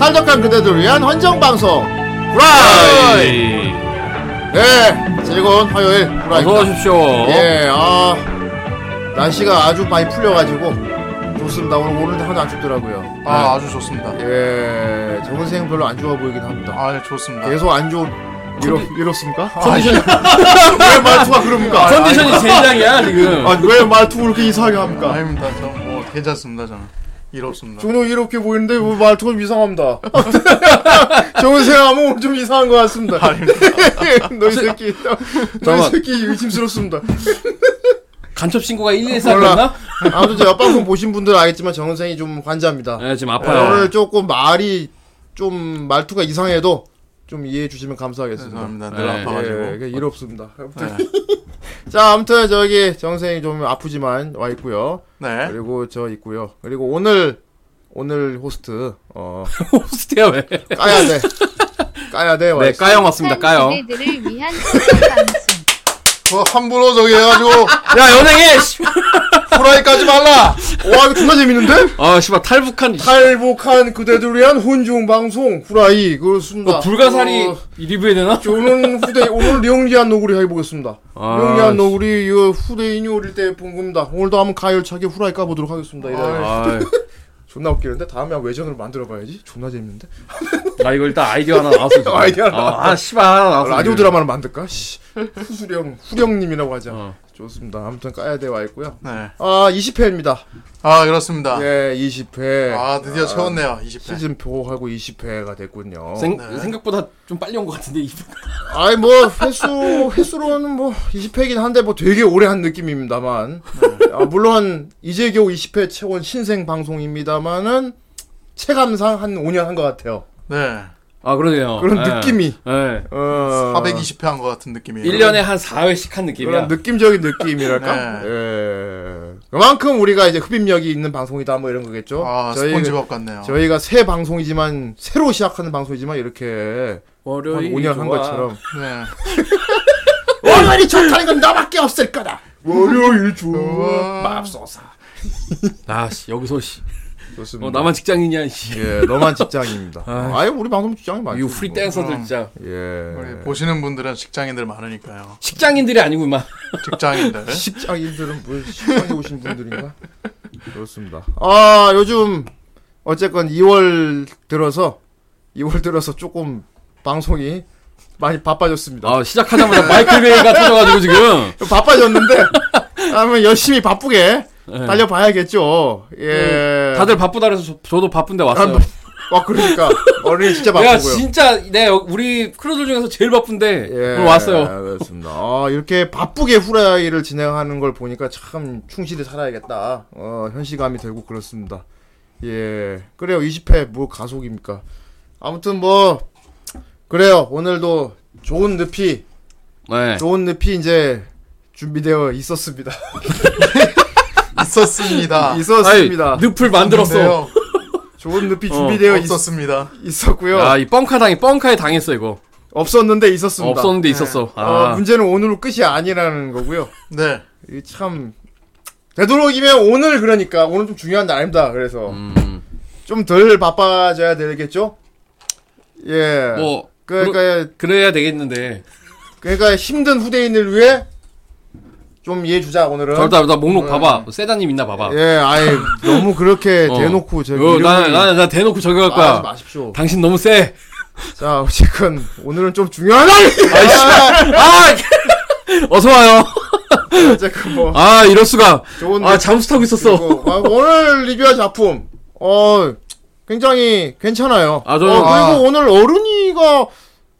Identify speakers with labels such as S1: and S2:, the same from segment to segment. S1: 한적한 그대들을 위한 헌정방송 후라이
S2: 아이. 예.
S1: 네 즐거운 화요일
S2: 어서
S1: 후라이입니다
S2: 오십시오.
S1: 예아 날씨가 아주 많이 풀려가지고 좋습니다 오늘 오늘도 하나 안 춥더라고요 네.
S3: 아 아주 좋습니다.
S1: 예 적은 생 별로 안 좋아 보이긴 합니다
S3: 아 좋습니다.
S1: 계속 안 좋은 이렇, 이렇습니까? 아,
S2: 컨디션,
S1: 왜 말투가 그럽니까? 아,
S2: 컨디션이 제일장이야 지금.
S1: 아니 왜 말투 그렇게 이상하게 합니까? 예,
S3: 아닙니다. 저뭐 괜찮습니다. 저는 이롭습니다.
S1: 아. 종종 이렇게 보이는데 뭐 말투가 좀 이상합니다. 정은 생 아무 좀 이상한 것 같습니다. 너희 새끼, 너희
S2: 잠깐만.
S1: 새끼 의심스럽습니다.
S2: 간첩 신고가 114였나?
S1: 아무튼 제 옆방송 보신 분들은 알겠지만 정은 생이 좀 환자입니다.
S2: 네, 지금 아파요.
S1: 오늘 조금 말이 좀 말투가 이상해도 좀 이해해 주시면 감사하겠습니다.
S3: 죄송합니다. 네,
S2: 예,
S3: 늘
S1: 예,
S3: 아파가지고. 네.
S1: 이게 일 없습니다. 아무튼. 자, 아무튼 저기 정생이 좀 아프지만 와 있고요.
S3: 네.
S1: 그리고 저 있고요. 그리고 오늘 오늘 호스트 어
S2: 호스트야 왜?
S1: 까야 돼. 까야 돼. 와
S2: 네,
S1: 있어.
S2: 까영 왔습니다. 까영.
S4: 그대들을 위한 방송.
S1: 그 함부로 저기 해가지고
S2: 야 연행해. 씨.
S1: 후라이까지 말라. 와 이거 존나 재밌는데?
S2: 아 씨발 탈북한. 씨.
S1: 탈북한 그대들 위한 혼중 방송 후라이 그걸 쓴다.
S2: 이거 불가사리
S1: 어,
S2: 리뷰해야 되나?
S1: 오늘 후대 오늘 리옹리한 노구리 해보겠습니다.
S2: 아,
S1: 리옹리한 노구리 이거 후대인이 어릴 때 본 겁니다. 오늘도 한번 가열차게 후라이 까보도록 하겠습니다. 이래.
S2: 아,
S1: 존나 웃기는데 다음에 외전으로 만들어봐야지. 존나 재밌는데.
S2: 나 이거 일단 아이디어 하나 나왔어. 지금.
S1: 아이디어 하나
S2: 아, 아 씨발 하나 나왔어.
S1: 라디오
S2: 지금.
S1: 드라마를 만들까? 씨. 후수령 후령님이라고 하자.
S2: 어.
S1: 좋습니다. 아무튼 까야 돼와 있고요.
S3: 네.
S1: 아 20회입니다.
S3: 아 그렇습니다.
S1: 예, 20회.
S3: 아 드디어 채웠네요. 20회.
S1: 시즌표하고 20회가 됐군요.
S2: 생,
S3: 네.
S2: 생각보다 좀 빨리 온 것 같은데 이분.
S1: 아이 뭐 횟수 횟수로는 뭐 20회긴 한데 뭐 되게 오래 한 느낌입니다만.
S2: 네.
S1: 아, 물론 이제 겨우 20회 채운 신생 방송입니다만은 체감상 한 5년 한 것 같아요.
S3: 네.
S2: 아 그러네요.
S1: 그런
S2: 예.
S1: 느낌이.
S2: 예.
S1: 어,
S3: 420회 한 것 같은 느낌이에요.
S2: 1년에 한 4회씩 한 느낌이야.
S1: 그런 느낌적인 느낌이랄까.
S3: 네.
S1: 예. 그만큼 우리가 이제 흡입력이 있는 방송이다 뭐 이런 거겠죠.
S3: 아 스폰지밥 같네요.
S1: 저희가 새 방송이지만 새로 시작하는 방송이지만 이렇게 한
S2: 월요일이
S1: 5년 한
S2: 좋아.
S1: 것처럼
S3: 네.
S1: 월요일이 좋다는 건 나밖에 없을 거다.
S2: 뭐,
S1: 월요일
S3: 우와.
S1: 맙소사.
S2: 아, 씨, 여기서 씨.
S1: 좋습니다.
S2: 어, 나만 직장인이야, 씨.
S1: 예, 너만 직장입니다.
S2: 아이.
S1: 아예 우리 방송 직장이 많죠.
S2: 이 프리 댄서들 진짜.
S3: 우리
S1: 예.
S3: 보시는 분들은 직장인들 많으니까요.
S2: 직장인들이 아니구만.
S3: 직장인들.
S1: 직장인들은 뭐 식당에 오신 분들인가? 그렇습니다. 아 요즘 어쨌건 2월 들어서 2월 들어서 조금 방송이 많이 바빠졌습니다.
S2: 아, 시작하자마자 마이클 베이가 터져가지고 지금.
S1: 바빠졌는데 다음에 열심히 바쁘게 달려봐야겠죠. 예.
S2: 네. 예. 다들 바쁘다 그래서 저, 저도 바쁜데 왔어요.
S1: 아, 와 그러니까 어른이 진짜
S2: 내가
S1: 바쁘고요.
S2: 진짜, 내 우리 크루들 중에서 제일 바쁜데,
S1: 예,
S2: 오늘 왔어요.
S1: 그렇습니다. 아, 이렇게 바쁘게 후라이를 진행하는 걸 보니까 참 충실히 살아야겠다. 어, 현실감이 들고 그렇습니다. 예. 그래요. 20회 뭐 가속입니까? 아무튼 뭐 그래요. 오늘도 좋은 늪이
S2: 네.
S1: 좋은 늪이 이제 준비되어 있었습니다.
S3: 있었습니다.
S1: 있었습니다.
S2: 아이, 늪을 만들었어.
S3: 근데요,
S1: 좋은 늪이
S2: 어,
S1: 준비되어 있,
S3: 없었습니다.
S1: 있었고요.
S2: 야, 이 뻥카 당이, 뻥카에 당했어, 이거.
S1: 없었는데 있었습니다.
S2: 없었는데 있었어.
S1: 어,
S2: 아,
S1: 문제는 오늘로 끝이 아니라는 거고요.
S3: 네.
S1: 이게 참 되도록이면 오늘 그러니까 오늘 좀 중요한 날입니다. 그래서
S2: 음,
S1: 좀 덜 바빠져야 되겠죠? 예.
S2: 뭐,
S1: 그러니까
S2: 그래야 되겠는데.
S1: 그러니까 힘든 후대인을 위해 좀 이해해 주자 오늘은.
S2: 저다, 나 목록 봐봐. 세다님 있나 봐봐.
S1: 어. 예, 아예 너무 그렇게
S2: 어.
S1: 대놓고 저기
S2: 이거 나,
S1: 이름을
S2: 나, 그러니까. 나 대놓고 저기 갈
S1: 말하지
S2: 거야.
S1: 마십시오.
S2: 당신 너무 세.
S1: 자, 어쨌건 오늘은 좀 중요한 날. 네.
S2: 아! 어서와요.
S1: 어쨌건 뭐
S2: 아, 이럴수가.
S1: 좋은
S2: 아, 잠수 타고 있었어.
S1: 그리고, 아, 오늘 리뷰할 작품 어 굉장히 괜찮아요.
S2: 아,
S1: 어,
S2: 저는-
S1: 그리고
S3: 아.
S1: 오늘 어른이가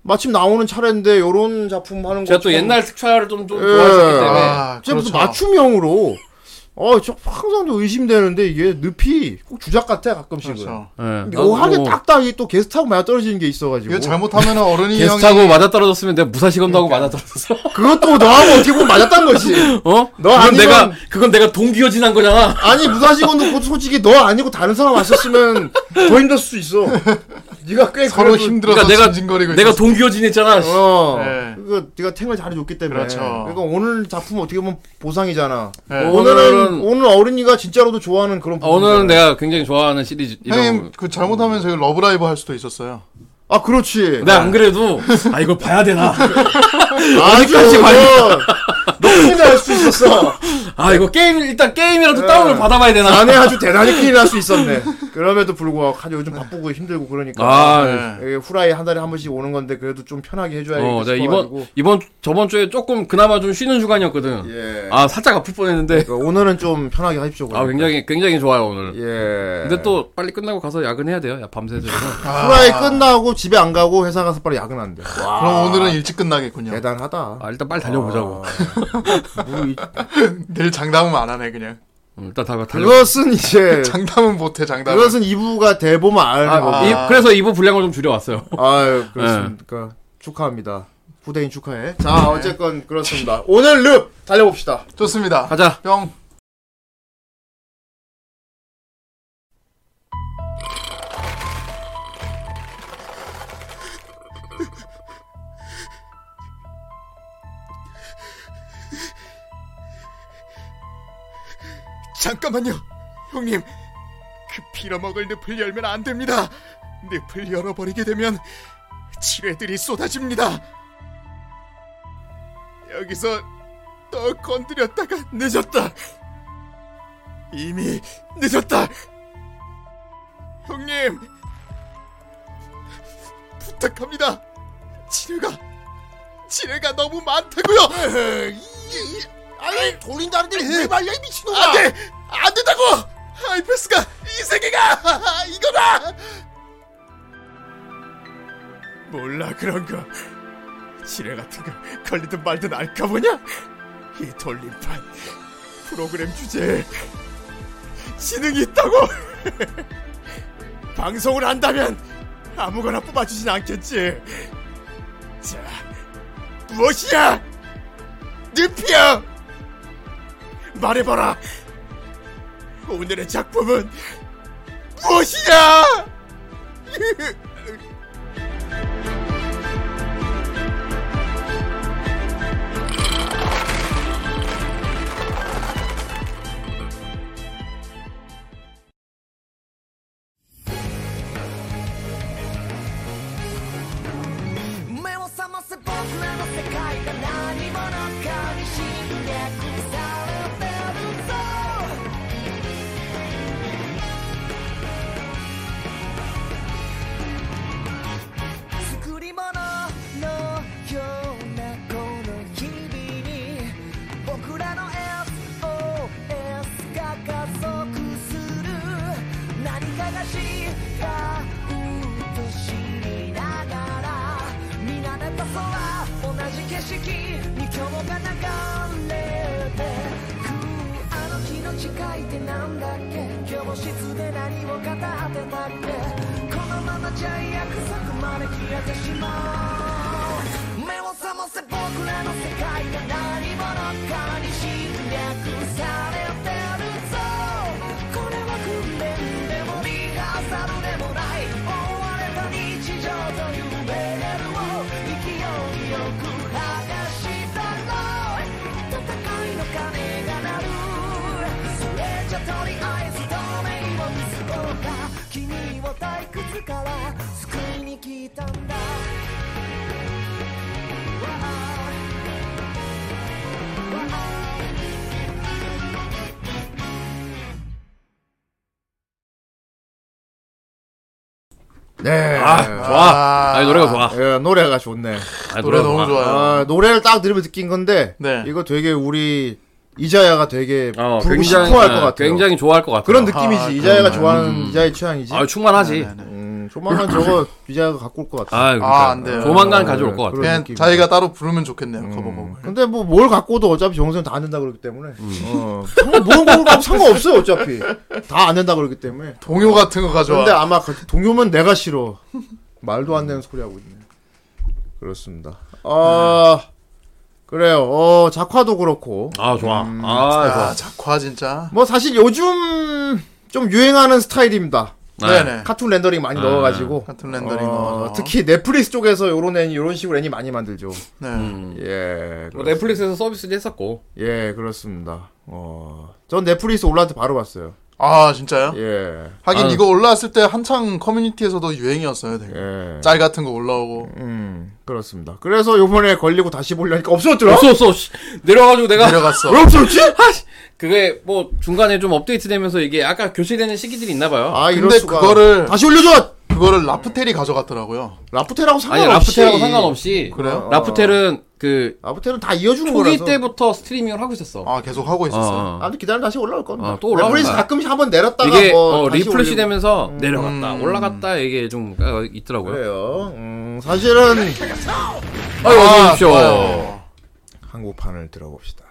S1: 마침 나오는 차례인데 요런 작품 하는 거
S2: 제가 또
S1: 참-
S2: 옛날 특촬을 좀, 좀
S1: 예.
S2: 좋아했기 때문에.
S3: 아,
S1: 진짜 무슨
S3: 그렇죠.
S1: 맞춤형으로 어저 항상 좀 의심되는데 이게 늪이 꼭 주작 같아 가끔씩은.
S3: 그렇죠.
S2: 예.
S1: 묘하게
S2: 나도
S1: 딱딱 이게 또 게스트하고 맞아 떨어지는 게 있어가지고
S3: 이거 잘못하면 어른이 형이
S2: 게스트하고 맞아 떨어졌으면 내가 무사시 건다고 맞아 떨어졌어.
S1: 그것도 너하고 어떻게 보면 맞았다는 거지
S2: 어?
S1: 너
S2: 그건
S1: 아니면-
S2: 내가 그건 내가 동기어진한 거잖아.
S1: 아니 무사시건도 솔직히 너 아니고 다른 사람 왔었으면 더 힘들었을 수 있어 네가 꽤
S3: 서로
S1: 그래도-
S3: 힘들어서
S2: 그러니까 내가-
S3: 징징거리고
S2: 내가
S3: 있었어.
S2: 동기어진했잖아. 씨.
S1: 어.
S3: 네.
S1: 그 네가 탱을 잘해줬기 때문에.
S3: 그렇죠.
S1: 그러니까 오늘 작품 어떻게 보면 보상이잖아.
S3: 네.
S2: 오-
S1: 오늘은
S2: 오늘은-
S1: 오늘 어른이가 진짜로도 좋아하는 그런.
S2: 아, 오늘은
S1: 부분이잖아.
S2: 내가 굉장히 좋아하는 시리즈.
S3: 형님 그 잘못하면 저희 러브라이브 할 수도 있었어요.
S1: 아 그렇지.
S2: 나안 그래도 아 이걸 봐야 되나?
S1: 아직까지 말이야. 어, 너무 할수 있었어.
S2: 아 이거 게임 일단 게임이라도
S1: 네.
S2: 다운을 받아봐야 되나?
S1: 안에 아주 대단히 큰일 날 수 있었네. 그럼에도 불구하고 아주 요즘 바쁘고 힘들고 그러니까.
S2: 아,
S3: 네.
S1: 이게 후라이 한 달에 한 번씩 오는 건데 그래도 좀 편하게 해줘야겠다
S2: 어, 나
S1: 싶어가지고.
S2: 이번 이번 저번 주에 조금 그나마 좀 쉬는 주간이었거든.
S1: 예.
S2: 아 살짝 아플 뻔했는데.
S1: 그러니까 오늘은 좀 편하게 하십시오.
S2: 아 굉장히 굉장히 좋아요 오늘.
S1: 예.
S2: 근데 또 빨리 끝나고 가서 야근해야 돼요. 야 밤새서.
S1: 후라이 끝나고 집에 안 가고 회사 가서 바로 야근한대. 와.
S3: 그럼 오늘은 일찍 끝나겠군요.
S1: 네. 대단하다.
S2: 아 일단 빨리 달려보자고.
S1: 뭐 이-
S3: 늘 장담은 안 하네 그냥.
S2: 음, 일단 다 달려.
S1: 그것은 이제
S3: 장담은 못해 장담.
S1: 그것은 이부가 대보면 알고.
S2: 아,
S1: 아,
S2: 이, 그래서 이부 분량을 좀 줄여왔어요.
S1: 아유 그렇습니까. 축하합니다. 후대인 축하해. 네. 자 어쨌건 그렇습니다. 오늘 릅 달려봅시다.
S3: 좋습니다.
S2: 가자.
S3: 뿅.
S5: 잠깐만요, 형님. 그 빌어먹을 늪을 열면 안 됩니다. 늪을 열어버리게 되면 지뢰들이 쏟아집니다. 여기서 또 건드렸다가 늦었다. 이미 늦었다. 형님, 부탁합니다. 지뢰가 지뢰가 너무 많다고요. 아니 돌린다는데 왜 말려 이 미친놈아 안돼 안된다고 아이패스가 이 세계가 이거다 몰라 그런 거 지뢰 같은 거 걸리든 말든 알까 보냐 이 돌림판 프로그램 주제에 지능이 있다고 방송을 한다면 아무거나 뽑아주진 않겠지 자 무엇이야 늪이야 말해봐라. 오늘의 작품은 무엇이냐?
S6: 作り物のようなこの日々に僕らの SOS が加速する何かが違うと知りながら見慣れた空同じ景色に今日が流れてくあの日の誓いってなんだっけ教室で何を語ってたっけこのままじゃ約束まで消えてしまう目を覚ませ僕らの世界が何者かに侵略されてるぞこれは訓練でもリハーサルでもない追われた日常というベレルを勢いよく剥がしたろ戦いの鐘が鳴るそれじゃとりあえず透明を見せようか君を退屈から救いに来たんだ
S1: 네.
S2: 좋아. 아니 노래가 좋아.
S1: 예, 노래가 좋네.
S2: 아니,
S3: 노래
S2: 노래가
S3: 너무
S2: 좋아.
S3: 좋아요.
S1: 아, 노래를 딱 들으면 느낀 건데
S3: 네.
S1: 이거 되게 우리 이자야가 되게
S2: 어,
S1: 부르고
S2: 굉장히
S1: 싶어할 것
S2: 아,
S1: 같아요.
S2: 굉장히 좋아할 것 같아.
S1: 그런 느낌이지.
S3: 아,
S1: 이자야가
S3: 그런가요?
S1: 좋아하는 이자의 취향이지.
S2: 아 충만하지.
S3: 네네네.
S1: 음, 조만간 저거 이자야가 갖고 올 것 같아. 네,
S2: 아,
S3: 아,
S2: 그러니까.
S3: 안 돼요.
S2: 조만간 가져올 것 같아.
S1: 그런
S3: 그냥
S1: 느낌.
S3: 자기가 따로 부르면 좋겠네요
S2: 음.
S3: 커버곡을.
S1: 근데 뭐 뭘 갖고 오도 어차피 정선 다안 된다 그러기 때문에. 어. 상관 뭘 갖고 오도 상관없어요 어차피 다 안 된다 그러기 때문에.
S3: 동요 같은 거 가져와.
S1: 근데 아마 그 동요면 내가 싫어. 말도 안 되는 소리 하고 있네. 그렇습니다. 아 그래요. 어 작화도 그렇고
S2: 아 좋아.
S1: 음,
S2: 아 좋아.
S3: 아 작화 진짜.
S1: 뭐 사실 요즘 좀 유행하는 스타일입니다.
S3: 네네.
S1: 카툰 렌더링 많이
S2: 아,
S1: 넣어가지고
S3: 카툰 렌더링
S1: 어,
S3: 넣어서.
S1: 특히 넷플릭스 쪽에서 요런 애니 요런 식으로 애니 많이 만들죠.
S3: 네.
S2: 음.
S1: 예,
S2: 뭐
S1: 그렇-
S2: 넷플릭스에서 서비스도 했었고.
S1: 예 그렇습니다. 어, 전 넷플릭스 올라올 때 바로 봤어요.
S3: 아 진짜요?
S1: 예,
S3: 하긴
S2: 아.
S3: 이거 올라왔을 때 한창 커뮤니티에서도 유행이었어요. 되게.
S1: 예,
S3: 짤 같은 거 올라오고.
S1: 음 그렇습니다. 그래서 요번에 걸리고 다시 보려니까 없어졌더라.
S2: 없어 아, 없어. 씨. 내려와가지고 내가
S3: 내려갔어.
S1: 왜 없어졌지?
S2: 그게 뭐 중간에 좀 업데이트되면서 이게 아까 교체되는 시기들이 있나봐요.
S1: 아 이럴
S3: 근데
S1: 수가.
S3: 그거를-
S1: 다시 올려줘.
S3: 그거를 라프텔이 가져갔더라고요.
S1: 라프텔하고
S2: 아, 니
S1: 상관없이.
S2: 라프텔하고 상관없이
S3: 그래요?
S2: 라프텔은 그
S1: 라프텔은 다 이어주는
S2: 초기
S1: 아. 거라서.
S2: 때부터 스트리밍을 하고 있었어.
S3: 아 계속 하고 있었어요.
S2: 어, 어.
S1: 아무튼 기다리면 다시 올라올 겁니다.
S2: 아, 또 올라올
S1: 넷플릭스
S2: 거야.
S1: 가끔씩 한번 내렸다가
S2: 이게
S1: 뭐
S2: 어,
S1: 다시
S2: 리플레시
S1: 올리고. 음.
S2: 되면서 내려갔다 올라갔다 이게 좀 아, 있더라고요.
S1: 그래요. 음, 사실은
S2: 아유 어서 오십시오.
S3: 아유.
S1: 한국판을 들어봅시다.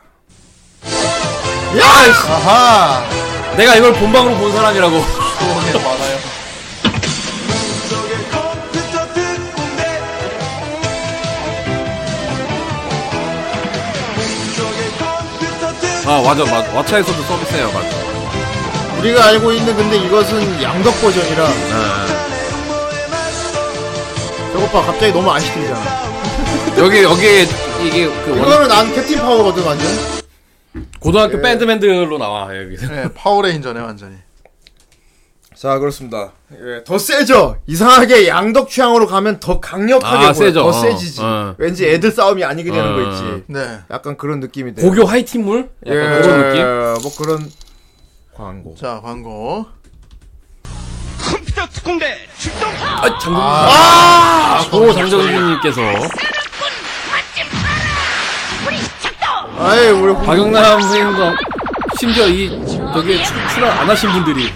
S3: 아하.
S2: 아, 내가 이걸 본방으로 본 사람이라고.
S3: 소원이 많아요.
S2: 아 맞아 맞아 왓챠에서도 서비스해요 맞아.
S1: 우리가 알고 있는 근데 이것은 양덕 버전이라
S2: 네.
S1: 저거 봐 갑자기 너무 아시들잖아.
S2: 여기 여기 이게 그 원-
S1: 이거는 난 캡틴 파워거든 완전.
S2: 고등학교
S1: 예.
S2: 밴드맨들로 나와 여기서.
S3: 네, 파워레인저네 완전히.
S1: 자 그렇습니다. 예, 더 세죠. 이상하게 양덕 취향으로 가면 더 강력하게
S2: 아,
S1: 보여.
S2: 세죠.
S1: 더
S2: 어,
S1: 세지지.
S2: 어.
S1: 왠지 애들 싸움이 아니게 되는
S2: 어.
S1: 거 있지.
S3: 네.
S1: 약간 그런 느낌이 돼요.
S2: 고교 하이틴물 약간
S1: 예,
S2: 그런 느낌.
S1: 뭐 그런 광고.
S3: 자 광고.
S7: 컴퓨터 특공대 출동!
S2: 아 장군. 아, 고 장정준님께서
S1: 아이 우리 홍-
S2: 박영남 선생님과 심지어 이 저기 출- 출연 안 하신 분들이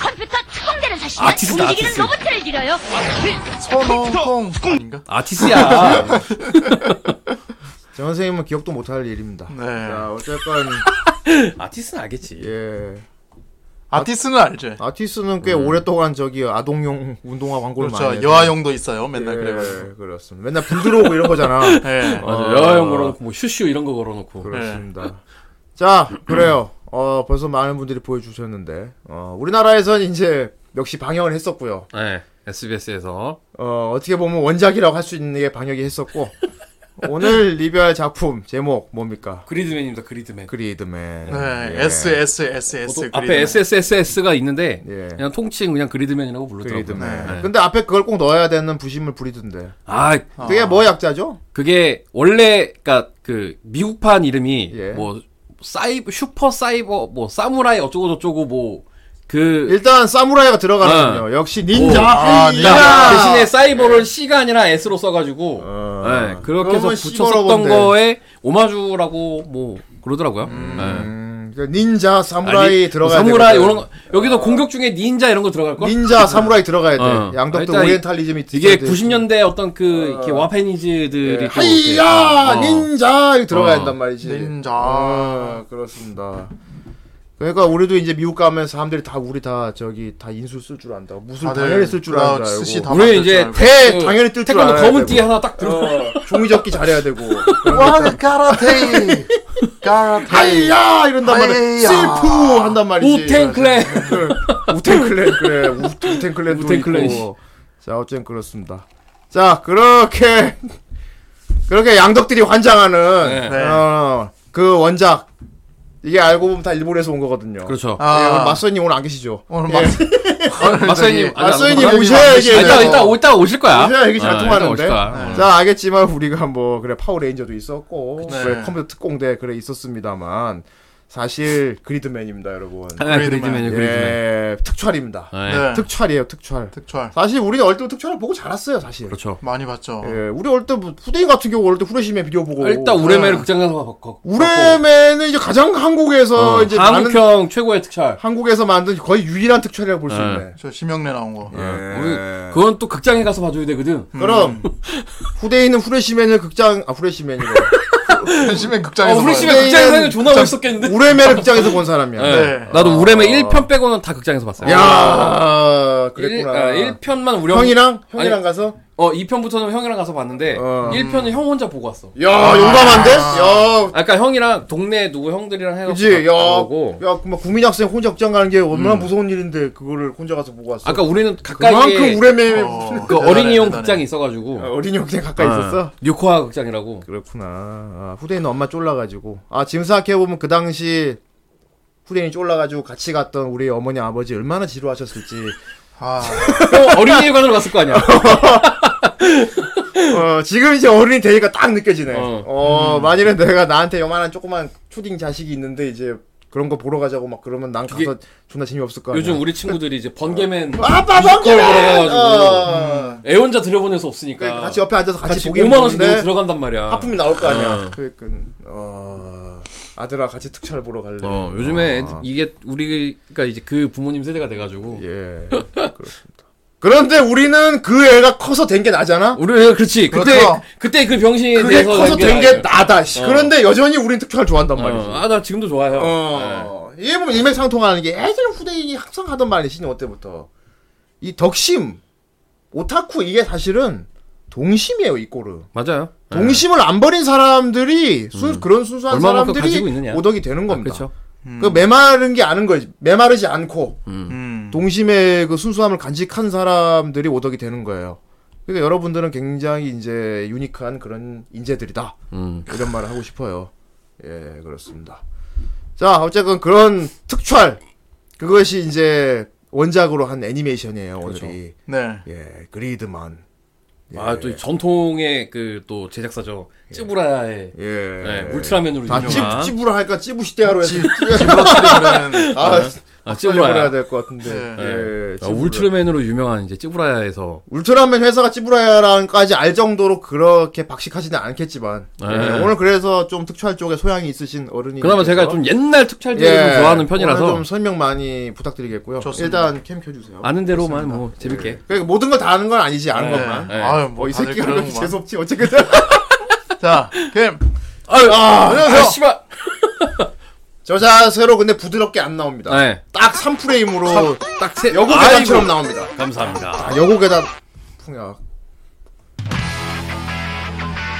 S4: 컴퓨터 특공대는 사실
S2: 아티스트,
S4: 움직이는
S2: 아티스트.
S4: 로봇을 길어요.
S3: 선홍콩 아닌가?
S2: 아티스야.
S1: 정 선생님은 기억도 못할 일입니다.
S3: 네.
S1: 자 어쨌건
S2: 아티스는 알겠지.
S1: 예
S3: 아티스는 알죠.
S1: 아티스는 꽤 오랫동안 저기 아동용 운동화 광고를 많이
S3: 음. 그렇죠.
S1: 해서.
S3: 여아용도 있어요. 맨날
S1: 예,
S3: 그래가지고.
S1: 그렇습니다. 맨날 불 들어오고 이런 거잖아.
S3: 예.
S2: 맞아
S1: 어.
S2: 여아형 걸어놓고 뭐 슈슈 이런 거 걸어놓고.
S1: 그렇습니다. 자, 그래요. 어, 벌써 많은 분들이 보여주셨는데, 어, 우리나라에선 이제 역시 방영을 했었고요.
S2: 네 SBS에서
S1: 어, 어떻게 보면 원작이라고 할 수 있는 게 방역이 했었고, 오늘 리뷰할 작품 제목 뭡니까?
S2: 그리드맨입니다 그리드맨.
S1: 그리드맨.
S3: 네.
S1: 예.
S3: S S S S.
S2: 보통
S3: 그리드맨.
S2: 앞에 SSSS가 있는데
S1: 예.
S2: 그냥 통칭 그냥 그리드맨이라고 부르더라고요.
S1: 그리드맨.
S2: 네.
S1: 근데 앞에 그걸 꼭 넣어야 되는 부심을 부리던데.
S2: 아
S1: 그게 뭐 약자죠?
S2: 그게 원래 그러니까 그 미국판 이름이
S1: 예.
S2: 뭐 사이 슈퍼 사이버 뭐 사무라이 어쩌고 저쩌고 뭐그
S1: 일단 사무라이가 들어가는군요. 역시 닌자.
S2: 네. 오,
S3: 아,
S1: 헤이야.
S3: 닌자.
S2: 대신에 사이버를 C가 아니라 S로 써가지고
S1: 어.
S2: 예, 그렇게
S1: 그러면
S2: 해서 붙였었던
S1: 시벌어본데.
S2: 거에 오마주라고 뭐 그러더라고요. 예.
S1: 음, 그 닌자
S2: 아,
S1: 사무라이
S2: 니-
S1: 들어가야 돼.
S2: 사무라이 이런 거 여기도 공격 중에 닌자 이런 거 들어갈 걸?
S1: 닌자 사무라이 들어가야 돼.
S2: 어.
S1: 양덕도
S2: 일단
S1: 오리엔탈리즘이
S2: 이게
S1: 있어야 돼. 예.
S2: 90년대 어떤 그 이렇게 와페니즈들이 또 이렇게-
S1: 하이야
S2: 어.
S1: 닌자 이렇게 들어가야
S2: 어.
S1: 된단 말이지.
S3: 닌자.
S1: 아, 그렇습니다. 그러니까 우리도 이제 미국 가면 사람들이 다 우리 다 저기 다 인수 쓸 줄 안다. 무술
S3: 다들
S1: 당연히 쓸 줄
S3: 나
S1: 안다.
S3: 스시 다
S2: 우리
S3: 만들 줄
S2: 이제
S3: 알고.
S1: 대
S2: 그
S1: 당연히 뜰줄
S2: 태권도
S1: 알아야
S2: 검은
S1: 되고.
S2: 띠 하나 딱 들고
S1: 어, 종이접기 잘해야 되고.
S3: 와 가라테. 가라테.
S1: 하이야 이런단 말이야.
S3: 하이야.
S1: 실프 한단 말이지.
S2: 우텐클레
S1: 우텐클랜 그래 우- 우텐클랜도
S2: 우텐클랜,
S1: 있고 자 어쨌든 그렇습니다 자 그렇게 그렇게 양덕들이 환장하는
S3: 네.
S1: 어, 그 원작 이게 알고 보면 다 일본에서 온 거거든요
S2: 그렇죠
S1: 예, 오늘
S3: 아
S1: 맞선님 오늘 안 계시죠
S3: 오늘
S1: 예,
S3: 맞선.
S2: 마사이님
S3: 저기-
S2: 아니,
S1: 맞선님
S3: 오늘
S1: 오셔야 이게
S2: 아, 이따
S3: 네.
S2: 이따 오- 이따 오실 거야
S1: 오셔야 얘기 잘
S2: 아, 이따
S1: 통하는데 네.
S2: 오실 거야.
S1: 자 알겠지만 우리가 뭐 그래 파워레인저도 있었고
S3: 그치. 네.
S1: 그래, 컴퓨터 특공대 그래 있었습니다만 사실 그리드맨입니다 여러분
S2: 아, 그리드맨이요 그리드맨
S1: 예 특촬입니다
S2: 네.
S3: 네.
S1: 특촬이에요 특촬
S3: 특촬.
S1: 사실 우리는 어릴 때부터 특촬을 보고 자랐어요, 사실.
S2: 그렇죠
S3: 많이 봤죠.
S1: 예, 우리 어릴 때뭐 후대인 같은 경우 어릴 때 후레시맨 비디오 보고.
S2: 아, 일단 우레메를
S1: 예.
S2: 극장 가서 봤고 봤고.
S1: 우레맨은 이제 가장 한국에서
S2: 어,
S1: 이제 많은
S2: 한국형 최고의 특촬
S1: 한국에서 만든 거의 유일한 특촬이라고 볼 수
S2: 예.
S1: 있네.
S3: 저 심형래 나온 거.
S2: 네.
S1: 네.
S2: 우리 그건 또 극장에 가서 봐줘야 되거든
S1: 그럼 후대인은 후레시맨을 극장 아 후레시맨이고
S3: 심형 극장에서.
S1: 아,
S2: 어, 우리
S3: 봐요.
S2: 씨가 극장에서
S1: 그때는
S2: 하는 거 존나 멋있었겠는데
S1: 우레맨을 극장에서 본 사람이야.
S2: 예.
S3: 네.
S1: 아.
S2: 나도 우레메 1편 빼고는 다 극장에서 봤어요 아,
S1: 야, 그랬구나.
S2: 1편만 우리
S1: 형이랑 형이랑
S2: 아니,
S1: 가서
S2: 어 2편부터는 형이랑 가서 봤는데
S1: 어.
S2: 1편은 형 혼자 보고 왔어.
S1: 야 용감한데? 야
S2: 아까 형이랑 동네 누구 형들이랑 해서
S1: 그지? 야,
S2: 보고. 음.
S1: 야, 그막 국민학생 혼자 극장 가는 게 얼마나 무서운 일인데 그거를 혼자 가서 보고 왔어.
S2: 아까 우리는 가까이에
S1: 그만큼 우레메
S3: 어,
S2: 그
S3: 대단해,
S2: 어린이용
S3: 대단해.
S2: 극장이 있어가지고
S1: 어린이 영생 가까이 있었어.
S2: 뉴코아 극장이라고.
S1: 그렇구나. 아, 후대인 엄마 쫄라가지고. 아 지금 생각해 보면 그 당시 후대인이 쫄라가지고 같이 갔던 우리 어머니 아버지 얼마나 지루하셨을지.
S3: 아,
S2: 어, 어린이관으로 갔을 거 아니야.
S1: 어, 지금 이제 어른이 되니까 딱 느껴지네. 어,
S2: 어.
S1: 만일에 내가 나한테 요만한 조그만 초딩 자식이 있는데 이제 그런 거 보러 가자고 막 그러면 난 가서
S2: 그게
S1: 존나 재미없을 거 아니야.
S2: 요즘 우리 친구들이 이제 번개맨
S1: 아빠
S2: 뮤지컬
S1: 먹기래!
S2: 보러 음.
S1: 어.
S2: 애 혼자 들여보낼 수 없으니까
S1: 그러니까 같이 옆에 앉아서 같이,
S2: 같이
S1: 보기
S2: 5만 원씩
S1: 힘든데
S2: 내고 들어간단 말이야.
S1: 하품이 나올 거 아니야.
S2: 어.
S1: 그러니까 어, 아들아 같이 특촬 보러 갈래.
S2: 어 요즘에
S1: 아.
S2: 이게 우리가 이제 그 부모님 세대가 돼가지고
S1: 예 그렇습니다. 그런데 우리는 그 애가 커서 된 게 나잖아.
S2: 우리 그렇지 그때
S3: 그렇죠.
S2: 그때 그 병신에
S1: 그게
S2: 대해서
S1: 커서 된 게 나다. 씨.
S2: 어.
S1: 그런데 여전히 우린 특촬 좋아한단 말이지.
S2: 아 네. 나 지금도 좋아요. 예.
S1: 어. 이게 보면 일맥상통하는 게 애들 후대인이 항상 하던 말이 신인 때부터 이 덕심 오타쿠 이게 사실은 동심이에요 이꼬르.
S2: 맞아요.
S1: 동심을 안 버린 사람들이 순, 그런 순수한
S2: 네. 음. 얼마만큼
S1: 사람들이
S2: 가지고 있느냐.
S1: 오덕이 되는
S2: 아,
S1: 겁니다.
S2: 그렇죠.
S1: 그 메마른 게 아는 거지. 메마르지 않고
S3: 음.
S1: 동심의 그 순수함을 간직한 사람들이 오덕이 되는 거예요. 그러니까 여러분들은 굉장히 이제 유니크한 그런 인재들이다.
S2: 음.
S1: 이런 말을 하고 싶어요. 예, 그렇습니다. 자, 어쨌건 그런 특촬 그것이 이제 원작으로 한 애니메이션이에요.
S2: 그렇죠.
S1: 오늘이
S3: 네.
S1: 예, 그리드만. 예.
S2: 아또 전통의 그 또 제작사죠. 쯔부라야의
S1: 예,
S2: 네, 울트라맨으로
S1: 다
S2: 유명한.
S1: 찌부, 찌부라 할까 찌부시대하로 해서
S3: 그러면
S1: 아,
S2: 아,
S1: 찌부라 해야
S2: 쯔부라야.
S1: 될 것 같은데. 예,
S2: 아,
S1: 찌부라.
S2: 울트라맨으로 유명한 이제 찌부라야에서
S1: 울트라맨 회사가 찌부라야랑까지 알 정도로 그렇게 박식하지는 않겠지만
S2: 네.
S1: 예, 오늘 그래서 좀 특촬 쪽에 소양이 있으신 어른이
S2: 예,
S1: 예,
S2: 그나마 제가 좀 옛날 특촬들을 그렇죠. 예. 좀 좋아하는 편이라서
S1: 좀 설명 많이 부탁드리겠고요.
S3: 좋습니다.
S1: 일단 캠 켜주세요.
S2: 아는 대로만 뭐 재밌게.
S1: 그러니까 모든 걸 다 아는 건 아니지 아는
S2: 네.
S1: 것만.
S2: 네.
S3: 아유,
S1: 어,
S3: 뭐
S1: 이
S3: 다들
S1: 새끼가
S3: 그러는구만.
S1: 그렇게 재수없지 어쨌든
S3: 자, 캠.
S2: 아유,
S1: 아,
S2: 안녕하세요. 씨발.
S1: 저 자세로 근데 부드럽게 안 나옵니다.
S2: 네.
S1: 딱 3프레임으로
S2: 딱 세.
S1: 여고 계단처럼 나옵니다.
S2: 아이고, 감사합니다.
S1: 아, 여고 계단 풍약.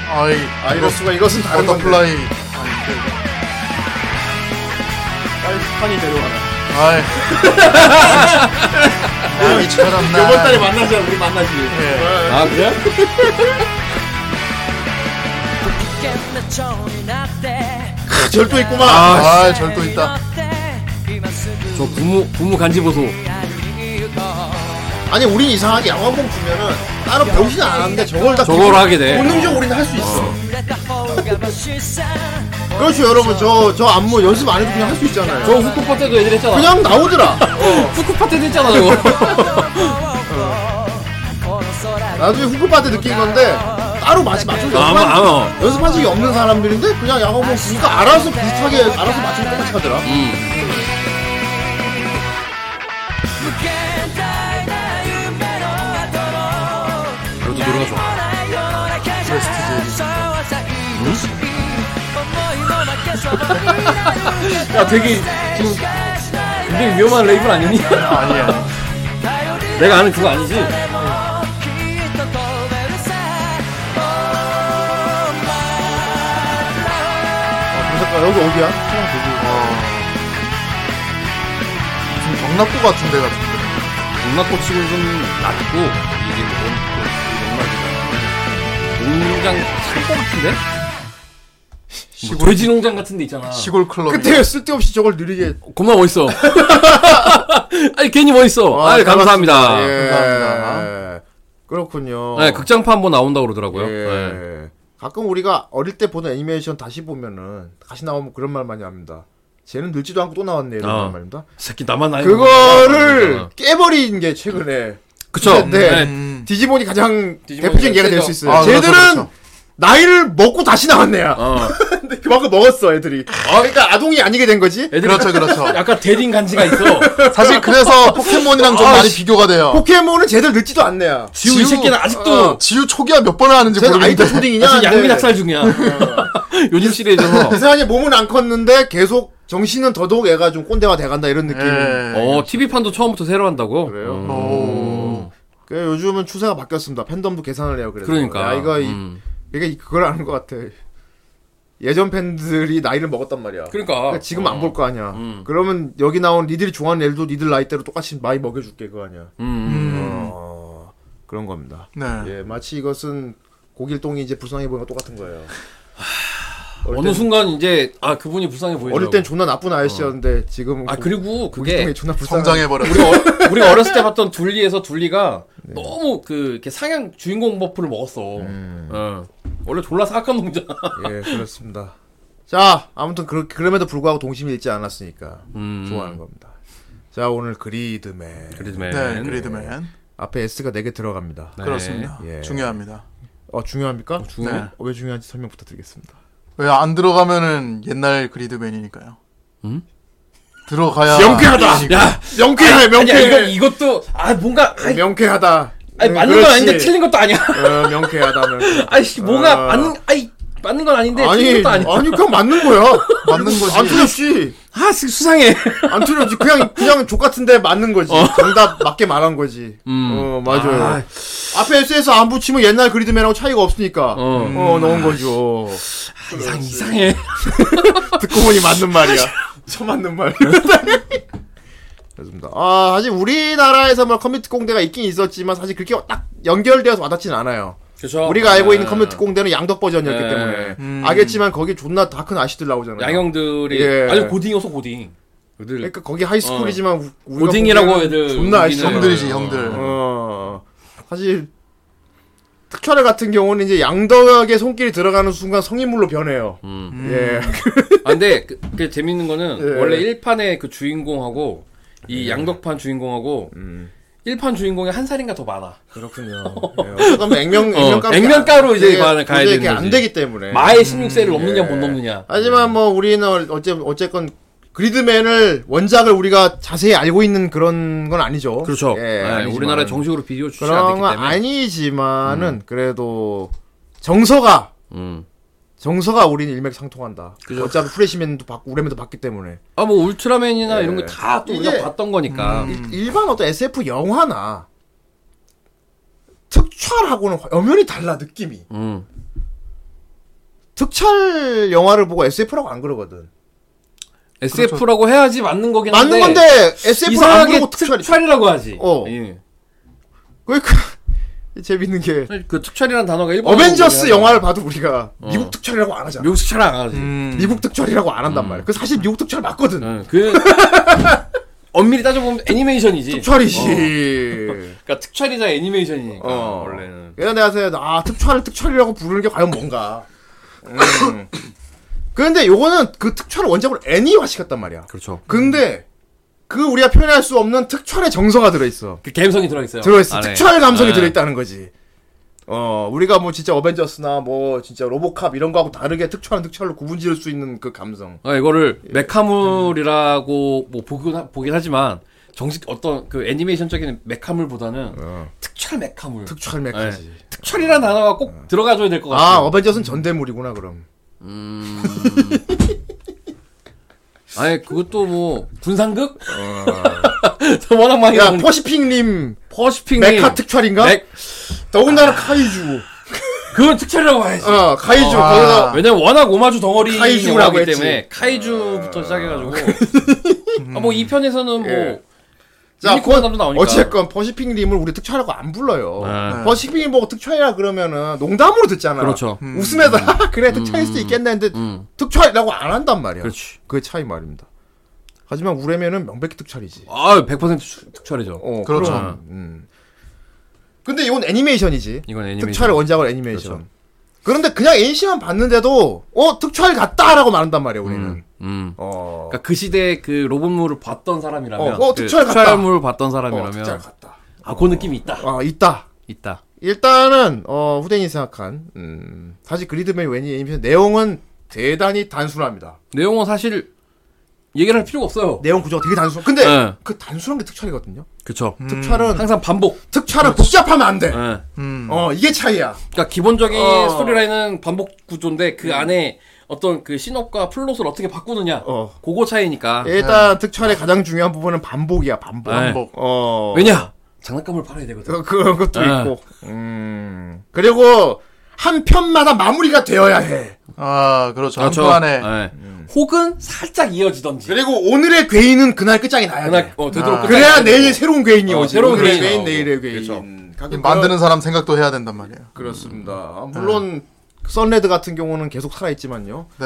S3: 아이,
S1: 아 이럴 수가 이것은 다른 건데.
S3: 버터플라이.
S1: 빨리 판이 내려와라.
S3: 아이. 아, 미쳐버렸나.
S2: 이번 달에 만나자. 우리 만나지.
S3: 예.
S2: 아, 그래?
S6: 危険な蝶になって
S1: 크 절도 있구만.
S3: 아, 절도 있다.
S6: 今すぐ
S2: 저 부모 부모 간지 보소.
S6: 未来に行こ
S1: 아니 우린 이상하게 양화봉 주면은 따로 배우진 않았는데 저걸 다
S2: 저걸
S1: 본-
S2: 하게 돼.
S1: 본능적으로 우리는 할 수 있어.
S6: う触れた方がましさ
S1: 그렇죠 여러분 저 저 안무 연습 안 해도 그냥 할 수 있잖아요.
S2: 저 후쿠파 때도 애들 했잖아. 어.
S1: 그냥 나오더라.
S2: 후쿠파 때도 했잖아, 저거.
S6: この空
S1: 나중에 후크파한테 느낀 건데 따로 맛이 맞춘 적
S2: 아마,
S1: 없는
S2: 아마.
S1: 연습한 적이 없는 사람들인데 그냥 양화봉 주니까 알아서 비슷하게 알아서 맞춘 것 같이 어, 하더라.
S6: 無限大な夢の後の
S2: 그래도 노래가 좋아. 야, 되게 지금 굉장히 위험한 레이블 아니니?
S3: 아니야.
S2: 내가 아는 그거 아니지?
S1: 잠깐 여기 어디야?
S3: 좀 경락도 같은 데 같은데.
S2: 음악도 치고 좀 낮고 이게 뭔 농장 창고 같은데? 뭐 돼지 농장 같은 데 있잖아.
S3: 시골
S2: 어,
S3: 클럽.
S1: 그때 쓸데없이 저걸 느리게.
S2: 겁나 멋있어. 아니 괜히 멋있어. 아, 니 감사합니다.
S1: 예.
S3: 감사합니다.
S1: 그렇군요.
S2: 네, 극장판 한번 나온다 고 그러더라고요.
S1: 예.
S2: 네.
S1: 가끔 우리가 어릴 때 보던 애니메이션 다시 보면은 다시 나오면 그런 말 많이 합니다. 쟤는 늙지도 않고 또 나왔네 이런
S2: 어.
S1: 말 말입니다.
S2: 새끼 나만 나이
S1: 그거를 깨버린 게 최근에
S2: 음. 그쵸.
S1: 네.
S2: 네.
S3: 음.
S1: 디지몬이 가장
S2: 디지몬이
S1: 대표적인 예가
S2: 세죠.
S1: 될 수 있어요.
S3: 아, 그렇죠,
S1: 쟤들은
S3: 그렇죠.
S1: 나이를 먹고 다시 나왔네. 야
S2: 어.
S1: 근데 그만큼 먹었어 애들이. 그러니까 아동이 아니게 된 거지.
S2: 애들이
S3: 그렇죠, 그렇죠.
S2: 약간 대딩 간지가 있어.
S3: 사실 그래서 포켓몬이랑 좀
S1: 아,
S3: 많이
S1: 씨.
S3: 비교가 돼요.
S1: 포켓몬은 쟤들 늙지도 않네야.
S2: 지우 이
S3: 지우.
S2: 새끼는 아직도
S1: 어.
S3: 지우 초기화 몇 번을 하는지
S1: 쟤는 아이돌
S3: 모르겠는데.
S1: 초딩이냐?
S2: 그 아직
S1: 근데
S2: 양민학살 중이야.
S1: 어.
S2: 요즘 어, 시리즈에서.
S1: 이상하게 몸은 안 컸는데 계속 정신은 더더욱 애가 좀 꼰대화 돼간다 아, 이런 느낌.
S3: 예.
S2: 어, TV판도 처음부터 새로 한다고?
S1: 그래요?
S2: 음.
S3: 오.
S1: 그 요즘은 추세가 바뀌었습니다. 팬덤도 계산을 해요. 그래서
S2: 그러니까.
S1: 나이가 이-
S2: 음.
S1: 이게 그걸 아는 것 같아. 예전 팬들이 나이를 먹었단 말이야.
S2: 그러니까.
S1: 그러니까 지금 안 볼 거 아니야.
S2: 음.
S1: 그러면 여기 나온 니들이 좋아하는 애들도 니들 나이대로 똑같이 많이 먹여줄게 그거 아니야.
S2: 음.
S1: 어, 그런 겁니다.
S3: 네.
S1: 예, 마치 이것은 고길동이 이제 불쌍해 보는 거 똑같은 거예요. 어릴
S2: 어느
S1: 땐-
S2: 순간 이제 아 그분이 불쌍해 보이더라고.
S1: 어릴 땐 존나 나쁜 아저씨였는데 지금
S2: 아
S1: 고-
S2: 그리고 그게
S1: 고길동이 존나 불쌍해.
S3: 성장해버렸어.
S2: 우리 어, 우리 어렸을 때 봤던 둘리에서 둘리가
S1: 네.
S2: 너무 그 이렇게 상향 주인공 버프를 먹었어.
S1: 음.
S2: 어. 원래 졸라 사악한 놈이잖아.
S1: 예, 그렇습니다. 자, 아무튼 그, 그럼에도 불구하고 동심이 잃지 않았으니까
S2: 음.
S1: 좋아하는 겁니다. 자, 오늘 그리드맨
S2: 그리드맨. 네.
S3: 네, 네, 그리드맨.
S1: 앞에 S가 4개 들어갑니다.
S3: 그렇습니다.
S1: 예.
S3: 중요합니다.
S1: 어 중요합니까?
S3: 중요해? 네.
S1: 어, 왜 중요한지 설명 부탁드리겠습니다.
S3: 왜 안 들어가면은 옛날 그리드맨이니까요.
S2: 음?
S3: 들어가야.
S2: 야,
S1: 네, 명쾌해,
S2: 아니야 이거
S1: 명쾌해.
S2: 이것도 아 뭔가 아이,
S1: 명쾌하다.
S2: 아니,
S1: 음,
S2: 맞는 건
S1: 그렇지.
S2: 아닌데 틀린 것도 아니야.
S1: 어, 명쾌하다. 명쾌하다.
S2: 아이씨
S1: 아.
S2: 뭐가 맞는 아이 맞는 건 아닌데 틀린
S1: 아니,
S2: 것도 아니야.
S1: 아니 그냥 맞는 거야.
S3: 맞는 거지.
S1: 안 틀렸지.
S2: 아 수- 수상해.
S1: 안 틀렸지. 그냥 그냥 족 같은데 맞는 거지. 정답 맞게 말한 거지. 어 맞아요.
S2: 아.
S1: 앞에 SS 안 붙이면 옛날 그리드맨하고 차이가 없으니까 어,
S2: 어.
S1: 넣은 거죠.
S2: 이상 이상해.
S1: 듣고 보니 맞는 말이야. 저 맞는 말. 그렇습니다. 아, 사실 우리나라에서 뭐 컴퓨터 공대가 있긴 있었지만 사실 그렇게 딱 연결되어서 와닿진 않아요.
S2: 그렇죠.
S1: 우리가 알고 있는
S2: 네.
S1: 컴퓨터 공대는 양덕 버전이었기
S2: 네.
S1: 때문에 알겠지만 거기 존나 다 큰 아씨들 나오잖아요.
S2: 어, 양형들이
S1: 예.
S2: 아주 고딩이어서 고딩. 그들
S1: 그러니까 거기 하이스쿨이지만 우- 우리가
S2: 고딩이라고
S1: 보기에는
S2: 애들
S1: 존나 아시죠?
S2: 우기는-
S3: 형들이지, 형들.
S1: 어, 사실 특촬의 같은 경우는 이제 양덕의 손길이 들어가는 순간 성인물로 변해요.
S2: 음.
S1: 예.
S2: 아, 근데 그, 그 재밌는 거는
S1: 예.
S2: 원래 1판의 그 주인공하고 이 양덕판 주인공하고
S1: 음.
S2: 일 1판 주인공이 한 살인가 더 많아.
S1: 그렇군요. 그럼 액면
S2: 어,
S1: 액면가로
S2: 액면가로 이제
S1: 이게
S2: 가- 가야
S1: 도저히
S2: 되는
S1: 이게 안
S2: 거지.
S1: 되기 때문에.
S2: 마의 16세를
S1: 예.
S2: 넘느냐 못 넘느냐.
S1: 하지만 뭐 우리는 어째 어쨌건 그리드맨을 원작을 우리가 자세히 알고 있는 그런 건 아니죠.
S2: 그렇죠.
S1: 예,
S2: 예,
S1: 아니지만.
S2: 우리나라에 정식으로 비디오 출시가 안
S1: 그런
S2: 됐기
S1: 건
S2: 때문에.
S1: 아니지만은 그래도 정서가
S2: 음.
S1: 정서가 우리는 일맥상통한다. 어차피 프레시맨도 봤고 우레맨도 봤기 때문에
S2: 아, 뭐 울트라맨이나
S1: 예.
S2: 이런 거 다 또 우리가
S1: 이게- 음.
S2: 봤던 거니까.
S1: 일- 일반 어떤 SF 영화나 특촬하고는 엄연히 달라 느낌이.
S2: 음.
S1: 특촬 영화를 보고 SF라고 안 그러거든.
S2: SF라고 해야지 맞는 거긴 한데
S1: 맞는 건데 SF라고 안
S2: 이상하게
S1: 그러고 특촬이.
S2: 특촬이라고 하지.
S1: 어.
S2: 예.
S1: 왜 그, 재밌는 게
S2: 그 특촬이라는 어. 단어가 일본
S1: 어벤져스 영화를 봐도 우리가 미국 특촬이라고 안 하잖아.
S2: 미국 특촬 안 하지.
S3: 음.
S1: 미국 특촬이라고 안 한단 말이야. 그 사실 미국 특촬 맞거든.
S2: 예, 그 엄밀히 따져보면 애니메이션이지.
S1: 특촬이지.
S2: 그러니까 특촬이자 애니메이션이니까
S1: 어.
S2: 원래는.
S1: 그래서 내가 생각해, 아, 특촬을 특촬이라고 부르는 게 과연 뭔가. 음. 그런데 요거는 그 특촬을 원작으로 애니화 시켰단 말이야.
S2: 그렇죠.
S1: 근데 그 우리가 표현할 수 없는 특촬의 정서가 들어있어.
S2: 그 감성이 들어있어요.
S1: 들어있어.
S2: 안에.
S1: 특촬 감성이
S2: 예.
S1: 들어있다는 거지. 어, 우리가 뭐 진짜 어벤져스나 뭐 진짜 로보캅 이런 거하고 다르게 특촬은 특촬로 구분 지을 수 있는 그 감성.
S2: 어, 이거를 메카물이라고 뭐 보긴, 하, 보긴 하지만 정식 어떤 그 애니메이션적인 메카물보다는 특촬 메카물.
S1: 특촬 맥까지.
S2: 예. 특촬이라는 단어가 꼭 들어가줘야 될 것 같아요.
S1: 아, 어벤져스는 전대물이구나, 그럼.
S2: 아니 그것도 뭐 군상극? 저 워낙 많이
S1: 야,
S2: 나오는-
S1: 퍼시픽님,
S2: 어. 퍼시핑
S1: 메카 특촬인가?
S2: 맥
S1: 더군다나 카이주.
S2: 그건 특촬이라고 해야지.
S1: 어, 카이주.
S2: 아.
S1: 거기다.
S2: 왜냐면 워낙 오마주 덩어리
S1: 카이주라고
S2: 영화이기
S1: 했지. 아.
S2: 때문에 카이주부터 시작해가지고 아 뭐 이 편에서는 뭐
S1: 예. 자,
S2: 유니콘
S1: 그건
S2: 남도 나오니까.
S1: 어쨌건 퍼시픽님을 우리 특촬이라고 안 불러요.
S2: 네.
S1: 퍼시픽님 보고 특촬이라 그러면은 농담으로 듣잖아.
S2: 그렇죠.
S1: 웃음에다, 그래, 특촬일 수도 있겠네 했는데
S2: 음.
S1: 특촬이라고 안 한단 말이야.
S2: 그렇지.
S1: 그게 차이 말입니다. 하지만 우레면은 명백히
S2: 어,
S1: 특촬이지.
S2: 아100% 특촬이죠.
S1: 어,
S3: 그렇죠.
S1: 그럼, 음. 근데 이건 애니메이션이지.
S2: 이건 애니메이션. 그렇죠.
S1: 특촬의 원작은 애니메이션. 그런데 그냥 NC만 봤는데도 어 특촬 같다라고 말한단 말이야 우리는.
S2: 음. 음.
S1: 어.
S2: 그러니까 그 시대 그 로봇물을 봤던 사람이라면
S1: 어, 어,
S2: 그
S1: 특촬 같다.
S2: 특촬물을 봤던
S1: 어,
S2: 사람이라면
S1: 특촬 같다.
S2: 아 그 느낌이 있다.
S1: 아 있다.
S2: 있다.
S1: 일단은 어 후대인이 생각한 음, 사실 그리드맨 웬이 애니메이션 내용은 대단히 단순합니다.
S2: 내용은 사실 얘기를 할 필요가 없어요.
S1: 내용 구조가 되게 단순. 근데
S2: 네.
S1: 그 단순한 게 특촬이거든요.
S2: 그쵸.
S1: 특촬은
S2: 음. 항상 반복.
S1: 특촬은
S2: 그렇죠.
S1: 복잡하면 안 돼.
S2: 예.
S3: 음.
S1: 어 이게 차이야.
S2: 그러니까 기본적인
S1: 어.
S2: 스토리라인은 반복 구조인데 그 안에 어떤 그 신업과 플롯을 어떻게 바꾸느냐.
S1: 어.
S2: 그거 차이니까.
S1: 일단 특촬의 가장 중요한 부분은 반복이야 반복.
S2: 아, 네.
S3: 반복.
S1: 어.
S2: 왜냐? 장난감을 팔아야 되거든.
S1: 어, 그런 것도
S2: 아.
S1: 있고. 음. 그리고 한 편마다 마무리가 되어야 해.
S3: 아 그렇죠. 한
S2: 그렇죠.
S3: 판에
S2: 네. 혹은 살짝 이어지던지.
S1: 그리고 오늘의 괴인은 그날 끝장이 나야
S2: 그날
S1: 돼.
S2: 어, 되도록 끝까지
S1: 그래야
S2: 가야 되고.
S1: 내일 새로운 괴인이
S2: 어, 그렇죠.
S1: 오지.
S2: 새로운
S1: 오늘의
S2: 괴인이
S1: 괴인,
S2: 나오고.
S1: 내일의 괴인. 가끔
S3: 만드는 사람 생각도 해야 된단 말이에요.
S1: 그렇습니다. 아, 물론 선레드 같은 경우는 계속 살아있지만요.
S3: 네.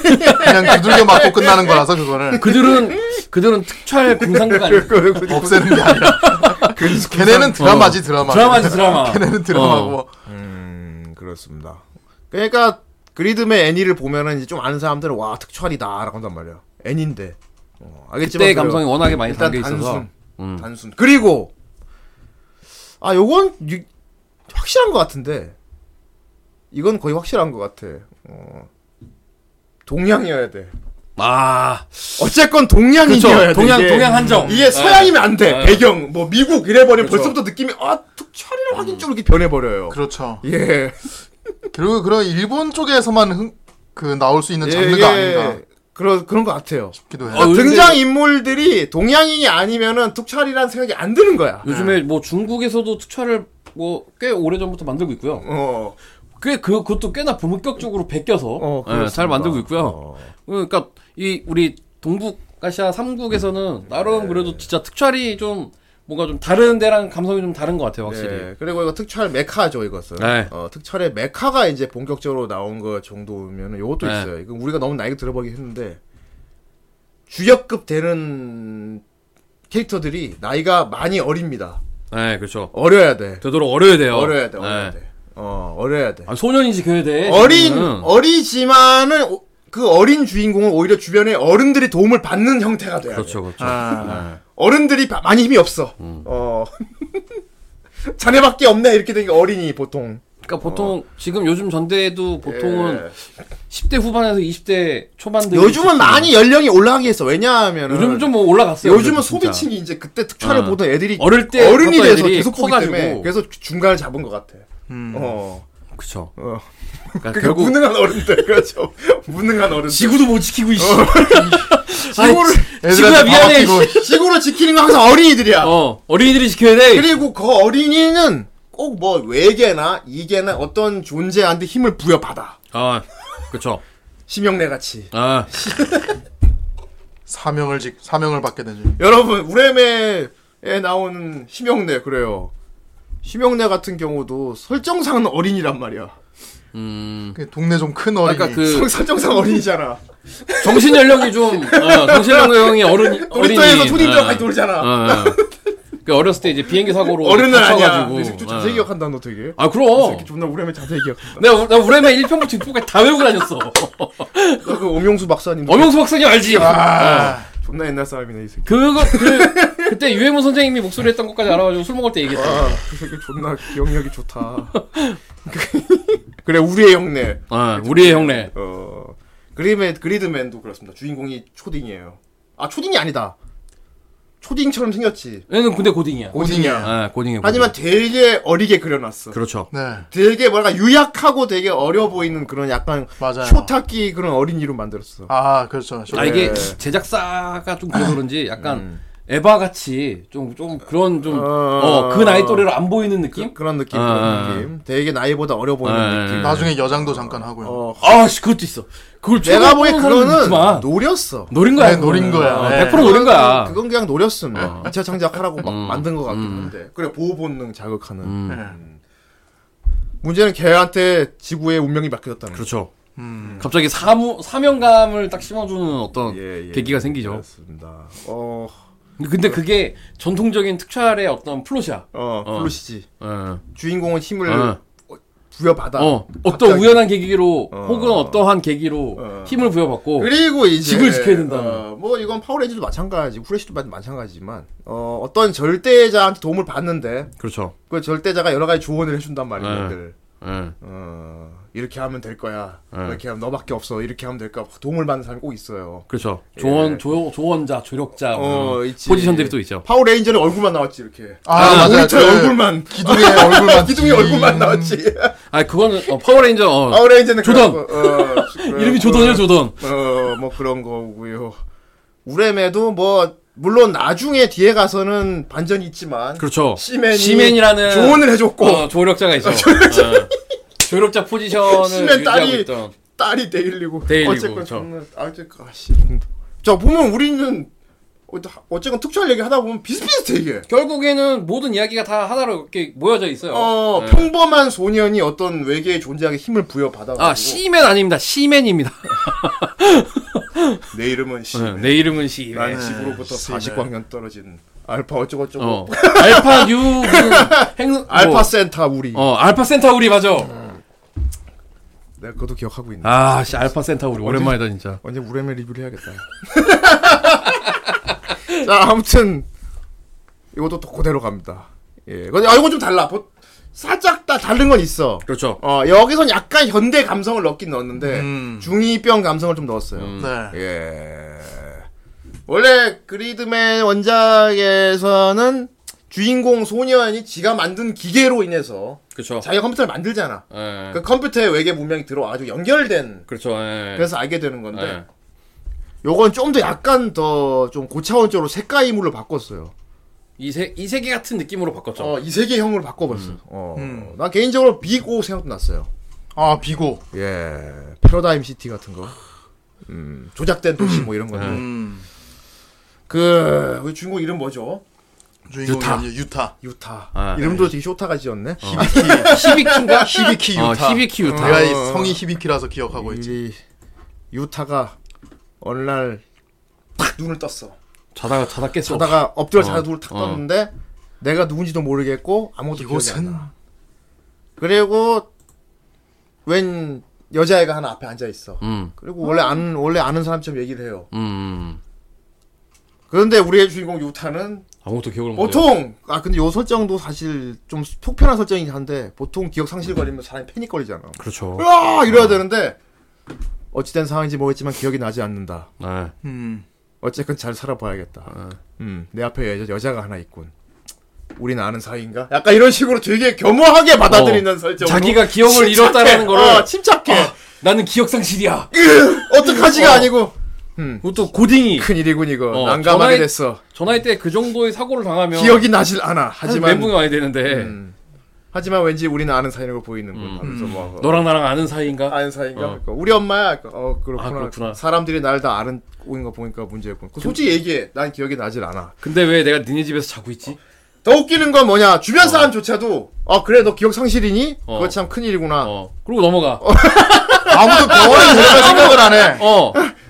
S3: 그냥 두들겨 맞고 끝나는 거라서 그거를
S2: 그들은 그들은 특촬 공상국 아니야.
S1: 그, 그러니까
S3: 없애는 게 아니라 걔네는 드라마지 드라마.
S2: 어. 드라마지 드라마. 어.
S3: 걔네는 드라마고
S1: 음, 그렇습니다. 그러니까 그리드맨 애니를 보면은 이제 좀 아는 사람들은 와 특촬이다라고 한단 말이야. 애니인데. 어, 알겠지만
S2: 그때의
S1: 그래요.
S2: 감성이 워낙에 많이
S1: 일단
S2: 담겨 있어서.
S1: 단순,
S2: 음.
S1: 단순. 그리고 아 요건 유- 확실한 것 같은데 이건 거의 확실한 것 같아. 어, 동양이어야 돼.
S2: 아,
S1: 어쨌건 동양이어야 돼.
S2: 그쵸. 동양-
S1: 이게.
S2: 동양 한정.
S1: 이게 서양이면 안 돼.
S2: 네.
S1: 배경 뭐 미국 이래버리면
S2: 그쵸.
S1: 벌써부터 느낌이 아 특촬이라 확인적으로 이렇게 변해버려요.
S3: 그렇죠.
S1: 예.
S3: 그리고 그런 일본 쪽에서만 흥, 그 나올 수 있는
S1: 예,
S3: 장르가
S1: 이게
S3: 아닌가
S1: 그런 그런 것 같아요.
S3: 싶기도 해요.
S2: 어, 근데-
S1: 등장 인물들이 동양인이 아니면은 뚝찰이라는 생각이 안 드는 거야.
S2: 요즘에 뭐 중국에서도 특촬을 뭐 꽤 오래 전부터 만들고 있고요.
S1: 어,
S2: 꽤 그 그것도 꽤나 본격적으로 베껴서
S1: 어,
S2: 예,
S1: 그렇습니다.
S2: 잘 만들고 있고요.
S1: 어.
S2: 그러니까 이 우리 동북 아시아
S1: 음.
S2: 3국에서는 나름
S1: 네.
S2: 그래도 진짜 특촬이 좀 뭔가 좀 다른 데랑 감성이 좀 다른 것 같아요, 확실히.
S1: 예, 그리고 이거 특촬 메카죠 이것은.
S2: 네.
S1: 어, 특촬의 메카가 이제 본격적으로 나온 거 정도면은 요것도
S2: 네.
S1: 있어요. 이건 우리가 너무 나이가 들어보긴 했는데 주역급 되는 캐릭터들이 나이가 많이 어립니다.
S2: 네, 그렇죠.
S1: 어려야 돼.
S2: 되도록 어려야 돼요.
S1: 어려야 돼.
S2: 예.
S1: 어려야 돼. 어, 어려야 돼.
S2: 아, 소년이 지켜야 돼.
S1: 어린
S2: 지금은.
S1: 어리지만은 오- 그 어린 주인공은 오히려 주변에 어른들이 도움을 받는 형태가 돼요.
S2: 그렇죠, 그렇죠.
S3: 아,
S1: 네. 어른들이 바- 많이 힘이 없어.
S2: 음.
S1: 어. 자네밖에 없네 이렇게 되니까 어린이 보통.
S2: 그러니까 보통 지금 요즘 전대에도 보통은
S1: 어. 예.
S2: 10대 후반에서 20대 초반들
S1: 요즘은 많이 연령이 올라가기 했어. 왜냐하면
S2: 요즘 좀 뭐 올라갔어요.
S1: 요즘은
S2: 진짜.
S1: 소비층이 이제 그때 특촬을
S2: 어.
S1: 보던 애들이
S2: 어릴 때
S1: 어른이
S2: 봤던
S1: 돼서
S2: 애들이
S1: 계속 보기
S2: 커가지고.
S1: 때문에 그래서 주- 중간을 잡은 것 같아.
S3: 음.
S1: 어.
S2: 그쵸.
S1: 어.
S2: 그러니까
S1: 그러니까
S2: 결국
S1: 무능한 어른들 그렇죠. 무능한 어른들.
S2: 지구도 못 지키고 있어.
S1: 지구를-
S2: 지구야
S3: 애들한테 다
S2: 미안해.
S3: 맡기고.
S2: 씨.
S1: 아, 지구를 지키는 건 항상 어린이들이야.
S2: 어 어린이들이 지켜야 돼.
S1: 그리고 그 어린이는 꼭 뭐 외계나 이계나 어떤 존재한테 힘을 부여받아.
S2: 아 그쵸.
S1: 심형래 같이.
S2: 아
S3: 사명을 직 사명을 받게 되지.
S1: 여러분 우레메에 나오는 심형래 그래요. 심형래 같은 경우도 설정상은 어린이란 말이야.
S2: 음.
S3: 그 동네 좀 큰 어린이.
S2: 아까 그
S1: 설- 설정상 어린이잖아.
S2: 정신 연령이 좀 어, 정신 연령이 어른
S1: 놀이터에서
S2: 어린이.
S1: 초딩들하고 같이
S2: 어, 뭐
S1: 놀잖아.
S2: 어. 그 어렸을 때 이제 비행기 사고로
S1: 어른은 아니야.
S2: 다쳐가지고. 네.
S1: 이 새끼 좀 자세히 기억한다 너 되게.
S2: 아
S1: 이
S2: 그럼
S1: 새끼 존나 우레메 자세히 기억한다.
S2: 내가 나 우레메 1편부터 6편까지 다 외우고 다녔어.
S1: 너그 오명수 박사님.
S2: 엄영수 박사님 알지?
S1: 아,
S2: 어.
S1: 존나 옛날 사람이네 이 새끼.
S2: 그거 그 그때 유해문 선생님이 목소리 했던 것까지 알아가지고 술 먹을 때 얘기했어.
S1: 아, 그 새끼 존나 기억력이 좋다. 그래 우리의 형네.
S2: 아 우리의 형네.
S1: 어 그림의 그리드맨도 그렇습니다. 주인공이 초딩이에요. 아 초딩이 아니다. 초딩처럼 생겼지.
S2: 얘는 근데 고딩이야.
S1: 고딩이야.
S2: 아 고딩이야. 고딩.
S1: 하지만 되게 어리게 그려놨어.
S2: 그렇죠.
S3: 네.
S1: 되게 뭐랄까 유약하고 되게 어려 보이는 그런 약간
S3: 맞아요.
S1: 초타키 그런 어린이로 만들었어.
S3: 아 그렇죠.
S2: 아
S3: 예.
S2: 이게 제작사가 좀 그래서 그런지 약간 에바 같이 좀 좀 그런 좀
S1: 음. 어.
S2: 어 그 나이 또래로 안 보이는 느낌?
S1: 그런 느낌,
S2: 아.
S1: 그런 느낌. 되게 나이보다 어려 보이는
S2: 아,
S1: 느낌.
S3: 나중에 여장도 잠깐 하고요.
S1: 어,
S2: 아씨 그것도 있어. 그걸
S1: 내가 보기엔
S2: 쳐다보는 사람도
S1: 그거는
S2: 있지만
S1: 노렸어.
S2: 노린 거야.
S3: 네, 노린
S2: 그거는.
S3: 거야.
S2: 어,
S3: 네.
S2: 100% 노린 거야. 음.
S1: 그건 그냥 노렸음. 어. 2차 창작하라고 막 만든 것 같긴 한데. 그래 보호 본능 자극하는. 음.
S3: 네.
S1: 문제는 걔한테 지구의 운명이 맡겨졌다는 거죠.
S2: 그렇죠.
S3: 음.
S2: 갑자기 사무 사명감을 딱 심어주는 어떤
S1: 예, 예.
S2: 계기가 생기죠.
S1: 그렇습니다. 어,
S2: 근데 그게 전통적인 특촬의 어떤 플롯이야.
S1: 어, 플루시지.
S2: 어,
S1: 주인공은 힘을
S2: 어.
S1: 부여받아.
S2: 어,
S1: 갑자기.
S2: 어떤 우연한 계기로
S1: 어.
S2: 혹은 어떠한 계기로
S1: 어.
S2: 힘을 부여받고
S1: 그리고 이제
S2: 지구를 지켜야 된다.
S1: 어, 뭐 이건 파워레인저도 마찬가지, 후레시도 마- 마찬가지지만 어, 어떤 절대자한테 도움을 받는데
S2: 그렇죠.
S1: 그 절대자가 여러 가지 조언을 해준단
S2: 네.
S1: 말이야. 들
S2: 예.
S1: 어, 이렇게 하면 될 거야.
S2: 네.
S1: 이렇게 하면 너밖에 없어. 이렇게 하면 될 거야. 도움을 받는 사람이 꼭 있어요.
S2: 그렇죠. 조언, 조, 조언자, 조력자, 뭐
S1: 예. 어, 있지.
S2: 포지션들이 또 있죠.
S1: 파워레인저는 얼굴만 나왔지 이렇게.
S3: 아, 맞아요.
S1: 모니터에
S3: 그
S1: 얼굴만.
S3: 기둥에 얼굴만
S1: 기둥에 얼굴만 나왔지.
S2: 아, 그거는 어, 파워레인저 어,
S1: 파워레인저는
S2: 음. 조던.
S1: 그래갖고, 아, 어, 그래갖고,
S2: 이름이 조던이에요, 조던.
S1: 어, 뭐 그런 거고요. 우레메도 뭐 물론 나중에 뒤에 가서는 반전이 있지만
S2: 그렇죠.
S1: 시맨이
S2: 시맨이라는
S1: 조언을 해줬고
S2: 어, 조력자가 있어. 조력자. 조력자 포지션을
S1: 시맨
S2: 유지하고
S1: 딸이-
S2: 있던.
S1: 딸이 데일리고
S2: 데일리고, 그렇죠.
S1: 어쨌건
S2: 그쵸.
S1: 정말 어쨌건 아씨 자 보면 우리는 어- 어쨌건 특촬 얘기 하다 보면 비슷비슷해 이게
S2: 결국에는 모든 이야기가 다 하나로 이렇게 모여져 있어요.
S1: 어
S2: 네.
S1: 평범한 소년이 어떤 외계의 존재에게 힘을 부여받아가지고
S2: 아 시맨 아닙니다. 시맨입니다.
S1: 내 이름은 시
S2: 네, 내 이름은 시맨.
S1: 나는 지구로부터
S3: 시맨.
S1: 49학년 떨어진 알파 어쩌고저쩌고
S2: 어. 알파 뉴 무슨 행
S1: 알파
S2: 뭐,
S1: 센터 음. 우리
S2: 어 알파 센타우리 맞아.
S1: 내가 그것도 기억하고 있네
S2: 아씨 알파 센타우리 오랜만이다 진짜.
S1: 언제 우레메 리뷰를 해야겠다 자 아무튼 이것도 또 그대로 갑니다 예 근데 아 이건 좀 달라 보- 살짝 다 다른 건 있어
S2: 그렇죠.
S1: 어 여기선 약간 현대 감성을 넣긴 넣었는데
S3: 음.
S1: 중2병 감성을 좀 넣었어요
S2: 음.
S3: 네.
S1: 예. 원래 그리드맨 원작에서는 주인공 소년이 지가 만든 기계로 인해서
S2: 그렇죠.
S1: 자기가 컴퓨터를 만들잖아.
S2: 예.
S1: 그 컴퓨터에 외계 문명이 들어와가지고 연결된
S2: 그렇죠. 예.
S1: 그래서 알게 되는
S2: 예.
S1: 건데 요건 좀 더 약간 더 좀 고차원적으로 색깔이물로 바꿨어요.
S2: 이세 이세계 같은 느낌으로 바꿨죠.
S1: 어, 이 세계형으로 바꿔봤어요. 어, 난 개인적으로 빅오 생각도 났어요.
S3: 아 비고.
S1: 예, 패러다임 시티 같은 거. 음, 조작된 도시 뭐 이런 거는.
S3: 음.
S1: 그, 우리 주인공 이름 뭐죠?
S3: 주인공이
S2: 유타.
S3: 유타. 유타.
S1: 유타.
S2: 아,
S1: 이름도 되게 쇼타가 지었네.
S2: 히비키인가?
S3: 히비키
S2: 어,
S3: 유타.
S2: 히비키 유타.
S1: 음,
S2: 어.
S3: 내가 이 성이 히비키라서 기억하고 있지.
S1: 이 유타가 어느 날탁 눈을 떴어.
S2: 자다가 자다 깼어.
S1: 자다가 엎드려 자다
S2: 어.
S1: 눈을 탁
S2: 어.
S1: 떴는데 내가 누군지도 모르겠고 아무것도 기억이 안
S3: 이곳은-
S1: 나. 그리고 웬 여자애가 하나 앞에 앉아 있어.
S2: 음.
S1: 그리고 원래 아는 원래 아는 사람처럼 얘기를 해요.
S2: 음.
S1: 그런데 우리의 주인공 유타는
S2: 아무것도 기억을 못 해요.
S1: 보통 아 근데 요 설정도 사실 좀 속편한 설정이긴 한데 보통 기억 상실 걸리면 사람이 패닉 걸리잖아.
S2: 그렇죠.
S1: 으아 이래야 되는데 어찌된 상황인지 모르겠지만 기억이 나지 않는다.
S2: 네.
S3: 음.
S1: 어쨌건 잘 살아봐야겠다. 음, 내 앞에 여, 여자가 하나 있군. 우린 아는 사이인가? 약간 이런 식으로 되게 겸허하게 받아들이는 설정으로
S2: 자기가 기억을
S1: 침착해.
S2: 잃었다라는 거를
S1: 어, 침착해.
S2: 나는 기억 상실이야.
S1: 어떡하지가 아니고 음.
S2: 그것도 고딩이
S1: 큰일이군 이거.
S2: 어,
S1: 난감하게
S2: 전화에-
S1: 됐어.
S2: 전화할 때 그 정도의 사고를 당하면
S1: 기억이 나질 어. 않아.
S2: 하지만
S1: 하지만
S2: 멘붕이 많이 되는데
S1: 음, 하지만 왠지 우리는 아는 사이라고 보이는군. 하면서 뭐
S2: 너랑 나랑 아는 사이인가?
S1: 아는 사이인가?
S2: 어.
S1: 그러니까 우리 엄마야. 그러니까 어 그렇구나.
S2: 아, 그렇구나.
S1: 사람들이 날 다 아는 오인 거 보니까 문제였군. 그 솔직히 얘기해. 난 기억이 나질 않아.
S2: 근데 왜 내가 니네 집에서 자고 있지?
S1: 더 웃기는 건 뭐냐 주변 사람조차도 아 그래 너 기억 상실이니
S2: 어.
S1: 그거 참 큰일이구나
S2: 어. 그러고 넘어가. 어.
S1: 아무도 병원에 데려다 생각을 안해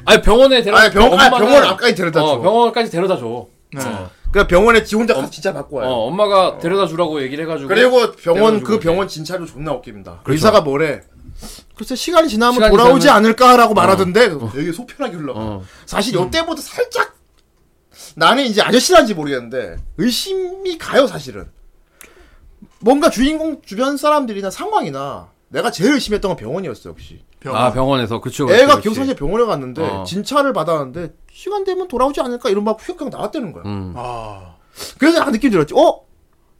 S2: 아니 병원에 데려.
S1: 아니, 병- 아니,
S2: 엄마는-
S1: 병원 앞까지 데려다
S2: 어,
S1: 줘.
S2: 병원까지 데려다 줘.
S3: 네.
S1: 그래 그러니까 병원에 지 혼자 가서 진짜 받고
S2: 어,
S1: 와요
S2: 엄마가 데려다 주라고 얘기를 해가지고.
S1: 아. 그리고 병원
S2: 데려다
S1: 그
S2: 주고
S1: 병원 진찰도 존나 웃깁니다 의사가 뭐래 글쎄 시간이 지나면
S2: 시간이
S1: 돌아오지
S2: 지나면-
S1: 않을까라고 말하던데 되게 소편하게 흘러가
S2: 어.
S1: 사실 요때보다 살짝 나는 이제 아저씨란지 모르겠는데 의심이 가요 사실은 뭔가 주인공 주변 사람들이나 상황이나 내가 제일 의심했던 건 병원이었어 역시
S3: 병.
S2: 아 병원에서 그쵸. 그쵸,
S1: 애가
S2: 그치.
S1: 기억상실 병원에 갔는데
S2: 어. 진찰을
S1: 진찰을 받았는데 시간 되면 돌아오지 않을까 이런 막 휘역하고 나왔다는 거야.
S2: 음.
S3: 아.
S1: 그래서 약간 느낌 들었지. 어?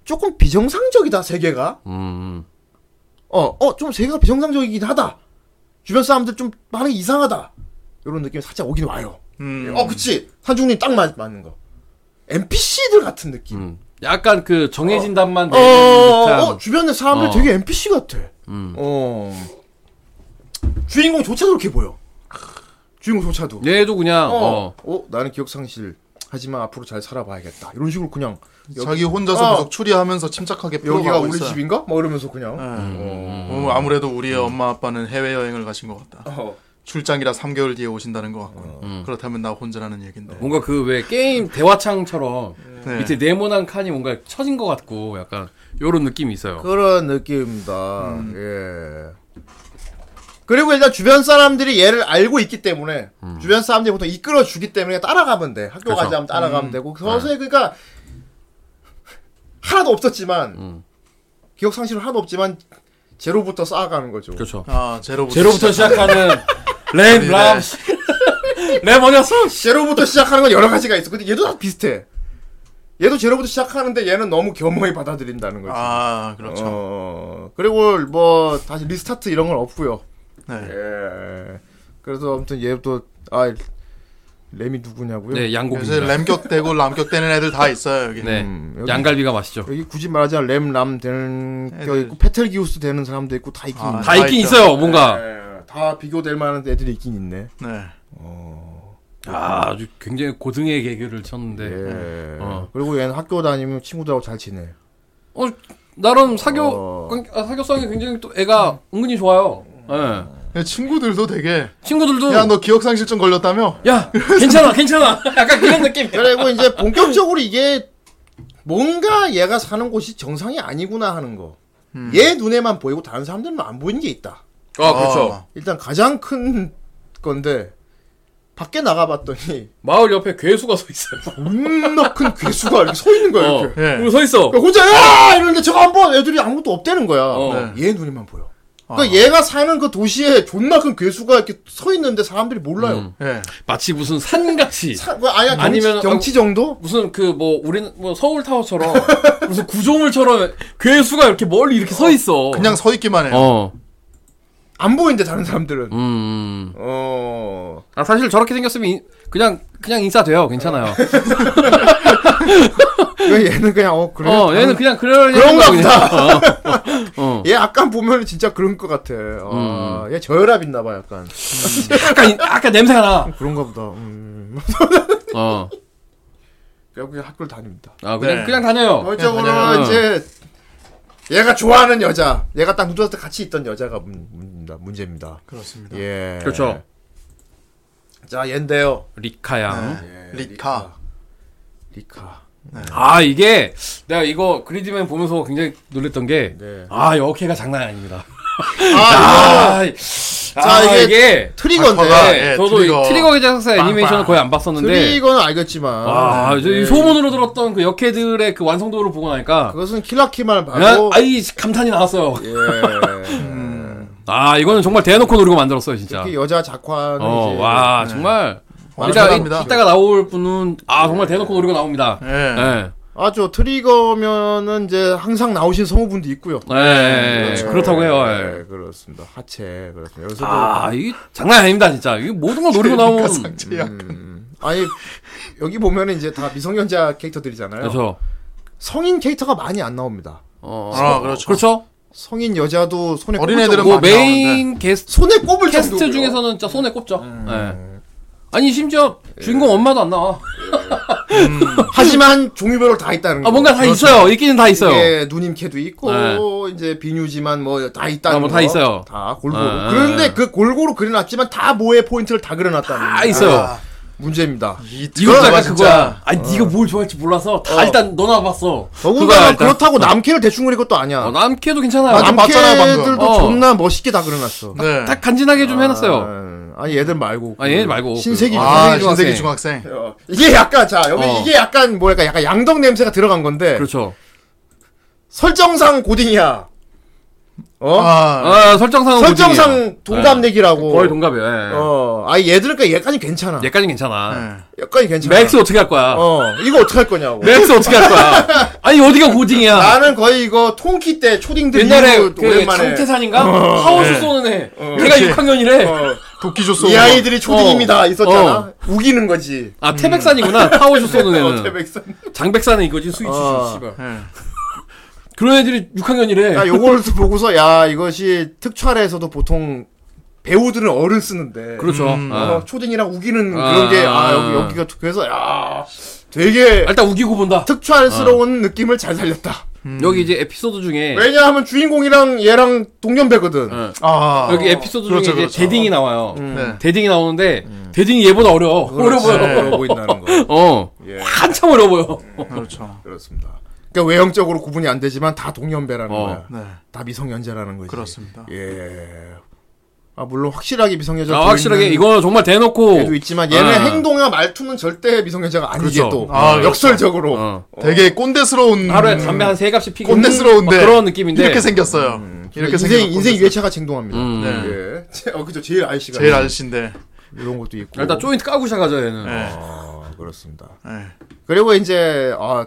S1: 조금 비정상적이다 세계가.
S2: 음.
S1: 어, 어, 좀 세계가 비정상적이긴 하다. 주변 사람들 좀 반응이 이상하다. 이런 느낌이 살짝 오긴 와요.
S3: 음.
S1: 어, 그치. 한중님 딱 맞, 맞는 거. NPC들 같은 느낌.
S2: 음. 약간 그 정해진 답만
S1: 어,
S2: 내는
S1: 어,
S2: 듯한.
S1: 어, 주변에 사람들
S2: 어.
S1: 되게 NPC 같아.
S2: 음.
S1: 어. 주인공조차도 그렇게 보여. 주인공조차도.
S2: 얘도 그냥
S1: 어.
S2: 어.
S1: 어, 나는 기억 상실. 하지만 앞으로 잘 살아봐야겠다. 이런 식으로 그냥
S3: 자기 아. 혼자서
S1: 어.
S3: 계속 추리하면서 침착하게
S1: 여기가
S3: 풀어가고
S1: 우리
S3: 있어요.
S1: 집인가? 뭐 이러면서 그냥.
S3: 네.
S2: 음.
S3: 어, 아무래도 우리 엄마 아빠는 해외 여행을 가신 것 같다.
S1: 어.
S3: 출장이라 3개월 뒤에 오신다는 것
S2: 어.
S3: 같고.
S2: 음.
S3: 그렇다면 나 혼자라는 얘긴데.
S2: 뭔가 그 왜 게임 대화창처럼
S3: 네.
S2: 밑에 네모난 칸이 뭔가 처진 것 같고 약간 요런 느낌이 있어요.
S1: 그런 느낌입니다.
S3: 음.
S1: 예. 그리고 일단 주변 사람들이 얘를 알고 있기 때문에
S3: 음.
S1: 주변 사람들이 보통 이끌어 주기 때문에 따라가면 돼. 학교
S2: 그렇죠.
S1: 가자 하면
S3: 음.
S1: 따라가면 되고
S3: 네.
S1: 서서히 그러니까 하나도 없었지만
S3: 음.
S1: 기억 상실은 하나도 없지만 제로부터 쌓아가는 네. 거죠.
S2: 그렇죠.
S3: 아 제로부터.
S2: 제로부터
S3: 시작.
S2: 시작하는 램, 람, 램 어디였어?
S1: 제로부터 시작하는 건 여러 가지가 있어. 근데 얘도 다 비슷해. 얘도 제로부터 시작하는데 얘는 너무 겸허히 받아들인다는 거지.
S3: 아 그렇죠.
S1: 어, 그리고 뭐 다시 리스타트 이런 건 없고요.
S3: 네.
S1: 예. 그래서 아무튼 얘도 아 램이 누구냐고요?
S2: 네,
S3: 요새
S2: 양고기입니다.
S3: 램격 대고 람격 되는 애들 다 있어요 여기.
S2: 네,
S1: 음, 여기-
S2: 양갈비가 맛있죠.
S1: 여기 굳이 말하자면 램람 되는 게
S3: 애들.
S1: 있고 페텔기우스 되는 사람도 있고 다 있긴
S3: 아,
S1: 있네.
S2: 다
S3: 다
S2: 있긴
S3: 있죠.
S2: 있어요, 뭔가.
S1: 예, 다 비교될 만한 애들이 있긴 있네.
S3: 네.
S2: 아, 아주 굉장히 고등의 개그를 쳤는데.
S1: 예.
S2: 네. 어.
S1: 그리고 얘는 학교 다니면 친구들하고 잘 지내.
S2: 어, 나름 사교,
S1: 어.
S2: 관- 아, 사교성이 굉장히 또 애가 은근히 좋아요. 예.
S3: 네, 친구들도 되게
S2: 친구들도.
S3: 야 너 기억 상실증 걸렸다며?
S2: 야, 괜찮아, 괜찮아. 약간 그런 느낌.
S1: 그리고 이제 본격적으로 이게 뭔가 얘가 사는 곳이 정상이 아니구나 하는 거.
S2: 음.
S1: 얘 눈에만 보이고 다른 사람들은 안 보이는 게 있다.
S2: 아,
S3: 그렇죠. 어.
S1: 일단 가장 큰 건데 밖에 나가봤더니
S2: 마을 옆에 괴수가 서 있어요.
S1: 존나 큰 괴수가 이렇게 서 있는 거야
S2: 어,
S1: 뭐 이렇게.
S3: 예.
S2: 우리 서 있어.
S1: 그러니까 혼자 야 이러는데 저거 한번 애들이 아무것도 없다는 거야.
S2: 어. 아.
S1: 얘 눈에만 보여. 그러니까 얘가 사는 그 도시에 존나 큰 괴수가 이렇게 서 있는데 사람들이 몰라요.
S2: 음.
S3: 예.
S2: 마치 무슨 산같이.
S1: 사, 뭐 아예 경치,
S2: 아니면-
S1: 경치 정도?
S2: 무슨 그 뭐 우리는 뭐 서울 타워처럼 무슨 구조물처럼 괴수가 이렇게 멀리 이렇게 서 있어.
S3: 그냥 서 있기만 해요.
S2: 어.
S1: 안 보이는데 다른 사람들은.
S2: 음.
S1: 어.
S2: 아 사실 저렇게 생겼으면 인- 그냥 그냥 인사돼요. 괜찮아요.
S1: 그러니까 얘는 그냥 어 그래.
S2: 어, 얘는
S1: 다른-
S2: 그냥 그런
S1: 그런가 예.
S2: 보다. 어. 어.
S1: 얘 약간 보면 진짜 그런 것 같아. 아,
S2: 음.
S1: 얘 저혈압 있나 봐 약간.
S2: 약간 인- 약간 냄새가 나.
S1: 그런가 보다. 음.
S2: 어.
S1: 그래서 그냥 학교를 다닙니다.
S2: 아 그냥
S3: 네.
S2: 그냥 다녀요.
S1: 결적으로
S3: 그냥-
S1: 이제 얘가 좋아하는 여자, 얘가 딱 누드한테 같이 있던 여자가 문, 문입니다. 문제입니다.
S3: 그렇습니다.
S1: 예.
S2: 그렇죠.
S1: 자, 얘인데요.
S2: 리카양.
S1: 예,
S3: 네. 리카.
S1: 리카.
S2: 아 이게 내가 이거 그리디맨 보면서 굉장히 놀랬던 게.
S1: 네.
S2: 아 역해가 장난 아닙니다.
S1: 아,
S2: 아, 이- 아,
S1: 이게
S2: 이게
S1: 트리거인데.
S3: 아,
S2: 네,
S3: 예,
S2: 저도
S3: 트리거.
S2: 이 트리거 제작사 애니메이션을
S3: 빵빵.
S2: 거의 안 봤었는데
S1: 트리거는 알겠지만.
S2: 아, 저
S1: 예.
S2: 이 소문으로 들었던 그 역해들의 그 완성도를 보고 나니까
S1: 그것은 킬라키만
S2: 그냥
S1: 봐도.
S2: 아이 감탄이 나왔어요.
S1: 예.
S2: 아 이거는 정말 대놓고 노리고 만들었어요 진짜.
S1: 특히 그 여자 작화는 이제.
S2: 어와 정말. 이따,
S3: 완벽합니다.
S2: 이따가 나올 분은 아 정말 대놓고 노리고 나옵니다.
S3: 예.
S2: 예.
S1: 아, 저 트리거면은 이제 항상 나오신 성우분도 있고요.
S2: 예, 예, 예. 그렇다고 해요. 예.
S1: 네, 그렇습니다. 하체 그렇습니다. 여기서도
S2: 아, 이 장난 아닙니다, 진짜. 이 모든 걸 노리고 나온.
S3: 리카 상체야.
S1: 아니 여기 보면은 이제 다 미성년자 캐릭터들이잖아요.
S2: 그렇죠.
S1: 성인 캐릭터가 많이 안 나옵니다.
S2: 어,
S3: 아, 그렇죠.
S2: 그렇죠.
S1: 성인 여자도 손에
S3: 어린
S1: 꼽을
S3: 애들은
S1: 정도-
S2: 뭐
S3: 많이
S2: 메인 게스트
S1: 손에 꼽을
S2: 캐스트
S1: 정도고요.
S2: 중에서는 진짜 손에 꼽죠. 예. 아니 심지어 주인공 엄마도 안 나와.
S1: 하지만 종류별로 다 있다는 거.
S2: 아 뭔가 다 있어요. 있기는 다 있어요.
S1: 예, 누님 캐도 있고
S2: 네.
S1: 이제 비뉴지만 뭐 다 있다는
S2: 아, 뭐다
S1: 거.
S2: 있어요.
S1: 다 골고루.
S2: 아,
S1: 그런데
S2: 아.
S1: 그 골고루 그려놨지만 다 모의 포인트를 다 그려놨다는
S2: 다
S1: 거.
S2: 있어요.
S3: 아,
S1: 문제입니다.
S3: 이
S2: 이거
S3: 드라마
S2: 약간
S3: 진짜.
S2: 그거야. 아니 네가 뭘 좋아할지 몰라서 다 일단 넣어놔봤어.
S1: 더군다나 그렇다고 남캐를 대충 그린 것도 아니야.
S2: 어, 남캐도 괜찮아요.
S3: 맞아. 봤잖아요, 방금.
S1: 남캐들도
S2: 어.
S1: 존나 멋있게 다 그려놨어.
S3: 네.
S2: 딱 간지나게 좀 해놨어요.
S1: 아, 아니 얘들 말고.
S2: 아, 얘 말고.
S1: 신세기
S2: 그-
S1: 중에
S3: 아
S2: 신세계
S3: 신세계
S2: 중학생.
S3: 중학생.
S1: 어, 이게 약간 자 여기
S2: 어.
S1: 이게 약간 뭐랄까 약간 양덕 냄새가 들어간 건데
S2: 그렇죠.
S1: 설정상 고딩이야. 어
S3: 아
S2: 아, 설정상은 고딩이에요.
S1: 설정상 동갑내기라고.
S2: 거의 동갑이에요. 예.
S1: 어, 아 얘들 그러니까 얘까지 괜찮아.
S2: 얘까지 괜찮아.
S3: 예.
S1: 얘까지 괜찮아.
S2: 맥스 어떻게 할 거야?
S1: 네. 어 이거 어떡할 거냐고.
S2: 맥스 어떻게 할 거야? 아니 어디가 고딩이야?
S1: 나는 거의 이거 통키 때 초딩들
S2: 옛날에
S1: 이후로
S2: 그 장태산인가 하우스
S3: 예.
S2: 쏘는 애. 걔가
S3: 그렇지.
S2: 6학년이래.
S1: 어,
S3: 도끼조 쏘고.
S1: 이 아이들이 초딩입니다
S2: 어. 네,
S1: 있었잖아. 우기는 거지.
S2: 아 태백산이구나. 하우스 쏘는
S1: 어,
S2: 애는.
S1: 태백산.
S2: 장백산은 이거지 스위치.
S1: 어.
S2: 씨발.
S3: 예.
S2: 그런 애들이 6학년이래.
S1: 야, 아, 요걸 보고서 야 이것이 특촬에서도 보통 배우들은 어른 쓰는데
S2: 그렇죠.
S3: 음,
S2: 아.
S1: 어, 초딩이랑 우기는
S2: 아.
S1: 그런 게 아 여기 여기가 특- 그래서 야 되게
S2: 아, 어. 일단 우기고 본다.
S1: 특촬스러운 느낌을 잘 살렸다.
S2: 여기 이제 에피소드 중에
S1: 왜냐하면 주인공이랑 얘랑 동년배거든.
S2: 어.
S3: 아
S2: 여기 에피소드 중에
S3: 그렇죠,
S2: 이제
S3: 그렇죠.
S2: 데딩이 나와요.
S3: 네.
S2: 데딩이 나오는데 데딩이 얘보다 어려워. 어려 보여.
S1: 어려 보인다는 네, 거.
S2: 어.
S1: 예.
S2: 한참 아, 어려 보여.
S3: 그렇죠.
S1: 그렇습니다. 그러니까 외형적으로 구분이 안 되지만 다 동년배라는
S2: 어.
S1: 거야.
S3: 네.
S1: 다 미성년자라는 거지.
S3: 그렇습니다.
S1: 예. 아 물론 확실하게 미성년자
S2: 아,
S1: 보이는
S2: 확실하게 이거 정말 대놓고
S1: 그렇죠. 얘도 있지만 얘는
S2: 아.
S1: 행동이나 말투는 절대 미성년자가 아니지
S2: 그렇죠.
S1: 또
S3: 아,
S1: 역설적으로
S2: 어.
S3: 되게 꼰대스러운
S2: 하루에 담배 한 세 갑씩 피고
S3: 꼰대스러운데
S2: 막 그런 느낌인데
S3: 음. 이렇게 생겼어요. 이렇게 생겨서
S1: 인생 인생 유해차가 쟁동합니다.
S2: 음.
S3: 네.
S1: 예, 제- 어 그죠 제일 아저씨가
S3: 제일 아저씨인데.
S1: 이런 것도 있고
S2: 일단 조인트 까고 시작하죠 얘는.
S3: 예.
S1: 아, 그렇습니다.
S3: 예.
S1: 그리고 이제 아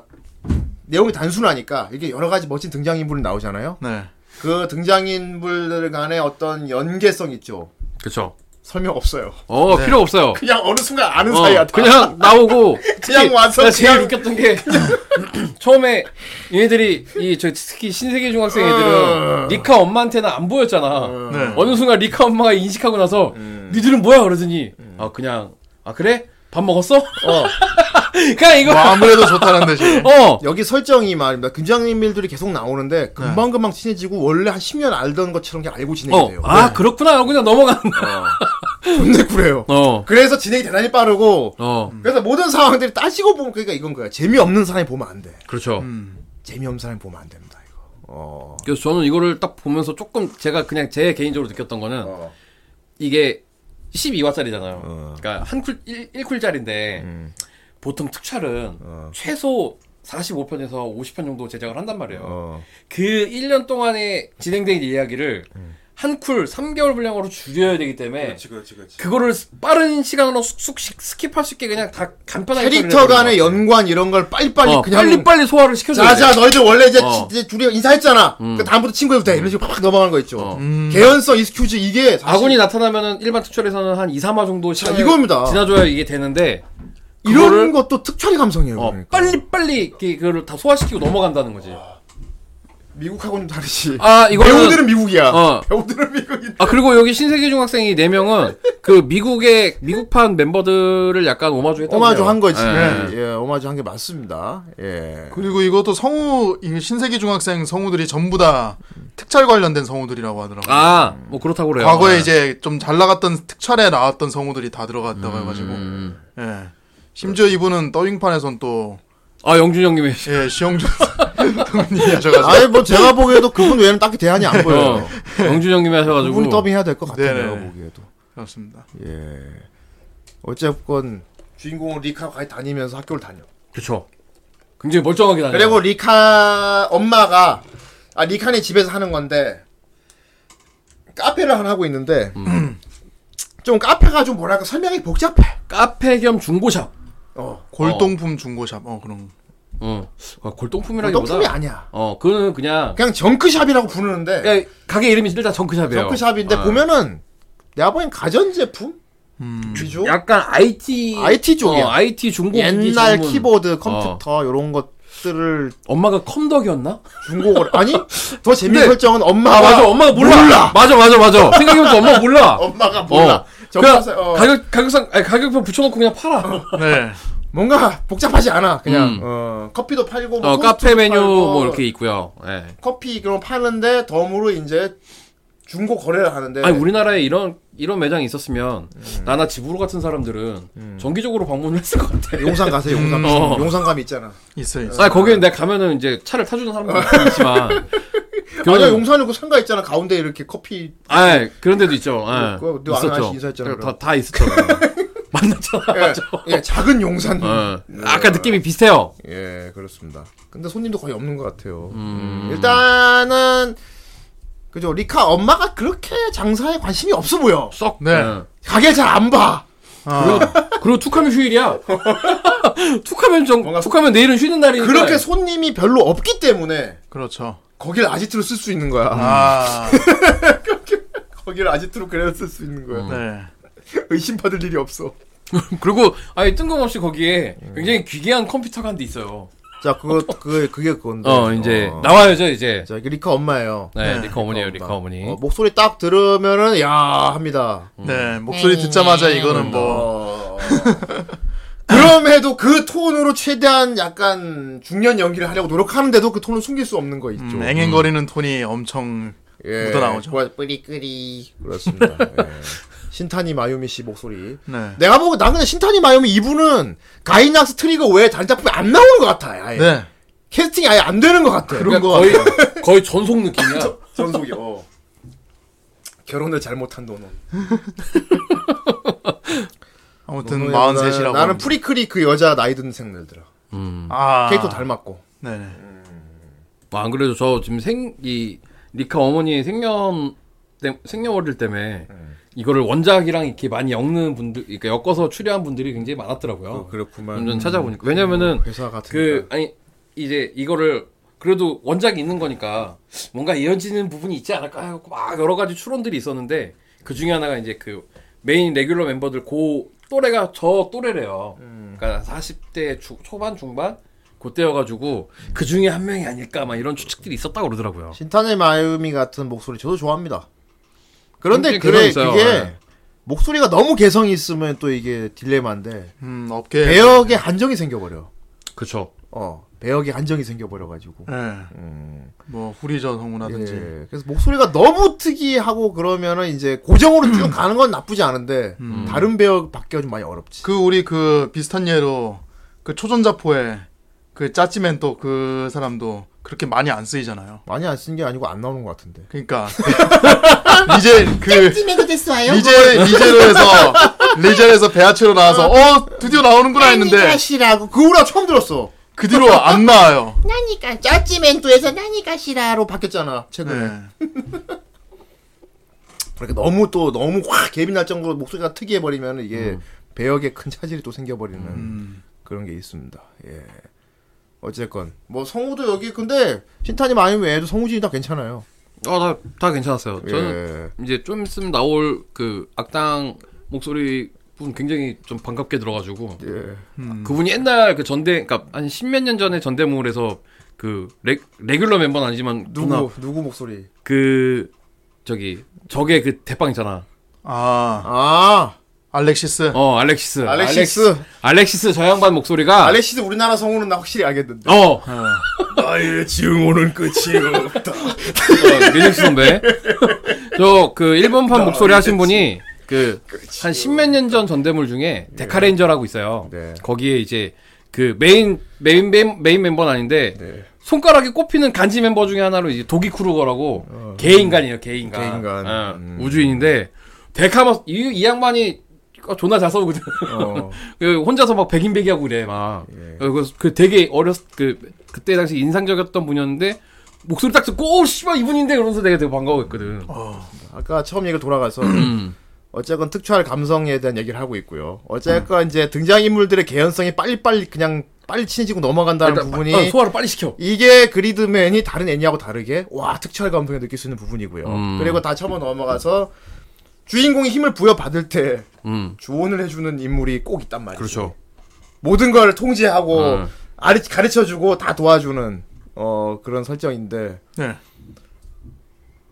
S1: 내용이 단순하니까 이게 여러 가지 멋진 등장인물이 나오잖아요.
S3: 네.
S1: 그 등장인물들 간의 어떤 연계성 있죠.
S2: 그렇죠.
S1: 설명 없어요.
S2: 어 필요 없어요.
S1: 네. 그냥 어느 순간 아는
S2: 어,
S1: 사이야. 다.
S2: 그냥 나오고
S1: 그냥
S2: 특히
S1: 와서
S2: 나 제일
S1: 그냥-
S2: 웃겼던 게 처음에 얘네들이 이저 특히 신세계 중학생 애들은
S1: 어.
S2: 리카 엄마한테는 안 보였잖아.
S3: 네.
S2: 어느 순간 리카 엄마가 인식하고 나서
S1: 음.
S2: 니들은 뭐야 그러더니 아 그냥 아 그래 밥 먹었어? 그냥 이거
S3: 뭐 아무래도 좋다는 듯이.
S2: 어
S1: 여기 설정이 말입니다. 근장님들이 계속
S2: 네.
S1: 나오는데 금방금방 친해지고 원래 한 10년 알던 것처럼 그냥 알고 지내게
S2: 어.
S1: 돼요. 네.
S2: 아, 그렇구나. 하고 그냥 넘어가는 거야.
S1: 존내 쿨해요.
S2: 어.
S1: 그래서 진행이 대단히 빠르고
S2: 어.
S1: 그래서 모든 상황들이 따지고 보면 그러니까 이건 거야. 재미없는 사람이 보면 안 돼.
S2: 그렇죠.
S1: 재미없는 사람이 보면 안 됩니다. 이거. 어.
S2: 그래서 저는 이거를 딱 보면서 조금 제가 그냥 제 개인적으로 느꼈던 거는
S1: 어.
S2: 이게 12화짜리잖아요. 그러니까 한 쿨, 1, 쿨짜리인데
S1: 음.
S2: 보통 특촬은
S1: 어.
S2: 최소 45편에서 50편 정도 제작을 한단 말이에요.
S1: 어.
S2: 그 1년 동안에 진행된 이야기를
S1: 음.
S2: 한 쿨 3개월 분량으로 줄여야 되기 때문에
S8: 그렇지, 그렇지.
S2: 그거를 스- 빠른 시간으로 쑥쑥 시- 스킵할 수 있게 그냥 다 간편하게
S1: 캐릭터 간의 연관 이런 걸 빨리빨리
S2: 어,
S1: 그냥
S2: 빨리빨리 소화를 시켜줘야 돼.
S1: 자자 너희들 원래 이제,
S2: 어.
S1: 지- 이제 둘이 인사했잖아. 그 다음부터 친구해도 돼. 이런 식으로 팍 넘어가는 거 있죠. 음. 개연성 이스큐즈 이게 사실
S2: 아군이 나타나면은 일반 특출에서는 한 2, 3화 정도
S1: 자,
S2: 시간
S1: 이겁니다.
S2: 지나줘야 이게 되는데
S1: 이런
S2: 그거를-
S1: 것도 특촬의 감성이에요.
S2: 어,
S1: 그러니까.
S2: 빨리빨리 이렇게 그거를 다 소화시키고 넘어간다는 거지.
S1: 미국하고는 다르지.
S2: 아, 이거는-
S1: 배우들은 미국이야.
S2: 어.
S1: 배우들은 미국인데.
S2: 아 그리고 여기 신세계 중학생이 4 명은 그 미국의 미국판 멤버들을 약간 오마주했던
S1: 오마주 한 거지.
S2: 예.
S1: 예, 오마주 한 게 맞습니다. 예.
S3: 그리고 이것도 성우 이 신세계 중학생 성우들이 전부 다 특촬 관련된 성우들이라고 하더라고요.
S2: 아뭐 그렇다고 그래요.
S3: 과거에
S2: 예.
S3: 이제 좀 잘 나갔던 특촬에 나왔던 성우들이 다 들어갔다고
S2: 음.
S3: 해가지고 예 심지어
S2: 그렇죠.
S3: 이분은 더빙판에선 또
S2: 아 영준 형님이
S1: 네.
S3: 예, 시영준 선배님이 하셔가지고
S1: 아니 뭐 제가 보기에도 그분 외에는 딱히 대안이 안
S2: 어,
S1: 보여요.
S2: 영준 형님이 하셔가지고
S1: 그분이 더빙해야 될 것 같아요.
S3: 네네.
S1: 내가 보기에도.
S3: 그렇습니다.
S1: 예. 어쨌건 주인공은 리카와 같이 다니면서 학교를 다녀.
S2: 그쵸. 굉장히 멀쩡하게 다녀.
S1: 그리고 리카 엄마가 아 리카네 집에서 하는 건데 카페를 하나 하고 있는데
S2: 음.
S1: 좀 카페가 좀 뭐랄까 설명이 복잡해.
S2: 카페 겸 중고샵.
S1: 어.
S3: 골동품 중고샵 어 그런
S2: 어. 아, 골동품이라기보다.
S1: 떡품이 아니야.
S2: 어, 그거는 그냥
S1: 그냥 정크샵이라고 부르는데
S2: 야, 가게 이름이 일단 정크샵이에요.
S1: 정크샵인데
S2: 어.
S1: 보면은 내가 보기엔 가전제품 위주
S2: 음. 약간 IT
S1: IT 쪽이야.
S2: 어, IT 중고 기기
S1: 옛날
S2: 전문.
S1: 키보드 컴퓨터 이런 것들을
S2: 엄마가 컴덕이었나?
S1: 중고거래 아니 더 재밌는
S2: 근데-
S1: 설정은 엄마가
S2: 아, 맞아. 엄마가 몰라. 맞아 맞아 맞아. 생각해보니까 엄마 몰라.
S1: 엄마가 몰라
S2: 어. 그냥
S1: 정크샵 어,
S2: 가격 가격상 아니, 가격표 붙여놓고 그냥 팔아. 어,
S3: 네
S1: 뭔가 복잡하지 않아 그냥
S2: 음.
S1: 어, 커피도 팔고 뭐
S2: 어,
S1: 토스트도
S2: 카페 메뉴
S1: 팔고,
S2: 뭐 이렇게 있고요. 예.
S1: 커피 그런 거 파는데 덤으로 이제 중고 거래를 하는데
S2: 아니 우리나라에 이런 이런 매장이 있었으면
S1: 음.
S2: 나나 지브로 같은 사람들은 정기적으로 방문을 했을 것 같아.
S1: 용산 가세요 용산
S2: 어.
S1: 용산감 있잖아
S3: 있어 있어.
S2: 아니 거기는 내가 가면은 이제 차를 타주는 사람도 있지만
S1: 맞아
S2: 그런-
S1: 용산에 그 상가 있잖아 가운데 이렇게 커피
S2: 아 그런 데도 있죠. 예.
S1: 뭐, 그거 너 아가씨 인사했잖아,
S2: 다, 다 있었죠. 예. 만났잖아.
S1: 예,
S2: 저.
S1: 예 작은 용산
S2: 어. 아까 느낌이 비슷해요.
S1: 예, 그렇습니다. 근데 손님도 거의 없는 것 같아요. 음,
S2: 음.
S1: 일단은 그죠 리카 엄마가 그렇게 장사에 관심이 없어 보여.
S2: 썩.
S3: 네.
S2: 예.
S1: 가게 잘 안 봐.
S3: 아,
S2: 그리고 툭하면 휴일이야. 툭하면 정, 툭하면 내일은 쉬는 날이니까. 예.
S1: 그렇게 손님이 별로 없기 때문에
S3: 그렇죠.
S1: 거길 아지트로 쓸 수 있는 거야.
S3: 아
S1: 거길 아지트로 그래서 쓸 수 있는
S2: 음.
S1: 거야.
S3: 네.
S1: 의심받을 일이 없어.
S2: 그리고 아니 뜬금없이 거기에 굉장히 귀괴한 컴퓨터가 한 대 있어요.
S1: 자, 그거 그 그게 그건데.
S2: 어 이제 나와야죠 이제.
S1: 자, 이게 리카 엄마예요.
S2: 네, 리카 어머니예요 리카 어머니.
S1: 어, 목소리 딱 들으면은 야 합니다.
S3: 네 목소리 듣자마자 이거는 뭐
S1: 어. 그럼에도 그 톤으로 최대한 약간 중년 연기를 하려고 노력하는데도 그 톤을 숨길 수 없는 거 있죠.
S3: 음, 앵앵거리는 톤이 엄청
S1: 예.
S3: 묻어나오죠.
S1: 와, 뿌리끄리. 그렇습니다. 예. 신타니 마요미 씨 목소리.
S3: 네.
S1: 내가 보고 나 근데 신타니 마요미 이분은 가이낙스 트리거 외에 다른 작품이 안 나오는 것 같아. 아예.
S3: 네.
S1: 캐스팅이 아예 안 되는 것 같아.
S2: 그러니까 거의 거의 전속 느낌이야.
S1: 전속이 어. 결혼을 잘못한 도는.
S3: 아무튼 43이라고.
S1: 나는 프리크리 그 여자 나이 든 생들더라.
S2: 음.
S3: 아.
S1: 캐릭터 닮았고.
S3: 네네.
S2: 아, 안 그래도 저 지금 생, 이, 리카 어머니의 생년, 때- 생년월일 때문에 이거를 원작이랑 이렇게 많이 엮는 분들, 그러니까 엮어서 출연한 분들이 굉장히
S3: 어.
S2: 많았더라고요.
S1: 그렇구만.
S2: 점점 찾아보니까. 왜냐면은,
S1: 회사 같은. 그러니까.
S2: 그, 아니, 이제 이거를, 그래도 원작이 있는 거니까 뭔가 이어지는 부분이 있지 않을까 하고 막 여러 가지 추론들이 있었는데 그 중에 하나가 이제 그 메인 레귤러 멤버들 고 또래가 저 또래래요. 그러니까 40대 주- 초반 중반 그때여가지고 그 중에 한 명이 아닐까 막 이런 추측들이 있었다고 그러더라고요.
S1: 신탄의 마유미 같은 목소리 저도 좋아합니다. 그런데
S2: 굉장히 개성
S1: 그래
S2: 있어요.
S1: 그게
S2: 네.
S1: 목소리가 너무 개성이 있으면 또 이게 딜레마인데
S3: 음,
S1: 네,
S3: 업계.
S1: 배역에 한정이 생겨버려.
S2: 그쵸.
S1: 어 배역에 한정이 생겨버려가지고.
S3: 예. 뭐 후리저 성우라든지.
S1: 예, 그래서 목소리가 너무 특이하고 그러면은 이제 고정으로 쭉 가는 건 나쁘지 않은데 다른 배역 바뀌어 좀 많이 어렵지.
S3: 그 우리 그 비슷한 예로 그 초전자포에 그 짜치맨 또 그 사람도 그렇게 많이 안 쓰이잖아요.
S1: 많이 안 쓴 게 아니고 안 나오는 것 같은데.
S3: 그러니까 리제 그 리제 리제로 해서 리제에서 배아치로 나와서 어 드디어 나오는구나 했는데
S1: 나니가시라고 그 후라 처음 들었어.
S3: 그 뒤로 안 나와요.
S1: 나니가 짜치멘토에서 나니가시라로 바뀌었잖아 최근에.
S3: 네.
S1: 그렇게 너무 또 너무 확 갭이 날 정도로 목소리가 특이해 버리면 이게 배역에 큰 차질이 또 생겨버리는 그런 게 있습니다. 예. 어쨌건 뭐 성우도 여기 근데 신탄이 많이 외에도 성우진이 다 괜찮아요.
S2: 아다 다 괜찮았어요. 저는
S1: 예.
S2: 이제 좀 있으면 나올 그 악당 목소리 분 굉장히 좀 반갑게 들어가지고
S1: 예.
S2: 그분이 옛날 그 전대 그러니까 한 십몇 년 전에 전대물에서 그 레, 레귤러 멤버는 아니지만
S1: 누구
S2: 누나
S1: 누구 목소리?
S2: 그 저기 적의 그 대빵 있잖아.
S3: 아
S1: 아
S3: 알렉시스.
S2: 어 알렉시스.
S1: 알렉시스.
S2: 알렉시- 알렉시스 저 양반 목소리가
S1: 알렉시스 우리나라 성우는 나 확실히 알겠는데.
S2: 어
S1: 나의 증오는 끝이요.
S2: 그러니까 민혁수 선배. 저 그 일본판 목소리 하신 분이 그 한 십몇 년 전 전대물 중에 데카레인저라고 있어요.
S1: 네.
S2: 거기에 이제 그 메인 메인 메인, 메인 멤버는 아닌데 손가락이 꼽히는 간지 멤버 중에 하나로 이제 도기 크루거라고 개인간이에요. 개인간.
S1: 개인간.
S2: 어,
S1: 음.
S2: 우주인인데 데카마 이, 이 양반이 어, 존나 잘 써거든.
S1: 어.
S2: 그 혼자서 막 백인백이하고 이래 막. 그래서 그 되게 어렸 그 그때 당시 인상적이었던 분이었는데 목소리 딱 듣고 오 씨발 이분인데 그러면서 내가 되게 반가워했거든.
S1: 아까 처음 얘기를 돌아가서 어쨌건 특출할 감성에 대한 얘기를 하고
S2: 음.
S1: 있고요. 어쨌건 이제 등장인물들의 개연성이 빨리빨리 그냥 빨리 친해지고 넘어간다는
S2: 일단
S1: 부분이
S2: 어, 소화를 빨리 시켜.
S1: 이게 그리드맨이 다른 애니하고 다르게 와 특출할 감성을 느낄 수 있는 부분이고요.
S2: 음.
S1: 그리고 다 접어 넘어가서 주인공이 힘을 부여받을 때
S2: 음.
S1: 조언을 해주는 인물이 꼭 있단 말이죠.
S2: 그렇죠.
S1: 모든 걸 통제하고
S2: 음.
S1: 아리- 가르쳐주고 다 도와주는 어, 그런 설정인데
S3: 네.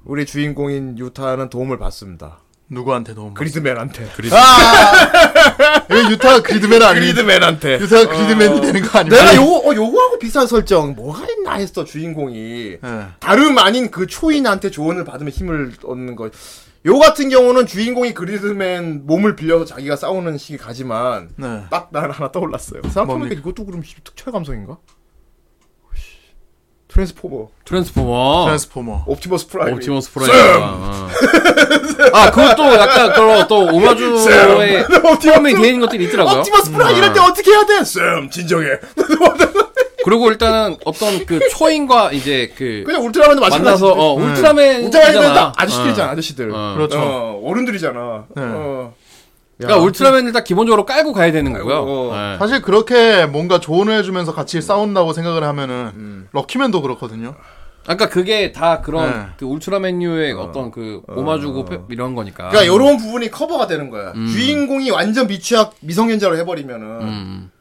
S1: 우리 주인공인 유타는 도움을 받습니다.
S3: 누구한테 도움? 받-
S1: 그리드맨한테.
S3: 이거 유타 그리드맨 아니?
S1: 그리드맨한테.
S3: 유타 그리드맨이 되는 거 네. 아니야?
S1: 내가 요거 어, 요거하고 비슷한 설정 뭐가 있나 했어 주인공이
S3: 예.
S1: 다름 아닌 그 초인한테 조언을 받으면 힘을 얻는 거. 요 같은 경우는 주인공이 그리드맨 몸을 빌려서 자기가 싸우는 식이 가지만
S3: 네.
S1: 딱 난 하나 떠올랐어요. 생각해보니까
S3: 뭡니까?
S1: 이것도 그럼 특철 감성인가? 씨. 트랜스포머,
S2: 트랜스포머.
S3: 트랜스포머.
S1: 옵티머스 프라임,
S2: 옵티머스 프라임. 아, 아 그것도 약간 그런 또 오마주의 포함이 되어 있는 것들이 있더라고요.
S1: 옵티머스 프라임 이럴 때 어떻게 해야 돼? 쌤 진정해.
S2: 그리고 일단은 어떤 그 초인과 이제 그
S1: 그냥 울트라맨도 마찬가지. 음.
S2: 만나서 어 울트라맨
S1: 울트라맨은 다 아저씨들이잖아, 아저씨들.
S2: 어.
S3: 그렇죠.
S1: 어, 어른들이잖아. 어.
S2: 그러니까 울트라맨을 딱 기본적으로 깔고 가야 되는 거고요.
S1: 어.
S2: 네.
S3: 사실 그렇게 뭔가 조언을 해주면서 같이 싸운다고 생각을 하면은 럭키맨도 그렇거든요.
S2: 아까 그게 다 그런
S3: 네.
S2: 그 울트라맨류의 어. 떤 그 오마주고 페- 이런 거니까.
S1: 그러니까 요런 부분이 커버가 되는 거야. 주인공이 완전 미취학 미성년자로 해버리면은
S2: 음,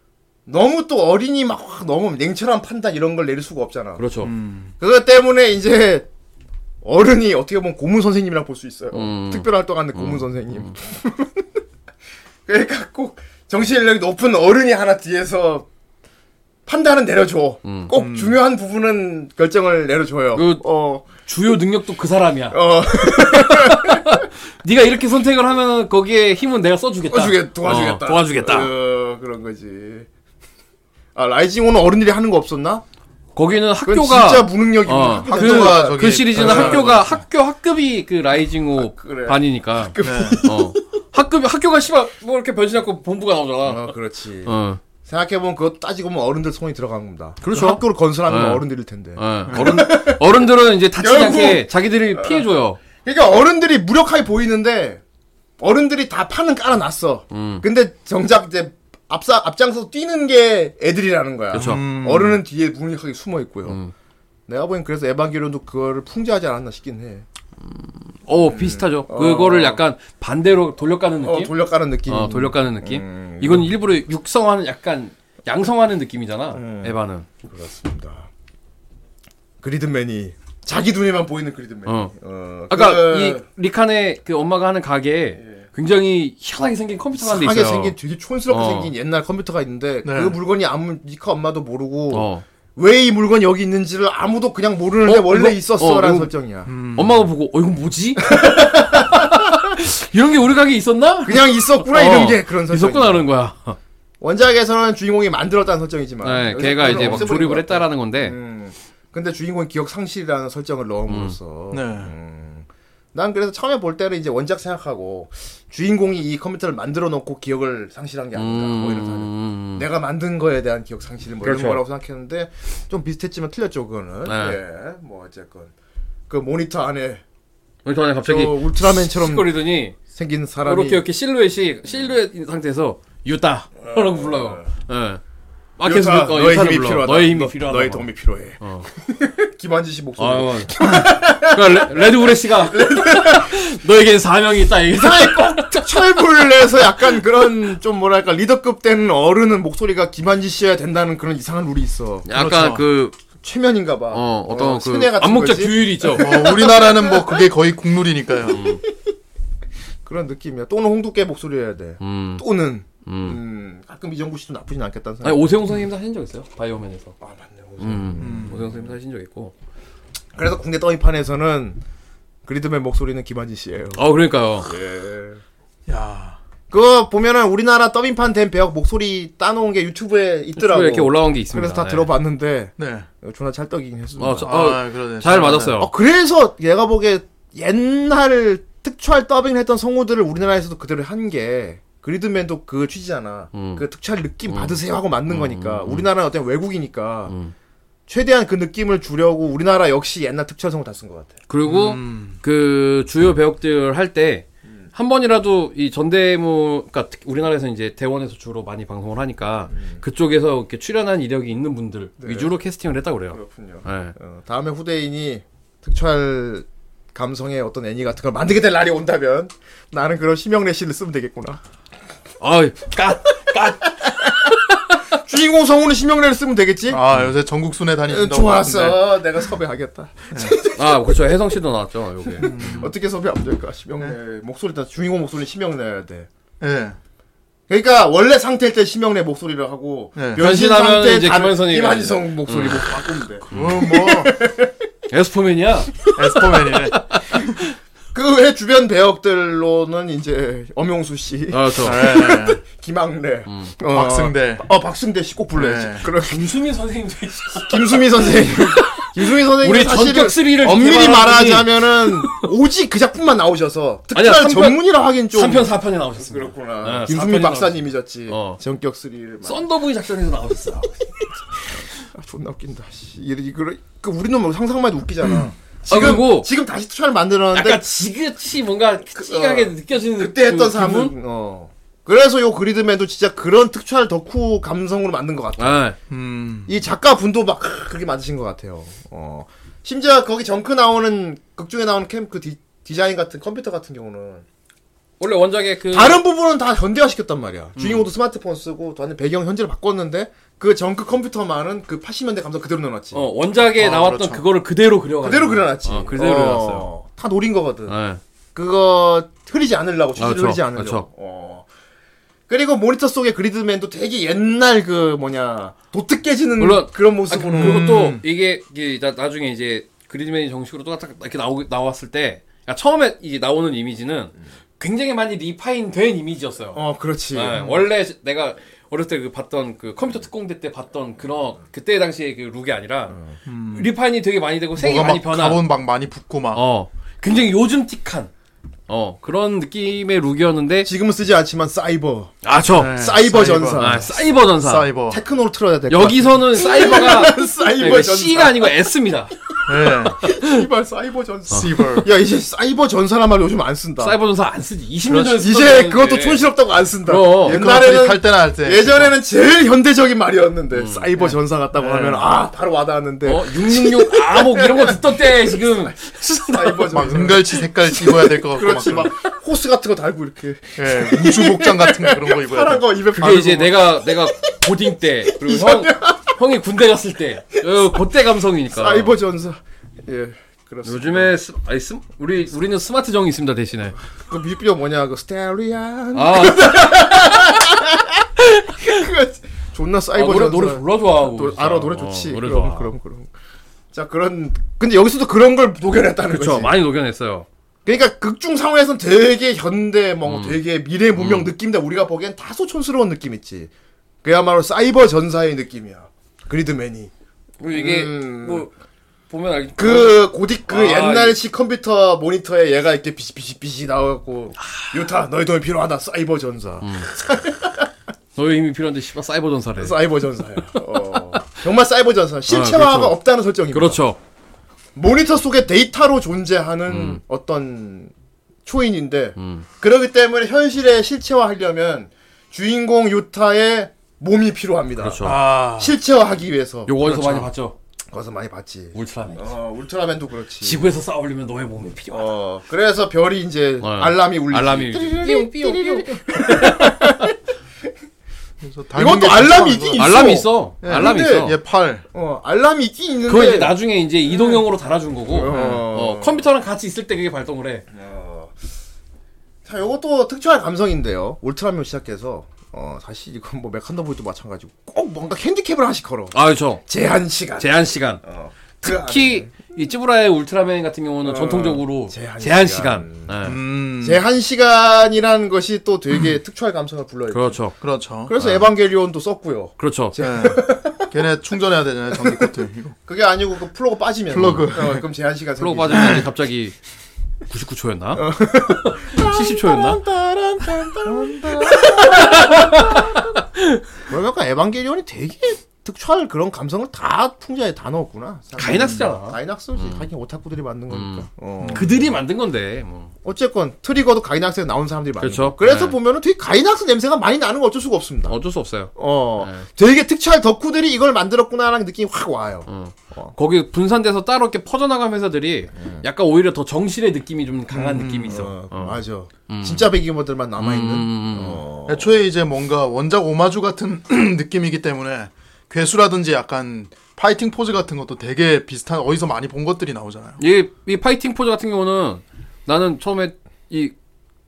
S1: 너무 또 어린이 막 확 너무 냉철한 판단 이런 걸 내릴 수가 없잖아. 그
S2: 그렇죠.
S1: 것 때문에 이제 어른이 어떻게 보면 고문 선생님이랑 볼 수 있어요.
S2: 음.
S1: 특별 활동하는 고문 선생님. 그러니까 꼭 정신력이 높은 어른이 하나 뒤에서 판단은 내려줘. 꼭 중요한 부분은 결정을 내려줘요.
S2: 음. 그-
S1: 어,
S2: 주요 능력도 그 사람이야.
S1: 어,
S2: 네가 이렇게 선택을 하면 거기에 힘은 내가 써주겠다.
S1: 도와주겠, 도와주겠다.
S2: 어, 도와주겠다.
S1: 어, 그런 거지. 아, 라이징호는 어른들이 하는 거 없었나?
S2: 거기는
S1: 그건
S2: 학교가
S1: 진짜 무능력이구나.
S2: 어,
S3: 학교가
S2: 그,
S3: 저기-
S2: 그 시리즈는
S3: 어,
S2: 학교가 학교 학급이 그 라이징호
S1: 아, 그래.
S2: 반이니까. 학급. 어. 학급 학교가 씨발 뭐 이렇게 변신하고 본부가 나오잖아.
S1: 어, 그렇지.
S2: 어.
S1: 생각해보면 그거 따지고 보면 어르들 손이 들어간 겁니다.
S2: 그렇죠.
S1: 학교를 건설하는 건
S2: 네.
S1: 어른들일 텐데.
S2: 어. 어른 어른들은 이제 다치지
S1: 결국-
S2: 않게 자기들이 피해 줘요.
S1: 그러니까 어른들이 무력하게 보이는데 어른들이 다 판은 깔아놨어.
S2: 음.
S1: 근데 정작 이제 앞사 앞장서 뛰는 게 애들이라는 거야.
S2: 그렇죠. 음.
S1: 어른은 뒤에 무력하게 숨어 있고요. 내가 보기엔 그래서 에반게리온도 그거를 풍자하지 않았나 싶긴 해.
S2: 어 비슷하죠. 그거를 약간 반대로 돌려가는 느낌.
S1: 어, 돌려가는 느낌.
S2: 어, 돌려가는 느낌.
S1: 음.
S2: 이건 일부러 육성하는 약간 양성하는 느낌이잖아.
S1: 음.
S2: 에바는.
S1: 그렇습니다. 그리드맨이 자기 눈에만 보이는 그리드맨.
S2: 어.
S1: 어,
S2: 아까
S1: 그
S2: 이 리칸의 그 엄마가 하는 가게에 굉장히 희한하게 생긴 컴퓨터가 한대
S1: 하게
S2: 있어요.
S1: 생긴 되게 촌스럽게
S2: 어.
S1: 생긴 옛날 컴퓨터가 있는데
S3: 네.
S1: 그 물건이 아무 니카 엄마도 모르고
S2: 어.
S1: 왜 이 물건이 여기 있는지를 아무도 그냥 모르는데
S2: 어,
S1: 원래
S2: 이거-
S1: 있었어라는
S2: 어, 이거-
S1: 설정이야.
S2: 엄마가 보고 어 이건 뭐지? 이런 게 우리 가게 있었나?
S1: 그냥 있었구나 이런 게 그런 설정.
S2: 어. 있었구나 그런 거야.
S1: 원작에서는 주인공이 만들었다는 설정이지만
S2: 네,
S1: 여기서
S2: 걔가
S1: 어. 그걸
S2: 이제 막
S1: 없애버린 것
S2: 조립을
S1: 같아.
S2: 했다라는 건데.
S1: 음. 근데 주인공 기억 상실이라는 설정을 넣음으로써
S3: 네.
S1: 음. 난 그래서 처음에 볼 때는 이제 원작 생각하고 주인공이 이 컴퓨터를 만들어 놓고 기억을 상실한 게 아닌가 뭐 이런 생각.
S2: 음.
S1: 내가 만든 거에 대한 기억 상실 뭐
S2: 그렇죠.
S1: 이런 거라고 생각했는데 좀 비슷했지만 틀렸죠 그거는
S2: 네.
S1: 예 뭐 어쨌건 그 모니터 안에
S2: 그래서 그냥
S1: 저
S2: 갑자기
S1: 울트라맨처럼
S2: 거리더니
S1: 생긴 사람이
S2: 이렇게 네. 이렇게 실루엣이 실루엣 상태에서 유다 라고 불러요. 예. 막 계속
S1: 요타,
S2: 어,
S1: 너의
S2: 유타를
S1: 힘이
S2: 불러.
S1: 필요하다 어.
S2: 너의 힘이
S1: 그러니까 너-
S2: 필요하다.
S1: 너의 도움이 필요해
S2: 어.
S1: 김한진 씨 목소리
S2: 아, 그러니까 레드 브레시가 너에겐 사명이 있다 얘기했
S1: 이상하게 꼭 철불에서 약간 그런 좀 뭐랄까 리더급 된 어른은 목소리가 김한지 씨여야 된다는 그런 이상한 룰이 있어. 그렇죠.
S2: 약간 그
S1: 최면인가 봐.
S2: 어, 어떤 그
S1: 세뇌 같은
S2: 암묵적
S1: 거지?
S2: 규율이 있죠.
S3: 어, 우리나라는 뭐 그게 거의 국룰이니까요.
S1: 그런 느낌이야. 또는 홍두깨 목소리여야 돼.
S2: 음.
S1: 또는
S2: 음.
S1: 음, 가끔 이정구 씨도 나쁘진 않겠다는
S2: 아니
S1: 생각.
S2: 오세훈 선생님도 하신 적 있어요? 바이오맨에서.
S1: 아 맞네.
S2: 음. 오세훈 선생님도 하신 적 있고.
S1: 그래서 국내 더빙판에서는 그리드맨 목소리는 김한지 씨예요.
S2: 아 그러니까요.
S3: 야.
S1: 그거 보면은 우리나라 더빙판 된 배역 목소리 따놓은 게 유튜브에 있더라고.
S2: 그리고 이렇게 올라온 게 있습니다.
S1: 그래서 다
S2: 네.
S1: 들어봤는데
S3: 네.
S1: 존나 찰떡이긴 했습니다.
S2: 어, 저-
S3: 아, 그러네.
S2: 잘 맞았어요.
S1: 어, 그래서 얘가 보기에 옛날 특촬 더빙을 했던 성우들을 우리나라에서도 그대로 한 게 그리드맨도 그 취지잖아.
S2: 음.
S1: 그 특촬 느낌 받으세요 하고 만든 거니까
S2: 음.
S1: 우리나라는 어떤 외국이니까
S2: 음.
S1: 최대한 그 느낌을 주려고 우리나라 역시 옛날 특촬 성우 다 쓴 것 같아.
S2: 그리고
S3: 음.
S2: 그 주요 배역들 할 때 한 번이라도 이 전대무 그러니까 특히 우리나라에서는 이제 대원에서 주로 많이 방송을 하니까
S1: 음.
S2: 그쪽에서 이렇게 출연한 이력이 있는 분들 위주로 캐스팅을 했다고 그래요.
S1: 아, 그렇군요.
S2: 예.
S1: 어, 다음에 후대인이 특촬 감성의 어떤 애니 같은 걸 만들게 될 날이 온다면 나는 그런 심영래 씨를 쓰면 되겠구나.
S2: 아, 까
S1: 주인공 성우는 심영래를 쓰면 되겠지? 어,
S3: 아, 요새 전국 순회 다니신다고. 하던데.
S1: 예, 좋았어. 내가 섭외하겠다.
S2: 아, 그렇죠. 혜성 씨도 나왔죠, 여기.
S1: 어떻게 섭외하면 될까? 심형래 목소리 다 주인공 목소리 심형래야 돼.
S3: 예.
S1: 그러니까 원래 상태일 때 심형래 목소리를 하고
S3: 네.
S1: 변신
S2: 변신하면
S1: 상태
S2: 이제 음. 김한선이
S1: 김한성 목소리 로 바꾸면 돼.
S3: 그건 뭐
S2: 에스포맨이야.
S3: 에스퍼맨이네.
S1: 그 외 주변 배역들로는 이제 엄용수 씨,
S2: 아, 음. 저
S3: 네.
S1: 김학래, 어,
S3: 박승대.
S1: 어 박승대 씨 꼭 불러야지.
S3: 네.
S1: 그럼
S2: 김수민 선생님도
S1: 김수미 선생님. 김수미 선생님
S2: 우리 전격 스릴을
S1: 엄밀히
S2: 개발한 분이-
S1: 말하자면은 오직 그 작품만 나오셔서
S2: 아니야,
S1: 특별
S2: 삼편-
S1: 전문이라 하긴 좀
S2: 3편 4편에 나오셨습니다.
S1: 그렇구나.
S2: 네,
S1: 김수미
S2: 사편이
S1: 박사님이셨지.
S2: 어.
S1: 전격 스릴.
S2: 썬더보이 작전에서 나오셨어요.
S1: 아, 존나 웃긴다. 씨. 이 이거 그 우리는 뭐 상상만 해도 웃기잖아.
S2: 아,
S1: 지금
S2: 그리고-
S1: 지금 다시 투자를 만들었는데 어.
S2: 약간 지그치 뭔가 찡하게 느껴지는
S1: 그때 했던
S2: 그 기분?
S1: 사람은 어. 그래서 요 그리드맨도 진짜 그런 특촬 덕후 감성으로 만든 것 같아.
S2: 아,
S3: 음.
S1: 이 작가 분도 막 크, 그렇게 만드신 것 같아요. 어. 심지어 거기 정크 나오는 극 중에 나오는 캠그 디자인 같은 컴퓨터 같은 경우는
S2: 원래 원작에 그
S1: 다른 부분은 다 현대화 시켰단 말이야. 주인공도 스마트폰 쓰고 완전 배경 현재를 바꿨는데 그 정크 컴퓨터만은 그 80년대 감성 그대로 넣어놨지.
S2: 어, 원작에
S3: 아,
S2: 나왔던
S3: 그렇죠.
S2: 그거를 그대로 그려가지고
S1: 그대로 그려놨지.
S2: 어, 그대로 그려놨어요.
S1: 어, 다 노린 거거든.
S2: 네.
S1: 그거 흐리지 않으려고
S2: 아,
S1: 주시를
S2: 그렇죠.
S1: 흐리지 않으려고.
S2: 그렇죠.
S1: 어. 그리고 모니터 속에 그리드맨도 되게 옛날 그 뭐냐 도트 깨지는
S2: 물론-
S1: 그런
S2: 아,
S1: 모습으로
S2: 그리고 또 이게, 이게 나, 나중에 이제 그리드맨이 정식으로 또 딱- 이렇게 나오, 나왔을 때 그러니까 처음에 이게 나오는 이미지는 굉장히 많이 리파인 된 이미지였어요.
S1: 어 그렇지
S2: 네, 원래 시- 내가 어렸을 때 그 봤던 그 컴퓨터 특공대 때 봤던 그런 그때 당시에 그 룩이 아니라 리파인이 되게 많이 되고 색이
S3: 뭐가
S2: 많이
S3: 막
S2: 변한
S3: 가본 막 많이 붙고 막.
S2: 어 굉장히 요즘 틱한 어 그런 느낌의 룩이었는데
S1: 지금은 쓰지 않지만 사이버
S2: 아저
S3: 네,
S1: 사이버 전사.
S2: 아, 사이버 전사
S3: 사이버.
S1: 테크노로 틀어야 될 것
S2: 여기서는 사이버가
S1: 같아. 사이버 그러니까.
S2: 그러니까
S1: 전사
S2: C가 아니고 S입니다
S3: 예.
S1: 이발 사이버 전사. 야 이제 사이버 전사란 말 요즘 안 쓴다.
S2: 사이버 전사 안 쓰지. 20년 전에
S1: 이제
S2: 쓰던
S1: 그것도
S2: 건데.
S1: 촌스럽다고 안 쓴다.
S2: 예. 그럼.
S1: 옛날에는
S3: 할 때나 할 때.
S1: 예전에는 제일 현대적인 말이었는데 사이버 전사 같다고 하면 아 바로 와닿았는데
S2: 음. 예. 어, 666 아목 이런 거 듣던 때 지금
S1: 사이버
S3: 막
S1: 전사.
S3: 은갈치 색깔 입어야 될 것 같고
S1: 뭐 그렇지 막
S3: 막
S1: 호스 같은 거 달고 이렇게
S3: 그런- 예, 우주 복장 같은 거 그런 거 입어야
S1: 파란
S3: 돼.
S1: 거 입에
S2: 뭐. 그게
S1: 바르고
S2: 이제 내가 내가 고딩 때 그리고 형 형이 군대 갔을 때 어, 그때 감성이니까.
S1: 사이버 전사. 예 그렇습니다.
S2: 요즘에 스, 아니, 스, 우리 우리는 스마트 정이 있습니다 대신에.
S1: 그 뮤비가 뭐냐 그 스테리안
S2: 아,
S1: 존나
S2: 아,
S1: 사이버
S2: 노래
S1: 전사.
S2: 노래 졸라 좋아하고.
S1: 노래,
S2: 진짜.
S1: 알아 노래
S2: 어,
S1: 좋지.
S2: 노래
S1: 그럼
S2: 좋아.
S1: 그럼 그럼. 자 그런 근데 여기서도 그런 걸 녹여냈다는
S2: 그렇죠.
S1: 거지.
S2: 많이 녹여냈어요.
S1: 그러니까 극중 상황에서는 되게 현대 뭐
S2: 음.
S1: 되게 미래 문명 느낌인데 우리가 보기엔 다소 촌스러운 느낌 있지. 그야말로 사이버 전사의 느낌이야. 그리드맨이
S2: 그리고 이게
S1: 음.
S2: 뭐 보면 알기 어,
S1: 그 고딕 그
S2: 아,
S1: 옛날식 컴퓨터 모니터에 얘가 이렇게 비시비시비시 나와갖고
S2: 아.
S1: 유타 너희 도움이 필요하다 사이버 전사
S2: 음. 너의 힘이 필요한데 씨발 사이버 전사래.
S1: 사이버 전사야 어. 정말 사이버 전사 실체화가
S2: 아, 그렇죠.
S1: 없다는 설정입니다
S2: 그렇죠.
S1: 모니터 속에 데이터로 존재하는
S2: 음.
S1: 어떤 초인인데 그렇기 때문에 현실에 실체화하려면 주인공 유타의 몸이 필요합니다.
S2: 그렇죠.
S1: 실체화하기 위해서
S2: 요거 어디서 많이 봤죠?
S1: 그것은 많이 봤지.
S2: 울트라맨.
S1: 어, 울트라맨도 그렇지.
S2: 지구에서 싸우려면 너의 몸이 필요하다.
S1: 어, 그래서 별이 이제
S2: 어.
S1: 알람이 울리지.
S2: 알람이 삐용, 삐용, 삐용.
S1: 이것도 알람이 있긴 있어.
S2: 알람이 있어.
S1: 예,
S2: 알람이
S1: 근데
S2: 있어.
S3: 예, 팔.
S1: 어, 알람이 있긴 있는데. 예.
S2: 그거 이제 나중에 이제 이동형으로 달아준 거고
S1: 어.
S2: 어, 컴퓨터랑 같이 있을 때 그게 발동을 해.
S1: 자, 요것도 특출한 감성인데요. 울트라맨 시작해서 어, 사실 이건 뭐 메칸더보이도 마찬가지고 꼭 뭔가 핸디캡을 하나씩 걸어.
S2: 아 그렇죠.
S1: 제한 시간.
S2: 제한 시간.
S1: 그 어.
S2: 특히 이 찌브라의 울트라맨 같은 경우는 전통적으로
S1: 제한
S2: 제한,
S1: 시간.
S2: 시간. 예.
S3: 음,
S1: 제 한 시간이라는 것이 또 되게 특출한 감성을 불러요. 그
S2: 음. 그렇죠.
S3: 그렇죠.
S1: 래서 에반게리온도 썼고요.
S2: 그렇죠.
S3: 예. 걔네 충전해야 되잖아요 전기 코트. 이거.
S1: 그게 아니고 그 플러그 빠지면
S3: 플러그.
S1: 어, 그럼 제한 시간 생기죠.
S2: 플로그 빠지면 이제 갑자기
S1: 어.
S2: 99초였나? 70초였나?
S1: 그러면 약간 그러니까 에반게리온이 되게 특출할 그런 감성을 다 풍자에 다 넣었구나.
S2: 가이낙스잖아. 음.
S1: 가이낙스지. 하긴 오타쿠들이 만든 거니까. 어.
S2: 그들이 만든 건데. 뭐.
S1: 어쨌건 트리거도 가이낙스에 나온 사람들이 많아요.
S2: 그렇죠.
S1: 그래서
S2: 네.
S1: 보면은 되게 가이낙스 냄새가 많이 나는 거 어쩔 수가 없습니다.
S2: 어쩔 수 없어요.
S1: 어,
S2: 네.
S1: 되게 특출할 덕후들이 이걸 만들었구나라는 느낌이 확 와요.
S2: 어. 거기 분산돼서 따로 이렇게 퍼져나간 회사들이 약간 오히려 더 정실의 느낌이 좀 강한 느낌이 음. 있어.
S1: 어, 맞아. 진짜 배기모들만 남아있는.
S2: 음.
S1: 어.
S3: 예, 애초에 이제 뭔가 원작 오마주 같은 느낌이기 때문에 괴수라든지 약간 파이팅 포즈 같은 것도 되게 비슷한 어디서 많이 본 것들이 나오잖아요.
S2: 이, 이 파이팅 포즈 같은 경우는 나는 처음에 이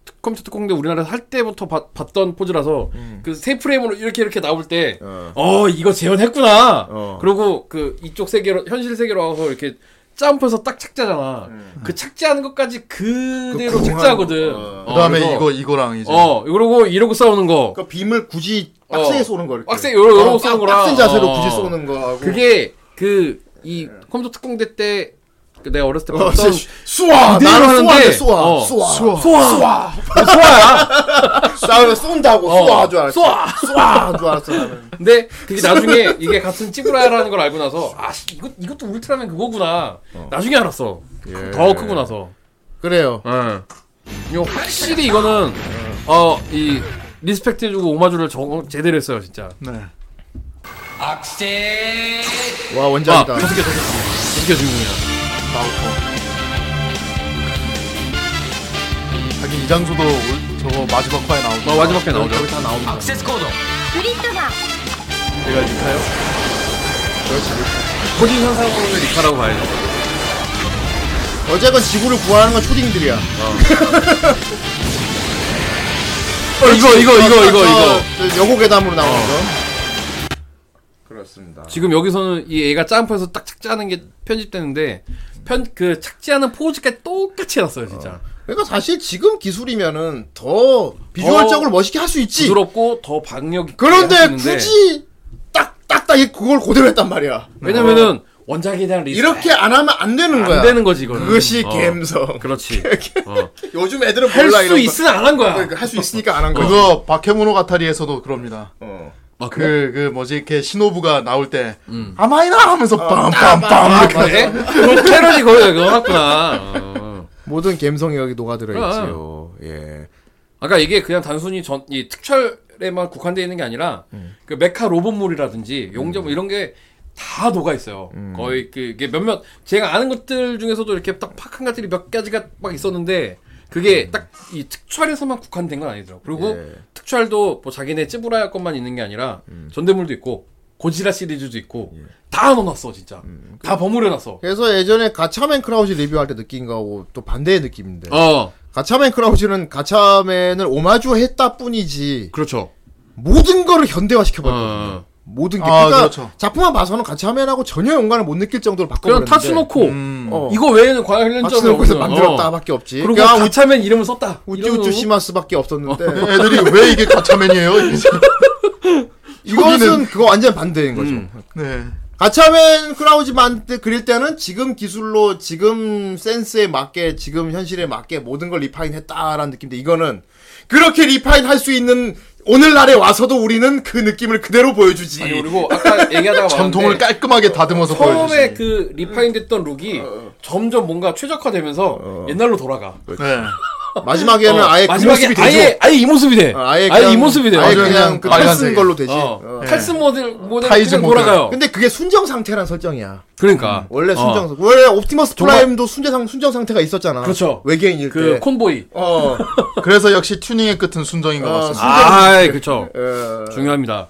S2: 특- 컴퓨터 특공대 우리나라에서 할 때부터 봐- 봤던 포즈라서 그 세 프레임으로 이렇게 이렇게 나올 때 어, 이거 재현했구나
S1: 어.
S2: 그리고 그 이쪽 세계로 현실 세계로 와서 이렇게 점프해서 딱 착지하잖아 그 착지하는 것까지 그대로 어.
S1: 그
S2: 착지하거든
S3: 그다음에
S2: 그래서-
S3: 이거 이거랑 이제
S2: 어 이러고 이러고 싸우는 거
S1: 그러니까 빔을 굳이 빡세게
S2: 어.
S1: 쏘는 거 이렇게.
S2: 빡세 요러 요러
S1: 어,
S2: 쏘는
S1: 빡-
S2: 거랑
S1: 빡센 자세로
S2: 어.
S1: 굳이 쏘는 거하고.
S2: 그게 그 이 컴퓨터 특공대 때그 내가 어렸을 때
S1: 어,
S2: 봤던
S1: 진짜 쏘아!
S2: 그대로
S1: 나는
S2: 하는데,
S1: 쏘아인데 쏘아!
S2: 어.
S1: 쏘아! 쏘아!
S3: 쏘아.
S1: 쏘아! 나는 쏜다고
S2: 어.
S1: 쏘아! 줄 알았어.
S2: 쏘아!
S1: 쏘아! 줄 알았어 나는.
S2: 근데 그게 나중에 이게 같은 찌브라야라는 걸 알고 나서 아 씨, 이거 이것도 울트라맨 그거구나 나중에 알았어 더 크고 나서
S1: 그래요.
S2: 예. 이거 확실히 이거는 어 이 리스펙트 해주고 오마주를 정, 제대로 했어요 진짜
S3: 네.
S2: 악세
S1: 와
S2: 아
S1: 원작이다.
S2: 도스케 도스케 도스케 주인공이야
S3: 하긴 이 장소도 올- 저거 마지막 화에 나오고
S2: 어, 마지막에 나오죠
S1: 여기 다 나옵니다.
S4: 그리스나
S3: 제가 리카요?
S2: 본인 현상으로는 리카라고 봐야죠
S1: 어쨌건 지구를 구하는 건 초딩들이야.
S2: 어, 이거 이거 이거
S1: 아,
S2: 이거 이거
S1: 여고 괴담으로 그렇죠. 그 나오는 거. 그렇습니다.
S2: 지금 여기서는 이 애가 점프해서 딱 착지하는 게 편집되는데 편 그 착지하는 포즈까지 똑같이 해놨어요 진짜
S1: 그러니까 사실 지금 기술이면은 더 비주얼적으로 멋있게 할 수 있지.
S2: 부드럽고 더 박력 있게 할수
S1: 그런데
S2: 있는데
S1: 굳이 딱딱딱 그걸 그대로 했단 말이야.
S2: 왜냐면은 네. 원작에 대한 리스펙
S1: 이렇게 안 하면 안 되는 거야.
S2: 안 되는 거지 이거는
S1: 그것이
S2: 어,
S1: 갬성.
S2: 그렇지 어.
S1: 요즘 애들은 몰라
S2: 할 수
S1: 이런 거.
S2: 있으나 안 한 거야
S1: 그러니까 할 수 있으니까 안 한 거야.
S3: 그거 바케모노 가타리에서도 그럽니다.
S1: 어.
S2: 아,
S3: 그 그 뭐지 이렇게 신호부가 나올 때
S2: 음.
S3: 아마이나
S1: 어.
S3: 하면서 빰빰빰
S2: 그래?
S3: 이렇게
S2: 그거 패러디 거의 넣어놨구나. 어.
S1: 모든 감성이 여기 녹아들어 있지요. 예.
S2: 아까 그러니까 이게 그냥 단순히 전, 이 특철에만 국한되어 있는 게 아니라,
S1: 음.
S2: 그 메카 로봇물이라든지, 용접 뭐 이런 게 다 녹아 있어요.
S1: 음.
S2: 거의 그, 이게 몇몇, 제가 아는 것들 중에서도 이렇게 딱 팍한 것들이 몇 가지가 막 있었는데, 그게 딱 이 특촬에서만 국한된 건 아니더라고. 그리고
S1: 음. 예.
S2: 특촬도 뭐 자기네 찌부라야 것만 있는 게 아니라,
S1: 음.
S2: 전대물도 있고, 고지라 시리즈도 있고,
S1: 예.
S2: 다 넣어놨어, 진짜.
S1: 음.
S2: 다 버무려놨어.
S1: 그래서 예전에 가차맨 크라우지 리뷰할 때 느낀 거하고 또 반대의 느낌인데.
S2: 어,
S1: 가차맨 크라우지는 가차맨을 오마주 했다 뿐이지
S2: 그렇죠.
S1: 모든 거를 현대화 시켜버렸거든요.
S2: 어.
S1: 모든 게.
S3: 아,
S1: 그러니까
S3: 그렇죠.
S1: 작품만 봐서는 가차맨하고 전혀 연관을 못 느낄 정도로
S2: 그냥
S1: 바꿔버렸는데.
S2: 타스 놓고,
S3: 음.
S1: 어.
S2: 이거 외에는 과연 헬렌저는
S1: 마츠노코에서
S2: 없는- 어.
S1: 만들었다밖에 없지.
S2: 그리고
S1: 그러니까 우-
S2: 가차맨 이름을 썼다.
S1: 우쭈우쭈 시마스밖에 없었는데
S3: 애들이 왜 이게 가차맨이에요?
S1: 이것은 그거 완전 반대인 거죠.
S2: 음.
S3: 네.
S1: 가차맨 크라우지 만드 그릴 때는 지금 기술로 지금 센스에 맞게 지금 현실에 맞게 모든 걸 리파인했다라는 느낌인데 이거는 그렇게 리파인할 수 있는 오늘날에 와서도 우리는 그 느낌을 그대로 보여주지.
S2: 아니 그리고 아까 얘기하다가
S3: 전통을
S2: 말았는데
S3: 깔끔하게 다듬어서 보여주시.
S2: 처음에 그 리파인됐던
S1: 어,
S2: 룩이 점점 뭔가 최적화되면서 옛날로 돌아가.
S3: 네.
S1: 마지막에는
S2: 어,
S1: 아예 어, 그
S2: 마지막에
S1: 모습이 되죠.
S2: 아예 아예 이 모습이 돼.
S1: 어,
S2: 아예,
S1: 그냥-
S2: 이 모습이 돼.
S1: 아예
S3: 맞아요.
S1: 그냥 그
S3: 그냥
S1: 탈쓴
S3: 빨간색.
S1: 걸로 되지.
S2: 어,
S1: 어.
S2: 탈스 모델 모델
S3: 타이즈
S2: 그냥
S3: 모델.
S2: 돌아가요.
S1: 근데 그게 순정 상태란 설정이야.
S2: 그러니까
S1: 원래
S2: 어,
S1: 순정 원래 옵티머스
S2: 정말-
S1: 프라임도 순정 순정 상태가 있었잖아.
S2: 그렇죠.
S1: 외계인일
S2: 그
S1: 때.
S2: 콘보이.
S1: 어.
S3: 그래서 역시 튜닝의 끝은 순정인 것
S1: 아,
S3: 같습니다.
S2: 아, 그렇죠.
S1: 어,
S2: 중요합니다.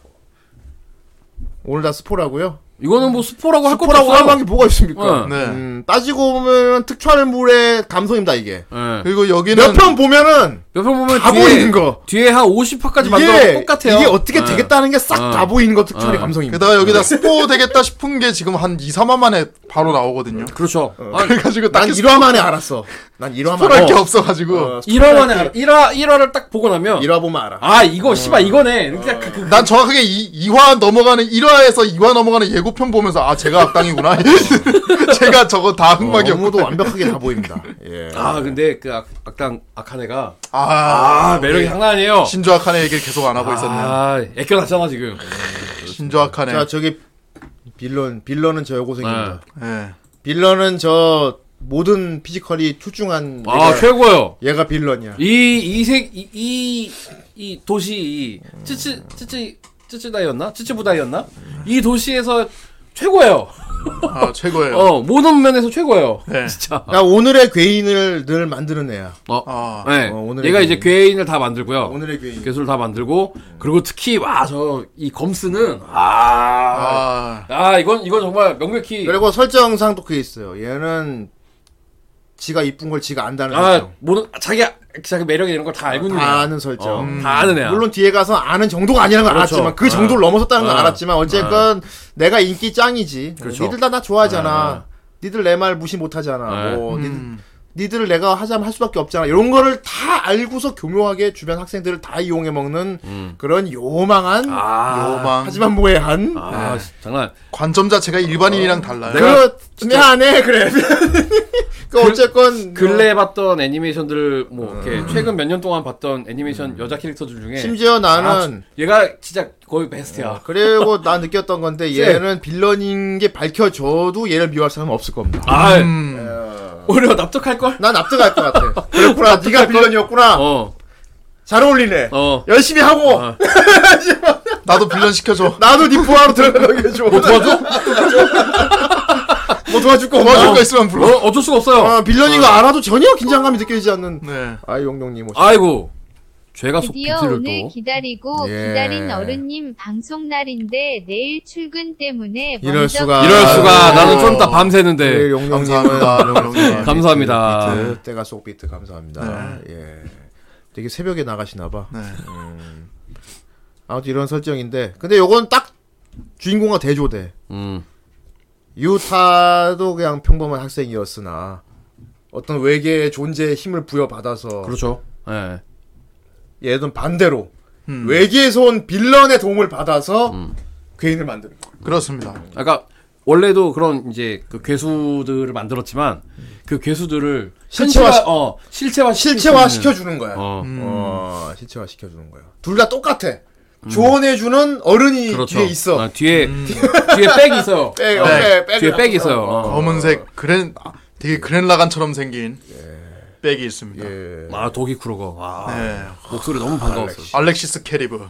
S1: 오늘 다 스포라고요?
S2: 이거는 뭐 스포라고 할 것도
S1: 스포라고
S2: 없어요.
S1: 할 만한 게 뭐가 있습니까?
S2: 어.
S3: 네.
S1: 음, 따지고 보면 특촬물의 감성입니다 이게.
S2: 예.
S3: 그리고 여기는
S1: 몇 편 보면은
S2: 옆에 보면
S1: 다
S2: 뒤에,
S1: 보이는 거.
S2: 뒤에 한 50화까지 만들어
S1: 이게
S2: 똑같아요.
S1: 이게 어떻게
S2: 예.
S1: 되겠다는 게 싹 다
S2: 어.
S1: 보이는 거 특촬의
S2: 어.
S1: 감성입니다.
S3: 게다가 여기다 스포 되겠다 싶은 게 지금 한 2, 3화 만에 바로 나오거든요.
S2: 그렇죠.
S1: 어.
S2: 아,
S3: 그래가지고
S1: 음. 난
S3: 딱히
S1: 1화 만에 알았어. 난 1화 만에
S3: 스포할 게 없어가지고
S2: 1화 만에
S1: 그
S2: 알아. 1화 1화를 딱 보고 나면
S1: 1화 어. 보면 알아.
S2: 아 이거 씨발 이거네. 이렇게 그, 그,
S3: 난 정확하게 이, 2화 넘어가는 1화에서 2화 넘어가는 예고편 보면서 아 제가 악당이구나. 제가 저거 다 흑막이
S1: 업무도
S3: 없고.
S1: 어, 완벽하게 다 보입니다. 예.
S2: 아 근데 그 악, 악당 악한애가
S3: 아,
S2: 아
S1: 네.
S2: 매력이 장난 아니에요.
S3: 신조 악한의 얘기를 계속 안 하고 있었네.
S2: 아 애껴놨잖아 지금.
S3: 신조
S2: 네.
S3: 악한의.
S1: 자 저기 빌런 빌런은 저 여고생입니다.
S3: 예.
S1: 빌런은 저 모든 피지컬이 출중한
S2: 아
S1: 얘가,
S2: 최고요.
S1: 얘가 빌런이야.
S2: 이이색이이 이 도시 이 쯔쯔 쯔쯔 쯔쯔다였나 쯔쯔부다였나 이 도시에서 최고예요.
S3: 아 최고예요.
S2: 어 모든 면에서 최고예요.
S3: 네.
S2: 진짜.
S1: 야 오늘의 괴인을 늘 만드는 애야.
S2: 어,
S3: 아.
S2: 네.
S1: 어, 오늘의
S2: 얘가
S1: 괴인.
S2: 이제 괴인을 다 만들고요.
S1: 오늘의 괴인.
S2: 괴수를 다 만들고 그리고 특히 와 저 이 검스는 아.
S3: 아,
S2: 아 이건 이건 정말 명백히
S1: 그리고 설정상도 그게 있어요. 얘는 지가 이쁜 걸 지가 안다는
S2: 아
S1: 설정.
S2: 모든 자기 자기 매력이 이런 걸 다 알고 있는
S1: 그렇죠. 다
S2: 애야.
S1: 아는 설정.
S2: 어, 다 아는 애야.
S1: 물론 뒤에 가서 아는 정도가 아니라는 걸
S2: 그렇죠.
S1: 알았지만 그 정도를 넘어섰다는 걸
S2: 어.
S1: 알았지만 어쨌건 내가 인기 짱이지.
S2: 그렇죠.
S1: 니들 다 나 좋아하잖아. 니들 내 말 무시 못하잖아.
S2: 네.
S1: 뭐 니들, 을 내가 하자면 할 수밖에 없잖아. 이런 거를 다 알고서 교묘하게 주변 학생들을 다 이용해 먹는
S2: 음.
S1: 그런 요망한
S3: 아,
S1: 네.
S3: 요망.
S1: 아, 하지만 모해한
S2: 아 장난.
S3: 관점 자체가 일반인이랑 달라요.
S1: 그렇네 안해 그래. 그 어쨌건
S2: 근래에 봤던 애니메이션들 뭐 이렇게 최근 몇 년 동안 봤던 애니메이션 여자 캐릭터들 중에
S1: 음. 심지어
S2: 아,
S1: 나는 어,
S2: 얘가 진짜 거의 베스트야.
S1: 그리고 난 느꼈던 건데 얘는 빌런인 게 밝혀져도 얘를 미워할 사람은 없을 겁니다.
S2: 아
S3: 음.
S1: 어.
S2: 오히려 납득할 걸.
S1: 난 납득할 것 같아. 네. 그렇구나. 네가 빌런이었구나.
S2: 어
S1: 잘 어울리네.
S2: 어.
S1: 열심히 하고
S2: 어.
S3: 나도 빌런 시켜줘.
S1: 나도 네 부하로 들어가게 줘. 뭐 도와줘? 뭐 도와줄 거
S3: 도와줄 거
S1: 없나?
S3: 있으면 불러.
S2: 어 어쩔 수가 없어요.
S1: 아, 빌런인 거 알아도 전혀 긴장감이 느껴지지 않는.
S3: 네.
S1: 아이 용용님 오시.
S2: 아이고 죄가 속
S4: 드디어
S2: 비트를
S4: 오늘
S2: 또.
S4: 기다리고
S1: 예.
S4: 기다린 어른님 방송 날인데 내일 출근 때문에
S1: 이럴
S4: 먼저
S1: 수가.
S2: 이럴 수가
S3: 아이고.
S2: 나는 좀 이따 밤새는데.
S1: 네, 용용님은
S3: 감사합니다. 용용님.
S2: 감사합니다.
S1: 비트, 때가 속 비트 감사합니다. 예. 되게 새벽에 나가시나 봐.
S3: 네.
S1: 아무튼 이런 설정인데 근데 요건 딱 주인공과 대조돼.
S2: 음.
S1: 유타도 그냥 평범한 학생이었으나 어떤 외계의 존재의 힘을 부여받아서
S2: 그렇죠. 예.
S1: 얘는 반대로
S3: 음.
S1: 외계에서 온 빌런의 도움을 받아서
S2: 음.
S1: 괴인을 만드는 거야.
S3: 그렇습니다.
S2: 아까 그러니까 원래도 그런 이제 그 괴수들을 만들었지만 그 괴수들을
S1: 실체화 시-
S2: 현실화- 어 실체화
S1: 실체화 시켜주는 거야. 어,
S2: 어.
S1: 실체화 시켜주는 거야. 둘 다 똑같아. 조언해주는 어른이
S2: 음. 그렇죠.
S1: 뒤에 있어. 음. 네,
S2: 아, 뒤에 뒤에 백 있어요.
S1: 백,
S2: 어,
S1: 백, 백.
S2: 뒤에 백 있어요. 어.
S3: 검은색 그랜 아, 되게 그랜라간처럼 생긴 백이 있습니다.
S1: 예.
S2: 아 독이 쿠르거. 아,
S3: 네.
S2: 목소리 너무 반가웠어.
S3: 알렉시스 캐리브.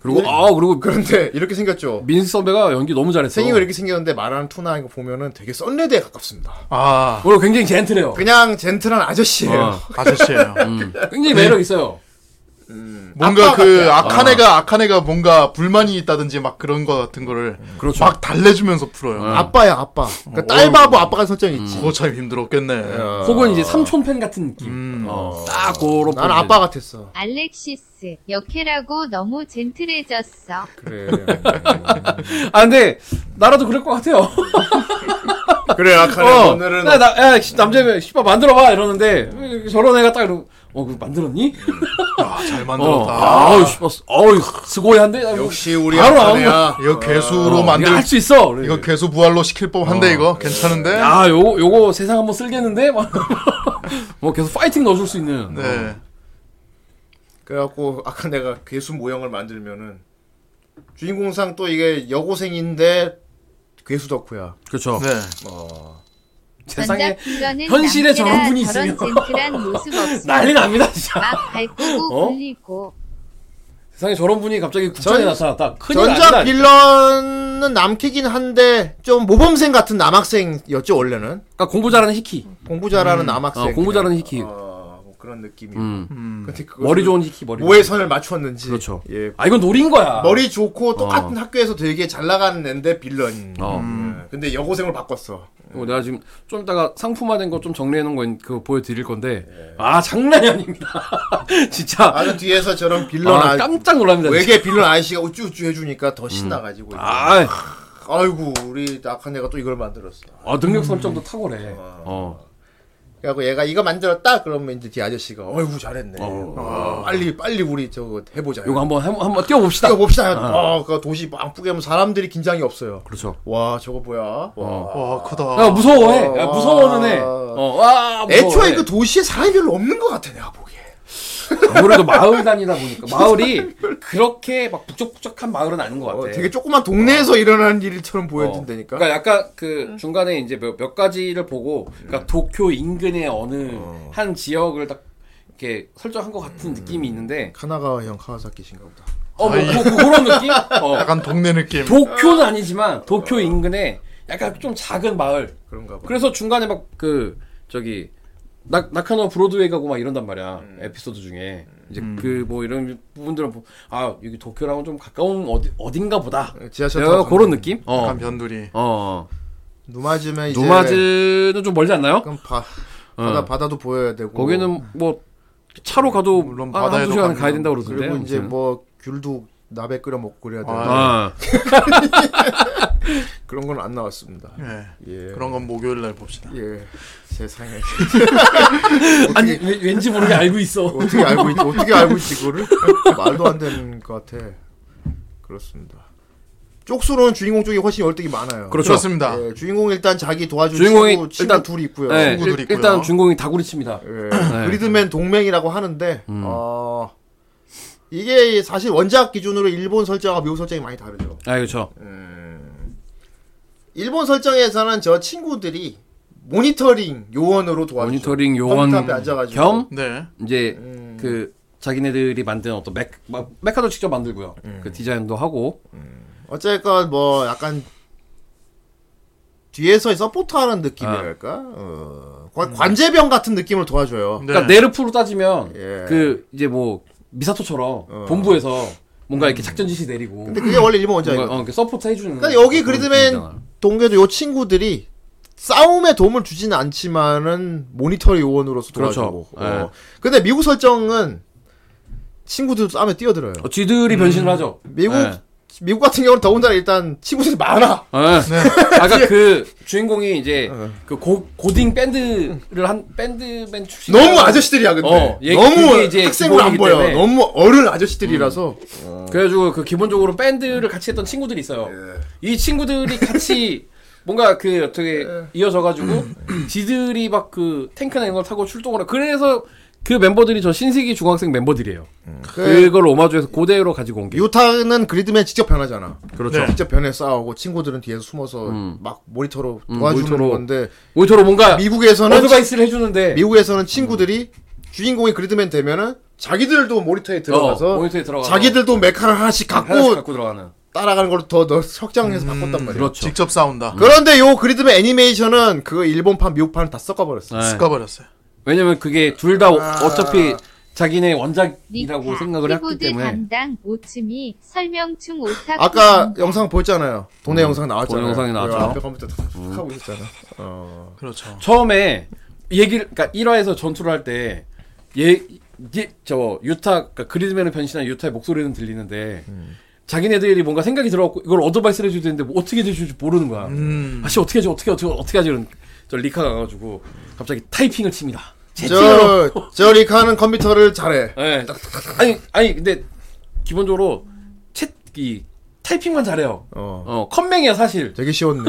S2: 그리고 아 그리고
S1: 아, 네. 그런데 네, 이렇게 생겼죠.
S2: 민수 선배가 연기 너무 잘했어.
S1: 생긴 거 이렇게 생겼는데 말하는 투나 이거 보면은 되게 썬레드에 가깝습니다.
S3: 아
S2: 오늘 굉장히 젠틀해요.
S1: 그냥 젠틀한 아저씨예요.
S2: 어,
S3: 아저씨예요.
S2: 음. 굉장히 매력 있어요.
S3: 뭔가
S1: 아빠
S3: 그 아카네가 아카네가 뭔가 불만이 있다든지 막 그런 거 같은 거를
S2: 그렇죠.
S3: 막 달래주면서 풀어요.
S2: 어. 음.
S1: 아빠야 아빠. 그러니까 딸바보 아빠 같은 설정이 있지. 어.
S3: 그거 참 힘들었겠네.
S1: 예. 아.
S2: 혹은 이제 삼촌 팬 같은 느낌.
S3: 음.
S2: 어, 딱 고로.
S1: 나는 아빠 같았어.
S4: 알렉시스 역해라고 너무 젠틀해졌어.
S1: 그래.
S2: 아 근데 나라도 그럴 것 같아요.
S1: 그래 아카네
S2: 어,
S1: 오늘은
S2: 야, 나, 야, 씨, 남자면 씨발 만들어봐 이러는데 저런 애가 딱 이러고 어 그거 만들었니?
S3: 아, 잘
S2: 어,
S3: 만들었다.
S2: 아우 씨발, 어우 스고이한데
S1: 역시 우리
S2: 바로
S1: 아카네야.
S3: 이거 괴수로 만들
S2: 할수 있어. 그래.
S3: 이거 괴수 부활로 시킬 법한데 이거 괜찮은데.
S2: 야, 요거, 요거 세상 한번 쓸겠는데? 막 뭐 계속 파이팅 넣어줄 수 있는.
S3: 네.
S1: 그래갖고 아카네가 괴수 모형을 만들면은 주인공상 또 이게 여고생인데 괴수 덕후야.
S2: 그렇죠.
S3: 네.
S2: 세상에
S4: 전작 빌런은
S2: 현실에 저런
S4: 남캐라
S2: 분이
S4: 저런
S2: 있으면
S4: 젠틀한 모습
S2: 난리
S4: 없으면
S2: 납니다, 진짜.
S4: 막 발꾸고
S2: 어?
S4: 굴리고
S2: 세상에 저런 분이 갑자기 국정에
S1: 전-
S2: 나타났다. 큰일
S1: 전작
S2: 났다.
S1: 빌런은 남캐긴 한데 좀 모범생 같은 남학생이었죠 원래는
S2: 그러니까 공부 잘하는 히키.
S1: 공부 잘하는 남학생.
S2: 어, 공부 잘하는 히키.
S1: 어, 뭐 그런 느낌이.
S2: 음.
S1: 근데 그것을
S2: 머리 좋은 히키, 머리.
S1: 뭐에 선을 맞췄는지.
S2: 그렇죠.
S1: 예.
S2: 아, 이건 노린 거야.
S1: 머리 좋고 똑같은 학교에서 되게 잘 나가는 앤데 빌런.
S2: 어.
S1: 예. 근데 여고생을 바꿨어.
S2: 어, 내가 지금 좀 이따가 상품화된 거 좀 정리해 놓은 거 그 보여드릴 건데 아 장난이 아닙니다 진짜
S1: 예. 아주 뒤에서 저런 빌런
S2: 아,
S1: 아,
S2: 깜짝 놀랍니다 진짜.
S1: 외계 빌런 아저씨가 우쭈우쭈 해주니까 더 신나가지고. 아.
S2: 아,
S1: 아이고 우리 낙한애가 또 이걸 만들었어.
S2: 아 능력 설정도 탁월해
S1: 아.
S2: 어.
S1: 그래갖고 얘가 이거 만들었다 그러면 이제 뒤 아저씨가 아이고 잘했네. 어, 빨리 빨리 우리 저거 해보자.
S2: 요거 한번 해- 한번 뛰어봅시다
S1: 이거 봅시다. 아, 그 도시 빵꾸게 하면 사람들이 긴장이 없어요.
S2: 그렇죠
S1: 와 저거 뭐야? 와.
S3: 와 크다.
S2: 야 뭐- 무서워해. 야,
S1: 어.
S2: 무서워는 해. 어, 와, 무서워해.
S1: 애초에 그 도시에 사람이 별로 없는 것 같아 내가 보기에.
S2: 아무래도 마을 다니다 보니까 마을이 그렇게 막 북적북적한 마을은 아닌 것 같아.
S1: 어, 되게 조그만 동네에서 일어나는 일처럼 보여진다니까.
S2: 네. 그러니까 약간 그 중간에 이제 몇, 몇 가지를 보고, 그러니까 도쿄 인근의 어느 한 지역을 딱 이렇게 설정한 것
S1: 음.
S2: 같은 느낌이 있는데,
S1: 카나가와 형 카와사키신가 보다.
S2: 어, 뭐 그, 그런 느낌? 어.
S3: 약간 동네 느낌.
S2: 도쿄는 아니지만 도쿄 인근에 약간 좀 작은 마을
S1: 그런가 봐.
S2: 그래서 중간에 막 그 저기 낙 낙하노 브로드웨이 가고 막 이런단 말이야
S1: 음.
S2: 에피소드 중에 이제 그 뭐 이런 부분들은 보- 아 여기 도쿄랑은 좀 가까운 어디 어딘가 보다
S1: 지하철
S2: 내가
S1: 타고
S2: 그런 느낌
S3: 약간
S2: 어어
S3: 변두리.
S1: 누마즈면 이제
S2: 노마즈는 좀 멀지 않나요?
S1: 그럼 바 바다 바다도 보여야 되고.
S2: 어. 거기는 뭐 차로 가도 아,
S3: 물론
S2: 한, 한두
S3: 바다에도
S2: 시간
S3: 가면-
S2: 가야 된다 고 그러던데
S1: 그리고 이제
S2: 아무튼.
S1: 뭐 귤도 나베 끓여 먹고 그래야 되고
S3: 아.
S2: 아,
S1: 그런 건 안 나왔습니다.
S3: 예.
S1: 예.
S3: 그런 건 목요일 날 봅시다.
S1: 예. 세상에 네.
S2: 아니 그 왜- 왠지 모르게 알고 있어
S1: 어떻게 알고 있지? 어떻게 알고 있지 그거를? 말도 안 되는 것 같아. 그렇습니다. 쪽수로는 주인공 쪽이 훨씬 열등이 많아요.
S2: 그렇죠
S3: 그렇습니다.
S1: 예, 주인공 일단 자기 도와주는
S2: 주인공이
S1: 친구, 친구
S2: 일단-
S1: 둘이 있고요.
S2: 네,
S3: 친구들이
S2: 일-
S3: 있고요.
S2: 일단 주인공이 다구리칩니다
S1: 예, 그리드맨 동맹이라고 하는데 어, 이게 사실 원작 기준으로 일본 설정과 미국 설정이 많이 다르죠.
S2: 아 그렇죠
S1: 네. 일본 설정에서는 저 친구들이 모니터링 요원으로 도와주죠.
S2: 모니터링 요원
S1: 컴퓨터 앞에 앉아가지고. 음.
S2: 겸
S3: 네.
S2: 이제 그 자기네들이 만든 어떤 맥 막, 메카도 직접 만들고요.
S1: 음.
S2: 그 디자인도 하고
S1: 어쨌건 뭐 약간 뒤에서 서포트하는 느낌이랄까
S2: 아.
S1: 어, 관- 관제병 같은 느낌을 도와줘요.
S3: 네.
S2: 그러니까 네르프로 따지면
S1: 예. 어.
S2: 그 이제 뭐 미사토처럼 본부에서 뭔가 이렇게 작전 지시 내리고
S1: 음. 근데 그게 원래 일본 원작이에요.
S2: 뭔가 어, 이렇게 서포트 해주는.
S1: 그러니까 여기
S2: 그런
S1: 그리드맨
S2: 느낌이잖아.
S1: 동료도 요 친구들이 싸움에 도움을 주지는 않지만은 모니터 요원으로서 도와주고.
S2: 그렇죠.
S1: 어.
S2: 예.
S1: 근데 미국 설정은 친구들도 싸움에 뛰어들어요.
S2: 어, 쥐들이 변신을 하죠.
S1: 음. 미국
S2: 예.
S1: 미국 같은 경우는 더군다나 일단 친구들이 많아.
S2: 예.
S1: 네.
S2: 아까 그 주인공이 이제 그 고, 고딩 밴드를 한 밴드맨 출신
S1: 너무 아저씨들이야 근데
S2: 어, 얘-
S1: 너무
S2: 그게 이제
S1: 학생으로 안
S2: 기본이기
S1: 보여.
S2: 때문에. 음.
S1: 너무 어른 아저씨들이라서
S2: 그래가지고 그 기본적으로 밴드를 같이 했던 친구들이 있어요.
S1: 예.
S2: 이 친구들이 같이 뭔가 그
S1: 예. 음.
S2: 어떻게 이어져가지고 지들이 막 그 탱크나 이런 걸 타고 출동을 하 그래서 그 멤버들이 저 신세기 중학생 멤버들이에요.
S1: 그
S2: 그걸 오마주에서 그대로 가지고 온 게.
S1: 예. 요타는 그리드맨 직접 변하잖아.
S2: 그렇죠.
S5: 네.
S1: 직접 변해 싸우고 친구들은 뒤에서 숨어서 막 모니터로 도와주는
S2: 음. 모니터로.
S1: 건데
S2: 오히려 뭔가
S1: 미국에서는
S2: 어드바이스를 해주는데
S1: 미국에서는 친구들이 주인공이 그리드맨 되면은 자기들도 모니터에 들어가서,
S2: 어, 모니터에 들어가서.
S1: 자기들도 메카를 하나씩 갖고
S2: 하나씩 갖고 들어가는.
S1: 따라가는 걸로 더, 더 확장해서 바꿨단 말이야.
S2: 그렇죠.
S3: 직접 싸운다.
S1: 그런데 요 그리드맨 애니메이션은 그 일본판 미국판을 다 섞어버렸어.
S2: 네.
S3: 섞어버렸어요.
S2: 왜냐면 그게 둘 다
S1: 아.
S2: 어차피 자기네 원작이라고 생각을 했기
S4: 키보드
S2: 때문에
S4: 담당 오츠미 설명충 오타쿠
S1: 아까 영상 보였잖아요. 도내 영상 나왔잖아요.
S2: 도내 음, 영상이 나왔죠.
S1: 그 앞에 컴퓨터 탁탁 하고 있었잖아. 어.
S3: 그렇죠.
S2: 처음에 얘기를 그러니까 1화에서 전투를 할때얘저 유타 그러니까 그리드맨을 변신한 유타의 목소리는 들리는데 자기네들이 뭔가 생각이 들어갖고 이걸 어드바이스를 해줘야 되는데 뭐 어떻게 해줄지 모르는 거야.
S1: 음.
S2: 아씨 어떻게 하지 어떻게 어떻게 어떻게 하지 이런 저 리카가 가가지고 갑자기 타이핑을 칩니다. 채팅으로.
S1: 저, 저 리카는 컴퓨터를 잘해.
S2: 예. 아니 아니 근데 기본적으로 채이 타이핑만 잘해요.
S1: 어.
S2: 어 컴맹이야 사실.
S1: 되게 쉬웠네.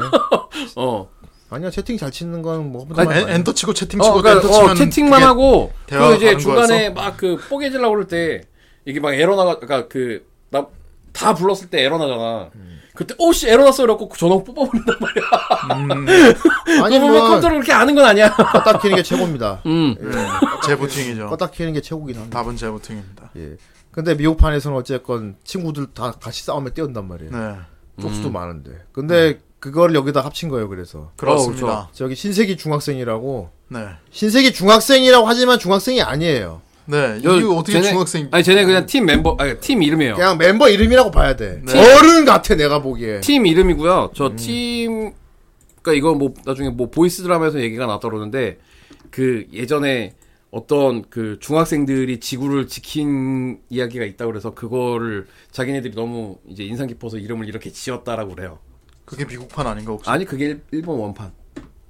S2: 어.
S1: 아니야, 채팅 잘 치는 건뭐
S3: 뭐 엔- 엔터 치고 채팅 치고
S2: 어, 그러니까,
S3: 엔터 치면
S2: 어, 채팅만
S3: 그게
S2: 하고
S3: 대화가
S2: 그리고 이제
S3: 가는
S2: 중간에
S3: 거였어?
S2: 막 그 뽀개질라고 그럴 때 이게 막 에러 나가 그러니까 그나 다 불렀을 때 에러 나잖아.
S3: 음.
S2: 그때 오씨 에러 났어 이러고 전화 뽑아버린단 말이야.
S1: 아니,
S2: 아니 뭐
S1: 뭐,
S2: 컴퓨터를 그렇게 아는 건 아니야.
S1: 껐다 키는 게 최고입니다.
S2: 음.
S3: 네,
S2: 어,
S3: 재부팅이죠.
S1: 껐다 키는 게 최고긴 한데.
S3: 답은 재부팅입니다.
S1: 예. 근데 미국판에서는 어쨌건 친구들 다 같이 싸움에 뛰었단
S2: 예.
S1: 말이에요.
S3: 네.
S2: 어, 음.
S1: 쪽수도 많은데. 근데
S2: 네.
S1: 그걸 여기다 합친 거예요, 그래서.
S3: 그렇습니다.
S2: 그렇죠.
S1: 저기 신세기 중학생이라고.
S3: 네.
S1: 신세기 중학생이라고 하지만 중학생이 아니에요.
S3: 네. 이거 어떻게
S2: 쟤네-
S3: 중학생 음.
S2: 아니 쟤네 그냥 팀 멤버 아니 팀 이름이에요.
S1: 그냥 멤버 이름이라고 봐야 돼.
S3: 네.
S1: 어른 같아, 내가 보기에.
S2: 네. 팀 이름이고요.
S1: 음.
S2: 저 팀 그러니까 이거 뭐 나중에 뭐 보이스 드라마에서 얘기가 나왔다 그러는데 그 예전에 어떤 그 중학생들이 지구를 지킨 이야기가 있다 그래서 그거를 자기네들이 너무 이제 인상 깊어서 이름을 이렇게 지었다라고 그래요.
S3: 그게 미국판 아닌가 혹시?
S2: 아니 그게 일- 일본 원판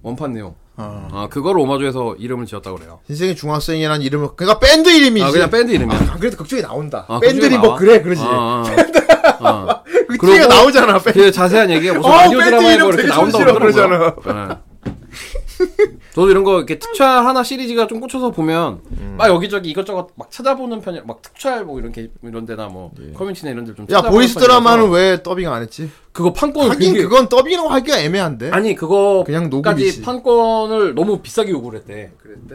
S2: 원판 내용.
S3: 아.
S2: 아 그걸 오마주에서 이름을 지었다 그래요.
S1: 신세기 중학생이라는 이름을, 그러니까 밴드 이름이지.
S2: 아 그냥 밴드 이름이야.
S1: 안 그래도 극중에 나온다.
S2: 아,
S1: 밴드리
S2: 그중에
S1: 뭐
S2: 나와?
S1: 그래 그러지.
S2: 아, 아, 아.
S1: 그
S2: 그리고-
S1: 뒤에 나오잖아. 밴드.
S2: 그 자세한 얘기가 무슨
S1: 어,
S2: 라디오
S1: 밴드
S2: 드라마에
S1: 이름
S2: 뭐 이렇게
S1: 되게
S2: 나온다고
S1: 촌스러워
S2: 그러더라고요. 예. 저도 이런 거 이렇게 특촬 하나 시리즈가 좀 꽂혀서 보면
S1: 음.
S2: 막 여기저기 이것저것 막 찾아보는 편이 막 특촬 뭐 이런 게 이런 데나 뭐 커뮤니티나 이런 데를 좀
S1: 예. 야
S2: 찾아보는
S1: 보이스 드라마는
S2: 편이라서
S1: 왜 더빙 안 했지?
S2: 그거 판권
S1: 하긴
S2: 되게-
S1: 그건 더빙이라고 하기가 애매한데.
S2: 아니 그거
S1: 그냥 녹음이지.
S2: 까지 판권을 너무 비싸게 요구를 했대.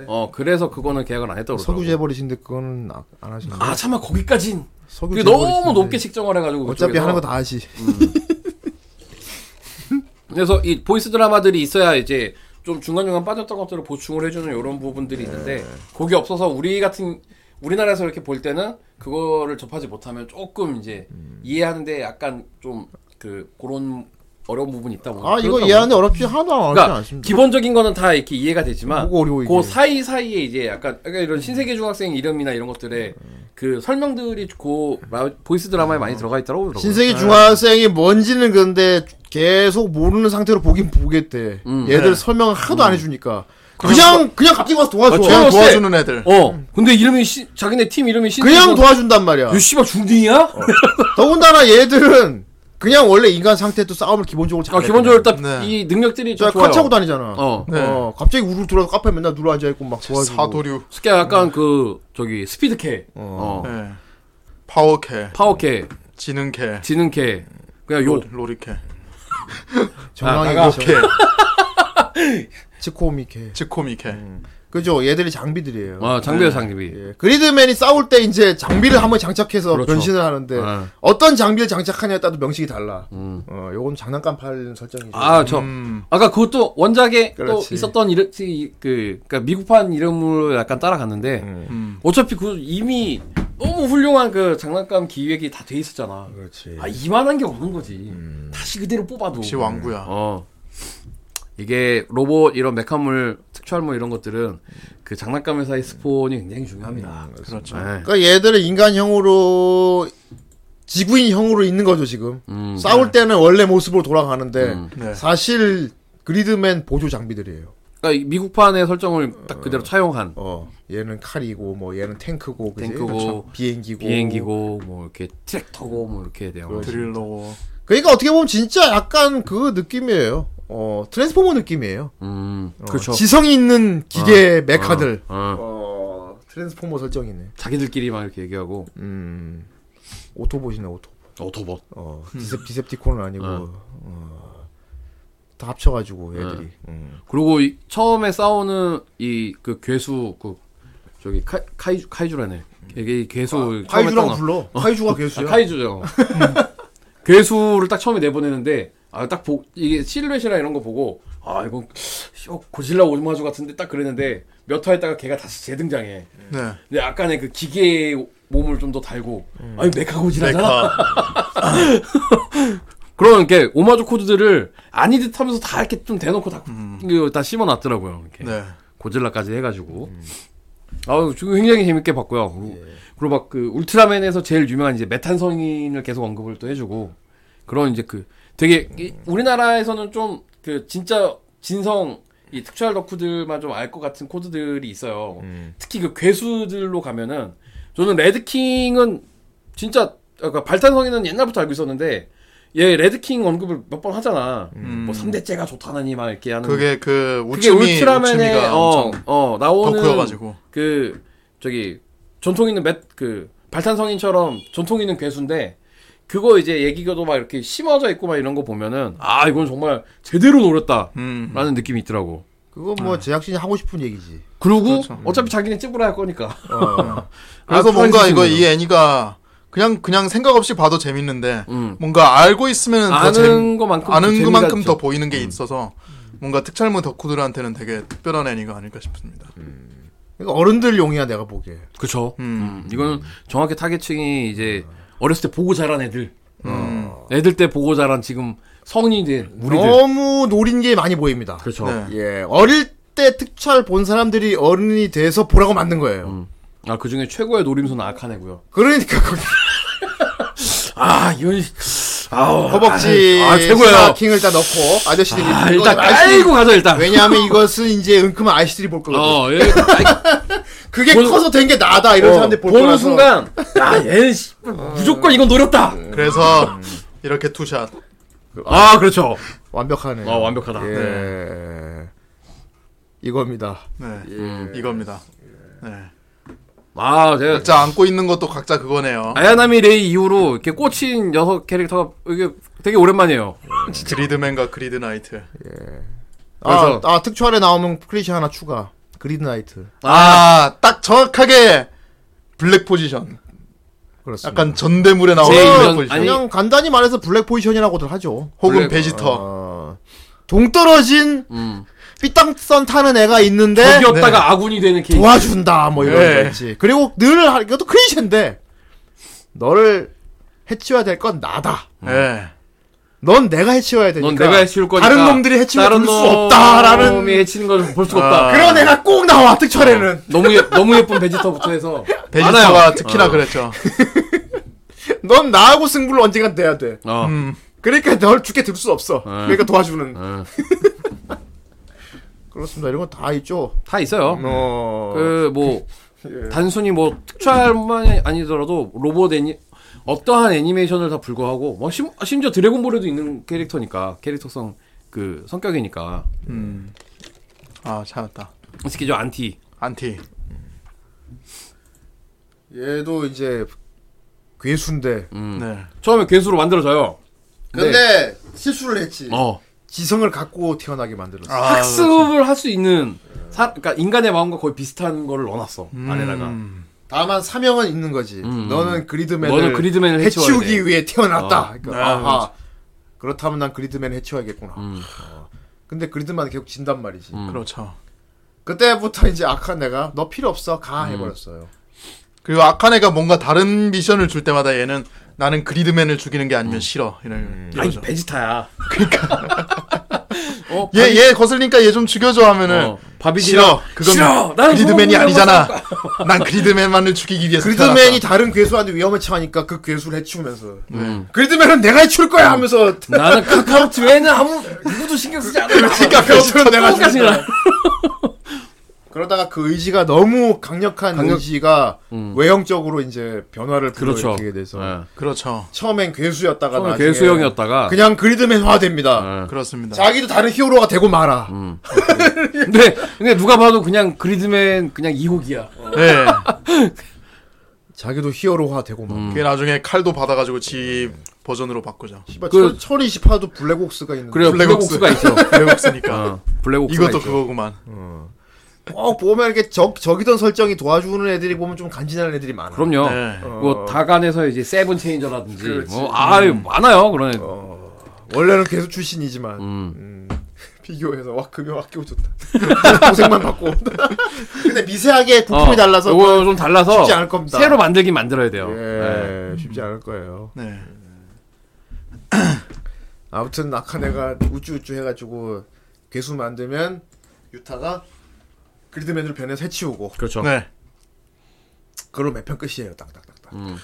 S2: 어 그래서 그거는 계약을 안 했다고
S1: 서구
S2: 그러더라고.
S1: 재벌이신데 그거는 아- 안 하시네.
S2: 아 참아 거기까진
S1: 서구
S2: 그게
S1: 재벌이신데.
S2: 너무 높게 음, 측정을 해가지고
S1: 어차피
S2: 그쪽에서.
S1: 하는 거 다 하지.
S2: 그래서 이 보이스 드라마들이 있어야 이제 좀 중간중간 빠졌던 것들을 보충을 해주는 이런 부분들이 있는데
S1: 예.
S2: 그게 없어서 우리 같은 우리나라에서 이렇게 볼 때는 그거를 접하지 못하면 조금 이제
S1: 음.
S2: 이해하는데 약간 좀 그 그런 어려운 부분이 있다 보니까
S1: 아 이거
S2: 그렇다고.
S1: 이해하는데 어렵지 하나도 안 어렵지
S2: 그러니까
S1: 않습니다.
S2: 기본적인 거는 다 이렇게 이해가 되지만
S1: 뭐가 어려워,
S2: 그
S1: 이게. 음.
S2: 사이 사이에 이제 약간 약간 이런 신세계 중학생 이름이나 이런 것들에 그 설명들이 그 라- 보이스 드라마에 많이 들어가 있더라고요.
S1: 아. 신세계 중학생이 뭔지는 근데 계속 모르는 상태로 보긴 보겠대.
S2: 음,
S1: 얘들
S2: 네.
S1: 설명을 하나도 안 해주니까. 그냥 그냥 갑자기 와서 도와줘.
S2: 뭐- 아,
S3: 그냥
S2: 최고 세.
S3: 도와주는 애들.
S2: 어 근데 이름이 신- 자기네 팀 이름이 신세계
S1: 그냥
S2: 중-
S1: 도와준단 말이야.
S2: 요 씨발 중딩이야?
S1: 어,
S2: 아,
S1: 더군다나 얘들은 그냥 원래 인간 상태도 싸움을 기본적으로 잘.
S2: 아, 기본적으로 일단
S3: 네.
S2: 이 능력들이 좀
S1: 저
S2: 좋아요.
S1: 카차고 다니잖아.
S2: 어.
S3: 네.
S1: 어, 갑자기 우르르 들어와서 카페 맨날 누워 앉아 있고 막 도와주고.
S3: 사도류.
S2: 특히 약간 그 저기 스피드 캐, 어.
S3: 네. 파워캐,
S2: 파워 캐,
S3: 지능캐,
S2: 지능 캐, 그냥
S1: 음.
S2: 요
S3: 로리캐,
S1: 정황이
S2: 아,
S1: 아,
S3: 캐,
S1: 치코미케.
S3: 지코미캐.
S2: 음.
S1: 그죠? 얘들이 장비들이에요.
S2: 아, 장비의 장비.
S1: 예. 그리드맨이 싸울 때 이제 장비를 한번 장착해서
S2: 그렇죠.
S1: 변신을 하는데
S2: 아.
S1: 어떤 장비를 장착하냐에 따라 명칭이 달라. 어, 요건 장난감 팔 설정이죠.
S2: 음. 아, 저
S3: 음.
S2: 아까 그것도 원작에
S1: 그렇지.
S2: 또 있었던 이름 그 그러니까 미국판 이름으로 약간 따라갔는데
S3: 음.
S2: 어차피 그 이미 너무 훌륭한 그 장난감 기획이 다 돼 있었잖아.
S1: 그렇지.
S2: 아, 이만한 게 없는 거지.
S1: 음.
S2: 다시 그대로 뽑아도.
S3: 역시 왕구야.
S2: 어. 이게 로봇 이런 메카물 특촬물 이런 것들은 그 장난감 회사의 스폰이 굉장히 중요합니다.
S3: 그렇죠.
S2: 네.
S1: 음, 그러니까 얘들은 인간형으로 지구인형으로 있는 거죠 지금.
S2: 음.
S1: 싸울 때는 원래 모습으로 돌아가는데
S2: 음.
S3: 네.
S1: 사실 그리드맨 보조 장비들이에요.
S2: 그러니까 이 미국판의 설정을 딱 그대로 차용한
S1: 어, 얘는 칼이고 뭐 얘는 탱크고 그지?
S2: 탱크고,
S1: 그렇죠. 비행기고
S2: 비행기고 뭐 이렇게 트랙터고 뭐 이렇게 돼요.
S1: 그렇죠.
S3: 드릴러고.
S1: 그러니까 어떻게 보면 진짜 약간 그 느낌이에요. 어, 트랜스포머 느낌이에요.
S2: 음.
S1: 어,
S2: 그렇죠.
S1: 지성이 있는 기계 메카들.
S2: 어.
S1: 어, 트랜스포머 설정이네.
S2: 자기들끼리 막 이렇게 얘기하고
S1: 음. 오토봇이네, 오토.
S2: 어토봇
S1: 어.
S2: 음.
S1: 디셉 디셉티콘은 아니고 어. 다 합쳐 가지고 애들이.
S2: 네.
S1: 음.
S2: 그리고 이, 처음에 싸우는 이 그 괴수 그 저기 카, 카이주 카이주라네 이게 이 괴수
S1: 음.
S2: 처음에
S1: 아, 카이주라고
S2: 딱
S1: 불러. 카이주가
S2: 나-
S1: 괴수야.
S2: 아, 카이주죠 음. 괴수를 딱 처음에 내보내는데 아딱 보 이게 실루엣이나 이런 거 보고 아 이거 쇼 고질라 오마주 같은데 딱 그랬는데 몇 화 있다가 걔가 다시 재등장해
S3: 네.
S2: 근데 약간의 그 기계의 몸을 좀 더 달고 아니 메카 고질라잖아
S3: 음. 네, 메카.
S2: 그런 게 오마주 코드들을 아니 듯하면서 다 이렇게 좀 대놓고 다, 이거 다 심어놨더라고요. 이렇게
S3: 음. 네.
S2: 고질라까지 해가지고. 아우 지금 굉장히 재밌게 봤고요. 우- 그리고 막 그 울트라맨에서 제일 유명한 이제 메탄 성인을 계속 언급을 또 해주고 그런 이제 그 되게 이- 우리나라에서는 좀 그 진짜 진성 이 특촬 덕후들만 좀 알 것 같은 코드들이 있어요. 특히 그 괴수들로 가면은 저는 레드킹은 진짜 그러니까 발탄성인은 옛날부터 알고 있었는데 얘 레드킹 언급을 몇 번 하잖아. 뭐 3대째가 좋다느니 막 이렇게 하는
S3: 그게 그
S2: 음. 그게
S3: 우츠미
S2: 울트라맨의
S3: 우츠미가
S2: 어,
S3: 엄청
S2: 어 나오는
S3: 덕후여가지고.
S2: 그 저기 전통 있는 맷그 발탄성인처럼 전통 있는 괴수인데 그거 이제 얘기가도 막 이렇게 심어져 있고 막 이런 거 보면은 아 이건 정말 제대로 노렸다라는
S3: 음.
S2: 느낌이 있더라고.
S1: 그건
S2: 어.
S1: 뭐 제작진이 하고 싶은 얘기지.
S2: 그리고
S3: 그렇죠. 음.
S2: 어차피 자기네 찌부라 할 거니까.
S1: 어.
S3: 그래서
S2: 아,
S3: 뭔가
S2: 프랑스
S3: 이거 이
S2: 친구들.
S3: 애니가 그냥 그냥 생각 없이 봐도 재밌는데
S2: 음.
S3: 뭔가 알고 있으면 더 재밌.
S2: 아는 것만큼
S3: 아는
S2: 재미가 음.
S3: 그만큼
S2: 있죠.
S3: 더 보이는 게 있어서 뭔가 특촬물 덕후들한테는 되게 특별한 애니가 아닐까 싶습니다.
S2: 음.
S1: 이거 그러니까 어른들용이야 내가 보기에.
S2: 그쵸.
S3: 음.
S2: 음, 이거는 정확히 타겟층이 이제 어렸을 때 보고 자란 애들.
S3: 음.
S2: 어, 애들 때 보고 자란 지금 성인들, 우리들.
S3: 어?
S1: 너무 노린 게 많이 보입니다.
S2: 그렇죠.
S3: 네.
S1: 예. 어릴 때 특촬 본 사람들이 어른이 돼서 보라고 만든 거예요.
S2: 아, 그 중에 최고의 노림수는 아카네고요
S1: 그러니까 거기
S2: 아, 이건, 아우.
S1: 허벅지
S2: 아, 최고야.
S1: 스나킹을 다 넣고 아저씨들이
S2: 아,
S1: 이거
S2: 일단
S1: 아저씨들이-
S2: 깔고 가자, 일단.
S1: 왜냐하면 이것은 이제 은큼한 아이씨들이 볼 거거든.
S2: 어, 예. 아이,
S1: 그게
S2: 본-
S1: 커서 된 게 나다 이런
S2: 어,
S1: 사람들이 볼
S2: 보는
S1: 거라서.
S2: 순간, 야, 아, 얘는 씨, 무조건 이건 노렸다! 음.
S3: 그래서 이렇게 투샷.
S2: 아, 그렇죠.
S1: 완벽하네.
S2: 아, 완벽하다. 네.
S1: 예. 이겁니다.
S3: 네.
S2: 예.
S3: 이겁니다. 네.
S2: 아, 제가
S3: 각자 안고 있는 것도 각자 그거네요.
S2: 아야나미 레이 이후로 이렇게 꽂힌 여섯 캐릭터가 이게 되게 오랜만이에요.
S3: 그리드맨과 그리드나이트.
S1: 아,
S2: 그래서-
S1: 아 특촬에 나오면 클리셰 하나 추가. 그리드나이트.
S3: 아, 딱 정확하게 블랙 포지션.
S1: 그렇습니다.
S3: 약간 전대물에 나오는
S2: 음. 제일
S3: 블랙
S2: 이런-
S3: 포지션.
S2: 아니-
S1: 그냥 간단히 말해서 블랙 포지션이라고들 하죠.
S3: 혹은
S2: 블랙-
S3: 베지터.
S1: 어, 동떨어진
S2: 음.
S1: 삐땅선 타는 애가 있는데
S2: 적이었다가 아군이 되는 케이스.
S1: 도와준다 뭐 이런
S3: 네.
S1: 거 있지. 그리고 늘 하- 이것도 클리셰인데 너를 해치워야 될 건 나다.
S3: 예.
S2: 음.
S1: 넌 내가 해치워야 되니까.
S2: 넌 내가 해치울 거니까
S1: 다른 놈들이 해치면
S2: 다른
S1: 줄수
S2: 놈이
S1: 없다라는
S2: 해치는 걸 볼 수가
S3: 아.
S2: 없다.
S1: 그런 애가 꼭 나와 특촬에는.
S2: 너무 예, 너무 예쁜 베지터부터 해서
S3: 베지터가
S2: 많아요. 어.
S3: 특히나 그랬죠.
S1: 넌 나하고 승부를 언젠간 내야 돼.
S2: 어.
S1: 그러니까 널 죽게 들 수 없어.
S2: 아.
S1: 그러니까 도와주는.
S2: 어.
S1: 그렇습니다. 이런 건 다 있죠.
S2: 다 있어요.
S1: 어.
S2: 그 뭐 단순히 뭐 특촬만이 아니더라도 로봇 애니 어떠한 애니메이션을 다 불구하고 뭐 심, 심지어 드래곤볼에도 있는 캐릭터니까 캐릭터성 그 성격이니까
S3: 아, 참았다.
S2: 특히 저 안티
S3: 안티.
S1: 얘도 이제 괴수인데.
S3: 네.
S2: 처음에 괴수로 만들어져요.
S1: 근데 실수를 했지.
S2: 어
S1: 지성을 갖고 태어나게 만들었어.
S3: 아,
S2: 학습을 할 수 있는 사, 그러니까 인간의 마음과 거의 비슷한 거를 넣어놨어 음. 아래다가
S1: 다만 사명은 있는 거지. 너는 그리드맨을,
S2: 음, 너는 그리드맨을 해치워야 돼.
S1: 해치우기 위해 태어났다. 그러니까
S3: 네,
S1: 아하. 그렇다면 난 그리드맨을 해치워야겠구나.
S2: 음.
S1: 어. 근데 그리드만 계속 진단 말이지.
S3: 그렇죠.
S1: 그때부터 이제 악한 내가 너 필요 없어
S2: 음.
S1: 가 해버렸어요.
S3: 그리고 아카네가 뭔가 다른 미션을 줄 때마다 얘는 나는 그리드맨을 죽이는 게 아니면 싫어. 이런.
S2: 음.
S3: 음.
S2: 아니
S3: 이러죠.
S2: 베지타야. 그러니까. 어,
S3: 얘, 얘 거슬리니까 얘 좀 죽여줘 하면은
S2: 어, 바비디가
S3: 예, 싫어. 그건
S2: 싫어! 나는
S3: 그리드맨이
S2: 그런 거
S3: 아니잖아. 난 그리드맨만을 죽이기 위해서
S1: 그리드맨이
S3: 태어났다.
S1: 다른 괴수한테 위험에 처하니까 그 괴수를 해치우면서
S2: 음.
S1: 그리드맨은 내가 해치울 거야 하면서
S2: 나는 카카오트 외에는 아무 누구도 신경 쓰지 않아. 음.
S1: 그러니까 괴수는 내가 해치울 거야. 그러다가 그 의지가 너무 강력한
S2: 강력-
S1: 의지가
S2: 음.
S1: 외형적으로 이제 변화를
S2: 그렇죠.
S1: 불러일으키게 돼서
S2: 예.
S3: 그렇죠.
S1: 처음엔 괴수였다가
S2: 처음에
S1: 나중에
S2: 괴수형이었다가
S1: 그냥 그리드맨화됩니다.
S2: 예.
S3: 그렇습니다.
S1: 자기도 다른 히어로가 되고 마라.
S2: 음. 근데 근데 누가 봐도 그냥 그리드맨 그냥 2호기야.
S3: 네.
S2: 음.
S1: 자기도 히어로화 되고 마라.
S3: 그게 나중에 칼도 받아가지고 지
S2: 음.
S3: 버전으로 바꾸죠.
S1: 씨발,
S2: 그-
S1: 철, 철이 시파도 블랙옥스가 있는.
S2: 그래요.
S3: 블랙옥스.
S2: 블랙옥스가 있어.
S3: 블랙옥스니까.
S2: 어, 블랙옥스.
S3: 이것도 그거구만.
S1: 어, 보면 이렇게 적, 적이던 설정이 도와주는 애들이 보면 좀 간지나는 애들이 많아.
S2: 그럼요.
S3: 네.
S2: 뭐 다간에서 이제 세븐 체인저라든지 뭐아 많아요. 그런 어.
S1: 원래는 괴수 출신이지만.
S2: 음.
S1: 음. 비교해서 와 금액 아끼고 좋다. 고생만 받고. 근데 미세하게 부품이
S2: 어,
S1: 달라서
S2: 이거 좀 달라서
S1: 쉽지 않을 겁니다.
S2: 새로 만들긴 만들어야 돼요. 예.
S1: 예, 쉽지 않을 거예요.
S3: 네.
S1: 아무튼 아카네가 우쭈우쭈 해가지고 괴수 만들면 유타가 그리드맨으로 변해서 해치우고
S2: 그렇죠.
S3: 네.
S1: 그로 매편 끝이에요. 딱딱딱딱.
S2: 음.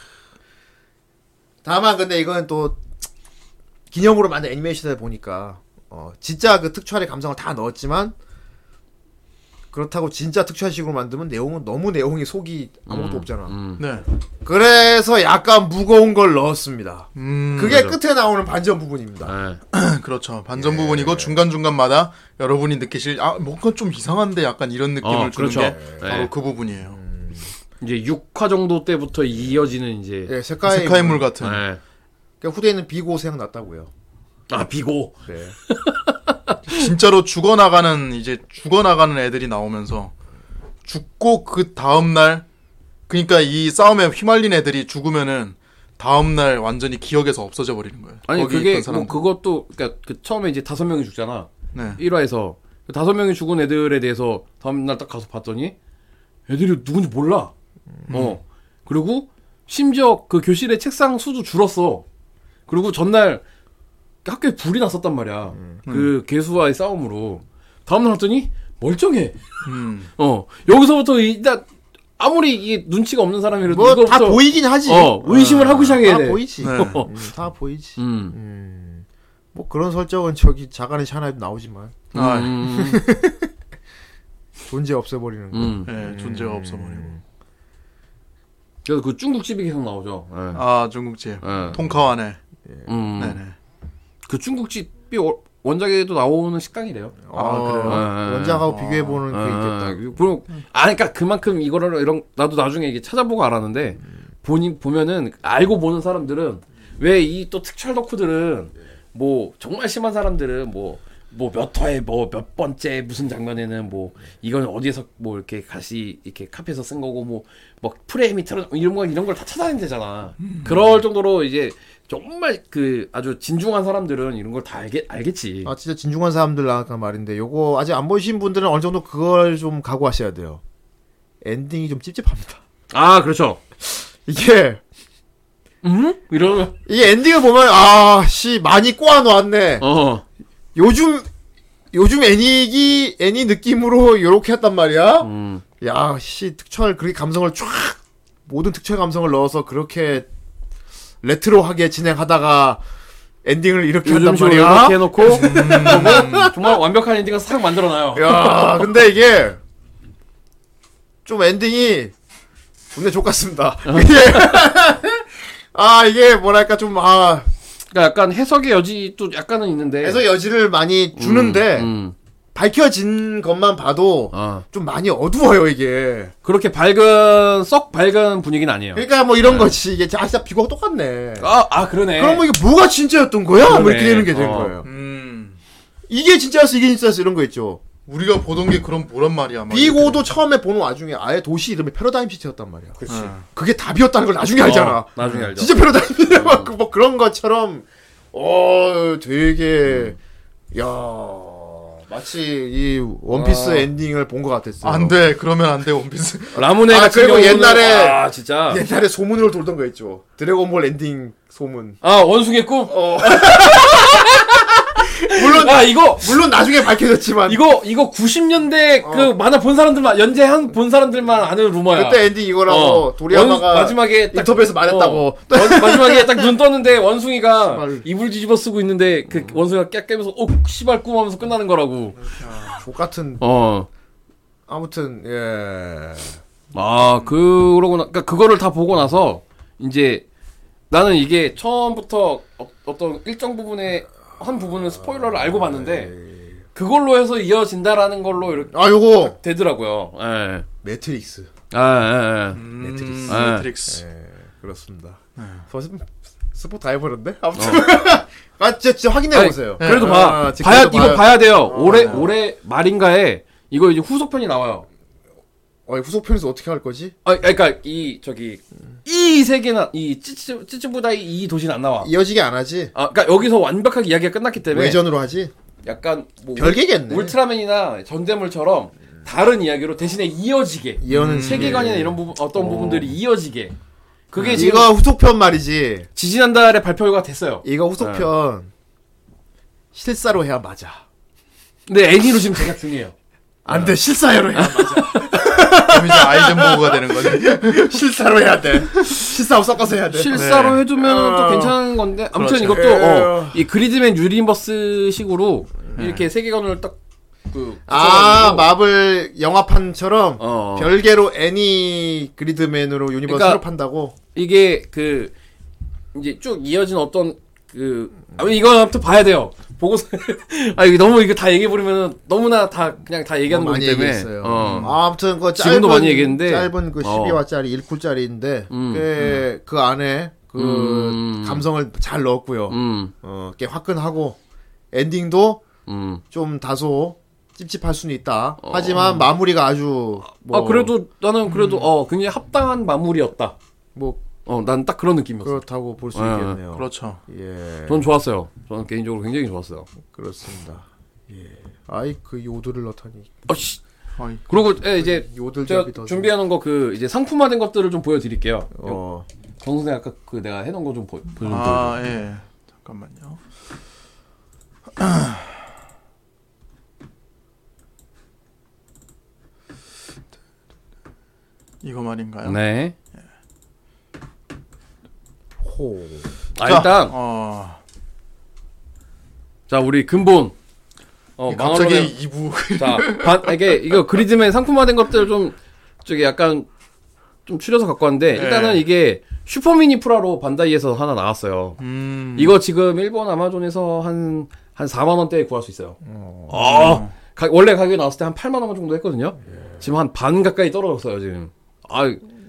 S1: 다만 근데 이건 또 기념으로 만든 애니메이션을 보니까 어, 진짜 그 특촬의 감성을 다 넣었지만 그렇다고 진짜 특촬식으로 만들면 내용은 너무 내용이 속이 아무것도 없잖아.
S2: 음.
S3: 네.
S1: 그래서 약간 무거운 걸 넣었습니다.
S3: 음.
S1: 그게 끝에 나오는 반전 부분입니다.
S2: 예.
S3: 그렇죠. 반전 부분이고 중간 중간마다 여러분이 느끼실 아 뭔가 좀 이상한데 약간 이런 느낌을
S2: 어,
S3: 주는
S2: 그렇죠.
S3: 게
S2: 네.
S3: 바로 그 부분이에요.
S2: 이제 6화 정도 때부터 이어지는 이제
S1: 예, 색깔
S3: 스카이 물 같은.
S2: 예.
S1: 후대에는 비고 생각났다고요.
S2: 아 비고
S1: 네.
S3: 진짜로 죽어나가는 이제 죽어나가는 애들이 나오면서 죽고 그 다음 날 그러니까 이 싸움에 휘말린 애들이 죽으면은 다음 날 완전히 기억에서 없어져 버리는 거예요.
S2: 아니
S3: 거기
S2: 그게
S3: 있던
S2: 뭐그
S3: 사람들.
S2: 그것도 그러니까 그 처음에 이제 다섯 명이 죽잖아
S3: 네.
S2: 1화에서 다섯 명이 죽은 애들에 대해서 다음날 딱 가서 봤더니 애들이 누군지 몰라 어 그리고 심지어 그 교실의 책상 수도 줄었어 그리고 전날 학교에 불이 났었단 말이야 그 개수와의 싸움으로 다음날 봤더니 멀쩡해
S3: 음.
S2: 어 여기서부터 일단 아무리 이게 눈치가 없는 사람이라도
S1: 뭐 다
S2: 이거부터
S1: 보이긴 하지. 아,
S2: 어, 의심을 하고 시작해야
S1: 다
S2: 돼.
S1: 보이지.
S3: 네.
S1: 음, 다 보이지.
S2: 음.
S1: 음. 뭐 그런 설정은 저기 자간의 샤나에도 나오지만
S3: 아,
S2: 음,
S1: 존재 없애버리는 거.
S2: 음.
S3: 네, 존재가 없어 버리고.
S2: 그래서 그 중국집이 계속 나오죠. 예.
S3: 아, 중국집.
S2: 예.
S3: 통카완에.
S2: 음.
S3: 네, 네.
S2: 그 중국집이 월- 원작에도 나오는 식당이래요.
S1: 아, 그래요.
S2: 예, 예.
S1: 원작하고
S3: 어.
S1: 비교해보는 게 있겠다.
S2: 예, 예. 그럼 아 그러니까 그만큼 이거를 이런 나도 나중에 이게 찾아보고 알았는데 본인 보면은 알고 보는 사람들은 왜 이 또 특촬 덕후들은 뭐 정말 심한 사람들은 뭐 뭐 몇 화에 뭐 몇 번째 무슨 장면에는 뭐 이건 어디에서 뭐 이렇게 다시 이렇게 카피해서 쓴 거고 뭐 막 프레임이 틀어 이런 거 이런 걸 다 찾아낸대잖아. 그럴 정도로 이제 정말 그 아주 진중한 사람들은 이런 걸 다 알겠 알겠지.
S1: 아 진짜 진중한 사람들 나간 말인데 요거 아직 안 보신 분들은 어느 정도 그걸 좀 각오하셔야 돼요. 엔딩이 좀 찝찝합니다.
S2: 아 그렇죠.
S1: 이게
S2: 음? 이러면
S1: 이게 엔딩을 보면 아씨 많이 꼬아놓았네.
S2: 어.
S1: 요즘 요즘 애니기 애니 느낌으로 요렇게 했단 말이야.
S2: 음.
S1: 야씨 특철 그렇게 감성을 쫙 모든 특철 감성을 넣어서 그렇게 레트로하게 진행하다가 엔딩을 이렇게
S2: 요즘
S1: 한단
S2: 식으로
S1: 말이야.
S2: 이렇게 해놓고
S1: 음.
S2: 그리고 정말 완벽한 엔딩을 싹 만들어놔요.
S1: 야, 근데 이게 좀 엔딩이 존내 족같습니다.
S2: 어.
S1: 이게- 아, 이게 뭐랄까 좀 아,
S2: 그러니까 약간 해석의 여지도 약간은 있는데.
S1: 해서 여지를 많이 주는데
S2: 음.
S1: 밝혀진 것만 봐도
S2: 아.
S1: 좀 많이 어두워요 이게.
S2: 그렇게 밝은 썩 밝은 분위기는 아니에요.
S1: 그러니까 뭐
S2: 네.
S1: 이런 거지 이게 아 진짜 비교가 똑같네.
S2: 아, 아 그러네.
S1: 그럼 뭐 이게 뭐가 진짜였던 거야? 뭐 이렇게
S2: 그러네.
S1: 되는 게 된
S2: 어.
S1: 거예요.
S3: 음.
S1: 이게 진짜였어, 이게 진짜였어 이런 거 있죠.
S3: 우리가 보던 게 그럼 뭐란 말이야. 막
S1: 비고도 처음에 보는 와중에 아예 도시 이름이 패러다임 시티였단 말이야.
S3: 이렇게. 예.
S1: 그게 답이었다는 걸 나중에 알잖아.
S2: 어, 나중에 알죠.
S1: 진짜 패러다임이야. 막그뭐 그런 것처럼 어
S2: 음.
S1: 되게 야 마치 이
S2: 어.
S1: 원피스 엔딩을 본 것 같았어요.
S3: 안 돼. 그러면 안 돼. 원피스.
S2: 라무네
S1: 아,
S2: 같은
S1: 그리고
S2: 경우는
S1: 옛날에-
S2: 아 진짜
S1: 옛날에 소문으로 돌던 거 있죠. 드래곤볼 엔딩 소문.
S2: 아 원숭이 꿈.
S1: 어. 물론
S2: 아 이거
S1: 물론 나중에 밝혀졌지만
S2: 이거 이거 90년대 그 만화 본 사람들만 연재한 본 사람들만 아는 루머야.
S1: 어. 그때 엔딩 이거라고
S2: 어.
S1: 도리야마가
S2: 원- 마지막에 딱-
S1: 인터뷰에서 말했다고. 네.
S2: 어. 원- 마지막에 딱 눈 떴는데 원숭이가
S1: 씨발.
S2: 이불 뒤집어 쓰고 있는데
S1: 음.
S2: 그 원숭이가 깨깨면서 어 씨발 꿈하면서 끝나는 거라고.
S1: 족 같은
S2: 어.
S1: 아무튼 예.
S2: 아, 그러고 나, 그러니까 그거를 다 보고 나서 이제 나는 이게 처음부터 어, 떤 일정 부분의 한 부분은 스포일러를 알고 봤는데 그걸로 해서 이어진다라는 걸로 이렇게
S1: 아 요거
S2: 되더라고요. 예.
S1: 매트릭스.
S2: 아, 예, 예.
S3: 음,
S1: 매트릭스.
S2: 네.
S3: 매트릭스.
S1: 예, 그렇습니다. 벌써 스포 다 해버렸는데 아무튼 아 진짜, 진짜 확인해
S2: 어. 아니, 네.
S1: 보세요.
S2: 그래도
S1: 아,
S2: 봐.
S1: 직접 아, 네.
S2: 봐야
S1: 또
S2: 이거 봐야 돼요. 올해 올해 말인가에 이거 이제 후속편이 나와요.
S1: 어, 이 후속편에서 어떻게 할 거지?
S2: 아, 그러니까 이 저기 이 세계나 이 찌찌 찌찌부다이 이 도시는 안 나와.
S1: 이어지게 안 하지?
S2: 아, 그러니까 여기서 완벽하게 이야기가 끝났기 때문에
S1: 외전으로 하지?
S2: 약간 뭐
S1: 별개겠네.
S2: 네. 울트라맨이나 전대물처럼 다른 이야기로 대신에 이어지게 음.
S1: 이어는
S2: 세계관이나 이런 부분 어떤 부분들이 이어지게 그게 지금
S1: 아, 이거 후속편 말이지.
S2: 지지난달에 발표가 됐어요.
S1: 이거 후속편
S2: 네.
S1: 실사로 해야 맞아.
S2: 근데 애니로 지금 제작 중이에요.
S1: 안돼 실사로 해야
S3: 그럼 이제 아이젠버그가 되는 거지.
S1: 실사로 해야 돼. 실사하고 섞어서 해야 돼.
S2: 실사로
S3: 네.
S2: 해두면 또
S1: 아.
S2: 괜찮은 건데 아무튼
S3: 그렇죠.
S1: 예.
S2: 이것도 어, 이 그리드맨 유니버스식으로 이렇게 세계관을 딱그
S1: 아 마블 영화판처럼
S2: 어.
S1: 별개로 애니 그리드맨으로 유니버스로
S2: 그러니까-
S1: 판다고.
S2: 이게 그 이제 쭉 이어진 어떤 그 아니 이거 아무튼 봐야 돼요. 보고서 아 이게 너무 이거 다 얘기해 버리면 너무나 다 그냥 다 얘기하는 거기
S1: 많이
S2: 때문에
S1: 얘기했어요.
S2: 어.
S1: 음. 아무튼 그 짧은
S2: 지금도 많이 얘기했는데.
S1: 짧은 그
S2: 어.
S1: 12화짜리 1쿨짜리인데
S2: 음,
S1: 꽤 그 안에 그
S2: 음.
S1: 감성을 잘 넣었고요.
S2: 음.
S1: 어, 꽤 화끈하고 엔딩도
S2: 음. 어.
S1: 좀 다소 찝찝할 수는 있다. 하지만 마무리가 아주 뭐, 음.
S2: 아 그래도 나는 그래도 어 굉장히 합당한 마무리였다.
S1: 뭐
S2: 어 난 딱 그런 느낌이었어. 요
S1: 그렇다고 볼 수
S2: 예,
S1: 있겠네요.
S3: 그렇죠.
S1: 예,
S2: 전 좋았어요. 저는 개인적으로 굉장히 좋았어요.
S1: 그렇습니다. 예, 아이 그 요들을 넣다니
S2: 어, 아씨.
S3: 아이.
S2: 그리고 예, 이제
S1: 요들 잡이
S2: 제가
S1: 더
S2: 준비해놓은 거 그 이제 상품화된 것들을 좀 보여드릴게요.
S1: 어,
S2: 정 선생 아까 그 내가 해놓은 거 좀 보여.
S3: 아, 예. 잠깐만요. 이거 말인가요?
S2: 네.
S1: 호.
S2: 아
S3: 자,
S2: 일단
S3: 어,
S2: 자 우리 근본 어
S3: 갑자기
S2: 망원론의-
S3: 2부
S2: 자 바, 이게 이거 그리드맨 상품화된 것들 좀 저기 약간 좀 추려서 갖고 왔는데 일단은 이게 슈퍼미니 프라로 반다이에서 하나 나왔어요.
S3: 음,
S2: 이거 지금 일본 아마존에서 한 한 4만 원대에 구할 수 있어요. 아, 가- 원래 가격이 나왔을 때 한 8만 원 정도 했거든요.
S1: 예.
S2: 지금 한 반 가까이 떨어졌어요 지금. 아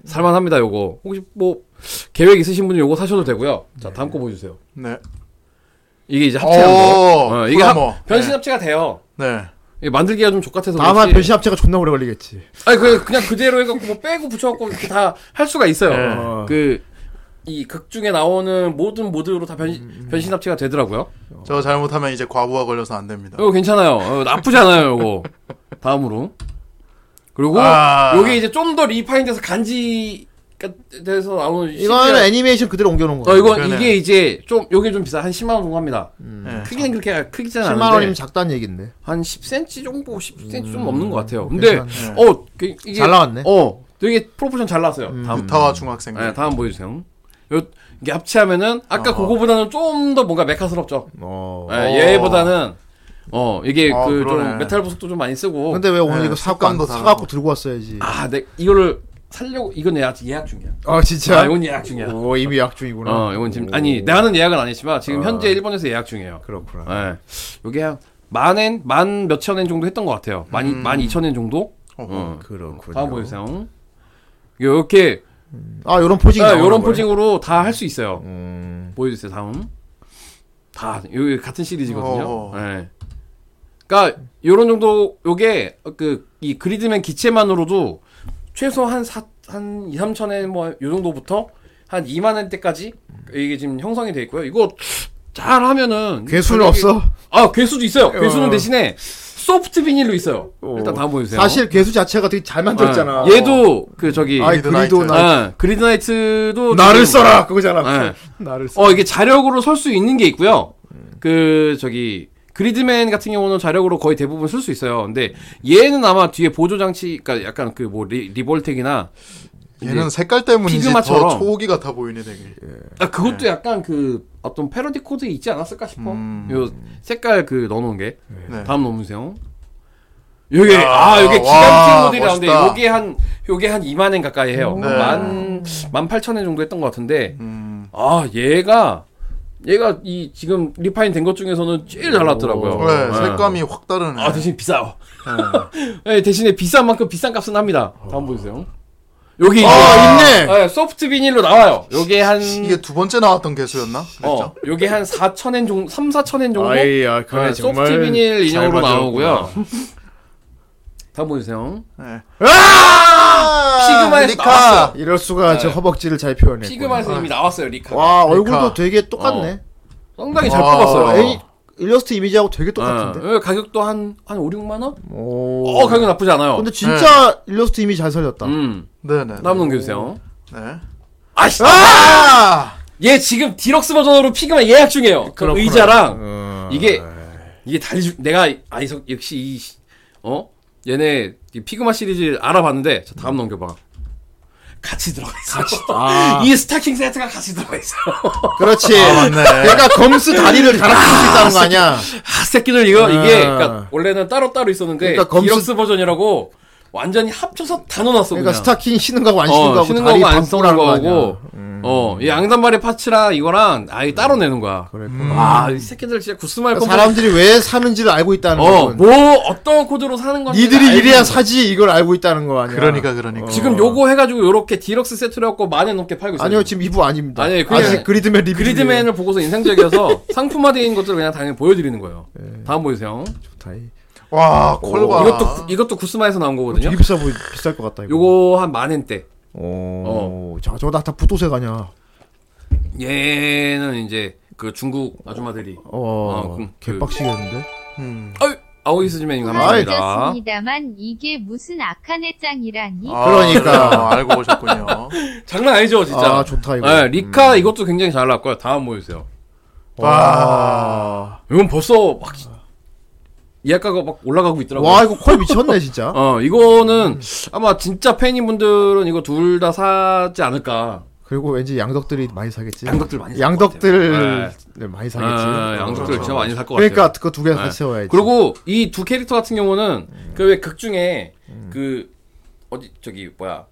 S2: 살만합니다 요거. 혹시 뭐 계획 있으신 분은 요거 사셔도 되고요. 자
S1: 예.
S2: 다음 거 보여주세요.
S3: 네.
S2: 이게 이제 합체한 거.
S3: 오,
S2: 어, 이게 합,
S3: 프라모.
S2: 변신
S3: 네.
S2: 합체가 돼요.
S3: 네.
S2: 이게 만들기가 좀
S1: 예.
S2: 족같아서
S1: 다만
S2: 그렇지.
S1: 변신 합체가 존나 오래 걸리겠지.
S2: 아니 그 그냥 그대로 해갖고 뭐 빼고 붙여갖고 이렇게 다 할 수가 있어요.
S1: 예.
S3: 네.
S2: 그 이 극 중에 나오는 모든 모드로 다 변신
S1: 음,
S2: 변신 합체가 되더라고요.
S3: 저 잘못하면 이제 과부하 걸려서 안 됩니다.
S2: 이거 괜찮아요. 어, 나쁘지 않아요. 이거 다음으로 그리고
S3: 아.
S2: 요게 이제 좀 더 리파인돼서 간지 돼서 나오는
S1: 이거는
S2: CGI.
S1: 애니메이션 그대로 옮겨놓은
S2: 그 어
S1: 거야.
S2: 이건
S3: 그러네.
S2: 이게 이제 좀 요게 좀 비싸 한 10만 원 정도 합니다.
S3: 네.
S2: 크기는 그렇게 크기잖아.
S1: 10만 음. 원이면 작다는 얘기인데. 음.
S2: 한 10cm 정도, 10cm
S3: 음,
S2: 좀 넘는 것 같아요. 근데
S3: 네.
S2: 어 그- 이게
S1: 잘 나왔네.
S2: 어 되게 프로포션 잘 나왔어요. 다음
S3: 유타와 중학생.
S2: 네, 다음 보여주세요. 요 이게 합치하면은 아까
S3: 어.
S2: 그거보다는 좀 더 뭔가 메카스럽죠.
S1: 어.
S2: 예, 얘보다는 어 이게
S3: 아,
S2: 그 좀
S3: 그러네.
S2: 메탈 보석도 좀 많이 쓰고.
S1: 근데 왜 오늘
S3: 네,
S1: 이거 사갖고 안-
S3: 색감도 다르고.
S1: 사갖고 들고 왔어야지.
S2: 아, 내 이거를 살려고 이건 예약 예약 중이야.
S1: 아 진짜.
S2: 아, 이건 예약 중이야.
S1: 오 이미 예약 중이구나.
S2: 어, 이건 지금
S1: 오.
S2: 아니 나는 예약은 아니지만 지금 현재 일본에서 예약 중이에요.
S1: 그렇구나.
S2: 예. 요게 한만 엔, 만 몇천 엔 정도 했던 것 같아요. 만, 이- 만 이천 엔 정도?
S3: 어허.
S2: 어.
S1: 음. 그렇군요.
S2: 다음 보여주세요. 요렇게,
S1: 아 요런 포징.
S2: 아,
S1: 이
S2: 요런 포징으로 다 할 수 있어요.
S1: 음.
S2: 보여주세요, 다음. 다, 요, 같은 시리즈거든요.
S3: 어허.
S2: 예. 그니까, 요런 정도, 요게, 그, 이 그리드맨 기체만으로도 최소 한 사, 한 2, 3천엔 뭐, 요 정도부터 한 2만엔 때까지 이게 지금 형성이 돼 있고요. 이거 잘 하면은.
S1: 괴수는
S2: 가격이-
S1: 없어.
S2: 아, 괴수도 있어요. 괴수는
S1: 어.
S2: 대신에 소프트 비닐로 있어요. 일단 다음 보여주세요.
S1: 사실 괴수 자체가 되게 잘 만들었잖아.
S2: 아, 얘도 그 저기
S1: 아이 그리도
S3: 그리드
S1: 나
S2: 아, 그리드나이트도
S1: 어. 나를
S2: 지금-
S1: 써라 그거잖아.
S2: 예.
S1: 나를 써.
S2: 어, 이게 자력으로 설 수 있는 게 있고요. 그 저기 그리드맨 같은 경우는 자력으로 거의 대부분 쓸 수 있어요. 근데 얘는 아마 뒤에 보조 장치 그러니까 약간 그 뭐 리볼텍이나
S3: 얘는 색깔 때문인지
S2: 피그마처럼.
S3: 더 초기 같아 보이네 되게.
S2: 아, 그것도 약간 그 어떤 패러디 코드 있지 않았을까 싶어.
S3: 네. 음.
S2: 요 색깔 그 넣어 놓은 게.
S3: 네.
S2: 다음 넘으세요. 요게 아, 요게
S3: 와,
S2: 기간팅 모델이 나오는데
S3: 멋있다. 네.
S2: 요게 한 요게 한 2만 엔 가까이 해요. 만 18,000엔 정도 했던 것 같은데
S3: 음.
S2: 아, 얘가 얘가 이 지금 리파인 된 것 중에서는 제일 잘 나왔더라고요.
S3: 그래,
S2: 네.
S3: 색감이 확 다르네.
S2: 아, 대신 비싸요. 네, 대신에 비싼 만큼 비싼 값은 합니다. 다음 보세요. 여기 이제
S1: 아, 있네!
S2: 네, 소프트 비닐로 나와요. 요게 한
S3: 이게 두 번째 나왔던 개수였나?
S2: 어, 요게 한 4,000엔 정도, 3, 4,000엔 정도?
S1: 아이야,
S2: 네,
S1: 그래 정말
S2: 소프트 비닐 인형으로
S1: 잘
S2: 나오고요. 다음 보여주세요.
S3: 네. 아!
S2: 피그마에서 나왔어요. 네.
S1: 이럴 수가 저 허벅지를 잘 표현해.
S2: 피그마에서 이미 나왔어요, 리카.
S1: 와
S3: 그러니까.
S1: 얼굴도 되게 똑같네.
S2: 상당히 잘
S3: 와,
S2: 뽑았어요.
S3: 어.
S1: 에이, 일러스트 이미지하고 되게 똑같은데.
S2: 네, 가격도 한, 한 5, 6만원?
S1: 오.
S2: 어, 가격 나쁘지 않아요.
S1: 근데 진짜 일러스트 이미지 잘 살렸다.
S2: 음,
S3: 네네.
S2: 다음 넘겨주세요.
S3: 네.
S2: 아씨!
S3: 아!
S2: 얘 지금 디럭스 버전으로 피그마 예약 중이에요. 그
S1: 그렇구나.
S2: 의자랑,
S1: 어.
S2: 이게, 이게 다리, 주- 내가, 아니, 석- 역시 이, 씨- 어? 얘네, 이 피그마 시리즈 알아봤는데, 자, 다음 넘겨봐. 같이 들어가 있어.
S1: 아.
S2: 이 스타킹 세트가 같이 들어가 있어.
S1: 그렇지.
S3: 아, 맞네.
S1: 얘가 검스 다리를 갈아낄 수 있다는 거 아니야.
S2: 음. 아, 새끼들 이거 이게
S1: 아.
S2: 그러니까 원래는 따로따로 있었는데
S1: 그러니까 검수-
S2: 디럭스 버전이라고 완전히 합쳐서 다 넣어놨어
S1: 그러니까
S2: 그냥.
S1: 스타킹 신는 거하고 안
S2: 음. 어,
S1: 신는 거하고
S2: 신는
S1: 다리
S2: 거하고 안 쓰는
S1: 바꾸라는 거 아니야. 음.
S2: 거하고 어, 이 양단발의 파츠랑 이거랑 아예 따로 내는 거야.
S1: 그랬구나.
S2: 와, 아, 이 새끼들 진짜 구스말
S1: 음. 그러니까
S2: 컴
S1: 아, 사람들이 왜 사는지를 알고 있다는
S2: 어,
S1: 거지.
S2: 뭐 어떤 코드로 사는 건지
S1: 니들이
S2: 알고
S1: 이래야
S2: 있는
S1: 사지 이걸 알고 있다는 거 아니야.
S3: 그러니까, 그러니까.
S2: 거야. 지금 요거 해가지고 요렇게 디럭스 세트로 갖고 만에 넘게 팔고 있어요.
S1: 아니요 지금 2부 아닙니다.
S2: 그 아니, 그냥-
S1: 아직 그리드맨 리뷰.
S2: 그리드맨을 보고서 인상적이어서 상품화된 것들을 그냥 당연히 보여드리는 거예요. 다음 보여주세요.
S1: 다이.
S3: 와, 콜봐.
S2: 이것도 구- 이것도 구스마에서 나온 거거든요.
S1: 되게 비싸 보이 비쌀 것 같다 이거.
S2: 요거 어. 한 만엔대.
S1: 오. 자 저거 다 부도색 아니야.
S2: 얘는 이제 그 중국 아줌마들이
S1: 어.
S2: 어, 그-
S1: 개빡치겠는데.
S3: 음.
S2: 어이 아오이스즈맨님 감사합니다.
S4: 부러졌습니다만 이게 무슨 악한 해장이라니.
S3: 아,
S1: 그러니까.
S3: 그래요. 알고 오셨군요.
S2: 장난 아니죠 진짜.
S1: 아 좋다 이거.
S2: 네, 리카 이것도 굉장히 잘 나왔고요. 다음 보여주세요.
S3: 와.
S2: 이건 벌써 막 예약가가 막 올라가고 있더라고요.
S1: 와 이거 콜 미쳤네 진짜.
S2: 어 이거는 아마 진짜 팬인 분들은 이거 둘 다 사지 않을까.
S1: 그리고 왠지 양덕들이 많이 사겠지.
S2: 양덕들 많이 살것
S1: 양덕들
S2: 같아요.
S1: 네, 많이 사겠지.
S2: 아, 양쪽들 진짜 많이 살 것 같아요.
S1: 그러니까 그 두 개
S2: 네.
S1: 같이 세워야지.
S2: 그리고 이 두 캐릭터 같은 경우는 그 왜 극 중에 그 어디 저기 뭐야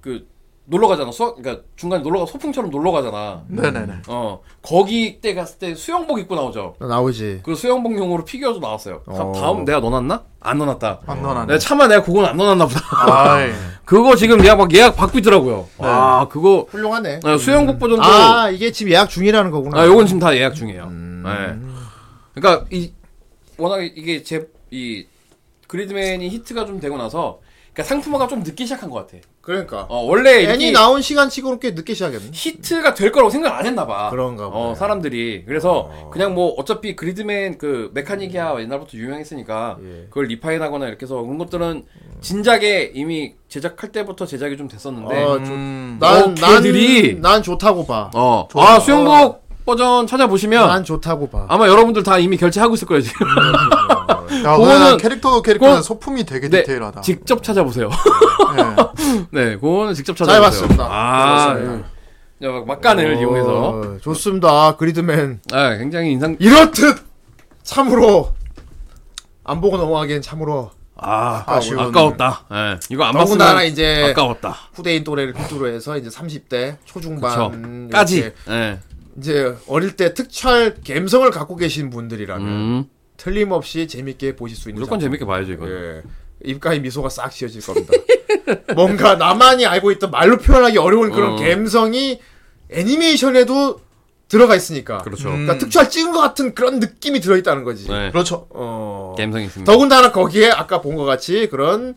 S2: 그 놀러 가잖아 수학 그러니까 중간에 놀러 가 소풍처럼 놀러 가잖아
S3: 네네네.
S2: 어 거기 때 갔을 때 수영복 입고 나오죠
S1: 어, 나오지.
S2: 그 수영복용으로 피규어도 나왔어요 다-
S1: 어.
S2: 다음 내가 넣어놨나 안 넣어놨다
S3: 안 넣어놨네.
S2: 내가 차마 내가 그건 안 넣어놨나 보다
S3: 아이.
S2: 그거 지금 예약 막 예약 받고 있더라고요 아 그거
S1: 훌륭하네.
S2: 아, 수영복 버전도
S1: 아 이게 지금 예약 중이라는 거구나.
S2: 아, 요건 지금 다 예약 중이에요. 네. 그러니까 이 워낙에 이게 제 이 그리드맨이 히트가 좀 되고 나서 그러니까 상품화가 좀 늦게 시작한 것 같아.
S1: 그러니까.
S2: 어, 원래
S1: 애니
S2: 이게
S1: 나온 시간치고는 꽤 늦게 시작했네.
S2: 히트가 될 거라고 생각 안 했나 봐.
S1: 그런가 보네. 어.
S2: 어, 사람들이. 그래서 그냥 뭐 어차피 그리드맨 그 메카닉이야 옛날부터 유명했으니까
S1: 음. 예.
S2: 그걸 리파인하거나 이렇게 해서 그런 것들은 진작에 이미 제작할 때부터 제작이 좀 됐었는데
S1: 어,
S3: 음.
S2: 어,
S1: 난,
S2: 걔들이-
S1: 난, 난 좋다고 봐.
S2: 어. 아, 수영복 버전 찾아보시면
S1: 난 음, 좋다고 봐. 어.
S2: 아마 여러분들 다 이미 결제하고 있을 거예요, 지금.
S3: 야,
S2: 그거는-
S3: 그거는 캐릭터 캐릭터는
S2: 그거-
S3: 소품이 되게
S2: 네,
S3: 디테일하다.
S2: 직접 찾아보세요.
S3: 예.
S2: 네, 그거는 직접
S1: 잘
S2: 찾아보세요.
S1: 봤습니다.
S2: 아, 예. 야, 막 막간을
S1: 어,
S2: 이용해서.
S1: 좋습니다. 그리드맨.
S2: 아, 굉장히 인상.
S1: 이렇듯! 참으로! 안 보고 넘어가기엔 참으로.
S2: 아,
S1: 아쉬운.
S2: 아까웠다. 예, 이거 안
S1: 더군다나
S2: 봤으면
S1: 이제
S2: 아까웠다.
S1: 후대인 또래를 필두로 해서 이제 30대 초중반.
S2: 저까지.
S1: 이렇게
S2: 예.
S1: 이제 어릴 때 특촬 감성을 갖고 계신 분들이라면
S2: 음,
S1: 틀림없이 재밌게 보실 수 있는
S2: 무조건
S1: 작품.
S2: 재밌게 봐야죠 이거.
S1: 그렇죠. 예. 입가에 미소가 싹 지어질 겁니다. 뭔가 나만이 알고 있던 말로 표현하기 어려운 그런
S2: 어.
S1: 감성이 애니메이션에도 들어가 있으니까.
S2: 그렇죠.
S1: 러니까 특촬 찍은 것 같은 그런 느낌이 들어있다는 거지.
S2: 네.
S3: 그렇죠.
S1: 어.
S2: 감성 있습니다.
S1: 더군다나 거기에 아까 본 것 같이 그런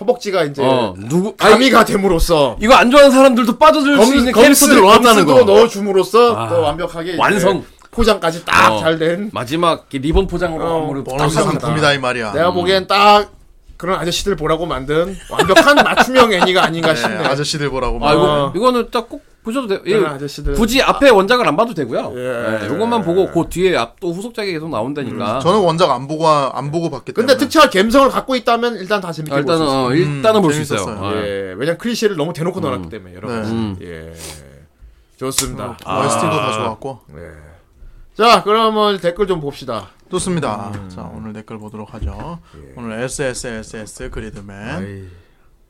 S1: 허벅지가 이제
S2: 어, 누구? 아니,
S1: 예. 가미가 됨으로써
S2: 이거 안 좋아하는 사람들도 빠져들 수 있는 캐릭터들을 원한다는
S1: 검수도
S2: 거.
S1: 넣어줌으로써
S2: 아.
S1: 또 완벽하게 이제
S2: 완성.
S1: 포장까지 딱
S2: 어.
S1: 잘된
S2: 마지막 이 리본 포장으로
S1: 어,
S2: 아무래도
S1: 보는
S2: 딱
S3: 보너스
S1: 감사합니다.
S3: 상품이다 이 말이야. 네,
S1: 내가 보기엔 딱 그런 아저씨들 보라고 만든 완벽한 맞춤형 애니가 아닌가
S3: 예,
S1: 싶네.
S3: 아저씨들 보라고.
S2: 아,
S3: 막.
S2: 이거 이거는 딱 꼭 보셔도 돼요. 예,
S1: 그런 어. 네, 아저씨들.
S2: 굳이 앞에 원작을 안 봐도 되고요.
S1: 예.
S2: 예, 요것만 보고 그 뒤에 앞 또 후속작이 계속 나온다니까.
S1: 음,
S3: 저는 원작 안 보고 안 보고 봤기 때문에.
S1: 근데 특촬 감성을 갖고 있다면 일단 다 재밌게
S2: 아,
S1: 볼수
S2: 일단은
S1: 있어요. 음,
S2: 어, 일단은 볼 수 있어요.
S3: 재밌었어요.
S2: 어. 음.
S1: 예, 왜냐면 클리셰를 너무 대놓고 넣어놨기 때문에 여러분.
S3: 네.
S2: 아,
S3: 아.
S1: 예, 좋습니다.
S3: 웨스팅도 다 좋았고.
S1: 예. 자, 그러면 댓글 좀 봅시다.
S3: 좋습니다.
S2: 음.
S3: 자 오늘 댓글 보도록 하죠. 오늘 SSSS 그리드맨.
S1: 예. 아이,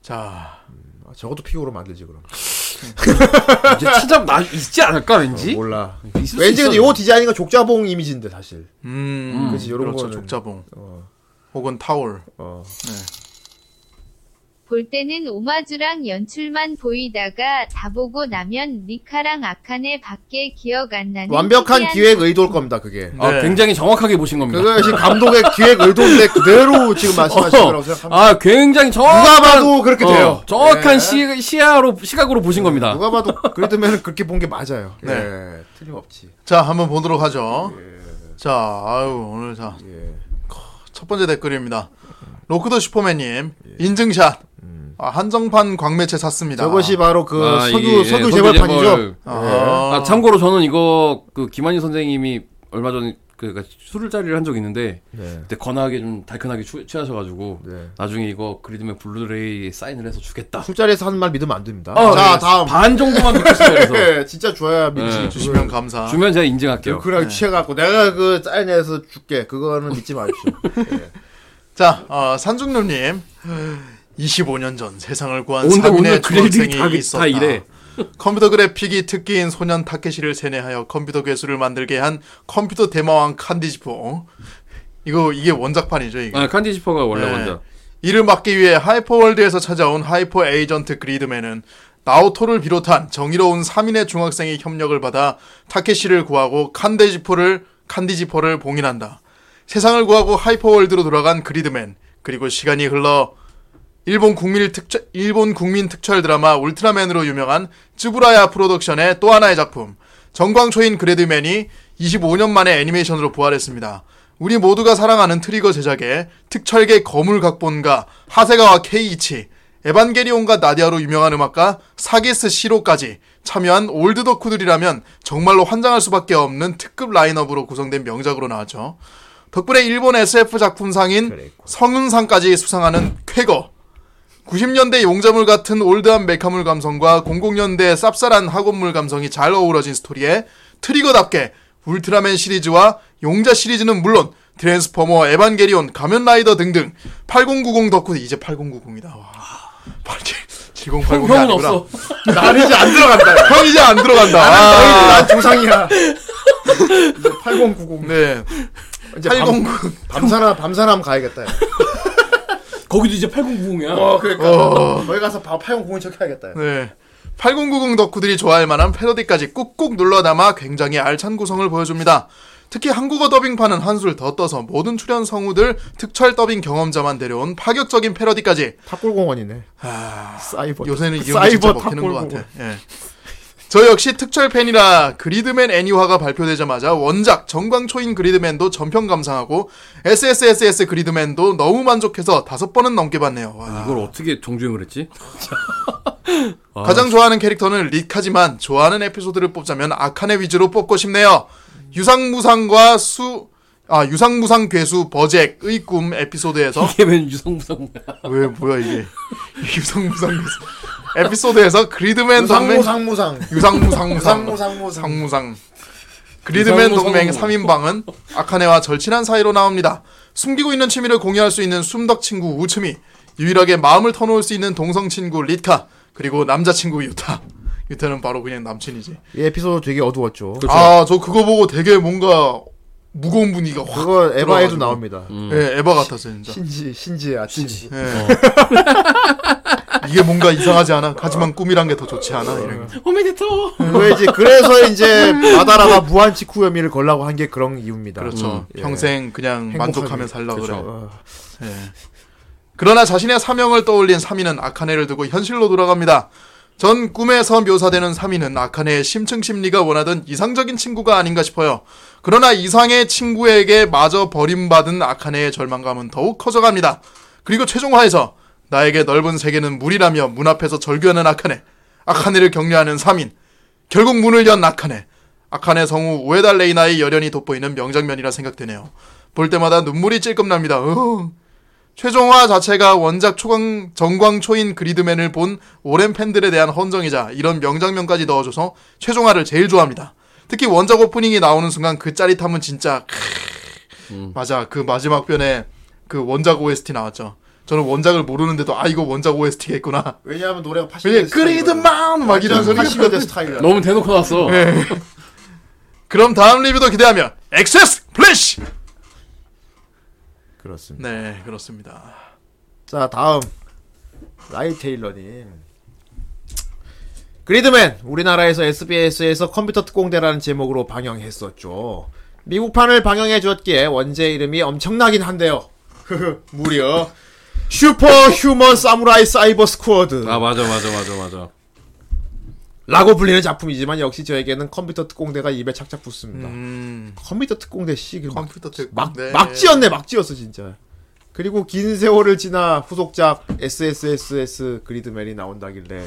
S3: 자
S1: 저것도 피고로 만들지 그럼.
S2: 이제 찾아 나 있지 않을까 왠지?
S1: 어, 몰라.
S2: 있을 수
S1: 왠지 근데
S2: 있어.
S1: 요 디자인이 족자봉 이미지인데 사실.
S3: 음,
S1: 그치, 요런
S3: 그렇죠.
S1: 거는.
S3: 족자봉
S1: 어,
S3: 혹은 타올.
S1: 어.
S4: 볼 때는 오마주랑 연출만 보이다가 다 보고 나면 니카랑 아칸의 밖에 기억 안 나는
S1: 완벽한
S4: 특이한
S1: 기획 의도일 겁니다. 그게.
S2: 아,
S3: 네.
S2: 굉장히 정확하게 보신 겁니다.
S1: 그것이 감독의 기획 의도인데 그대로 지금 말씀하신 거라고 생각합니다.
S2: 아, 굉장히 정확한
S1: 누가 봐도 그렇게
S2: 어,
S1: 돼요.
S2: 정확한
S1: 예.
S2: 시, 시야로 시각으로 보신 겁니다.
S1: 누가 봐도 그랬다면 그렇게 본 게 맞아요.
S3: 네.
S1: 예, 틀림없지.
S3: 자 한번 보도록 하죠. 자 아유 오늘 자 첫
S1: 예.
S3: 번째 댓글입니다. 로크더 슈퍼맨님
S1: 예.
S3: 인증샷. 아, 한정판 광매체 샀습니다.
S1: 음. 저것이 예. 바로 그
S2: 아,
S1: 석유
S2: 이게, 예,
S1: 석유
S2: 석유
S1: 재벌판이죠.
S2: 재벌.
S3: 아,
S2: 아, 참고로 저는 이거 그 김한희 선생님이 얼마 전에 그 그러니까 술을 자리를 한 적이 있는데
S1: 네.
S2: 그때 건하게 좀 달큰하게 취, 취하셔가지고
S1: 네.
S2: 나중에 이거 그리드맨 블루레이 사인을 해서 주겠다.
S1: 술자리에서 하는 말 믿으면 안 됩니다.
S2: 예. 어,
S1: 아, 자,
S2: 네.
S1: 다음.
S2: 반 정도만 믿겠습니다. 그래서
S1: 예, 진짜 줘야 믿으시
S2: 네.
S3: 주시면 감사.
S2: 주면 제가 인증할게요.
S1: 아. 그냥 취해갖고 내가 그 짜인에서 줄게. 그거는 믿지 마십시오.
S3: 자, 어, 산중놈님. 25년 전 세상을 구한
S2: 오늘
S3: 3인의
S2: 어, 오늘 그래들이 다,
S3: 중학생이
S2: 다
S3: 있었다.
S2: 이래.
S3: 컴퓨터 그래픽이 특기인 소년 타케시를 세뇌하여 컴퓨터 괴수를 만들게 한 컴퓨터 대마왕 칸디지포. 어? 이거 이게 원작판이죠, 이게.
S2: 아, 칸디지퍼가 원래
S3: 네.
S2: 먼저.
S3: 이를 막기 위해 하이퍼월드에서 찾아온 하이퍼 에이전트 그리드맨은 나오토를 비롯한 정의로운 3인의 중학생의 협력을 받아 타케시를 구하고 칸데지포를 칸디지포를 봉인한다. 세상을 구하고 하이퍼월드로 돌아간 그리드맨 그리고 시간이 흘러 일본 국민 특 일본 국민 특촬 드라마 울트라맨으로 유명한 쯔부라야 프로덕션의 또 하나의 작품 정광초인 그레드맨이 25년 만에 애니메이션으로 부활했습니다. 우리 모두가 사랑하는 트리거 제작의 특촬계 거물 각본가 하세가와 케이이치, 에반게리온과 나디아로 유명한 음악가 사게스 시로까지 참여한 올드 덕후들이라면 정말로 환장할 수밖에 없는 특급 라인업으로 구성된 명작으로 나왔죠. 덕분에 일본 SF 작품상인 성은상까지 수상하는 쾌거 90년대 용자물 같은 올드한 메카물 감성과 00년대 쌉쌀한 학원물 감성이 잘 어우러진 스토리에 트리거답게 울트라맨 시리즈와 용자 시리즈는 물론 트랜스포머, 에반게리온, 가면라이더 등등 8090 덕후 이제 8090이다. 와. 7080이
S2: 형은
S3: 아니구나.
S2: 없어.
S1: 나는 이제 안 들어간다.
S3: 형 이제 안 들어간다. 아,
S1: 난 조상이야. 8090.
S3: 네.
S1: 이제
S3: 8090.
S1: 밤, 밤사람 밤사람 가야겠다. 야.
S2: 거기도 이제 8090이야.
S1: 어, 그러니까 거기 가서 바, 8090인 척해야겠다. 야.
S3: 네. 8090 덕후들이 좋아할 만한 패러디까지 꾹꾹 눌러 담아 굉장히 알찬 구성을 보여줍니다. 특히 한국어 더빙판은 한술 더 떠서 모든 출연 성우들 특철 더빙 경험자만 데려온 파격적인 패러디까지
S1: 탑골공원이네.
S3: 아,
S1: 사이버.
S3: 요새는 이런 게 진짜
S1: 뭐, 사이버
S3: 먹히는 것
S1: 탑골공원.
S3: 같아. 예. 저 역시 특철 팬이라 그리드맨 애니화가 발표되자마자 원작 정광초인 그리드맨도 전편 감상하고 SSSS 그리드맨도 너무 만족해서 다섯 번은 넘게 봤네요. 와.
S2: 이걸 어떻게 정주행을 했지? 아,
S3: 어. 가장 좋아하는 캐릭터는 리카지만 좋아하는 에피소드를 뽑자면 아칸의 위주로 뽑고 싶네요. 유상무상과 수, 아, 유상무상 괴수 버잭의 꿈 에피소드에서,
S2: 이게 웬 유성무성이야.
S3: 왜, 뭐야, 이게. 유상무상 괴수. 에피소드에서 그리드맨 동맹,
S1: 상무 상무상. 상무
S3: 유상무상무상,
S1: 상무상. 뭐.
S3: 상무상. 그리드맨
S2: 유상무상.
S3: 동맹 3인방은 아카네와 절친한 사이로 나옵니다. 숨기고 있는 취미를 공유할 수 있는 숨덕 친구 우츠미, 유일하게 마음을 터놓을 수 있는 동성 친구 리카, 그리고 남자친구 유타. 유타는 바로 그냥 남친이지.
S1: 이 에피소드 되게 어두웠죠. 그,
S3: 아 저 그거 보고 되게 뭔가 무거운 분위기가 확.
S1: 거 아, 에바에도
S3: 들어가지고.
S1: 나옵니다.
S3: 예, 에바 같았어요 진짜.
S1: 음. 신지 신지 아침. 신지.
S3: 예. 이게 뭔가 이상하지 않아? 하지만 꿈이란 게 더 좋지 않아?
S1: 어.
S3: 이런. 거.
S2: 오메데토.
S1: 그래 이제 그래서 이제 마다라가 무한 직후 혐의를 걸라고 한 게 그런 이유입니다.
S3: 그렇죠.
S1: 예.
S3: 평생 그냥
S1: 행복하게.
S3: 만족하며 살라고 그래.
S1: 어,
S3: 그러나 자신의 사명을 떠올린 사미는 아카네를 두고 현실로 돌아갑니다. 전 꿈에서 묘사되는 사미는 아카네의 심층 심리가 원하던 이상적인 친구가 아닌가 싶어요. 그러나 이상의 친구에게 마저 버림받은 아카네의 절망감은 더욱 커져갑니다. 그리고 최종화에서 나에게 넓은 세계는 물이라며 문 앞에서 절규하는 아카네, 아카네를 격려하는 사민, 결국 문을 연 아카네. 아카네 성우 우에다 레이나의 열연이 돋보이는 명장면이라 생각되네요. 볼 때마다 눈물이 찔끔 납니다. 으흥. 최종화 자체가 원작 초강 정광초인 그리드맨을 본 오랜 팬들에 대한 헌정이자 이런 명장면까지 넣어줘서 최종화를 제일 좋아합니다. 특히 원작 오프닝이 나오는 순간 그 짜릿함은 진짜 크으.
S1: 음.
S3: 맞아 그 마지막 편에 그 원작 OST 나왔죠. 저는 원작을 모르는데도 아 이거 원작 OST겠구나.
S1: 왜냐하면 노래가 80년대
S3: 왜냐 그리드만 막 이런 소리.
S1: 80년대 스타일이야.
S2: 너무 대놓고 나왔어.
S1: 네.
S3: 그럼 다음 리뷰도 기대하며 엑세스 플래시.
S1: 그렇습니다.
S3: 네 그렇습니다.
S1: 자 다음 라이 테일러님. 그리드맨 우리나라에서 SBS에서 컴퓨터 특공대라는 제목으로 방영했었죠. 미국판을 방영해 주었기에 원제 이름이 엄청나긴 한데요. 무려 슈퍼 휴먼 사무라이 사이버 스쿼드.
S2: 아 맞아 맞아 맞아 맞아.
S1: 라고 불리는 작품이지만 역시 저에게는 컴퓨터 특공대가 입에 착착 붙습니다.
S3: 음
S1: 컴퓨터 특공대 씨 그럼
S3: 컴퓨터 특
S1: 막,
S3: 네.
S1: 막 지었네, 막 지었어, 진짜. 그리고 긴 세월을 지나 후속작 SSSS 그리드맨이 나온다길래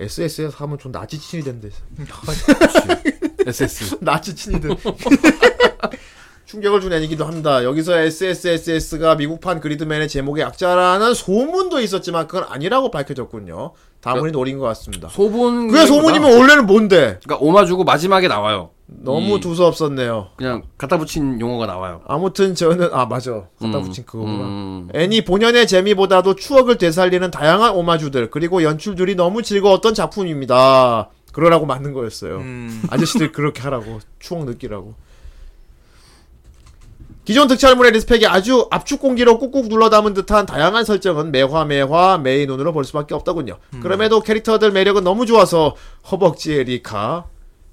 S1: SSS 하면 좀 나치 친이된데
S2: SS.
S1: 나치 친이든 충격을 준 애니기도 합니다. 여기서 SSSS가 미국판 그리드맨의 제목의 약자라는 소문도 있었지만 그건 아니라고 밝혀졌군요. 다문이 노린 것 같습니다.
S2: 그 소문.
S1: 그게 소문이면 원래는 뭔데?
S2: 그러니까 오마주고 마지막에 나와요.
S1: 너무
S2: 이-
S1: 두서없었네요.
S2: 그냥 갖다 붙인 용어가 나와요.
S1: 아무튼 저는 아 맞아 갖다
S2: 음,
S1: 붙인 그거구나.
S2: 음.
S1: 애니 본연의 재미보다도 추억을 되살리는 다양한 오마주들 그리고 연출들이 너무 즐거웠던 작품입니다. 그러라고 만든 거였어요.
S3: 음.
S1: 아저씨들 그렇게 하라고 추억 느끼라고. 기존 득찰물의 리스펙이 아주 압축 공기로 꾹꾹 눌러 담은 듯한 다양한 설정은 매화 매화 매의 눈으로 볼 수밖에 없더군요.
S3: 음.
S1: 그럼에도 캐릭터들 매력은 너무 좋아서 허벅지의 리카,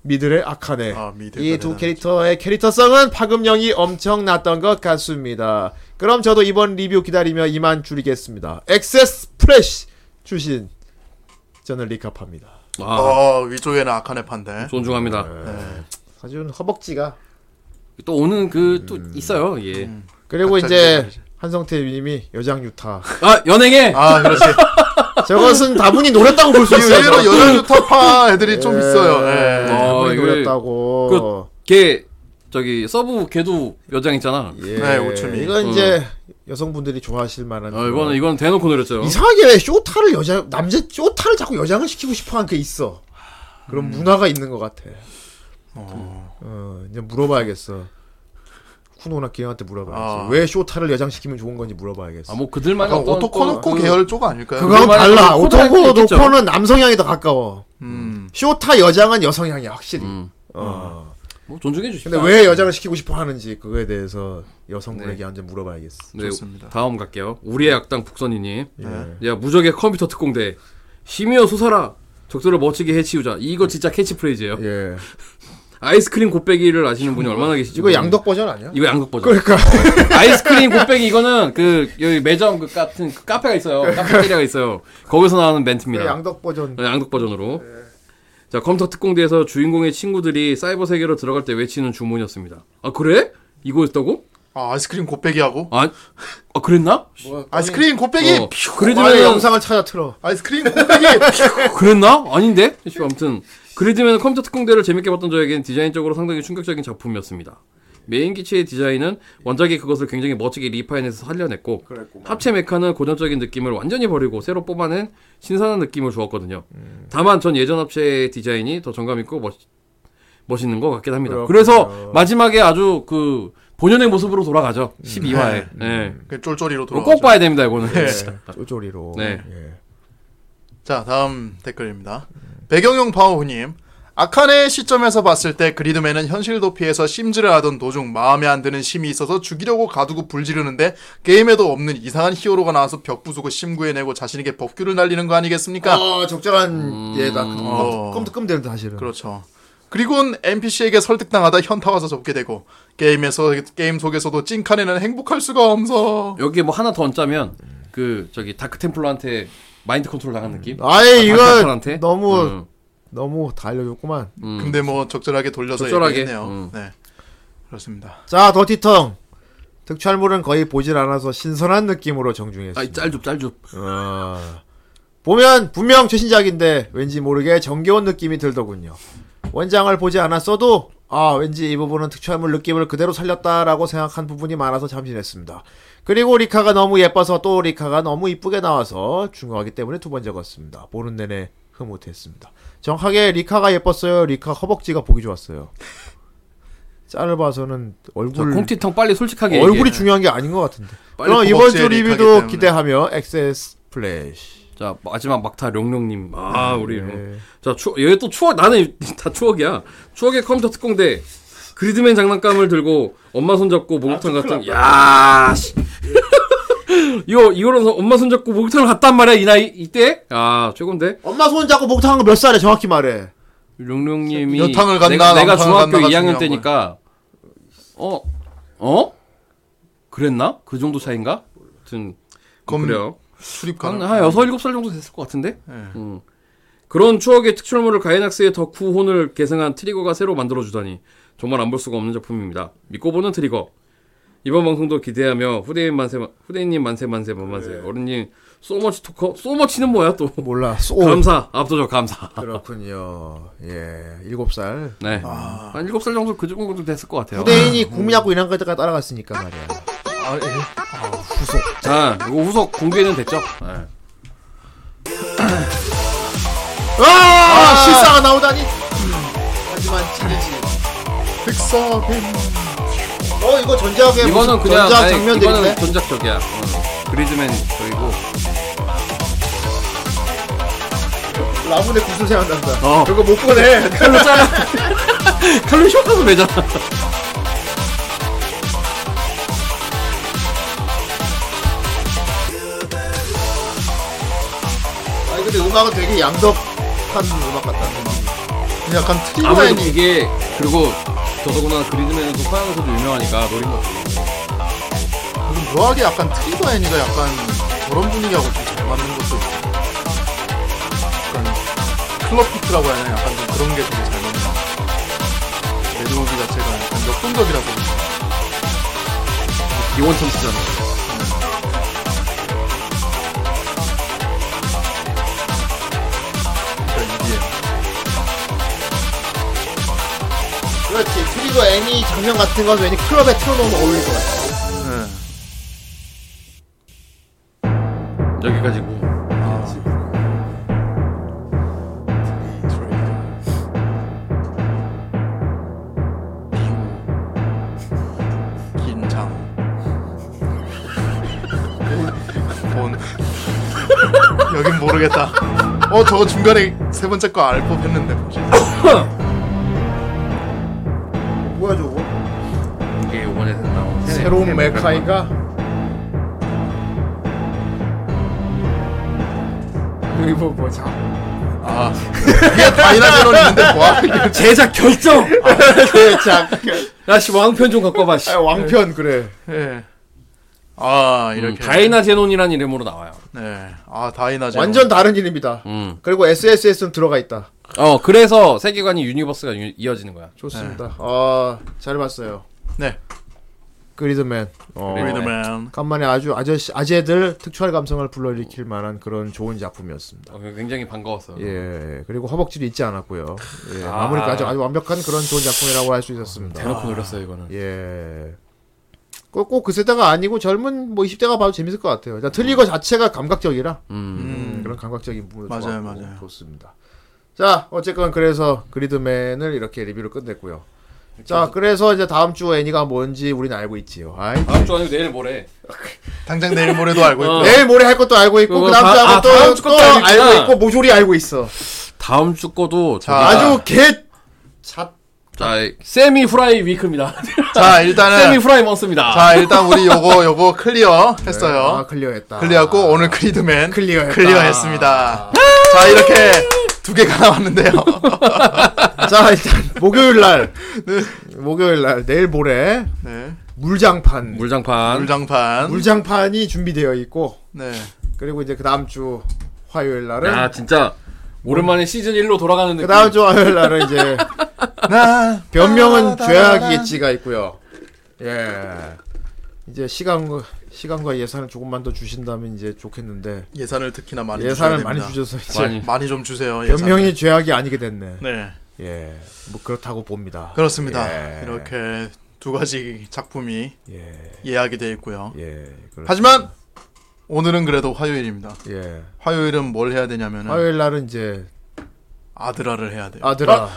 S1: 미들의 아카네
S3: 아, 미들
S1: 이 두
S3: 대단하죠.
S1: 캐릭터의 캐릭터성은 파급력이 엄청났던 것 같습니다. 그럼 저도 이번 리뷰 기다리며 이만 줄이겠습니다. 엑세스 프레시 출신 저는 리카파입니다.
S2: 아
S3: 어 위조에는 악한의 판데.
S2: 존중합니다.
S1: 사실은 허벅지가
S2: 네. 또 오는 그 또
S1: 음.
S2: 있어요. 예.
S1: 그리고
S3: 갑자기
S1: 이제
S3: 생각나지.
S1: 한성태 님이 여장 유타.
S2: 아 연행해.
S3: 아 그렇지.
S1: 저것은 다분히 노렸다고 볼 수
S3: 이
S1: 있어요.
S3: 의외로 여자 유타파 애들이 좀 있어요. 음. 예.
S2: 어.
S1: 다분히
S2: 이거-
S1: 노렸다고.
S2: 그 걔 저기 서브 걔도 여장 있잖아.
S1: 예.
S3: 네, 오춤이.
S1: 이건 이제 여성분들이 좋아하실 만한.
S2: 음. 어, 이거는 이건 대놓고 노렸죠.
S1: 이상하게 왜 쇼타를 여자 남자 쇼타를 자꾸 여장을 시키고 싶어하는 게 있어.
S2: 음.
S1: 그런 문화가 있는 것 같아. 어, 이제 물어봐야겠어. 쿠노나 기영한테 물어봐야지.
S3: 아.
S1: 왜 쇼타를 여장시키면 좋은 건지 물어봐야겠어.
S2: 아 뭐 그들만의
S3: 약간
S2: 어떤
S3: 오토코노코
S2: 또 그-
S3: 계열 쪽 아닐까요?
S1: 그거랑
S2: 그들만의
S1: 달라.
S2: 그런 코드가
S1: 오토코
S2: 있겠죠. 뭐.
S1: 노코는 남성향이 더 가까워.
S3: 음.
S1: 쇼타 여장은 여성향이야 확실히.
S2: 음.
S1: 어.
S2: 뭐 존중해 주십시오.
S1: 근데 왜 여장을 시키고 싶어 하는지 그거에 대해서 여성분에게 한번 물어봐야겠어.
S2: 네,
S3: 좋습니다.
S2: 다음 갈게요. 우리의 악당 북선이님.
S1: 예.
S2: 야 무적의 컴퓨터 특공대. 힘이여 솟아라. 적들을 멋지게 해치우자. 이거 진짜 캐치프레이즈예요.
S1: 예.
S2: 아이스크림 곱빼기를 아시는 분이 얼마나 계시지?
S1: 이거 양덕 버전 아니야?
S2: 이거 양덕 버전.
S1: 그러니까
S2: 아이스크림 곱빼기 이거는 그 여기 매점 그 같은 그 카페가 있어요. 카페테리아가 있어요. 거기서 나오는 멘트입니다.
S1: 양덕 버전.
S2: 네, 양덕 버전으로. 자, 컴퓨터 특공대에서 주인공의 친구들이 사이버 세계로 들어갈 때 외치는 주문이었습니다. 아, 그래? 이거였다고?
S3: 아, 아이스크림 곱빼기하고
S2: 아, 아 그랬나?
S3: 아이스크림 곱빼기
S2: 어,
S3: 피우!
S1: 아예
S2: 그래도면은
S1: 영상을 찾아 틀어.
S3: 아이스크림 곱빼기
S2: 그랬나? 아닌데? 씨, 아무튼 그래드맨 컴퓨터 특공대를 재밌게 봤던 저에겐 디자인적으로 상당히 충격적인 작품이었습니다. 메인 기체의 디자인은 원작이 그것을 굉장히 멋지게 리파인해서 살려냈고 합체 메카는 고전적인 느낌을 완전히 버리고 새로 뽑아낸 신선한 느낌을 주었거든요.
S1: 음.
S2: 다만 전 예전 합체의 디자인이 더 정감 있고 멋 멋있는 것 같긴 합니다.
S1: 그렇군요.
S2: 그래서 마지막에 아주 그 본연의 모습으로 돌아가죠. 12화에. 네.
S1: 음.
S3: 그 쫄쫄이로
S2: 이거
S3: 돌아가죠.
S2: 꼭 봐야 됩니다. 이거는.
S1: 네.
S2: 진짜.
S1: 예, 쪼조리로.
S2: 네.
S1: 예.
S3: 자, 다음 댓글입니다. 배경용 파워후님. 아칸의 시점에서 봤을 때 그리드맨은 현실 도피에서 심지를 하던 도중 마음에 안 드는 심이 있어서 죽이려고 가두고 불지르는데 게임에도 없는 이상한 히어로가 나와서 벽 부수고 심구해내고 자신에게 법규를 날리는 거 아니겠습니까?
S1: 아 적절한 예다.
S3: 어.
S1: 끔득끔득 사실은.
S3: 그렇죠. 그리고는 NPC에게 설득당하다 현타 와서 접게 되고 게임에서 게임 속에서도 찐칸에는 행복할 수가 없어.
S2: 여기에 뭐 하나 더 얹자면 그 저기 다크 템플러한테 마인드 컨트롤 당한 느낌?
S1: 음. 아이 이거
S2: 다크한테?
S1: 너무
S2: 음,
S1: 너무 다 알려줬구만.
S2: 음.
S3: 근데 뭐 적절하게 돌려서
S2: 적절하게.
S3: 얘기했네요.
S2: 음.
S3: 네. 그렇습니다.
S1: 자 더티텅. 득찰물은 거의 보질 않아서 신선한 느낌으로 정중했습니다.
S2: 아이 짤줍 짤줍.
S1: 아. 보면 분명 최신작인데 왠지 모르게 정겨운 느낌이 들더군요. 원장을 보지 않았어도 아 왠지 이 부분은 특촬물 느낌을 그대로 살렸다라고 생각한 부분이 많아서 참신했습니다. 그리고 리카가 너무 예뻐서 또 리카가 너무 이쁘게 나와서 중후하기 때문에 두 번 적었습니다. 보는 내내 흐뭇했습니다. 정확하게 리카가 예뻤어요. 리카 허벅지가 보기 좋았어요. 짤을 봐서는
S2: 저
S1: 얼굴
S2: 콩티텅 빨리 솔직하게
S1: 얼굴이
S2: 얘기해.
S1: 중요한 게 아닌 것 같은데.
S3: 빨리
S1: 그럼 이번
S3: 허벅지에
S1: 주
S3: 리카기
S1: 리뷰도
S3: 때문에.
S1: 기대하며 엑세스 플래시.
S2: 자 마지막 막타 룡룡님 아 우리
S1: 네.
S2: 자 추억 얘또 추억 나는 다 추억이야 추억의 컴퓨터 특공대 그리드맨 장난감을 들고 엄마 손잡고 목욕탕 갔던 야 씨. 이거 이거로서 엄마 손잡고 목욕탕을 갔단 말이야 이 나이 이때 아 최고인데
S1: 엄마 손 잡고 목욕탕 한거몇 살에 정확히 말해.
S2: 룡룡님이
S3: 연탕을 갔나,
S2: 내가, 내가
S3: 남탕을
S2: 중학교
S3: 갔나가
S2: 2학년
S3: 중요한
S2: 때니까 어어 그랬나 그 정도 차인가 아무튼 뭐
S3: 그럼
S2: 그래요
S3: 출입
S2: 한,
S3: 가능.
S2: 한 6, 7살 정도 됐을 것 같은데?
S3: 예.
S2: 음. 그런 추억의 특출물을 가이낙스의 덕후 혼을 계승한 트리거가 새로 만들어주다니 정말 안 볼 수가 없는 작품입니다. 믿고 보는 트리거. 이번 방송도 기대하며 후대인 만세 만- 후대인님 만세 만세 만만세
S3: 네.
S2: 어른님 소머치 토커 소머치는 뭐야 또
S1: 몰라. 소.
S2: 감사 압도적 감사
S1: 그렇군요. 예, 일곱 살.
S2: 네한
S1: 아.
S2: 일곱 살 정도 그 정도 됐을 것 같아요
S1: 후대인이 국민학교 1학년까지 따라갔으니까 말이야.
S2: 자 이거 후속 공개는 됐죠 네.
S1: 아, 실사가 나오다니. 하지만 찐이지. 흑사벤. 어, 이거 전작의
S2: 이거는
S1: 무슨
S2: 그냥
S1: 전작
S2: 아니,
S1: 장면들인데.
S2: 이거는 전작적이야 어. 그리즈맨 저이고
S1: 라문의 구슬 생각난다.
S2: 어.
S1: 그거 못 꺼내.
S2: 칼로 잘라. 칼로 숏가서 매잖아.
S1: 아니 근데 음악은 되게 양덕한 음악 같다.
S3: 약간
S2: 아무래도
S3: 트리거앤이
S2: 이게 그리고 저더구나 그리즈맨은 또 서양에서도 유명하니까 노린 것 같아요.
S3: 묘하게 약간 트리거앤이가 약간 저런 분위기하고 좀 잘 맞는 것도 있고. 약간 클럽 피트라고 해야 하나 약간 좀 그런 게 되게 잘 맞는다. 매드무비 자체가 약간 역동적이라서
S2: 이원 참수잖아.
S3: 그러니까 이게
S1: 그렇지. 트리거 애니 장면 같은 건 왠지 클럽에 틀어놓으면 어울릴 것 같아.
S2: 여기까지고.
S1: 아.
S3: 긴장. 본. 여긴 모르겠다. 어, 저거 중간에 세 번째 거 알법 했는데. 뭐지?
S1: 뭐야 저거?
S2: 이게 이번에 나온
S1: 새로운 메카이가 여기 뭐 보자.
S3: 다이나제논 있는데 뭐야?
S2: 제작 결정.
S1: 자,
S2: 야씨 왕편 좀 갖고 와봐. 씨.
S1: 아, 왕편 그래.
S3: 예. 아,
S2: 음,
S3: 이렇게.
S2: 다이나 제논이라는 이름으로 나와요.
S3: 네. 아, 다이나제논.
S1: 완전 다른 일입니다.
S2: 음.
S1: 그리고 SSS는 들어가 있다.
S2: 어 그래서 세계관이 유니버스가 유- 이어지는 거야.
S1: 좋습니다. 아, 잘 봤어요.
S3: 네.
S1: 그리드맨. 어,
S3: 리드맨.
S1: 간만에 아주 아저씨 아재들 특출의 감성을 불러일으킬 만한 그런 좋은 작품이었습니다.
S2: 어, 굉장히
S3: 음.
S2: 반가웠어요.
S1: 예, 그리고 허벅지도 잊지 않았고요. 예, 마무리가 아주 아주 완벽한 그런 좋은 작품이라고 할 수 있었습니다.
S2: 대놓고 노렸어요 이거는.
S1: 예. 꼭꼭 그 세대가 아니고 젊은 뭐 20대가 봐도 재밌을 것 같아요. 일단 틀리거 자체가 감각적이라 음,
S2: 음.
S3: 음.
S1: 그런 감각적인 부분을
S3: 맞아요,
S1: 좋아하고
S3: 맞아요.
S1: 좋습니다. 자, 어쨌건 그래서 그리드맨을 이렇게 리뷰를 끝냈고요. 자, 그래서 이제 다음 주 애니가 뭔지 우리는 알고 있지요. 아이,
S2: 다음 주 아니고 내일 모레.
S3: 당장 내일 모레도 알고 있고. 네.
S2: 어.
S1: 내일 모레 할 것도 알고 있고
S2: 그거
S1: 그 다음
S2: 다-
S1: 주하고
S2: 아,
S1: 또,
S2: 다음 주
S1: 또
S2: 것도 알고
S1: 알고
S2: 있구나.
S1: 있고 모조리 알고 있어.
S2: 다음 주 거도
S3: 자,
S2: 저기-
S1: 아. 주개 아,
S2: 자 세미 후라이 위크입니다.
S3: 자, 일단은.
S2: 세미 후라이 먼스입니다.
S3: 자, 일단 우리 요거, 요거 클리어 했어요.
S1: 아, 클리어했다.
S3: 클리어하고 오늘 크리드맨
S1: 클리어했다.
S3: 클리어했습니다. 자 이렇게 두 개가 나왔는데요.
S1: 자, 일단 목요일 날 목요일 날 내일 모레
S3: 네,
S1: 물장판
S2: 물장판.
S3: 물장판.
S1: 물장판이 준비되어 있고
S3: 네,
S1: 그리고 이제 그 다음 주 화요일 날은
S2: 야 진짜 오랜만에 시즌 1로 돌아가는 느낌.
S1: 그 다음 주 화요일 날은 이제
S3: 나
S1: 변명은 죄악이겠지가 있고요. 예. 이제 시간과 시간과 예산을 조금만 더 주신다면 이제 좋겠는데
S3: 예산을 특히나 많이
S1: 예산을
S3: 주셔야
S1: 많이
S3: 됩니다.
S1: 주셔서 이제
S2: 많이.
S3: 많이 좀 주세요. 예산을.
S1: 변명이 죄악이 아니게 됐네.
S3: 네
S1: 예, 뭐 그렇다고 봅니다.
S3: 그렇습니다.
S1: 예.
S3: 이렇게 두 가지 작품이
S1: 예,
S3: 예약이 돼 있고요.
S1: 예. 그렇-
S3: 하지만 오늘은 그래도 화요일입니다.
S1: 예.
S3: 화요일은 뭘 해야 되냐면은
S1: 화요일 날은 이제
S3: 아드라를 해야 돼요.
S1: 아들아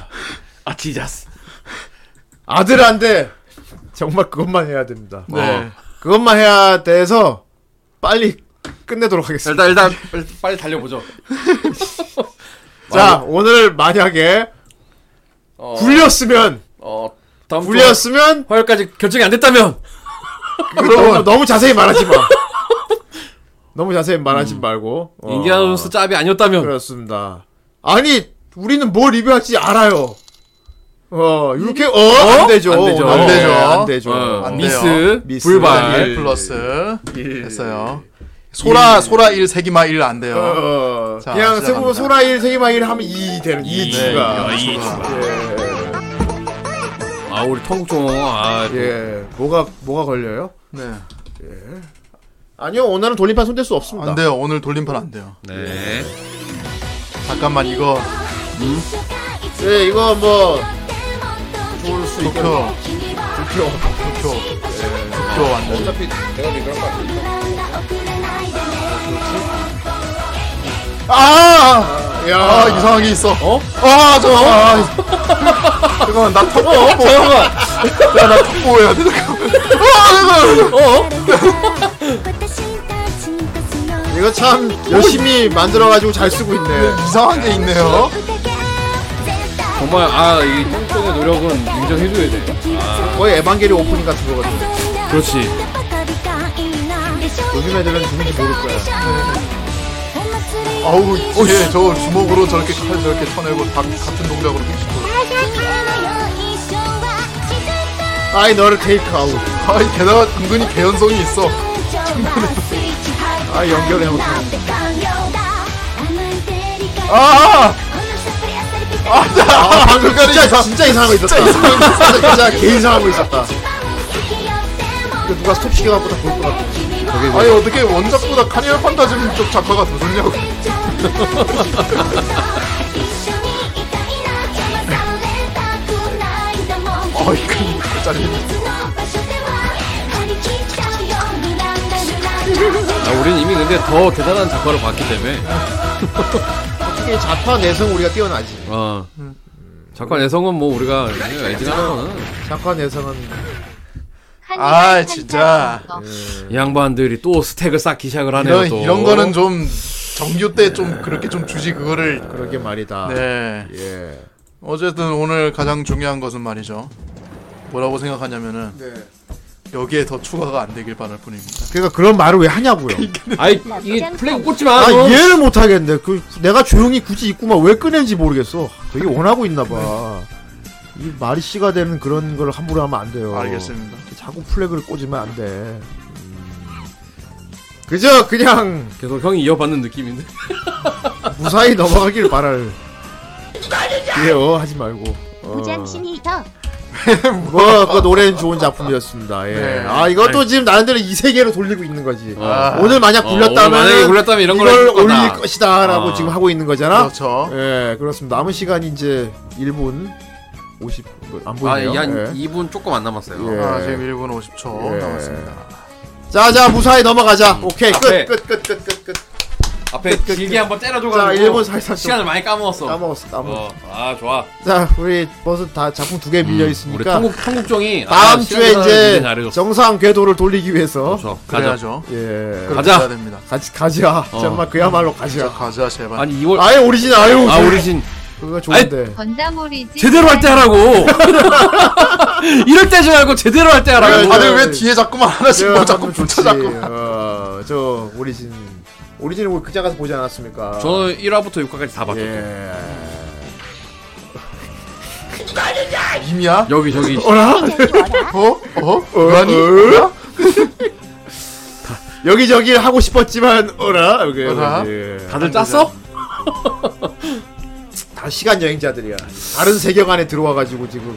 S2: 아 지자스.
S1: 아들한테 정말 그것만 해야 됩니다.
S3: 네.
S1: 어. 그것만 해야 돼서 빨리 끝내도록 하겠습니다.
S2: 일단 일단 빨리, 빨리 달려보죠.
S1: 자 오늘 만약에
S2: 어,
S1: 굴렸으면
S2: 어 다음 주
S1: 굴렸으면
S2: 화요일까지 결정이 안 됐다면
S1: 너무, 너무 자세히 말하지 마. 너무 자세히 말하지 말고 어, 그렇죠.
S2: 인디아나 존스 짭이 아니었다면
S1: 그렇습니다. 아니 우리는 뭘 리뷰할지 알아요. 어 이렇게 어안 되죠.
S2: 안 되죠.
S1: 안 되죠.
S3: 네,
S1: 안 되죠.
S2: 어,
S3: 안
S2: 미스,
S3: 돼요.
S1: 미스.
S2: 불발.
S1: 예.
S3: 1 플러스 했어요. 소라 소라 1 세기마 1 안 돼요.
S1: 어,
S3: 자,
S1: 그냥
S3: 시작합니다.
S1: 세부 소라일 세기마일 하면 2 되는 2
S3: 네,
S1: 추가.
S3: 이
S2: 아 우리 청국종 아
S1: 예, 뭐가 뭐가 걸려요?
S3: 네.
S1: 아니요, 오늘은 돌림판 손댈 수 없습니다.
S3: 안 돼요. 오늘 돌림판 안 돼요.
S2: 네.
S3: 잠깐만 이거
S1: 예, 이거 뭐
S3: 좋을 수 있고 도쿄 도쿄 도쿄 완전
S2: 네
S3: 아!
S1: 야,
S3: 아 이상한 게 있어. 어? 아 저. 아,
S1: 아,
S3: 잠깐만 나 턱보.
S1: 어,
S3: 잠깐만. 야나 턱보 해야 돼. 잠깐만.
S1: 이거 참 열심히 만들어 가지고 잘 쓰고 있네.
S3: 이상한 게 있네요.
S2: 정말 아이 청국종의 노력은 인정해줘야 돼. 아.
S1: 거의 에반게리 오프닝 같은 거거든.
S2: 그렇지.
S1: 요즘 애들은 누군지 모를 거야. 어,
S3: 아우 어, 예저 주먹으로 저렇게 칼 저렇게 쳐내고 다 같은 동작으로 붙이고.
S1: 아이 너를 테이크 아웃.
S3: 아 게다가 은근히 개연성이 있어.
S1: 아 연결해 못.
S3: 아!
S1: 아 방금 진짜 진짜 이상한 거 있었다. 진짜, 진짜 개 이상한 거 있었다. 이거 누가 스톱 시켜갖고 다 볼 것 같아.
S3: 아니 어떻게 원작보다 카니발 판타즘 쪽 작가가 더 좋냐고. 아 이거 진짜 짜증나.
S2: 아 우리는 이미 근데 더 대단한 작가를 봤기 때문에
S1: 특히 자파 내성 우리가 뛰어나지.
S2: 어 작가 내성은 뭐 우리가 애지간한 거는
S1: 자파 내성은
S3: 아, 진짜. 예.
S2: 이 양반들이 또 스택을 쌓기 시작을 하네요.
S3: 이런
S2: 또.
S3: 이런 거는 좀 정규 때 좀 그렇게 좀 주지 그거를.
S1: 그러게 말이다.
S3: 네.
S1: 예.
S3: 어쨌든 오늘 가장 중요한 것은 말이죠. 뭐라고 생각하냐면은
S1: 네.
S3: 여기에 더 추가가 안 되길 바랄 뿐입니다.
S1: 그러니까 그런 말을 왜 하냐고요.
S2: 아이 이게 플래그 꽂지 마.
S1: 아
S2: 너.
S1: 이해를 못 하겠네. 그 내가 조용히 굳이 있구만 왜 꺼낸지 모르겠어. 되게 원하고 있나 봐. 이 말이 씨가 되는 그런 걸 함부로 하면 안
S2: 어.
S1: 돼요.
S3: 알겠습니다.
S1: 자꾸 플래그를 꽂으면 안 돼. 음. 그저 그냥
S2: 계속 형이 이어받는 느낌인데.
S1: 무사히 넘어가길 바랄. 그래요 하지 말고. 어. 뭐, 그 노래는 좋은 작품이었습니다. 예.
S3: 네.
S1: 아, 이것도 지금 나름대로 이 세계로 돌리고 있는 거지.
S2: 아.
S1: 오늘 만약
S2: 어,
S1: 굴렸다면,
S2: 오늘 만약에 굴렸다면 이런 걸
S1: 이걸
S2: 해줄 거다.
S1: 올릴 것이다라고
S2: 아.
S1: 지금 하고 있는 거잖아.
S3: 그렇죠.
S1: 예, 그렇습니다. 남은 시간이 이제 1분 50분 안 보이네요.
S2: 아한
S1: 예.
S2: 이 2분 조금 안 남았어요.
S1: 예.
S3: 아, 지금 1분 50초
S1: 예.
S3: 남았습니다.
S1: 자, 자, 무사히 넘어가자. 오케이,
S2: 앞에.
S1: 끝, 끝, 끝, 끝, 끝, 끝.
S2: 네. 앞에 길게 한번
S1: 자,
S2: 때려줘가지고
S1: 1분 살살
S2: 시간을 많이 까먹었어.
S1: 까먹었어, 까먹었어.
S2: 어, 아 좋아.
S1: 자, 우리 벌써 다 작품 두 개 밀려
S2: 우리
S1: 있으니까
S2: 통국 통국종이
S1: 그러니까 다음
S2: 아,
S1: 주에
S2: 시간
S1: 이제
S2: 굉장히 잘해줬어.
S1: 정상 궤도를 돌리기 위해서
S2: 그렇죠. 가자.
S3: 그래야죠.
S1: 예,
S3: 그렇게
S2: 가자.
S3: 해야 됩니다.
S1: 같이 가자. 정말 그야말로 가자.
S3: 진짜 가자 제발.
S2: 아니 2월
S1: 아예 오리진 아유
S2: 아 오리진
S1: 그거 좋은데
S4: 건담오리지
S2: 제대로 할 때 하라고. 이럴 때 하지 말고 제대로 할 때
S3: 아니,
S2: 하라고.
S3: 네, 다들 왜 뒤에 자꾸만 하나씩 뭐 자꾸 붙여잡고.
S1: 어저 오리진 오리진을 우리 극장 가서 보지 않았습니까?
S2: 저는 1화부터 6화까지 다 봤죠.
S1: 예
S3: 아, 이미야?
S2: 여기 저기
S3: 어? 어?
S1: 어라니
S3: 그러니?
S1: 여기저기 하고 싶었지만 어라 여기
S3: 어라?
S1: 예.
S2: 다들 짰어?
S1: 다 시간 여행자들이야 다른 세계관에 들어와가지고 지금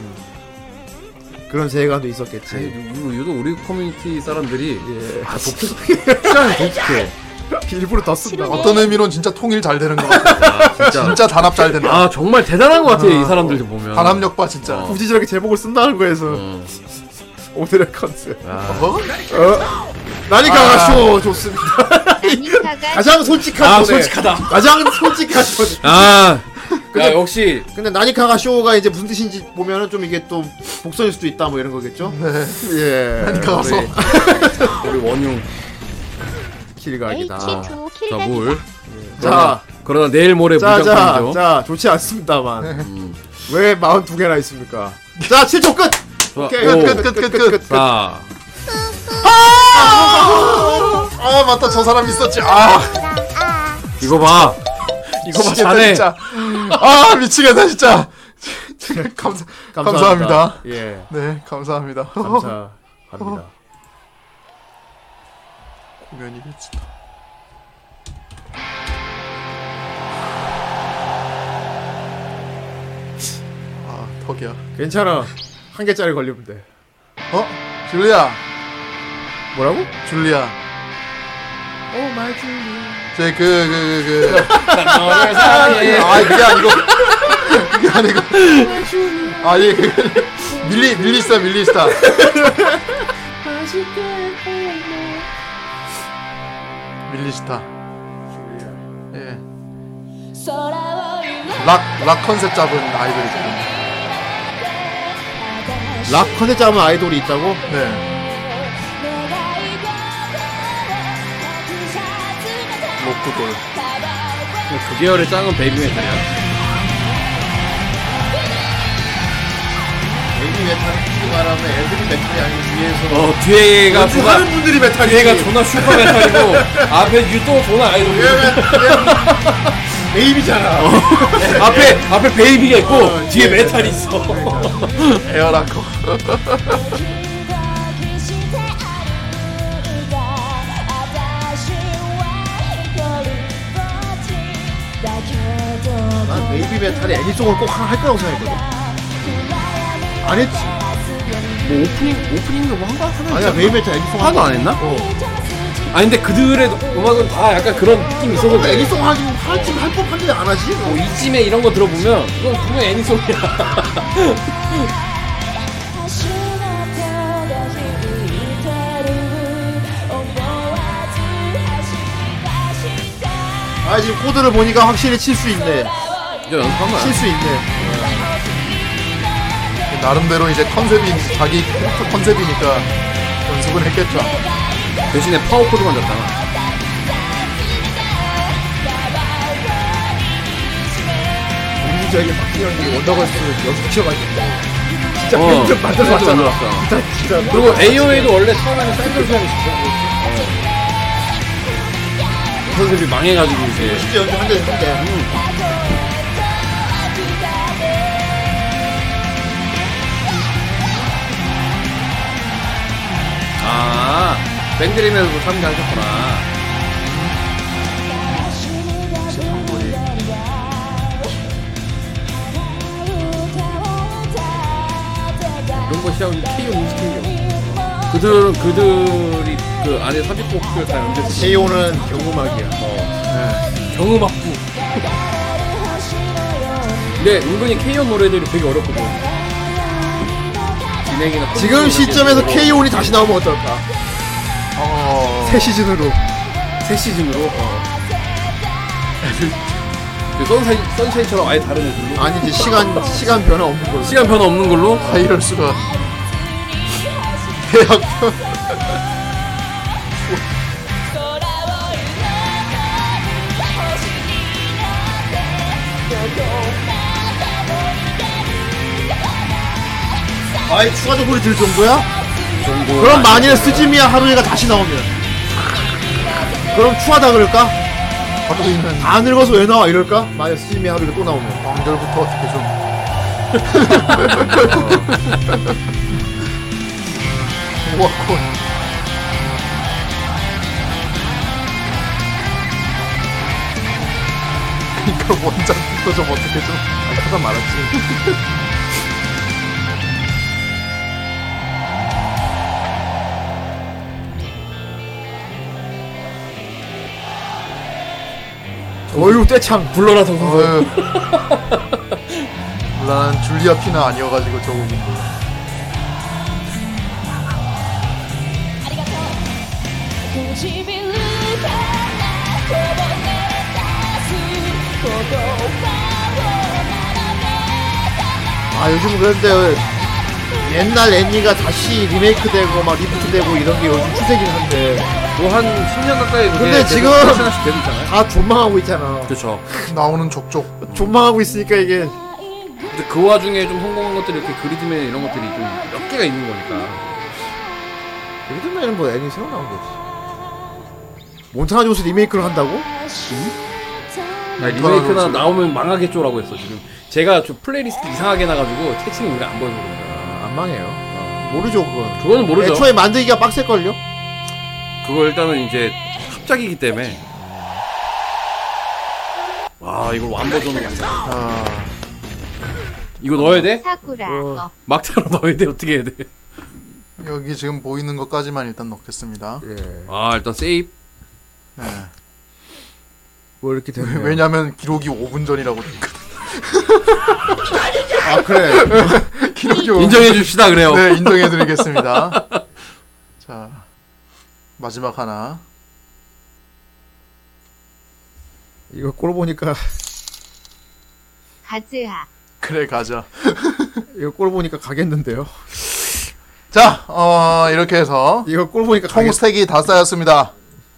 S1: 그런 세계관도
S2: 아니,
S1: 있었겠지
S2: 유- 유독 음, 우리 커뮤니티 사람들이
S1: 예
S2: 아 독특해. 시간이 독특해.
S1: 일부러 더 쓴다
S3: 어떤 의미론 진짜 통일 잘 되는 것 같아.
S2: 진짜.
S3: 진짜 단합 잘 된다.
S2: 아 정말 대단한 것 같아요 이 사람들 좀 보면.
S3: 단합력 봐 진짜.
S2: 어.
S1: 굳이 저렇게 제목을 쓴다는 거에서
S2: 어.
S1: 오늘의 컨셉
S2: 아,
S3: 어?
S1: 나니까가 쇼 좋습니다
S4: 나니카가
S1: 가장 솔직한
S2: 아,
S1: 손에.
S2: 솔직하다.
S1: 가장 솔직한 손에.
S2: 아 야 역시
S1: 근데 나니카가 쇼가 이제 무슨 뜻인지 보면은 좀 이게 또 복선일 수도 있다 뭐 이런 거겠죠?
S2: 네.
S1: 예. 나니카
S3: 가서.
S2: 우리 원흉
S1: 킬각이다.
S2: 자물
S1: 자,
S2: 그러나 내일 모레
S1: 자, 자,
S2: 무장판이죠. 음.
S1: 자, 좋지 않습니다만. 왜 42개나 있습니까? 자, 7초 끝! 어,
S2: 좋아.
S1: 오케이,
S2: 오,
S1: 끝, 끝, 끝, 끝, 끝, 끝.
S2: 자,
S3: 아 맞다 저 사람 있었지. 아
S2: 이거 봐. 이거 봐,
S3: 미치겠다
S2: 자네.
S3: 진짜. 아 미치겠다 진짜. 감사 감사합니다.
S1: 예,
S3: 네 감사합니다.
S1: 감사합니다.
S3: 공연이 미친다. 아 덕이야.
S1: 괜찮아. 한 개짜리 걸리면 돼.
S3: 어 줄리아
S1: 뭐라고?
S3: 줄리아.
S1: 오 마이 줄리.
S3: 제그그그 그,
S2: 너를 사랑해.
S3: 아 그게 아니고 그게 아니고 아예 그게 아니고. 밀리 밀리스타 밀리스타. 밀리스타. 예. 락락 컨셉 잡은 아이돌이죠.
S1: 락 컨셉 잡은 아이돌이 있다고?
S3: 네. 로크돌.
S2: 그 계열의 짱은 베이비메탈이야.
S1: 애기 메탈 키고 가라면 애들이 메탈이 아닌 뒤에서
S2: 어 뒤에가
S1: 뭐
S2: 존나
S1: 하는 분들이 메탈이지.
S2: 뒤에가 존나 슈퍼 메탈이고 앞에 유도 존나 아이돌.
S1: 베이비잖아.
S2: 앞에 앞에 베이비가 있고 어, 뒤에 메탈이 있어.
S3: 에어라커.
S1: 난 아, 베이비 메탈이 애니송을 꼭 하나 할 거라고 생각했거든. 안 했지.
S2: 뭐 오프닝 오프닝도 뭐한 거 하나
S1: 아니야, 베이비 메탈 애니송
S2: 하나도 안 했나?
S1: 어.
S2: 아니 근데 그들의 음악은 다 약간 그런 느낌이 있어서
S1: 근데
S2: 애니
S1: 애니송 하지 할지 할 법한데 안 하지? 어.
S2: 뭐 이쯤에 이런 거 들어보면 이건 분명 애니송이야.
S1: 아 지금 코드를 보니까 확실히 칠 수 있네.
S2: 어. 이거 연습한
S1: 칠 수 있네.
S3: 그 나름대로 이제 컨셉이 자기 캐릭터 컨셉이니까 연습을 했겠죠.
S2: 대신에 파워 코드만 줬잖아.
S1: 우리 저에게 박진영 형이 원더걸스 연습 시켜가지고 진짜
S2: 어,
S1: 팬좀 만들어
S2: 팬좀
S1: 왔잖아.
S2: 만들어왔어.
S1: 진짜 진짜.
S2: 그리고 AOA도 원래 처음에는 샌들 수염이 있었어. 컨셉이 망해가지고 이제
S1: 진짜 연습 한대 했는데.
S2: 아 밴드림에서도 참가하셨구나. 이런 거 시작은 K 움직임이요. 그들 그들이 그 안에 삽입곡들 다 연결해서
S1: 세이오는 경음악이야.
S2: 경음악부. 근데 은근히 K-ON 노래들이 되게 어렵거든. 진행이나
S1: 지금 시점에서 K-ON이 다시 나오면 어떨까?
S3: 어.
S1: 새 시즌으로.
S2: 새 시즌으로. 어. 그 선샤인 선샤인처럼 아예 다른 애들로.
S1: 아니 이제 시간 시간 변화 없는 걸로.
S2: 시간 변화 없는 걸로.
S3: 아 이럴 수가. 대학
S1: 아이 추가적 소리 들 정도야?
S2: 정도.
S1: 그럼 만일에 스즈미야 하루이가 다시 나오면. 그럼 추하다 그럴까?
S3: 바로
S2: 네.
S3: 있는
S1: 안 읽어서 왜 나와 이럴까? 만약 스즈미야 하루이가 또 나오면.
S3: 관절부터 어떻게 좀. 우와 콜. 그러니까 원작부터 좀 어떻게 좀 하다 말았지.
S1: 어유 떼창.
S2: 불러라 성공.
S3: 어휴. 난 네. 줄리아 피나 아니어가지고 저거 못 몰라.
S1: 아 요즘 그런데 옛날 애니가 다시 리메이크되고 막 리부트되고 이런 게 요즘 추세긴 한데
S2: 뭐한 10년 가까이 그게
S1: 근데
S2: 계속
S1: 지금-
S2: 하나씩 되고 있잖아요.
S1: 다 존망하고 있잖아.
S2: 그렇죠.
S3: 나오는 족족.
S1: 존망하고 있으니까 이게
S2: 근데 그 와중에 좀 성공한 것들이 이렇게 그리드맨 이런 것들이 좀 몇 개가 있는 거니까.
S1: 요즘에는 뭐 애니 새로 나온 거지. 몬타나 조스 리메이크를 한다고?
S2: 나 네, 리메이크나 나오면 망하겠죠라고 했어 지금. 제가 좀 플레이리스트 이상하게 나가지고 채팅이 우리가 안 보이는 거예요.
S1: 아, 안 망해요. 모르죠 그건.
S2: 그거는 모르죠.
S1: 애초에 만들기가 빡셀걸요?
S2: 그거 일단은 이제 합작이기 때문에. 와 이걸 완버전으로 만들어.
S1: 아,
S2: 이거 넣어야 돼?
S4: 사쿠라. 어.
S2: 막타로 넣어야 돼 어떻게 해야 돼?
S3: 여기 지금 보이는 것까지만 일단 넣겠습니다.
S1: 예.
S2: 아 일단 세입.
S3: 네.
S1: 뭐 이렇게
S2: 네.
S1: 되면.
S3: 왜냐면 기록이 5분 전이라고.
S1: 아, 그래.
S3: 기록이 5분
S2: 어. 인정해 줍시다 그래요.
S3: 네, 인정해드리겠습니다. 자, 마지막 하나.
S1: 이거 꼴 보니까,
S4: 가즈하.
S3: 그래, 가자.
S1: 이거 꼴 보니까 가겠는데요?
S3: 자, 어, 이렇게 해서
S1: 이거 꼴 보니까
S3: 총
S1: 가겠...
S3: 스택이 다 쌓였습니다.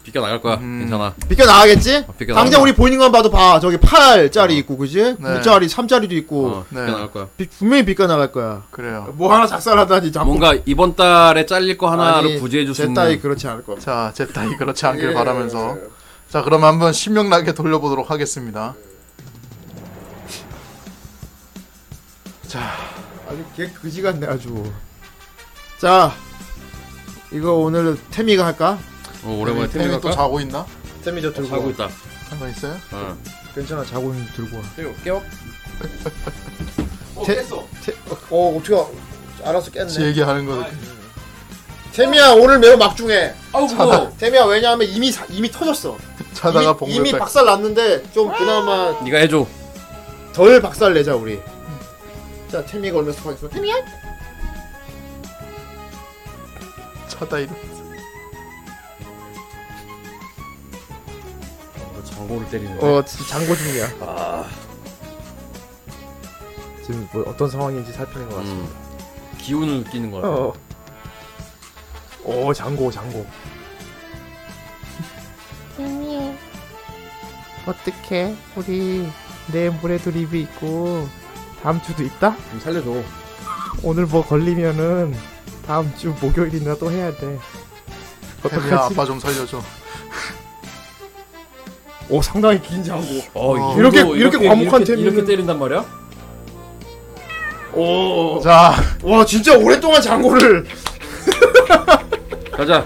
S2: 비껴 나갈 거야.
S1: 음.
S2: 괜찮아.
S1: 비껴 나가겠지?
S2: 어, 비껴
S1: 당장
S2: 나가겠다.
S1: 우리 보이는 것만 봐도 봐. 저기 8짜리 있고, 그지? 9짜리, 3짜리도 있고.
S2: 어,
S3: 네.
S2: 비껴 나갈 거야.
S1: 비- 분명히 비껴 나갈 거야.
S3: 그래요.
S1: 뭐 하나 작살하다니 자꾸.
S2: 뭔가 이번 달에 잘릴 거 하나를
S1: 뭐. 아니,
S2: 부재해 줄 수
S1: 제
S2: 있는.
S1: 딸이 그렇지 않을 거.
S3: 자, 제 딸이 그렇지 않길
S1: 예.
S3: 바라면서. 자, 그럼 한번 신명나게 돌려보도록 하겠습니다. 자,
S1: 아주 개 그지 같네 아주. 자, 이거 오늘 태미가 할까?
S2: 어, 오랜만에
S3: 템이
S2: 태민
S3: 또
S2: 갈까?
S3: 자고 있나?
S1: 태미 저 들고.
S2: 자고 있다.
S3: 한거 있어요?
S2: 어.
S1: 괜찮아 자고 있는 들고. 와.
S2: 태민 깨워.
S1: 태, 태, 어 어떻게 알아서 깼네.
S3: 지 얘기하는 거.
S1: 태미야 오늘 매우 막중해.
S2: 아우 무거워.
S1: 태미야 왜냐하면 이미 사- 이미 터졌어.
S3: 자다가
S1: 이미, 이미
S3: 봉글 딱.
S1: 박살 났는데 좀 그나마
S2: 네가 해줘.
S1: 덜 박살 내자 우리. 자 태미가 얼마나 수고했어. 태미야.
S3: 자다 이러.
S2: 장고를 때리는. 어.
S1: 어 지- 장고 중이야. 아. 지금 뭐 어떤 상황인지 살피는 것 같습니다.
S2: 음. 기운을 느끼는 거야.
S1: 어. 오 장고 장고.
S8: 네,
S1: 어떻게 우리 내일 모레도 리뷰 있고 다음 주도 있다?
S2: 좀 살려줘.
S1: 오늘 뭐 걸리면은 다음 주 목요일이나 또 해야 돼.
S3: 태미야,
S1: 어떡하지?
S3: 아빠 좀 살려줘.
S1: 오 상당히 긴 장고.
S2: 어,
S1: 아. 이렇게- 이렇게 과묵한
S2: 이렇게,
S1: 재미는-
S2: 이렇게 때린단 말이야?
S1: 오.
S3: 자,
S1: 와 진짜 오랫동안 장고를.
S2: 가자.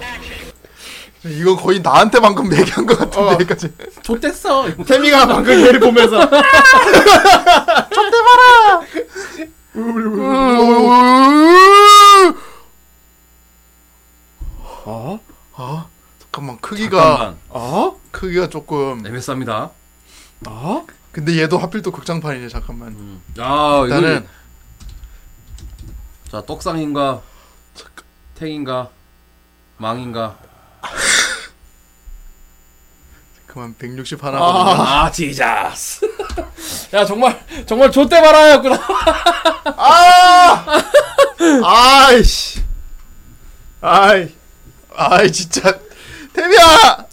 S3: 이건 거의 나한테만큼 얘기한 것 같은데 여기까지.
S2: 좋댔어.
S1: 태미가 방금 얘를 보면서 음.
S2: 어?
S3: 아 잠깐만 크기가
S2: 잠깐만. 네,
S1: 어?
S3: 크기가 조금.
S2: 애매쌉니다.
S1: 어?
S3: 근데 얘도 하필 또 극장판이네 잠깐만.
S2: 음. 야,
S3: 일단은
S2: 이거는 자 떡상인가, 탱인가, 망인가.
S3: 그만 160 하나거든요.
S2: 아, 지자스. 야 정말 정말 좋대 말아였구나.
S1: 아이씨. 아이.
S3: 아, 이 진짜 태미야.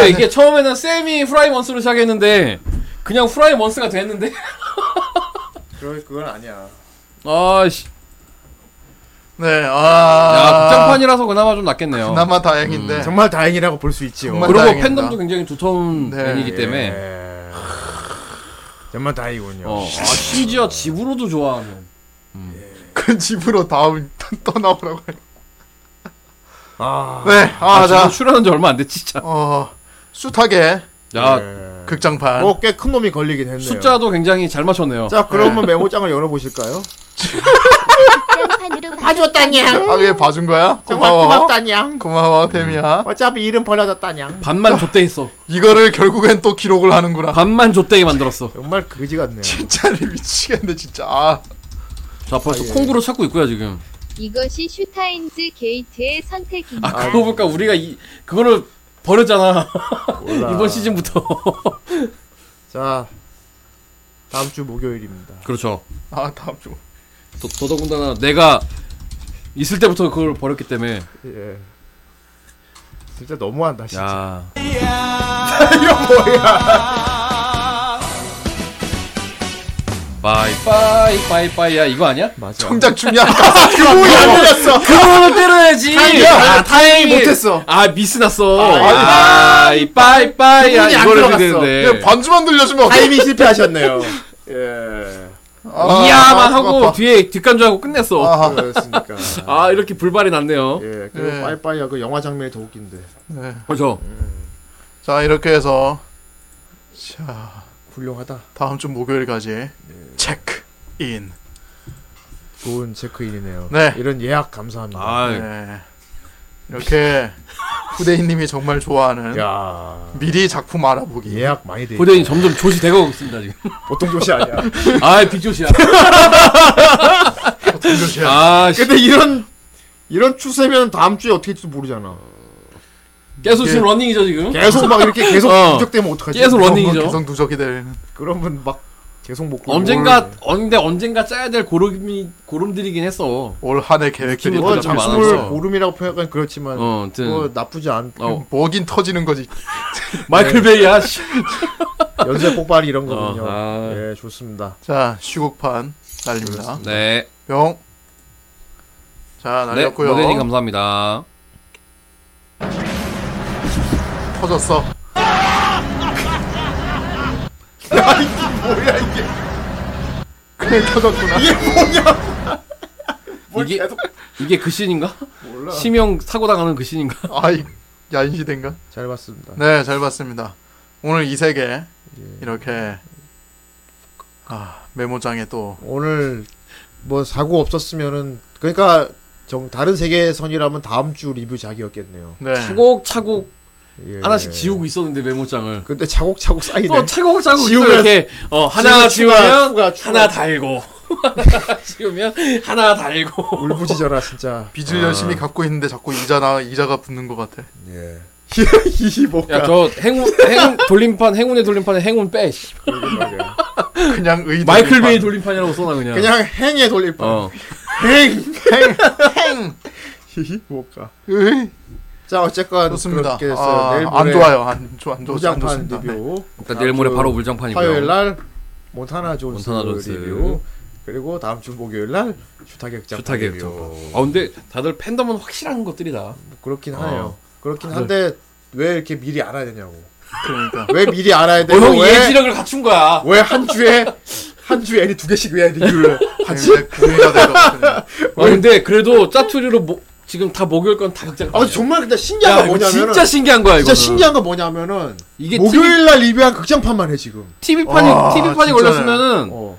S2: 이게, 이게 처음에는 세미 프라이 먼스로 시작했는데 그냥 프라이 먼스가 됐는데
S1: 그럴 그건 아니야.
S2: 아씨
S3: 네,
S2: 야
S3: 아.
S2: 극장판이라서 음. 그나마 좀 낫겠네요
S3: 그나마 다행인데.
S1: 정말 다행이라고 볼 수 있지요.
S3: 정말
S2: 그리고
S3: 다행이다.
S2: 팬덤도 굉장히 두터운
S3: 네,
S2: 애니기 때문에
S1: 예. 정말 다행이군요.
S2: 어, 아, 심지어 집으로도 좋아하는
S3: 그 집으로 다음 떠나오라고. 해.
S1: 아.
S3: 네, 아,
S2: 아, 지금
S3: 자,
S2: 출연한 지 얼마 안 됐지 진짜
S3: 어, 숱하게
S2: 야
S1: 예.
S3: 극장판.
S1: 뭐 꽤 큰 놈이 걸리긴 했네요.
S2: 숫자도 굉장히 잘 맞췄네요
S1: 자, 그러면 메모장을 열어보실까요?
S6: 봐줬다냐?
S3: 아, 얘 봐준 거야?
S2: 어.
S3: 고마워.
S1: 고맙다냥.
S2: 음.
S3: 고마워, 태미야.
S1: 어차피 이름 버려졌다냥.
S2: 반만 좆대했어
S3: 이거를 결국엔 또 기록을 하는구나.
S2: 반만 좆대게 만들었어
S1: 정말 거지 같네요.
S3: 진짜로 미치겠네, 진짜. 아,
S2: 자 벌써 콩구로 찾고 있고요 지금
S4: 이것이 슈타인즈 게이트의 선택입니다.
S2: 아 그거 볼까 우리가 이 그거를 버렸잖아
S1: 몰라.
S2: 이번 시즌부터
S1: 자, 다음 주 목요일입니다.
S2: 그렇죠
S3: 아, 다음 주.
S2: 더, 더더군다나 내가 있을 때부터 그걸 버렸기 때문에
S1: 예. 진짜 너무한다 진짜.
S2: 야 아,
S1: 이거 뭐야?
S2: 빠이 빠이 빠이 빠이야 이거 아니야?
S1: 맞아.
S3: 청작 중요한 가사 규모이 안 들렸어.
S2: 그거는 때려야지.
S1: 다행이야.
S2: 아, 다행히
S1: 못했어.
S2: 아 미스 났어.
S1: 아,
S2: 아이 빠이 빠이야 아,
S1: 부분이 안
S2: 이거를
S1: 들어갔어.
S3: 그냥
S2: 되는데.
S3: 반주만 들려주면 어떡해.
S1: 타이밍 실패하셨네요. 예.
S3: 아,
S2: 이야만
S3: 아,
S2: 하고
S3: 아파.
S2: 뒤에 뒷간주하고 끝냈어. 아,
S1: 아, 그렇습니까.
S2: 이렇게 불발이 났네요.
S1: 예, 그리고
S3: 예.
S1: 빠이빠이야 그 영화 장면이 더 웃긴데.
S2: 그렇죠.
S3: 네.
S1: 음.
S3: 자 이렇게 해서 자
S1: 훌륭하다.
S3: 다음 주 목요일까지 체크 인.
S1: 좋은 체크인이네요.
S3: 네.
S1: 이런 예약 감사합니다.
S2: 아
S3: 네. 이렇게 후대인님이 정말 좋아하는
S1: 네. 야
S3: 미리 작품 알아보기.
S1: 예약 많이 돼.
S2: 고대인 점점 조시 되고 있습니다 지금.
S1: 보통 조시 아니야.
S2: 아이 빅조시야.
S3: 등교시야.
S2: 아 씨.
S1: 근데 이런 이런 추세면 다음 주에 어떻게 될지 모르잖아.
S2: 계속
S1: 예.
S2: 지금 러닝이죠 지금.
S1: 계속 막 이렇게 계속
S2: 어.
S1: 부적되면 어떡하지?
S2: 계속
S3: 그런 건
S2: 러닝이죠.
S3: 개성 누적이 되는.
S1: 그러면 막 계속 못. 고르고
S2: 언젠가 언데 언젠가 짜야 될 고름이 고름들이긴 했어.
S3: 올 한 해 계획들이
S2: 기분
S1: 이건
S2: 나쁘지 않아서.
S1: 작품을 고름이라고 표현하기 그렇지만
S2: 어, 아무튼
S1: 뭐 예. 나쁘지 않고
S2: 어.
S3: 뭐긴 터지는 거지.
S1: 네.
S2: 마이클 베이야. 씨.
S1: 연쇄 폭발이 이런 거군요.
S2: 어, 아.
S1: 아, 예, 좋습니다.
S3: 자, 쉬국판 날립니다.
S2: 네.
S3: 뿅. 자,
S2: 네.
S3: 날렸고요.
S2: 고대인 감사합니다.
S3: 터졌어.
S1: 뭐야 이게?
S3: 그래 터졌구나.
S2: 이게 이게 그 신인가?
S1: 몰라.
S2: 심형 사고 당하는 그 신인가?
S3: 아이 야인시대인가?
S1: 잘 봤습니다.
S3: 네, 잘 봤습니다. 오늘 이 세계 이렇게 아, 메모장에 또
S1: 오늘 뭐 사고 없었으면은 그러니까 정 다른 세계선이라면 다음 주 리뷰작이었겠네요.
S3: 네.
S2: 차곡차곡
S1: 예.
S2: 하나씩 지우고 있었는데 메모장을.
S1: 근데 차곡차곡 쌓이네.
S2: 또 차곡차곡 있어,
S1: 지우면-
S2: 이렇게 어,
S1: 지우면
S2: 하나
S1: 추가,
S2: 지우면
S1: 추가, 추가.
S2: 하나 달고 하나 지우면 하나 달고
S1: 울부짖어라 진짜.
S3: 빚을 열심히
S2: 아.
S3: 갚고 있는데 자꾸 이자나 이자가 붙는 것 같아.
S1: 예. 이 뭐가?
S2: 야 저 행운 행운 돌림판 행운의 돌림판에 행운 빼 씨.
S3: 그냥 의
S2: 마이클 베이 돌림판이라고 써놔 그냥
S1: 그냥 행에 돌릴 뻔.
S2: 어
S1: 행.
S3: 행.
S1: 히히 뭐가?
S3: 으이.
S1: 자 어쨌건
S3: 좋습니다.
S1: 그렇게 됐어요.
S3: 아,
S1: 내일
S3: 안
S1: 모레
S3: 좋아요. 안 좋아 안 좋아 안
S1: 무장판
S3: 좋습니다. 네.
S1: 리뷰.
S2: 일단 그러니까 내일 모레 바로 물장판이고요
S1: 화요일 날 몬타나 존스
S2: 몬타나 존스.
S1: 리뷰. 그리고 다음 주 목요일 날 슈타게 극장
S2: 좋다게
S1: 리뷰. 뭐
S2: 아 근데 다들 팬덤은 확실한 것들이다
S1: 그렇긴
S2: 어.
S1: 하네요.
S3: 아,
S1: 그렇긴 한데 왜 이렇게 미리 알아야 되냐고.
S3: 그러니까
S1: 왜 미리 알아야 되고
S2: 어형
S1: 왜왜
S2: 예지력을 갖춘 거야
S1: 한 주에 한 주에 애니 두 개씩 왜 리뷰를 하지?
S3: 이제 구애가 되거든요.
S2: 아 근데 그래도 짜투리로 뭐, 지금 다 목요일 건 다 극장
S1: 아 정말 근데 신기한
S2: 야
S1: 거
S2: 이거
S1: 뭐냐면은
S2: 진짜 신기한 거야 이거
S1: 진짜 신기한 거 뭐냐면은
S2: 이게
S1: 목요일 날 리뷰한 극장판만 해 지금.
S2: TV판이
S3: 와,
S2: TV판이
S3: 진짜네.
S2: 걸렸으면은
S1: 어.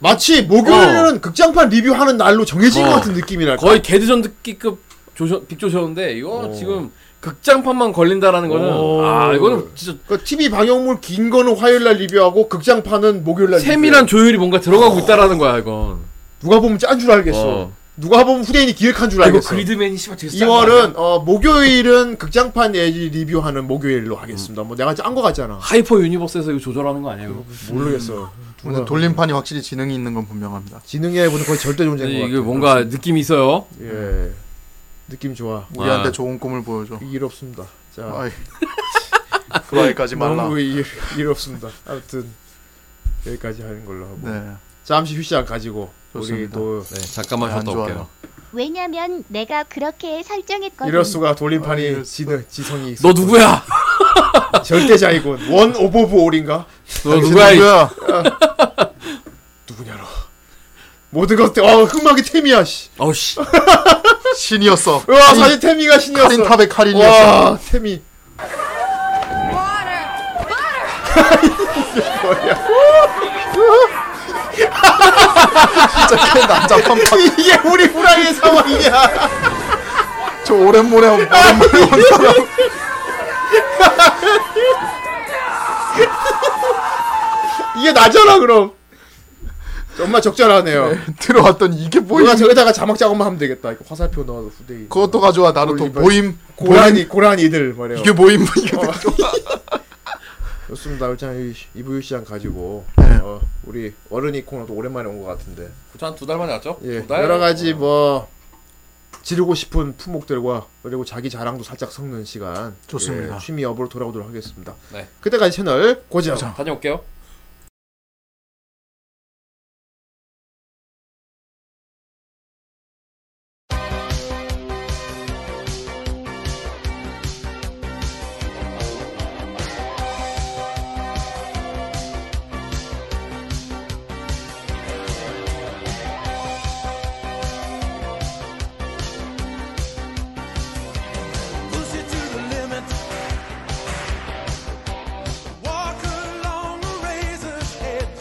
S1: 마치 목요일은 극장판 리뷰하는 날로 정해진
S2: 어.
S1: 것 같은 느낌이랄까.
S2: 거의 개드전 듣기급 조셔, 빅조셔인데 이거
S1: 어.
S2: 지금 극장판만 걸린다라는 거는
S1: 오.
S2: 아 이거는 진짜
S1: 그 TV 방영물 긴 거는 화요일 날 리뷰하고 극장판은 목요일 날.
S2: 세밀한 조율이 뭔가 들어가고 있다라는 거야 이건
S1: 리뷰해. 누가 보면 짠 줄 알겠어.
S2: 어.
S1: 누가 보면 후대인이 기획한 줄
S2: 아, 이거
S1: 알겠어.
S2: 그리드맨이 씨발 되게 싼거 아니야?
S1: 2월은 어, 목요일은 극장판 애니 리뷰하는 목요일로 하겠습니다. 뭐 내가 짠 거 같잖아.
S2: 하이퍼 유니버스에서 이거 조절하는 거 아니야 이거
S1: 모르겠어. 누가-
S3: 오늘 돌림판이 확실히 지능이 있는 건 분명합니다.
S1: 지능의 분은 거의 절대
S2: 근데
S1: 존재인 것
S2: 이게
S1: 같아.
S2: 뭔가 느낌이 있어요
S1: 예 느낌 좋아.
S3: 우리한테
S2: 아.
S3: 좋은 꿈을 보여줘.
S1: 일 없습니다. 자
S3: 아이. 그 말까지 말라.
S1: 너무 일, 일 없습니다. 아무튼 여기까지 하는 걸로 하고
S3: 네.
S1: 잠시 휴식 가지고 우리
S3: 좋습니다.
S1: 또
S2: 네 잠깐만
S3: 안
S2: 쉬었다 올게요
S3: 좋아요.
S8: 왜냐면 내가 그렇게 설정했거든.
S1: 이럴 수가 돌림판이
S3: 아, 이럴
S1: 지능 지성이
S2: 너
S1: 있었군.
S2: 누구야
S1: 절대자이군 원 오버브 올인가
S2: 너 누구야 이-
S3: 누구야?
S1: 누구냐로 모든 것어 흑막이 태미야 씨.
S2: 어우 씨
S3: 신이었어.
S1: 와
S3: 카린-
S1: 사실 태미가 신이었어.
S3: 카린 탑의 카린이었어.
S1: 와 태미.
S3: 진짜 그 남자 팜팜.
S1: 이게 우리 후라이의 상황이야.
S3: 저 오랜만에 온- 오랜만에 온 사람.
S1: 이게 나잖아 그럼. 정말 적절하네요.
S3: 들어왔던 이게 뭐야?
S1: 우리가 저기다가 자막 작업만 하면 되겠다. 이거 화살표 넣어서 후대인.
S3: 그것도 가져와
S1: 뭐,
S3: 나루토
S1: 올리버.
S3: 모임 뭐
S1: 고라니 고라니들 말이에요.
S3: 이게 모임 이게 어.
S1: 좋습니다. 일단 이 이부유 씨랑 가지고 어, 우리 어른이 코너도 오랜만에 온 것 같은데
S2: 한두 달 만에 왔죠?
S1: 예,
S2: 두 달?
S1: 여러 가지
S2: 어.
S1: 뭐 지르고 싶은 품목들과 그리고 자기 자랑도 살짝 섞는 시간
S3: 좋습니다.
S1: 예, 취미 여부로 돌아오도록 하겠습니다.
S2: 네.
S1: 그때까지 채널 고정.
S3: 고정.
S2: 다녀올게요.
S6: Push it to the limit. Walk along the rail.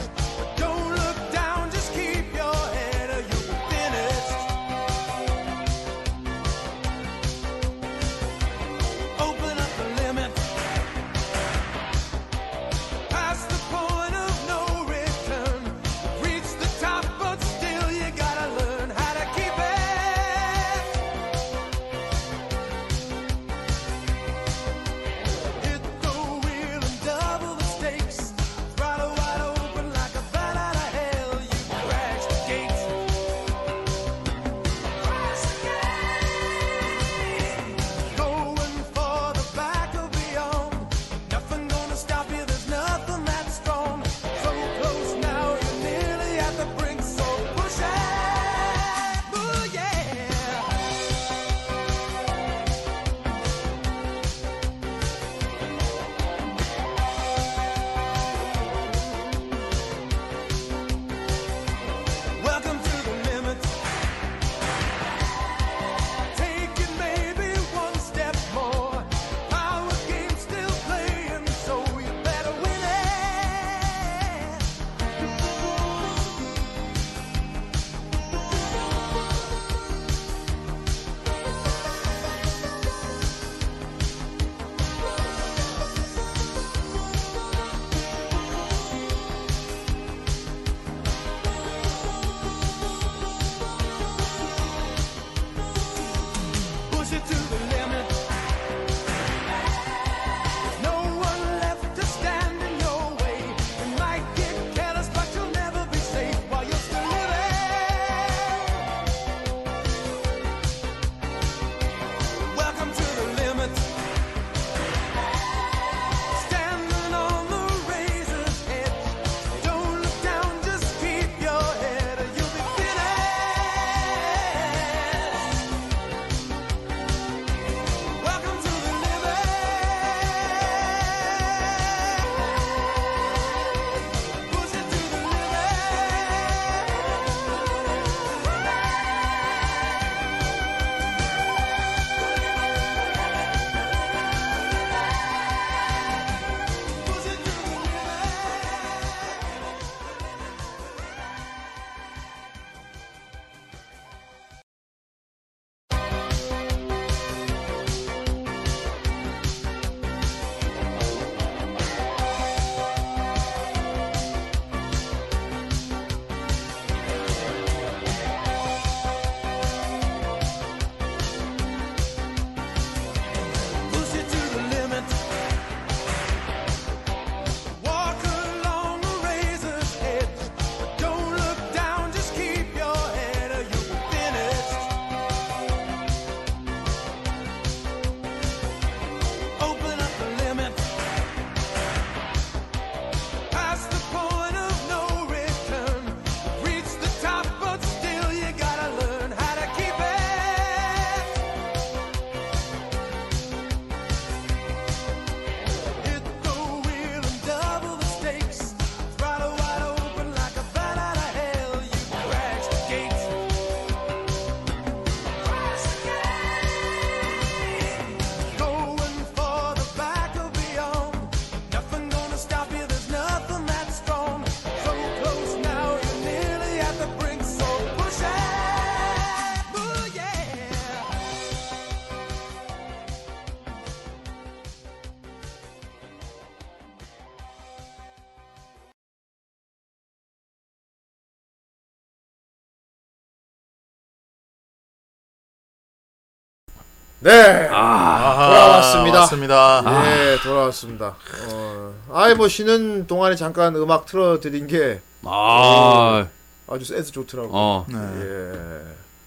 S1: 네.
S3: 아하,
S1: 돌아왔습니다.
S3: 맞습니다.
S1: 예, 돌아왔습니다. 어, 아이, 뭐, 쉬는 동안에 잠깐 음악 틀어드린 게
S2: 아,
S1: 아주 센스 좋더라고요.
S2: 어.
S3: 네.
S1: 예,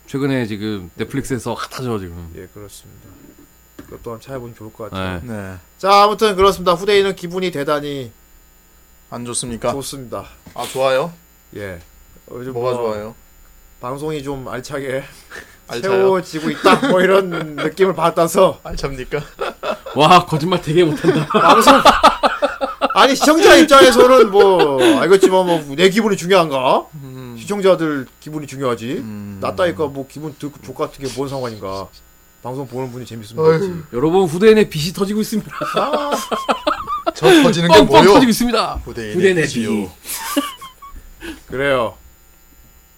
S2: 최근에 지금 넷플릭스에서 핫하죠, 지금.
S1: 예, 그렇습니다. 그것 또한 찾아보면 좋을 것 같아요.
S2: 네.
S3: 네.
S1: 자, 아무튼 그렇습니다. 후대인은 기분이 대단히
S3: 안 좋습니까?
S1: 좋습니다.
S3: 아, 좋아요?
S1: 예. 요즘
S3: 뭐가
S1: 뭐
S3: 좋아요?
S1: 방송이 좀 알차게
S3: 알차요?
S1: 세워지고 있다. 뭐 이런 느낌을 받아서
S3: 알찹니까?
S2: 와, 거짓말 되게 못한다.
S1: 아니 시청자 입장에서는 뭐 알겠지만 뭐 내 기분이 중요한가?
S3: 음.
S1: 시청자들 기분이 중요하지. 나 따위까 뭐 기분 듣고 족 같은 게 뭔 상관인가? 방송 보는 분이 재밌으면 되지.
S3: 음.
S2: 여러분, 후대인의 빛이 터지고 있습니다.
S1: 아,
S3: 저 터지는 게
S2: 빵빵
S3: 뭐요?
S2: 터지고 있습니다.
S3: 부대인의
S2: 후대인의
S3: 비요.
S2: 빛.
S1: 그래요.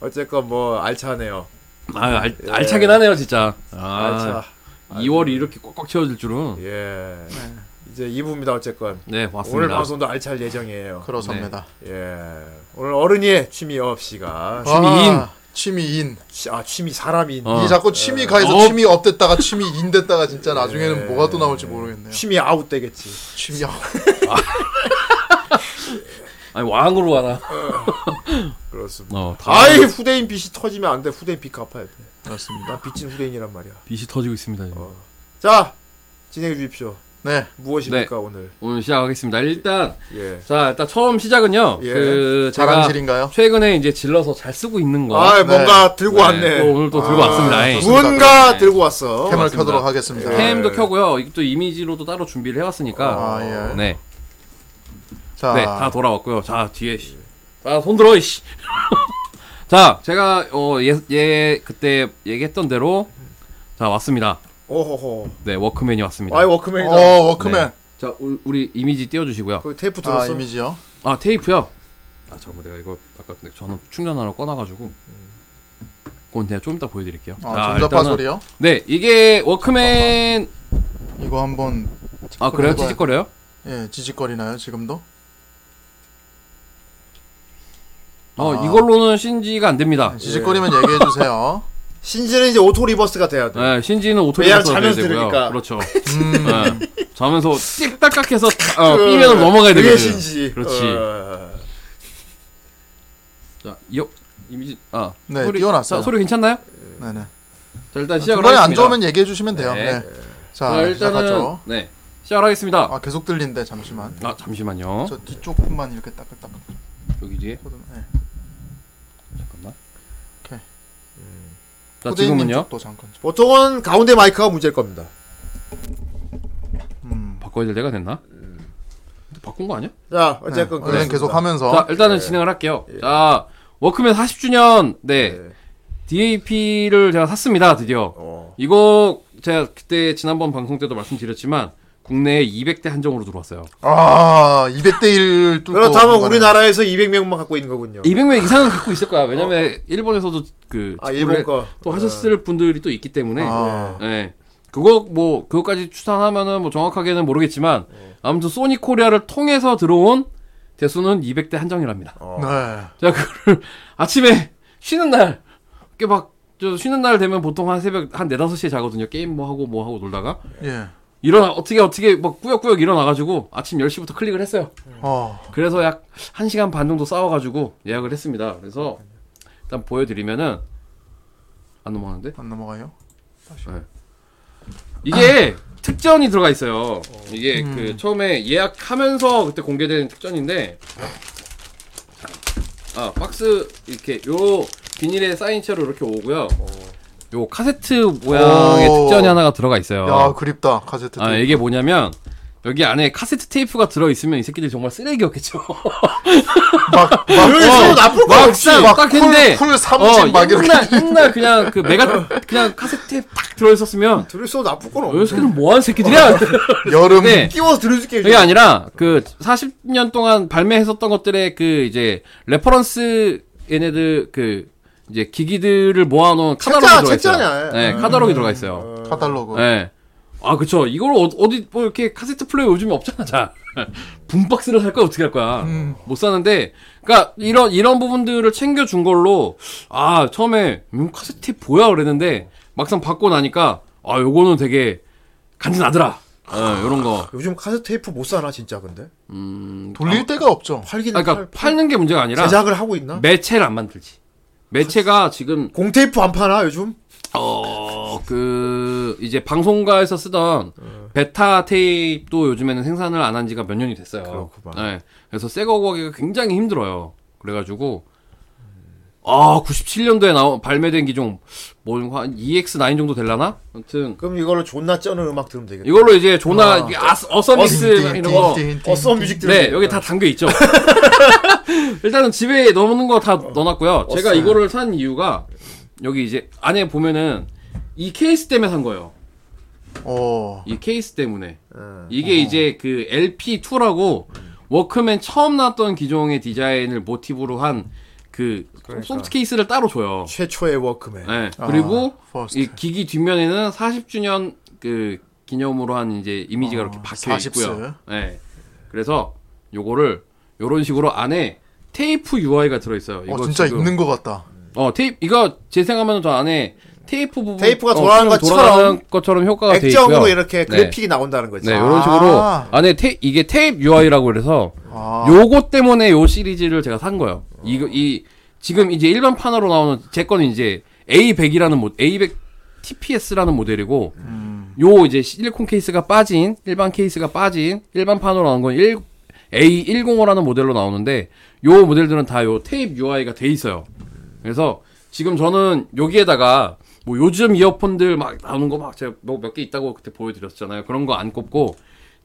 S1: 어쨌건 뭐 알차네요.
S2: 아, 알, 알차긴 하네요, 진짜. 아,
S1: 알차.
S2: 2월이 이렇게 꽉꽉 채워질 줄은.
S1: 예. 이제 2부입니다. 어쨌건
S2: 네,
S1: 오늘
S2: 맞습니다.
S1: 방송도 알찰 예정이에요.
S3: 그렇습니다.
S1: 예. 오늘 어른이의 취미 업시가
S2: 네. 취미인.
S3: 아, 취미인.
S1: 취- 아 취미 사람이
S2: 어.
S3: 이 자꾸 취미 가에서
S2: 어.
S3: 취미 업 됐다가 취미 인 됐다가 진짜 나중에는
S1: 예.
S3: 뭐가 또 나올지 모르겠네요.
S1: 취미 아웃 되겠지.
S3: 네. 취미 업.
S2: 아니, 왕으로 와라.
S1: 그렇습니다.
S2: 어, 다
S1: 아이 후대인 빚이 터지면 안 돼. 후대인 빚 갚아야 돼.
S3: 그렇습니다.
S1: 난 빚진 후대인이란 말이야.
S2: 빛이 터지고 있습니다. 지금.
S1: 자 진행해 주십시오.
S3: 네.
S1: 무엇입니까 오늘?
S2: 오늘 시작하겠습니다. 일단,
S1: 예.
S2: 자, 일단 처음 시작은요.
S1: 예.
S2: 그, 제가
S3: 자랑질인가요?
S2: 최근에 이제 질러서 잘 쓰고 있는 거.
S1: 아
S3: 네.
S1: 뭔가 들고 왔네.
S2: 또 뭐? 오늘 또 들고
S1: 아,
S2: 왔습니다. 예.
S3: 좋습니다.
S1: 뭔가
S2: 네.
S1: 들고 왔어.
S3: 캠을
S2: 맞습니다.
S3: 켜도록 하겠습니다.
S2: 캠도 켜고요. 이것도 이미지로도 따로 준비를 해왔으니까.
S3: 아, 예.
S2: 네.
S3: 자,
S2: 네, 다 돌아왔고요. 자, 뒤에 씨. 자, 손 들어 이씨. 자, 제가 어, 예, 예 그때 얘기했던 대로 자, 왔습니다.
S1: 오호호.
S2: 네, 워크맨이 왔습니다.
S1: 아이 워크맨이다.
S3: 어, 워크맨.
S2: 자, 우- 우리 이미지 띄워 주시고요.
S1: 그 테이프 들었어.
S3: 아, 이미지요.
S2: 아, 테이프요. 아, 잠깐만 내가 이거 아까 근데 저는 충전하러 꺼놔 가지고 그건 제가 좀 이따 보여드릴게요.
S3: 아,
S2: 자,
S3: 전자파
S2: 일단은-
S3: 소리요?
S2: 네, 이게 워크맨
S3: 이거 한번
S2: 아 그래요? 찌직거려요?
S3: 예, 지직거리나요, 지금도?
S2: 어
S3: 아.
S2: 이걸로는 신지가 안 됩니다.
S3: 지직거리면 얘기해 주세요.
S1: 신지는 이제 오토 리버스가 돼야 돼.
S2: 네, 신지는
S1: 왜냐면
S2: 오토리버스가 돼야
S1: 자면서
S2: 되고요.
S1: 들으니까.
S2: 그렇죠.
S3: 음.
S2: 네. 자면서 띡딱딱해서 어, 삐면 넘어가야
S1: 그게
S2: 되거든요.
S1: 신지.
S2: 그렇지.
S1: 어.
S2: 자, 요 이미지 아
S3: 네, 띄워놨어요.
S2: 자, 소리 괜찮나요?
S3: 네, 네.
S2: 자 일단 시작을
S3: 중간에
S2: 하겠습니다.
S3: 안 좋으면 얘기해 주시면 돼요.
S2: 네.
S3: 네. 자,
S2: 자, 일단은
S3: 시작하죠.
S2: 네 시작을 하겠습니다. 아,
S3: 아, 계속 들린데 잠시만.
S2: 잠시만요.
S3: 저 뒤쪽만 이렇게 따끈따끈.
S2: 여기 뒤에
S3: 거든. 네.
S2: 잠깐만.
S3: 오케이.
S2: 자
S3: 후대인님
S2: 지금은요
S3: 쪽도 잠깐. 좀.
S1: 보통은 가운데 마이크가 문제일 겁니다.
S3: 음.
S2: 바꿔야 될 때가 됐나? 근데 바꾼 거 아니야?
S1: 자 어쨌건
S3: 후대인
S1: 그렇습니다.
S3: 네. 계속 하면서
S2: 자 일단은 진행을 할게요.
S3: 예.
S2: 자 워크맨 40주년 네
S1: 예.
S2: DAP를 제가 샀습니다 드디어.
S1: 어.
S2: 이거 제가 그때 지난번 방송 때도 말씀드렸지만 국내에 200대 한정으로 들어왔어요.
S3: 아, 200대 1 뚫고
S1: 그렇다면
S3: 들어가네요.
S1: 우리나라에서 200명만 갖고 있는 거군요.
S2: 200명 이상은 갖고 있을 거야. 왜냐면 일본에서도 그
S1: 아 일본 거. 네.
S2: 또 하셨을 분들이 또 있기 때문에
S3: 아.
S2: 예. 그거 뭐 그것까지 추산하면은 뭐 정확하게는 모르겠지만
S1: 네.
S2: 아무튼 소니 코리아를 통해서 들어온 대수는 200대 한정이랍니다.
S3: 네.
S2: 제가 그걸 아침에 쉬는 날, 이렇게 막, 저 쉬는 날 되면 보통 한 새벽 한 4, 5시에 자거든요. 게임 뭐 하고 뭐 하고 놀다가.
S3: 예.
S2: 일어나, 어떻게 어떻게 막 꾸역꾸역 일어나가지고 아침 10시부터 클릭을 했어요.
S3: 어.
S2: 그래서 약 1시간 반 정도 싸워가지고 예약을 했습니다. 그래서 일단 보여드리면은 안 넘어가는데?
S3: 안 넘어가요?
S2: 이게 특전이 들어가 있어요. 이게 그 처음에 예약하면서 그때 공개된 특전인데 아 박스 이렇게 요 비닐에 쌓인 채로 이렇게 오고요. 요 카세트 모양의
S3: 오.
S2: 특전이 하나가 들어가 있어요.
S3: 야, 그립다. 카세트.
S2: 아 이게 뭐냐면 여기 안에 카세트 테이프가 들어 있으면 이 새끼들 정말 쓰레기였겠죠.
S3: 막 어,
S2: 어.
S1: 그래서 어. 나쁠 거 없지.
S2: 막 했는데.
S3: 쿨, 쿨 삼진 막 이렇게
S2: 어, 옛날 옛날 그냥 그 메가 그냥 카세트 테이프 딱 들어 있었으면
S1: 들으서 나쁠 건
S2: 요
S1: 없어.
S2: 새끼들 뭐하는 새끼들이야.
S3: 여름
S2: 네.
S1: 끼워서 들어줄게.
S2: 그게 아니라 그 40년 동안 발매했었던 것들의 그 이제 레퍼런스 얘네들 그 이제 기기들을 모아놓은 카다로그
S1: 책자,
S2: 들어가 있어요.
S1: 책자냐. 아.
S2: 네, 카다로그 들어가 있어요.
S3: 카탈로그.
S2: 네. 아 그쵸. 이걸 어- 어디 뭐 이렇게 카세트 플레이 요즘에 없잖아. 자, 붐박스를 살 거야 어떻게 할 거야. 못 사는데, 그러니까 이런 이런 부분들을 챙겨준 걸로 아 처음에 음, 카세트 뭐야 그랬는데 막상 받고 나니까 아 요거는 되게 간지나더라. 어, 요런 거.
S1: 요즘 카세트 테이프 못 사나 진짜 근데
S2: 음,
S3: 돌릴 데가 없죠.
S1: 팔기는
S2: 아, 그러니까 팔는 게 문제가 아니라
S1: 제작을 하고 있나?
S2: 매체를 안 만들지. 매체가 지금
S1: 공테이프 안 파나 요즘?
S2: 어, 어그 이제 방송가에서 쓰던 베타 테이프도 요즘에는 생산을 안 한 지가 몇 년이 됐어요.
S1: 그렇구만.
S2: 네. 그래서 새거 구하기가 굉장히 힘들어요. 그래가지고 아 97년도에 나온 발매된 기종 뭐한 EX9 정도 될라나? 아무튼
S1: 그럼 이걸로 존나 쩌는 음악 들으면 되겠다.
S2: 이걸로 이제 조나 이게 아스- 어서믹스 이런 거
S1: 어, 썸 뮤직 들으면
S2: 네, 여기 다 담겨 있죠. 일단은 집에 넣는 거 다 넣어놨고요. 제가 이거를 산 이유가 여기 이제 안에 보면은 이 케이스 때문에 산 거예요.
S3: 어.
S2: 이 케이스 때문에
S1: 예.
S2: 이게 이제 그 LP2라고 워크맨 처음 나왔던 기종의 디자인을 모티브로 한 그 소프트 케이스를 따로 줘요.
S1: 최초의 워크맨.
S2: 네, 그리고
S3: 퍼스트.
S2: 이 기기 뒷면에는 40주년 그 기념으로 한 이제
S1: 아,
S2: 이미지가 이렇게 박혀
S3: 40스.
S2: 있고요. 네. 그래서 요거를 요런 식으로 안에 테이프 UI가 들어 있어요.
S3: 어, 진짜 있는 것 같다.
S2: 어, 테이프 이거 재생하면 저 안에 테이프 부분
S1: 테이프가
S2: 어,
S1: 돌아가는
S2: 수명 돌아가는 것처럼 효과가 돼 있고요.
S1: 액정으로 이렇게 그래픽이 나온다는 거지.
S2: 네,
S1: 아,
S2: 요런 식으로 안에 테 이게 테이프 UI라고 그래서
S3: 아.
S2: 요거 때문에 요 시리즈를 제가 산 거예요. 이거 이 지금 이제 일반 판으로 나오는 제 거는 이제 A100이라는 모 A100 TPS라는 모델이고 요 이제 실리콘 케이스가 빠진 일반 케이스가 빠진 일반 판으로 나온 건 1, A105라는 모델로 나오는데 요 모델들은 다 요 테이프 UI가 돼 있어요. 그래서 지금 저는 여기에다가 뭐 요즘 이어폰들 막 나오는 거 막 제가 뭐 몇 개 있다고 그때 보여드렸잖아요. 그런 거 안 꼽고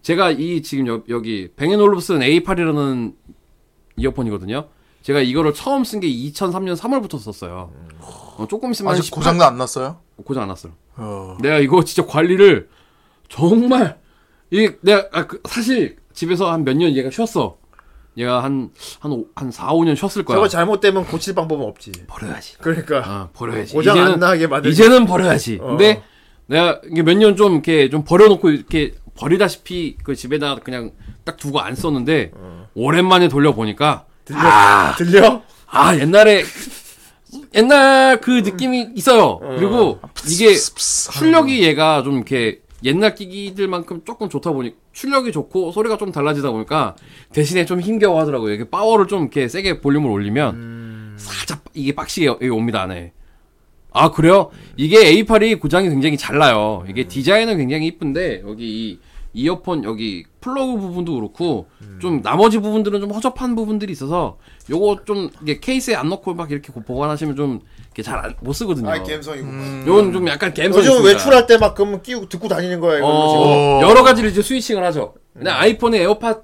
S2: 제가 이 지금 여, 여기 뱅앤올룹슨 A8이라는 이어폰이거든요. 제가 이거를 처음 쓴 게 2003년 3월부터 썼어요. 어, 조금 있으면
S3: 아직 고장도 안 났어요?
S2: 고장 안 났어요.
S3: 어.
S2: 내가 이거 진짜 관리를 정말 이 내가 아, 그, 사실 집에서 한 몇 년 얘가 쉬었어. 얘가 한 한한 한 4, 5년 쉬었을 거야.
S1: 저거 잘못되면 고칠 방법은 없지.
S2: 버려야지.
S1: 그러니까
S2: 아, 버려야지.
S1: 고장
S2: 이제는
S1: 안 나게 만들.
S2: 이제는 버려야지.
S1: 어.
S2: 근데 내가 이게 몇 년 좀 이렇게 좀 버려놓고 이렇게 버리다시피 그 집에다 그냥 딱 두고 안 썼는데
S1: 어.
S2: 오랜만에 돌려보니까
S1: 들려? 들려?
S2: 아 옛날에 옛날 그 느낌이 있어요. 그리고 이게 출력이 얘가 좀 이렇게 옛날 기기들만큼 조금 좋다 보니 출력이 좋고 소리가 좀 달라지다 보니까 대신에 좀 힘겨워하더라고요. 이게 파워를 좀 이렇게 세게 볼륨을
S1: 음.
S2: 올리면 살짝 이게 빡시게 여기 옵니다 안에. 아 그래요? 이게 A8이 고장이 굉장히 잘 나요.
S1: 음.
S2: 이게 디자인은 굉장히 이쁜데 여기 이 이어폰 여기 플러그 부분도 그렇고 좀 나머지 부분들은 좀 허접한 부분들이 있어서 요거 좀 이게 케이스에 안 넣고 막 이렇게 보관하시면 좀 이렇게 잘 못 쓰거든요.
S1: 아 갬성이고.
S2: 요건 좀 약간 갬성이
S1: 요즘
S2: 있습니다.
S1: 외출할 때 막 그러면 끼고 듣고 다니는 거야 이거. 어...
S2: 어,
S3: 지금.
S2: 여러 가지를 이제 스위칭을 하죠. 그냥 아이폰에 에어팟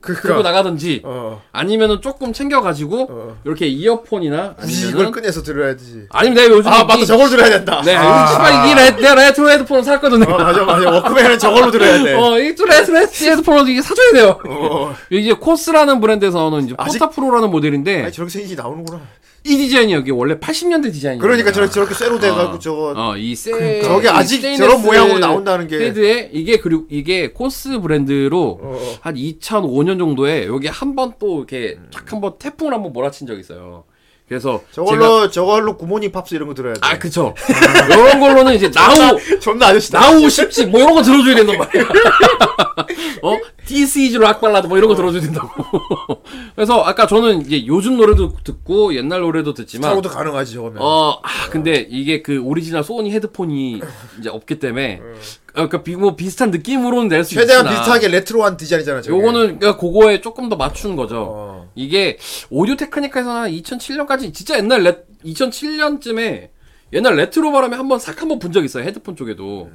S2: 들고
S1: 그니까.
S2: 나가든지
S1: 음. 그러니까. 어.
S2: 아니면은 조금 챙겨 가지고
S1: 어.
S2: 이렇게 이어폰이나
S1: 굳이 이걸
S2: 아니면은
S1: 꺼내서 들어야지.
S2: 아니면 내가 요즘
S1: 아
S2: 이-
S1: 맞다 저걸 들어야 된다.
S2: 네,
S1: 아,
S2: 요즘 이 레, 내가 레트로 헤드폰을 샀거든.
S1: 어, 네.
S2: 내가.
S1: 맞아 맞아 워크맨은 저걸로 들어야 돼.
S2: 어, 이또 레트로 헤드- 헤드폰을 이게 사줘야 돼요.
S1: 어.
S2: 이제 코스라는 브랜드에서는 이제
S1: 아직-
S2: 포타 프로라는 모델인데
S1: 아니 저렇게 생긴 게 나오는구나.
S2: 이 디자인이 여기 원래 80년대 디자인이에요.
S1: 그러니까 저렇게 저렇게 쇠로 돼가지고 저거
S2: 어, 이 세,
S1: 저게
S2: 이
S1: 아직
S2: 스테인리스
S1: 저런 모양으로 나온다는 게.
S2: 헤드에 이게 그리고 이게 코스 브랜드로
S1: 어, 어.
S2: 한 2005년 정도에 여기 한 번 또 이렇게 착 한 번 태풍을 한 번 몰아친 적이 있어요. 그래서 제가-
S1: 저걸로 저걸로 구모닝 팝스 이런 거 들어야 돼.
S2: 아 그쵸. 이런 걸로는 이제 나우
S1: 존나 아저씨 나.
S2: 나우 쉽지 뭐 이런 거 들어줘야 된단 말이야. 어? This is rock ballad 뭐 이런 거 들어줘야 된다고. 그래서 아까 저는 이제 요즘 노래도 듣고 옛날 노래도 듣지만
S1: 타고도 가능하지 저거면.
S2: 어, 아, 근데 이게 그 오리지널 소니 헤드폰이 이제 없기 때문에 어, 그러니까 비, 뭐 비슷한 느낌으로는 낼 수 있으나
S1: 음. 최대한 비슷하게 레트로한 디자인이잖아. 저게.
S2: 요거는 그러니까 그거에 조금 더 맞춘 거죠.
S1: 어.
S2: 이게 오디오 테크니카에서는 2007년까지 진짜 옛날 레, 2007년쯤에 옛날 레트로 바람에 한번 싹 한번 본 적 있어요 헤드폰 쪽에도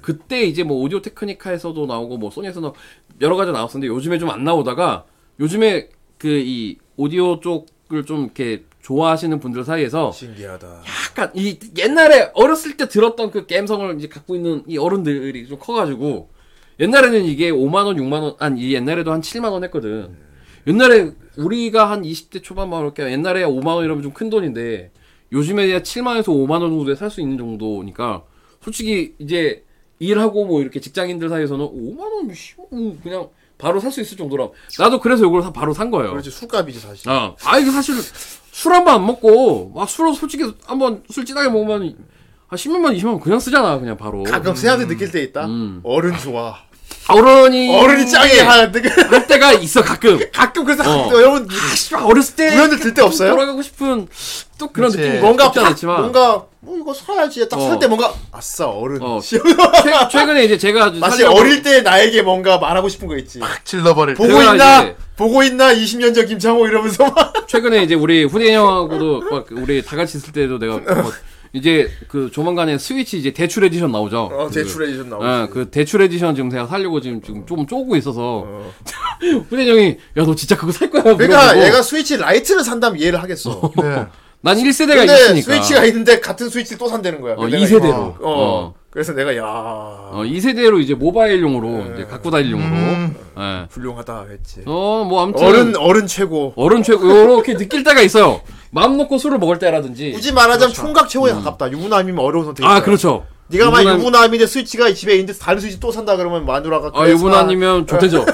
S2: 그때 이제 뭐 오디오 테크니카에서도 나오고 뭐 소니에서도 나오고 여러 가지 나왔었는데 요즘에 좀 안 나오다가 요즘에 그 이 오디오 쪽을 좀 이렇게 좋아하시는 분들 사이에서
S1: 신기하다.
S2: 약간 이 옛날에 어렸을 때 들었던 그 갬성을 이제 갖고 있는 이 어른들이 좀 커가지고 옛날에는 이게 5만 원, 6만 원, 아니 옛날에도 한 7만 원 했거든. 옛날에 우리가 한 20대 초반만 그렇게 옛날에 5만 원 이러면 좀 큰 돈인데 요즘에 7만 원에서 5만 원 정도에 살 수 있는 정도니까 솔직히 이제 일하고 뭐 이렇게 직장인들 사이에서는 5만 원 쉬워. 그냥 바로 살 수 있을 정도라 나도 그래서 이걸 사- 바로 산 거예요.
S1: 그렇지 술값이지 사실.
S2: 아, 아 이거 사실 술 한 번 안 먹고 막 술을 솔직히 한번 술 진하게 먹으면 한 10만원, 20만원 그냥 쓰잖아, 그냥 바로.
S1: 가끔 새한테 느낄 때 있다.
S2: 음.
S1: 어른 좋아.
S2: 어른이.
S1: 어른이 짱이야. 하-
S2: 할 때가 있어, 가끔.
S1: 가끔 그래서
S2: 어.
S1: 가- 여러분
S2: 아, 씨발, 어렸을 때.
S1: 우연히 들때 없어요? 예.
S2: 돌아가고 싶은, 또 그런
S3: 그치.
S2: 느낌이
S1: 뭔가
S2: 없지
S1: 팍,
S2: 않았지만.
S1: 뭔가 뭐 이거 살아야지 딱 살
S2: 어.
S1: 때 뭔가 아싸 어른.
S2: 어.
S1: 시험-
S2: 최, 최근에 이제 제가 아주
S1: 마치
S2: 살려고- 아,
S1: 어릴 때 나에게 뭔가 말하고 싶은 거 있지.
S3: 질러버릴 때.
S1: 보고
S2: 내가
S1: 있나?
S2: 이제-
S1: 보고 있나? 20년 전 김창호 이러면서 막.
S2: 최근에 이제 우리 후대 형하고도 막 우리 다 같이 있을 때도 내가 뭐 이제 그 조만간에 스위치 이제 대출 에디션 나오죠. 그-
S1: 어, 대출해주셨
S2: 예,
S1: 나오지.
S2: 그 대출 에디션 지금 제가 살려고 지금 지금 조금 쪼고 있어서 후대 형이 야 너 진짜 그거 살 거야?
S1: 그러니까
S2: 물어보고.
S1: 얘가 스위치 라이트를 산다면 이해를 하겠어.
S3: 네.
S2: 난 1세대가
S1: 근데
S2: 있으니까
S1: 스위치가 있는데 같은 스위치를 또 산다는 거야.
S2: 어,
S1: 내가
S2: 2세대로
S1: 이거-
S2: 어,
S1: 어. 그래서 내가 야
S2: 어, 2세대로 이제 모바일용으로
S1: 네.
S2: 이제 갖고 다닐용으로
S3: 음,
S2: 예.
S1: 훌륭하다 했지.
S2: 어뭐 아무튼
S1: 음. 어른 어른 최고.
S2: 어른 최고 요렇게 느낄 때가 있어요. 마음 놓고 술을 먹을 때라든지
S1: 굳이 말하자면 총각 최고에 가깝다. 유부남이면 어려운 선택이야.
S2: 예, 그렇죠. 음. 아 그렇죠.
S1: 네가 만약
S2: 유부남-
S1: 유부남인데 스위치가 집에 있는데 다른 스위치 또 산다 그러면 마누라가
S2: 아 유부남이면 좋대죠.
S1: 네.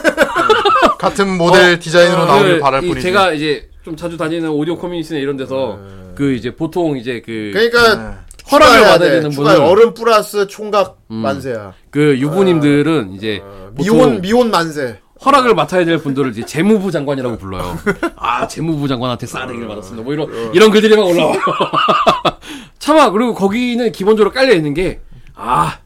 S3: 같은 모델 디자인으로 나오길
S2: 그,
S3: 바랄
S2: 이
S3: 뿐이지.
S2: 제가 이제 좀 자주 다니는 오디오 커뮤니티나 이런 데서 그 이제 보통 이제 그 그
S1: 네. 그러니까
S2: 허락을
S1: 추가해야
S2: 받아야
S1: 돼.
S2: 되는
S1: 추가해.
S2: 분은-
S1: 어른 플러스 총각 만세야.
S2: 그 유부님들은 이제 보통
S1: 어, 미혼 미혼 만세.
S2: 허락을 맡아야 될 분들을 이제 재무부 장관이라고 불러요. 아 재무부 장관한테 싸대기를 받았습니다. 뭐 이런
S1: 어.
S2: 이런 글들이 막 올라와요. 참아 그리고 거기는 기본적으로 깔려 있는 게 아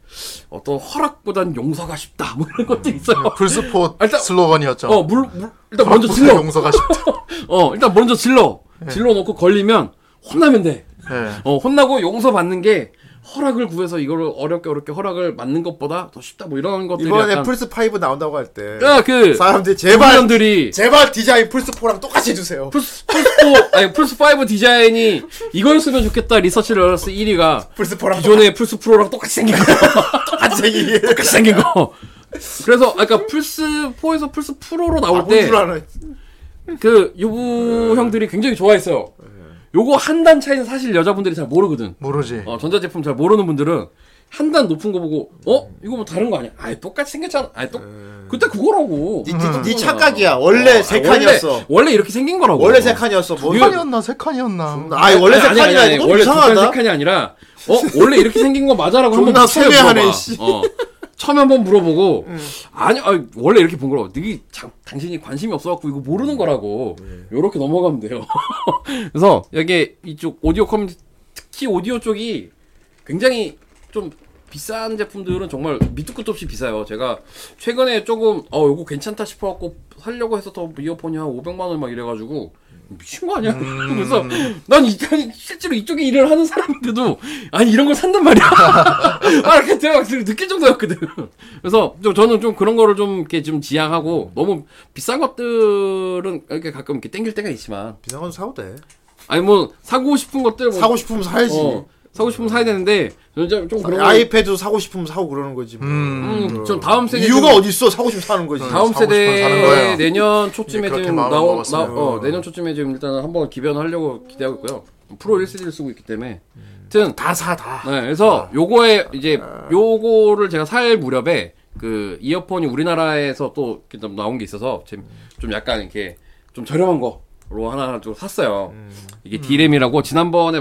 S2: 어떤 허락보단 용서가 쉽다 뭐
S1: 음,
S2: 이런 것도 있어요.
S3: 풀스포
S2: 아, 일단-
S3: 슬로건이었죠.
S1: 그렇죠.
S2: 어 물, 물 일단 먼저
S3: 보다
S2: 질러.
S3: 용서가 쉽다.
S2: 어 일단 먼저 질러.
S1: 네.
S2: 질러 놓고 걸리면 혼나면 돼.
S3: 네.
S2: 어, 혼나고 용서받는 게 허락을 구해서 이거를 어렵게 어렵게 허락을 맞는 것보다 더 쉽다 뭐 이런 것들이
S1: 이번에
S2: 약간
S1: 플스 5 나온다고 할 때
S2: 야, 그
S1: 사람들이 제발
S2: 사람들이 그
S1: 제발 디자인 플스 4랑 똑같이 해주세요.
S2: 플스 플스4 아니 플스 5 디자인이 이거였으면 좋겠다 리서치를 알았어 1위가
S1: 플스 4랑
S2: 기존의 플스 프로랑 똑같이 생긴 거
S1: 똑같이 얘기해.
S2: 똑같이 생긴 거 그래서 아까 그러니까 플스 4에서 플스 프로로 나올
S1: 뭔줄
S2: 때
S1: 알아.
S2: 그 유부 형들이 굉장히 좋아했어요. 요거 한 단 차이는 사실 여자분들이 잘 모르거든.
S3: 모르지.
S2: 어, 전자제품 잘 모르는 분들은 한 단 높은 거 보고 어 이거 뭐 다른 거 아니야? 아예 똑같이 생겼잖아. 아예 똑
S1: 음.
S2: 그때 그거라고.
S1: 네, 네, 네 착각이야. 원래
S2: 아,
S1: 세 칸이었어.
S2: 원래, 원래 이렇게 생긴 거라고.
S1: 원래 세 칸이었어. 뭐.
S3: 두 칸이었나 세 칸이었나.
S1: 아, 원래 세
S2: 아니, 아니,
S1: 칸이라
S2: 아니,
S1: 이거
S2: 원래
S1: 이상하다.
S2: 두칸세 칸이 아니라 어 원래 이렇게 생긴 거 맞아라고 한번
S1: 존나
S2: 처음에
S1: 소매하네,
S2: 물어봐.
S1: 씨.
S2: 어. 처음에 한번 물어보고 아니 아니, 원래 이렇게 본 거라고. 네 자, 당신이 관심이 없어갖고 이거 모르는 거라고.
S1: 네.
S2: 요렇게 넘어가면 돼요. 그래서 여기 이쪽 오디오 커뮤니티 특히 오디오 쪽이 굉장히 좀 비싼 제품들은 정말 밑도 끝도 없이 비싸요. 제가 최근에 조금 어 요거 괜찮다 싶어갖고 살려고 해서 더 이어폰이 한 500만 원 막 이래가지고 미친 거
S3: 음.
S2: 아니야? 그래서 난 이, 아니, 실제로 이쪽에 일을 하는 사람인데도 아니 이런 걸 산단 말이야. 아 이렇게 제가 막 느낄 정도였거든. 그래서 좀 저는 좀 그런 거를 좀 이렇게 좀 지양하고 너무 비싼 것들은 이렇게 가끔 이렇게 땡길 때가 있지만
S1: 비싼 건 사도 돼.
S2: 아니 뭐 사고 싶은 것들 뭐
S1: 사고 싶으면 사야지.
S2: 어, 사고 싶으면 사야 되는데 저는 좀 그런 거
S1: 아이패드 사고 싶으면 사고 그러는 거지. 뭐.
S2: 음, 좀 다음 세대
S1: 이유가
S2: 좀-
S1: 어디 있어? 사고 싶으면 사는 거지.
S2: 다음
S3: 사고 싶으면 사는 거예요.
S2: 세대에 내년 초쯤에
S3: 이제 그렇게
S2: 지금
S3: 마음을
S2: 나오 나,
S3: 먹었으면.
S2: 어, 내년 초쯤에 지금 일단 한번 기변하려고 기대하고 있고요. 프로 1세대를 쓰고 있기 때문에
S3: 음.
S2: 하여튼
S1: 다 사, 다.
S2: 네,
S1: 아.
S2: 그래서 요거에 이제 요거를 제가 살 무렵에 그 이어폰이 우리나라에서 또 이렇게 좀 나온 게 있어서
S1: 음.
S2: 지금 좀 약간 이렇게 좀 저렴한 거로 하나 좀 샀어요. 이게 디램이라고 지난번에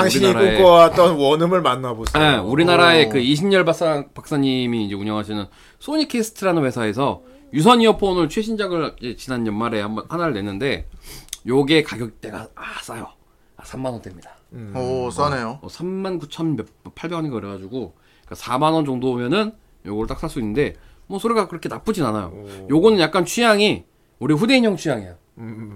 S1: 음. 당신이
S2: 우리나라의
S1: 꿈꿔왔던 원음을
S2: 네,
S1: 만나보세요.
S2: 우리나라의 그 이신열 박사, 박사님이 이제 운영하시는 소니캐스트라는 회사에서 유선 이어폰을 최신작을 이제 지난 연말에 한번 하나를 냈는데 요게 가격대가 아 싸요. 아 3만 원대입니다.
S3: 오 싸네요.
S2: 어, 3만 9천 몇 뭐 800원인가 그래가지고 그러니까 4만 원 정도면은 요걸 딱 살 수 있는데 뭐 소리가 그렇게 나쁘진 않아요. 요거는 약간 취향이 우리 후대인 형 취향이야.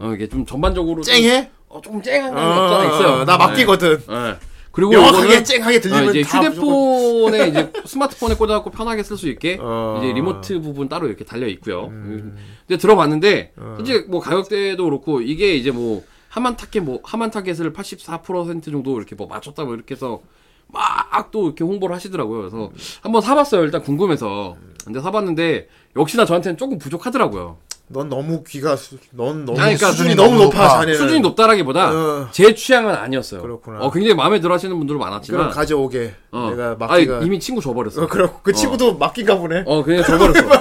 S2: 어, 이게 좀 전반적으로 좀-
S1: 음, 쨍해?
S2: 어, 조금 쨍한
S1: 어,
S2: 감이 없잖아 있어요.
S1: 나 맡기거든.
S2: 예. 예. 그리고
S1: 명확하게
S2: 요거는
S1: 쨍하게 들리면
S2: 어, 이제
S1: 다
S2: 휴대폰에 이제 스마트폰에 꽂아갖고 편하게 쓸 수 있게
S1: 어. 음.
S2: 이제 리모트 부분 따로 이렇게 달려 있고요. 음. 근데 들어봤는데 이제 뭐 가격대도 그렇고 이게 이제 뭐 하만 타겟 뭐 하만 타겟을 84% 정도 이렇게 뭐 맞췄다 뭐 이렇게 해서 막 또 이렇게 홍보를 하시더라고요. 그래서 한번 사봤어요. 일단 궁금해서. 근데 사봤는데 역시나 저한테는 조금 부족하더라고요.
S1: 넌 너무 귀가 수, 넌 너무
S2: 아니, 그러니까
S1: 수준이 너무 높아,
S3: 높아.
S1: 자네는.
S2: 수준이 높다라기보다
S1: 어.
S2: 제 취향은 아니었어요.
S1: 그렇구나.
S2: 어, 굉장히 마음에 들어하시는 분들은 많았지만
S1: 그럼 가져오게.
S2: 아. 어.
S1: 내가
S2: 아니,
S1: 맡기가.
S2: 이미 친구 줘버렸어.
S1: 어, 그렇고 그 친구도 맡긴가 보네.
S2: 어, 그냥 줘버렸어.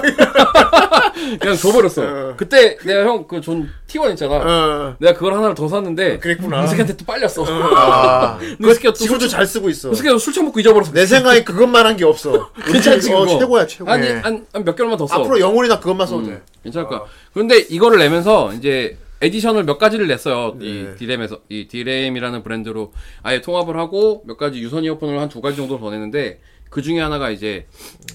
S2: 그냥 줘버렸어. 그때 내가 형 그 존 T1 있잖아.
S1: 어, 아,
S2: 내가 그걸 하나를 더 샀는데
S1: 그랬구나.
S2: 이 새끼한테 또 빨렸어.
S1: 아,
S2: 근데 이 새끼가 또
S1: 지금도
S2: 술,
S1: 잘 쓰고 있어.
S2: 이 새끼가 술 처먹고 잊어버렸어.
S1: 내 생각에 그것만 한 게 없어.
S2: 괜찮지,
S1: 네, 어,
S2: 그거?
S1: 최고야, 최고.
S2: 아니
S1: 예.
S2: 한몇 개월만 더 써. 네,
S1: 앞으로 영혼이나 그것만
S2: 음.
S1: 써도 돼.
S2: 괜찮을 거야. 그런데 이거를 내면서 이제 에디션을 몇 가지를 냈어요.
S1: 네.
S2: 이 디램에서 이 디램이라는 브랜드로 아예 통합을 하고 몇 가지 유선 이어폰을 한 두 가지 정도 더 냈는데 그 중에 하나가 이제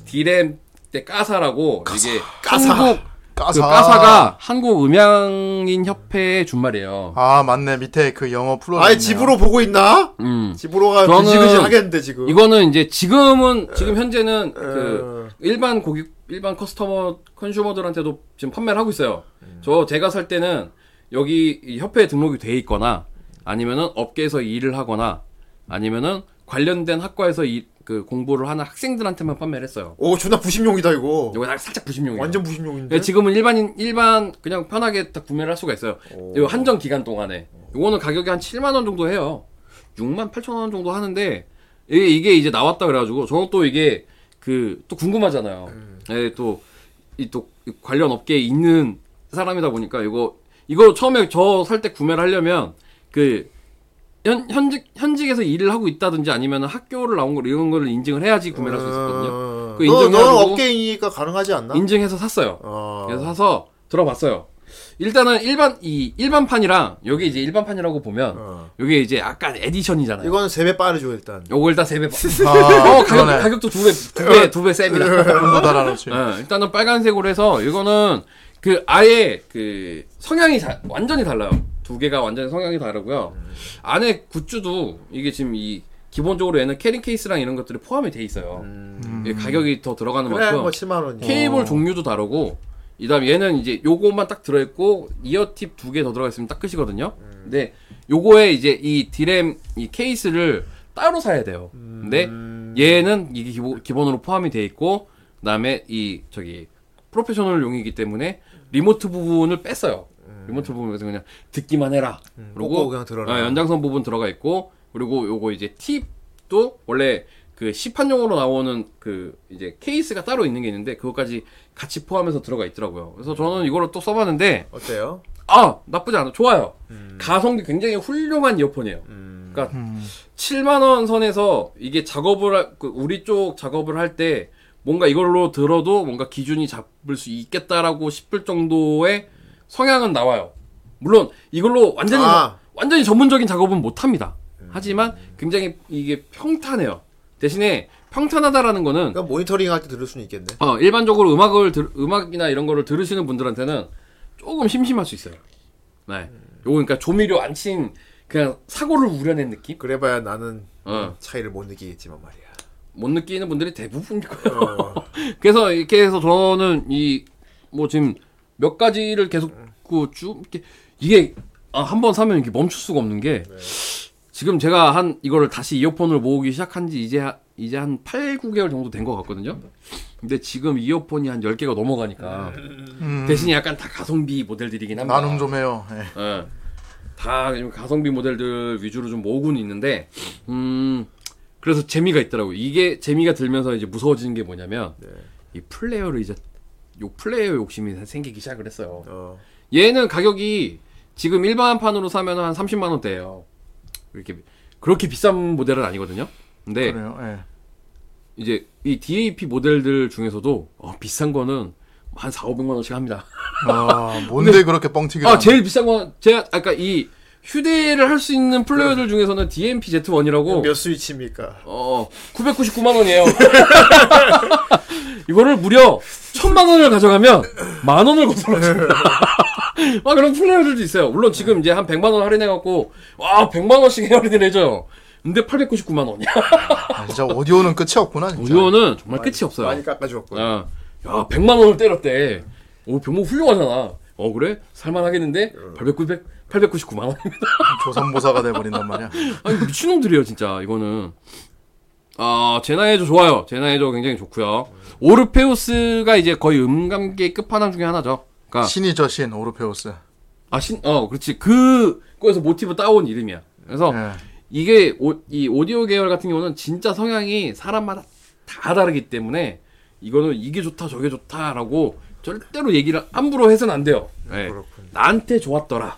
S2: 디램 때 까사라고 이게
S3: 까사.
S2: 한국 그
S3: 까사.
S2: 까사가 한국 음향인 협회의 준말이에요.
S3: 아 맞네 밑에 그 영어 풀어.
S1: 아예 집으로 보고 있나?
S2: 음.
S1: 집으로가
S2: 저는
S1: 비지비지 하겠는데 지금.
S2: 이거는 이제 지금은 지금 현재는 그 일반 고객 일반 커스터머 컨슈머들한테도 지금 판매를 하고 있어요.
S3: 음.
S2: 저 제가 살 때는 여기 이 협회에 등록이 돼 있거나 아니면은 업계에서 일을 하거나 아니면은 관련된 학과에서 이, 그 공부를 하는 학생들한테만 판매를 했어요.
S1: 오, 존나 부심용이다 이거.
S2: 이거 나 살짝 부심용이에요.
S1: 완전 부심용인데.
S2: 근데 네, 지금은 일반인 일반 그냥 편하게 딱 구매를 할 수가 있어요. 이 한정 기간 동안에 이거는 가격이 한 7만 원 정도 해요. 6만 8천 원 정도 하는데 이게, 이게 이제 나왔다 그래가지고 저또 이게 그 또 궁금하잖아요. 예, 또이또이 관련 업계에 있는 사람이다 보니까 이거 이거 처음에 저 살 때 구매를 하려면 그 현, 현직 현직에서 일을 하고 있다든지 아니면 학교를 나온 걸 이런 거를 인증을 해야지 구매할 수 있었거든요.
S1: 어...
S2: 그
S1: 너, 너는
S2: 인정해가지고-
S1: 업계이니까 가능하지 않나?
S2: 인증해서 샀어요.
S1: 음. 어.
S2: 그래서 사서 들어봤어요. 일단은 일반 이 일반판이랑 여기 이제 일반판이라고 보면
S1: 어.
S2: 여기 이제 약간 에디션이잖아요.
S1: 이거는 세배 빠르죠 일단.
S2: 요거 일단 세배
S3: 아,
S2: 어, 가격,
S3: 그러네.
S2: 가격도 두 배, 두 배, 두배 셉니다.
S1: 네.
S3: 그거다라는지.
S2: 예, 일단은 빨간색으로 해서 이거는 그 아예 그 성향이 다- 완전히 달라요. 두 개가 완전히 성향이 다르고요. 안에 굿즈도 이게 지금 이 기본적으로 얘는 캐링 케이스랑 이런 것들이 포함이 돼 있어요.
S3: 음,
S2: 예, 가격이 더 들어가는
S1: 음. 그래
S2: 만큼
S1: 뭐 7만 원이.
S2: 케이블 종류도 다르고 이다음 얘는 이제 요거만 딱 들어있고 이어팁 두 개 더 들어가 있으면 딱 끝이거든요. 근데 요거에 이제 이 디램 이 케이스를 따로 사야 돼요. 근데 얘는 이게 기본, 기본으로 포함이 돼 있고 그다음에 이 저기 프로페셔널 용이기 때문에 리모트 부분을 뺐어요. 리모트 부분에서 그냥 듣기만 해라.
S1: 꽂고 그냥 들어라.
S2: 어, 연장선 부분 들어가 있고 그리고 요거 이제 팁도 원래 그 시판용으로 나오는 그 이제 케이스가 따로 있는 게 있는데 그것까지 같이 포함해서 들어가 있더라고요. 그래서 저는 이거를 또 써봤는데
S1: 어때요? 음.
S2: 아 나쁘지 않아 좋아요. 가성비 굉장히 훌륭한 이어폰이에요. 그러니까 7만 원 선에서 이게 작업을 할- 그 우리 쪽 작업을 할 때 뭔가 이걸로 들어도 뭔가 기준이 잡을 수 있겠다라고 싶을 정도의 성향은 나와요. 물론 이걸로 완전히
S1: 아.
S2: 완전히 전문적인 작업은 못 합니다. 하지만 굉장히 이게 평탄해요. 대신에 평탄하다라는 거는
S1: 그러니까 모니터링 할 때 들을 수는 있겠네.
S2: 어, 일반적으로 음악을 들- 음악이나 이런 거를 들으시는 분들한테는 조금 심심할 수 있어요. 네. 요거 그러니까 조미료 안 친 그냥 사고를 우려낸 느낌?
S1: 그래봐야 나는
S2: 어.
S1: 차이를 못 느끼겠지만 말이야.
S2: 못 느끼는 분들이 대부분일 거예요.
S1: 어.
S2: 그래서 이렇게 해서 저는 이 뭐 지금 몇 가지를 계속 그쭉 이렇게 이게 아, 한 번 사면 이렇게 멈출 수가 없는 게 지금 제가 한 이거를 다시 이어폰을 모으기 시작한 지 이제 하- 이제 한 8, 9개월 정도 된 것 같거든요. 근데 지금 이어폰이 한 10개가 넘어가니까
S3: 음,
S2: 대신에 약간 다 가성비 모델들이긴 합니다.
S3: 나눔 좀 해요. 예.
S2: 예. 다 지금 가성비 모델들 위주로 좀 모으고는 있는데, 음, 그래서 재미가 있더라고요. 이게 재미가 들면서 이제 무서워지는 게 뭐냐면,
S3: 네.
S2: 이 플레이어를 이제, 요 플레이어 욕심이 생기기 시작을 했어요.
S3: 네.
S1: 어.
S2: 얘는 가격이 지금 일반판으로 사면 한 30만원대예요 이렇게, 그렇게 비싼 모델은 아니거든요. 근데
S3: 그래요. 예.
S2: 이제 이 DAP 모델들 중에서도 어, 비싼 거는 한 4, 500만원씩 합니다.
S3: 아 뭔데 그렇게 뻥튀기?
S2: 아, 제일 비싼 건 제가 아까 이 휴대를 할 수 있는 플레이어들 중에서는 DMP Z1이라고
S1: 몇 스위치입니까?
S2: 어 999만 원이에요. 이거를 무려 천만 원을 가져가면 만 원을 거슬러줍니다. 아 그런 플레이어들도 있어요. 물론 지금 이제 한 100만 원 할인해 갖고 와 100만 원씩 할인을 해줘요. 근데 899만 원이야.
S3: 아, 진짜 오디오는 끝이 없구나. 진짜.
S2: 오디오는 정말 끝이 없어요.
S1: 많이 깎아주었고. 요
S2: 아, 야, 100만 원을 때렸대. 오, 병모 훌륭하잖아. 어, 그래? 살만하겠는데? 800, 900, 899만 원.
S3: 조선보사가 돼버린단 말이야.
S2: 아니, 미친놈들이에요, 진짜, 이거는. 아, 제나에조 좋아요. 제나에조 굉장히 좋고요 오르페우스가 이제 거의 음감계 끝판왕 중에 하나죠. 그니까,
S3: 신이 저신 오르페우스.
S2: 아, 신, 어, 그렇지. 그, 거에서 모티브 따온 이름이야. 그래서
S3: 예.
S2: 이게, 오, 이 오디오 계열 같은 경우는 진짜 성향이 사람마다 다 다르기 때문에 이거는 이게 좋다, 저게 좋다라고 절대로 얘기를 함부로 해서는 안 돼요. 예.
S1: 그렇군요.
S2: 나한테 좋았더라.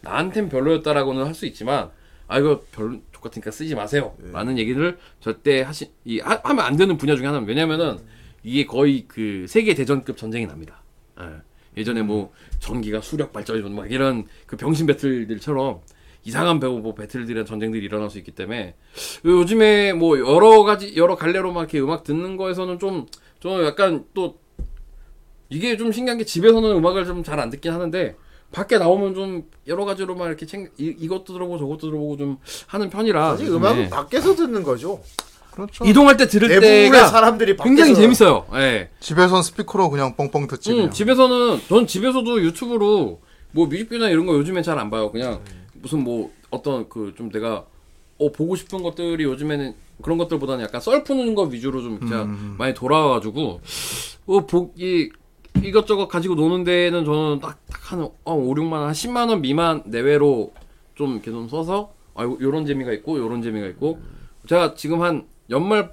S2: 나한텐 별로였다라고는 할 수 있지만 아 이거 별로 똑같으니까 쓰지 마세요.
S1: 네.
S2: 라는 얘기를 절대 하시 이 하, 하면 안 되는 분야 중에 하나는 왜냐면은 이게 거의 그 세계 대전급 전쟁이 납니다. 예. 전에뭐 전기가 수력 발전 막 이런 그 병신 배틀들처럼 이상한 배우 뭐 배틀들이나 전쟁들이 일어날 수 있기 때문에 요즘에 뭐 여러 가지 여러 갈래로 막 이렇게 음악 듣는 거에서는 좀좀 약간 또 이게 좀 신기한 게 집에서는 음악을 좀 잘 안 듣긴 하는데 밖에 나오면 좀 여러 가지로 막 이렇게 챙 이, 이것도 들어보고 저것도 들어보고 좀 하는 편이라
S1: 아니
S2: 요즘에.
S1: 음악은 밖에서 듣는 거죠.
S3: 그렇죠.
S2: 이동할 때 들을
S1: 대부분의
S2: 때가
S1: 사람들이 밖에서
S2: 굉장히 재밌어요. 예.
S3: 집에선 스피커로 그냥 뻥뻥 듣지.
S2: 응, 음,
S3: 그냥.
S2: 그렇죠. 집에서는 전 집에서도 유튜브로 뭐 뮤직비디오나 이런 거 요즘엔 잘 안 봐요. 그냥 무슨 뭐 어떤 그 좀 내가 어 보고 싶은 것들이 요즘에는 그런 것들보다는 약간 썰 푸는 거 위주로 좀 진짜 많이 돌아와가지고 어 보기 이것저것 가지고 노는 데는 저는 딱딱한 어, 5, 6만 원, 한 10만 원 미만 내외로 좀 이렇게 좀 써서 아 요- 요런 재미가 있고 요런 재미가 있고 제가 지금 한 연말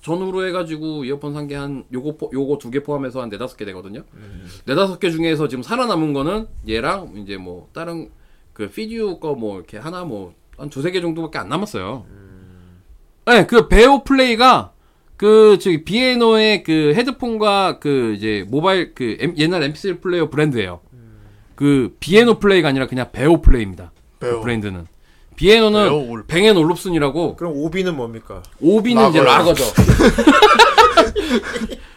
S2: 전후로 해가지고 이어폰 산 게 한 요거 포- 요거 두 개 포함해서 한 네다섯 개 되거든요.
S3: 음.
S2: 네다섯 개 중에서 지금 살아남은 거는 얘랑 이제 뭐 다른 그 피디오 거 뭐 이렇게 하나 뭐 한 두세 개 정도밖에 안 남았어요.
S3: 음.
S2: 네, 그 베오 플레이가 그 저기 비에노의 그 헤드폰과 그 이제 모바일 그 엠- 옛날 MP3 플레이어 브랜드예요.
S3: 음.
S2: 그 비에노 플레이가 아니라 그냥 베오 플레이입니다. 그
S3: 배우.
S2: 브랜드는 비에노는
S3: 베오 올-
S2: 뱅앤 올롭슨이라고
S1: 그럼 오비는 뭡니까?
S2: 오비는 이제
S3: 라거요.
S2: 라거죠.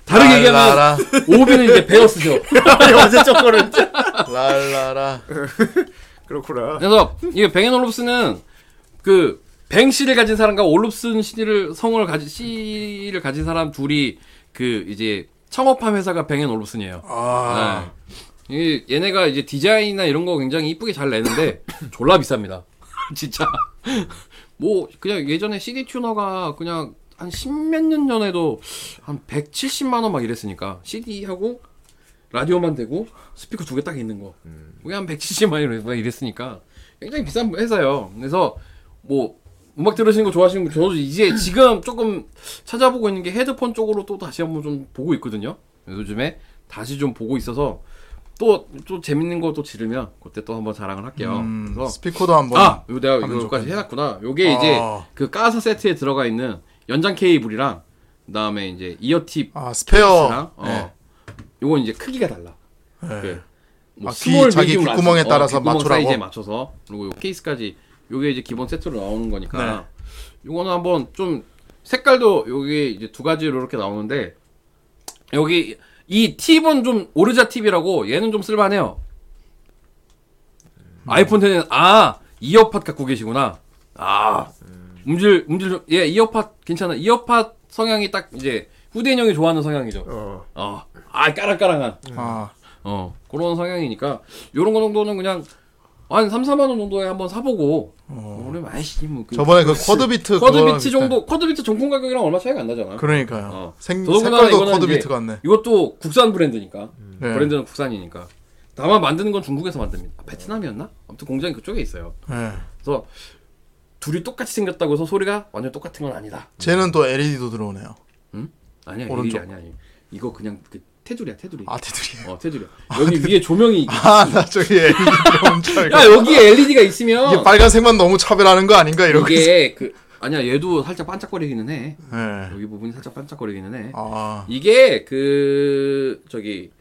S2: 다르게 얘기하면
S3: 랄라라.
S2: 오비는 이제 베어스죠.
S1: 어제 저거를
S3: 랄라라.
S1: 그렇구나.
S2: 그래서 이게 뱅앤 올롭스는 그 뱅 씨를 가진 사람과 올롭슨 씨를 성을 가진 씨를 가진 사람 둘이 그 이제 창업한 회사가 뱅앤 올롭슨이에요.
S3: 아.
S2: 네. 이 얘네가 이제 디자인이나 이런 거 굉장히 이쁘게 잘 내는데 졸라 비쌉니다. 진짜. 뭐 그냥 예전에 CD 튜너가 그냥 한 십몇 년 전에도 한 170만 원 막 이랬으니까 CD하고 라디오만 되고 스피커 두 개 딱 있는 거. 그게 한 170만 원 이래- 이랬으니까 굉장히 비싼 회사예요. 그래서 뭐 음악 들으시는 거 좋아하시는 분 저도 이제 지금 조금 찾아보고 있는 게 헤드폰 쪽으로 또 다시 한번 좀 보고 있거든요. 요즘에 다시 좀 보고 있어서 또 또 재밌는 거 또 지르면 그때 또 한번 자랑을 할게요.
S3: 음,
S2: 그래서
S3: 스피커도 한번.
S2: 아, 이거 내가
S3: 하면
S2: 이거까지
S3: 좋겠네.
S2: 해놨구나. 요게 이제
S3: 아.
S2: 그 까사 세트에 들어가 있는 연장 케이블이랑 그다음에 이제 이어팁
S3: 아, 스페어.
S2: 랑 어.
S3: 네.
S2: 요건 이제 크기가 달라.
S3: 네.
S2: 그
S3: 아, 귀, 자기
S2: medium, large.
S3: 귓구멍에 따라서
S2: 귓구멍
S3: 맞추라고?
S2: 사이즈에 맞춰서 그리고 요 케이스까지 요게 이제 기본 세트로 나오는 거니까
S3: 네.
S2: 요거는 한번 좀 색깔도 요게 이제 두 가지로 이렇게 나오는데 여기 이 팁은 좀 오르자 팁이라고 얘는 좀 쓸만해요.
S3: 음.
S2: 아이폰 10은 아 이어팟 갖고 계시구나. 아 음질 음질 좀- 예 이어팟 괜찮아. 이어팟 성향이 딱 이제 후대인 형이 좋아하는 성향이죠.
S1: 어.
S2: 어. 아 까랑까랑한.
S3: 아,
S2: 어 그런 성향이니까 요런 거 정도는 그냥 한 3, 4만 원 정도에 한번 사보고 우리 아이씨 뭐그
S3: 어. 저번에 그 쿼드비트 그거랑
S2: 쿼드비트
S3: 비슷해.
S2: 정도 쿼드비트 정품 가격이랑 얼마 차이가 안 나잖아.
S3: 그러니까요.
S2: 어.
S3: 생,
S2: 더더군다나
S3: 색깔도
S2: 이거는
S3: 쿼드비트
S2: 이제
S3: 같네.
S2: 이것도 국산 브랜드니까
S3: 네.
S2: 브랜드는 국산이니까 다만 만드는 건 중국에서 만듭니다. 아, 베트남이었나? 아무튼 공장이 그쪽에 있어요.
S3: 네.
S2: 그래서 둘이 똑같이 생겼다고 해서 소리가 완전 똑같은 건 아니다.
S3: 쟤는 또 LED도 들어오네요.
S2: 아니야
S3: 오른쪽.
S2: 오른쪽 아니야 아니. 이거 그냥 그 테두리야 테두리.
S3: 아, 테두리.
S2: 어 테두리. 여기 위에 조명이
S3: 아, 나 저기 LED 들어온 줄 알고.
S2: 야 여기 LED가 있으면
S3: 이게 빨간색만 너무 차별하는 거 아닌가 이러고. 있어.
S2: 어. 이게 그 아니야 얘도 살짝 반짝거리기는 해
S3: 네.
S2: 여기 부분이 살짝 반짝거리기는 해
S3: 아,
S2: 이게 그 저기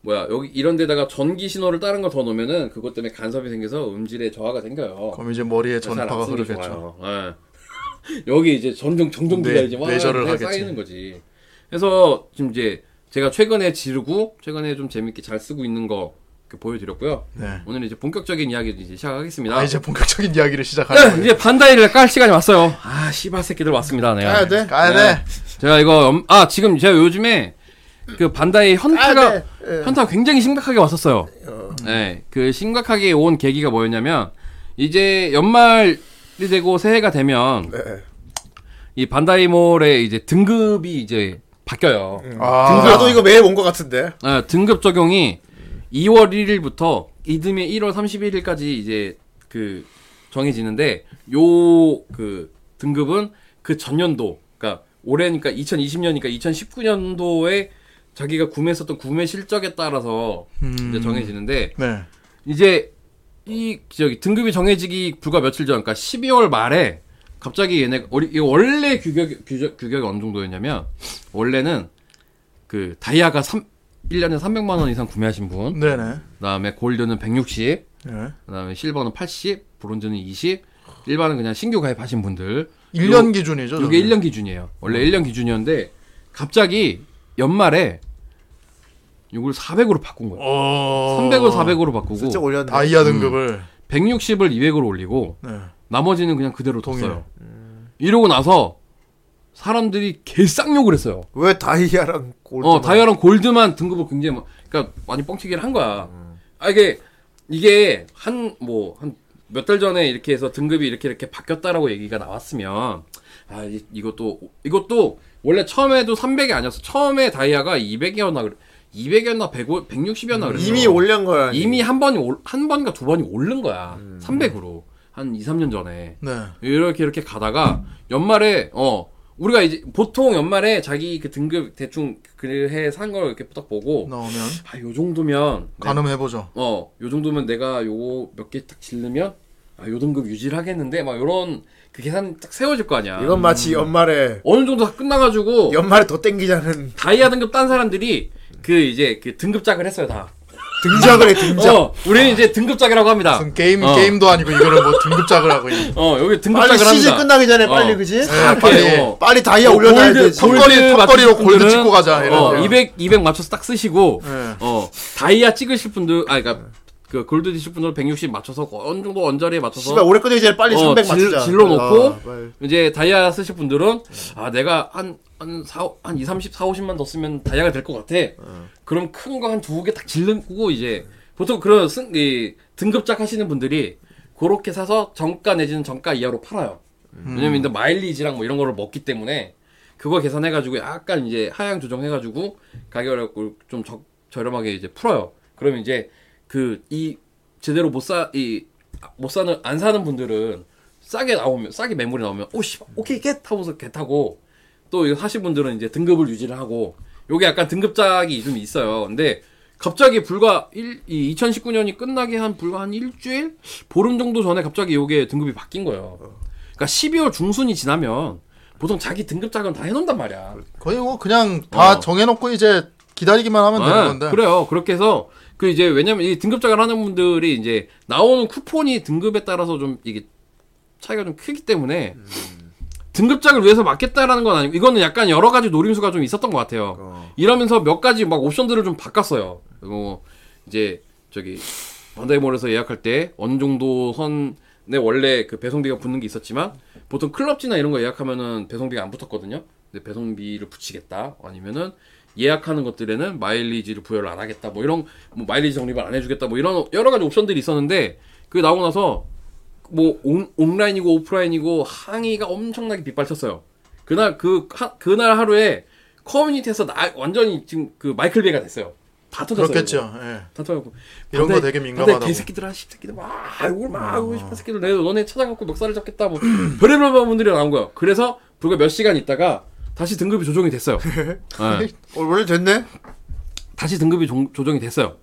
S2: 뭐야 여기 이런 데다가 전기 신호를 다른 걸 더 넣으면은 그것 때문에 간섭이 생겨서 음질에 저하가 생겨요 그러니까
S3: 그럼 이제 머리에
S2: 잘안
S3: 전파가
S2: 쓰는 게
S3: 흐르겠죠. 네,
S2: 좋아요. 예. 여기 이제 점점 정전기가
S3: 뇌-
S2: 이제 와
S3: 뇌절을
S2: 뇌
S3: 하겠지.
S2: 쌓이는 거지. 그래서 지금 이제 제가 최근에 지르고 최근에 좀 재밌게 잘 쓰고 있는 거 이렇게 보여드렸고요.
S3: 네.
S2: 오늘 이제 본격적인 이야기 이제 시작하겠습니다.
S3: 아, 이제 본격적인 이야기를 시작하는
S2: 네,
S3: 거예요.
S2: 이제 반다이를 깔 시간이 왔어요. 아, 씨발 새끼들 왔습니다. 내가. 네.
S1: 가야 돼.
S3: 가야 돼.
S2: 제가 이거 엄- 아, 지금 제가 요즘에 그 반다이
S1: 가야
S2: 현타가
S1: 돼. 예.
S2: 현타가 굉장히 심각하게 왔었어요. 네. 그 심각하게 온 계기가 뭐였냐면 이제 연말이 되고 새해가 되면
S1: 네.
S2: 이 반다이몰의 이제 등급이 이제 바뀌어요.
S1: 음.
S3: 아,
S1: 나도 이거 매일 온 것 같은데.
S2: 아, 등급 적용이 2월 1일부터 이듬해 1월 31일까지 이제 그 정해지는데 요 그 등급은 그 전년도 그러니까 올해니까 2020년이니까 2019년도에 자기가 구매했었던 구매 실적에 따라서 이제 정해지는데
S3: 네.
S2: 이제 이 저기 등급이 정해지기 불과 며칠 전, 그러니까 12월 말에 갑자기 얘네 가 원래 규격 규격 규격이 어느 정도였냐면 원래는 그 다이아가 3 1년에 300만 원 이상 구매하신 분,
S3: 네네.
S2: 그다음에 골드는 160,
S3: 네.
S2: 그다음에 실버는 80, 브론즈는 20, 일반은 그냥 신규 가입하신 분들
S3: 1년 기준이죠.
S2: 이게 1년 기준이에요. 원래 1년 기준이었는데 갑자기 연말에 이걸 400으로 바꾼 거예요.
S3: 어.
S2: 300을 400으로 바꾸고
S1: 진짜 올렸네.
S2: 음.
S3: 다이아 등급을.
S2: 160을 200으로 올리고
S3: 네.
S2: 나머지는 그냥 그대로
S3: 동일.
S2: 뒀어요.
S1: 음.
S2: 이러고 나서 사람들이 개쌍욕을 했어요.
S1: 왜 다이아랑 골드?
S2: 어, 다이아랑 골드만 등급을 굉장히 막- 그러니까 많이 뻥튀기를 한 거야.
S1: 음.
S2: 아 이게 이게 한 뭐 한 몇 달 전에 이렇게 해서 등급이 이렇게 이렇게 바뀌었다라고 얘기가 나왔으면 아 이, 이것도 이것도 원래 처음에도 300이 아니었어. 처음에 다이아가 200이었나 그래. 200이었나 100, 160이었나 그랬어.
S1: 이미 올린 거야.
S2: 이미 한 번이 올- 한 번인가 두 번이 오른 거야. 300으로. 한 2, 3년 전에.
S3: 네.
S2: 이렇게 이렇게 가다가 연말에 어 우리가 이제 보통 연말에 자기 그 등급 대충 그해 산 걸 이렇게 딱 보고
S3: 나오면
S2: 아 요 정도면
S3: 가늠해 보죠.
S2: 어요 정도면 내가 요거 몇 개 딱 질르면 아요 등급 유지를 하겠는데 막 요런 그 계산 딱 세워질 거 아니야
S1: 이건 마치 연말에
S2: 어느 정도 다 끝나가지고
S1: 연말에 더 땡기자는
S2: 다이아 등급 딴 사람들이 그 이제 그 등급작을 했어요 다
S1: 등작을 해 등작.
S2: 어, 우리는 이제 등급작이라고 합니다
S3: 무슨 게임
S2: 어.
S3: 게임도 아니고 이거를 뭐 등급작을 하고 있는.
S2: 어 여기 등급작을
S1: 빨리 시즌
S2: 합니다
S1: 끝나기 전에 빨리
S2: 어.
S1: 그지?
S3: 네,
S2: 이렇게,
S3: 빨리
S2: 어.
S1: 빨리 다이아
S2: 어,
S1: 올려놔야
S2: 골드,
S1: 되지.
S2: 골드
S3: 턱걸이 턱걸이로
S2: 맞추신
S3: 골드
S2: 분들은,
S3: 찍고 가자. 이런.
S2: 어,
S3: 거.
S2: 200 200 맞춰서 딱 쓰시고
S3: 네.
S2: 어 다이아 찍으실 분들 아 그러니까 그 골드 드실 분들 160 맞춰서 어느 정도 언저리에 맞춰서
S1: 씨발 올해 끝나기 전에 빨리
S2: 어,
S1: 300
S2: 질-
S1: 맞추자.
S2: 질러 놓고.
S1: 아, 빨리.
S2: 네. 이제 다이아 쓰실 분들은 아 내가 한한 4, 한 2, 30, 4, 50만 더 쓰면 다이아가 될 것 같아. 그럼 큰 거 한 두 개 딱 질르고 이제 보통 그런 승, 이, 등급작 하시는 분들이 그렇게 사서 정가 내지는 정가 이하로 팔아요. 왜냐면 이제 마일리지랑 뭐 이런 거를 먹기 때문에 그거 계산해가지고 약간 이제 하향 조정해가지고 가격을 좀 적, 저렴하게 이제 풀어요. 그러면 이제 그 이 제대로 못 사 이 못 사는 안 사는 분들은 싸게 나오면 싸게 매물이 나오면 오씨 오케이 겟 하고서 겟 하고 또 이거 하신 분들은 이제 등급을 유지를 하고 요게 약간 등급작이 좀 있어요. 근데 갑자기 불과 1, 이 2019년이 끝나기 한 불과 한 일주일 보름 정도 전에 갑자기 요게 등급이 바뀐 거예요. 그러니까 12월 중순이 지나면 보통 자기 등급작은 다 해놓는단 말이야.
S3: 거의 뭐 그냥 다
S2: 어.
S3: 정해놓고 이제 기다리기만 하면
S2: 네,
S3: 되는 건데.
S2: 그래요. 그렇게 해서 그 이제 왜냐면 이 등급작을 하는 분들이 이제 나오는 쿠폰이 등급에 따라서 좀 이게 차이가 좀 크기 때문에
S3: 음.
S2: 등급작을 위해서 맞겠다라는 건 아니고 이거는 약간 여러 가지 노림수가 좀 있었던 것 같아요.
S3: 그러니까.
S2: 이러면서 몇 가지 막 옵션들을 좀 바꿨어요. 뭐 이제 저기 반다이몰에서 예약할 때 어느 정도 선에 원래 그 배송비가 붙는 게 있었지만 보통 클럽지나 이런 거 예약하면은 배송비가 안 붙었거든요. 근데 배송비를 붙이겠다 아니면은 예약하는 것들에는 마일리지를 부여를 안 하겠다 뭐 이런 뭐 마일리지 적립을 안 해주겠다 뭐 이런 여러 가지 옵션들이 있었는데 그게 나오고 나서 뭐 온, 온라인이고 오프라인이고 항의가 엄청나게 빗발쳤어요. 그날 그 하- 그날 하루에 커뮤니티에서 나 완전히 지금 그 마이클 베이가 됐어요. 다 터졌어요. 이거.
S3: 그렇겠죠. 예.
S2: 다 터졌고
S3: 이런 거
S2: 반대-
S3: 되게 민감하다고. 아.
S2: 반대 개새끼들아 십새끼들 막 얼굴 막 하고 싶은 새끼들 내가 너네 찾아갖고 멱살을 잡겠다 뭐 별의별 분들이 나온 거야. 그래서 불과 몇 시간 있다가 다시 등급이 조정이 됐어요. 예.
S1: 어, 원래 됐네.
S2: 다시 등급이 조, 정이 됐어요.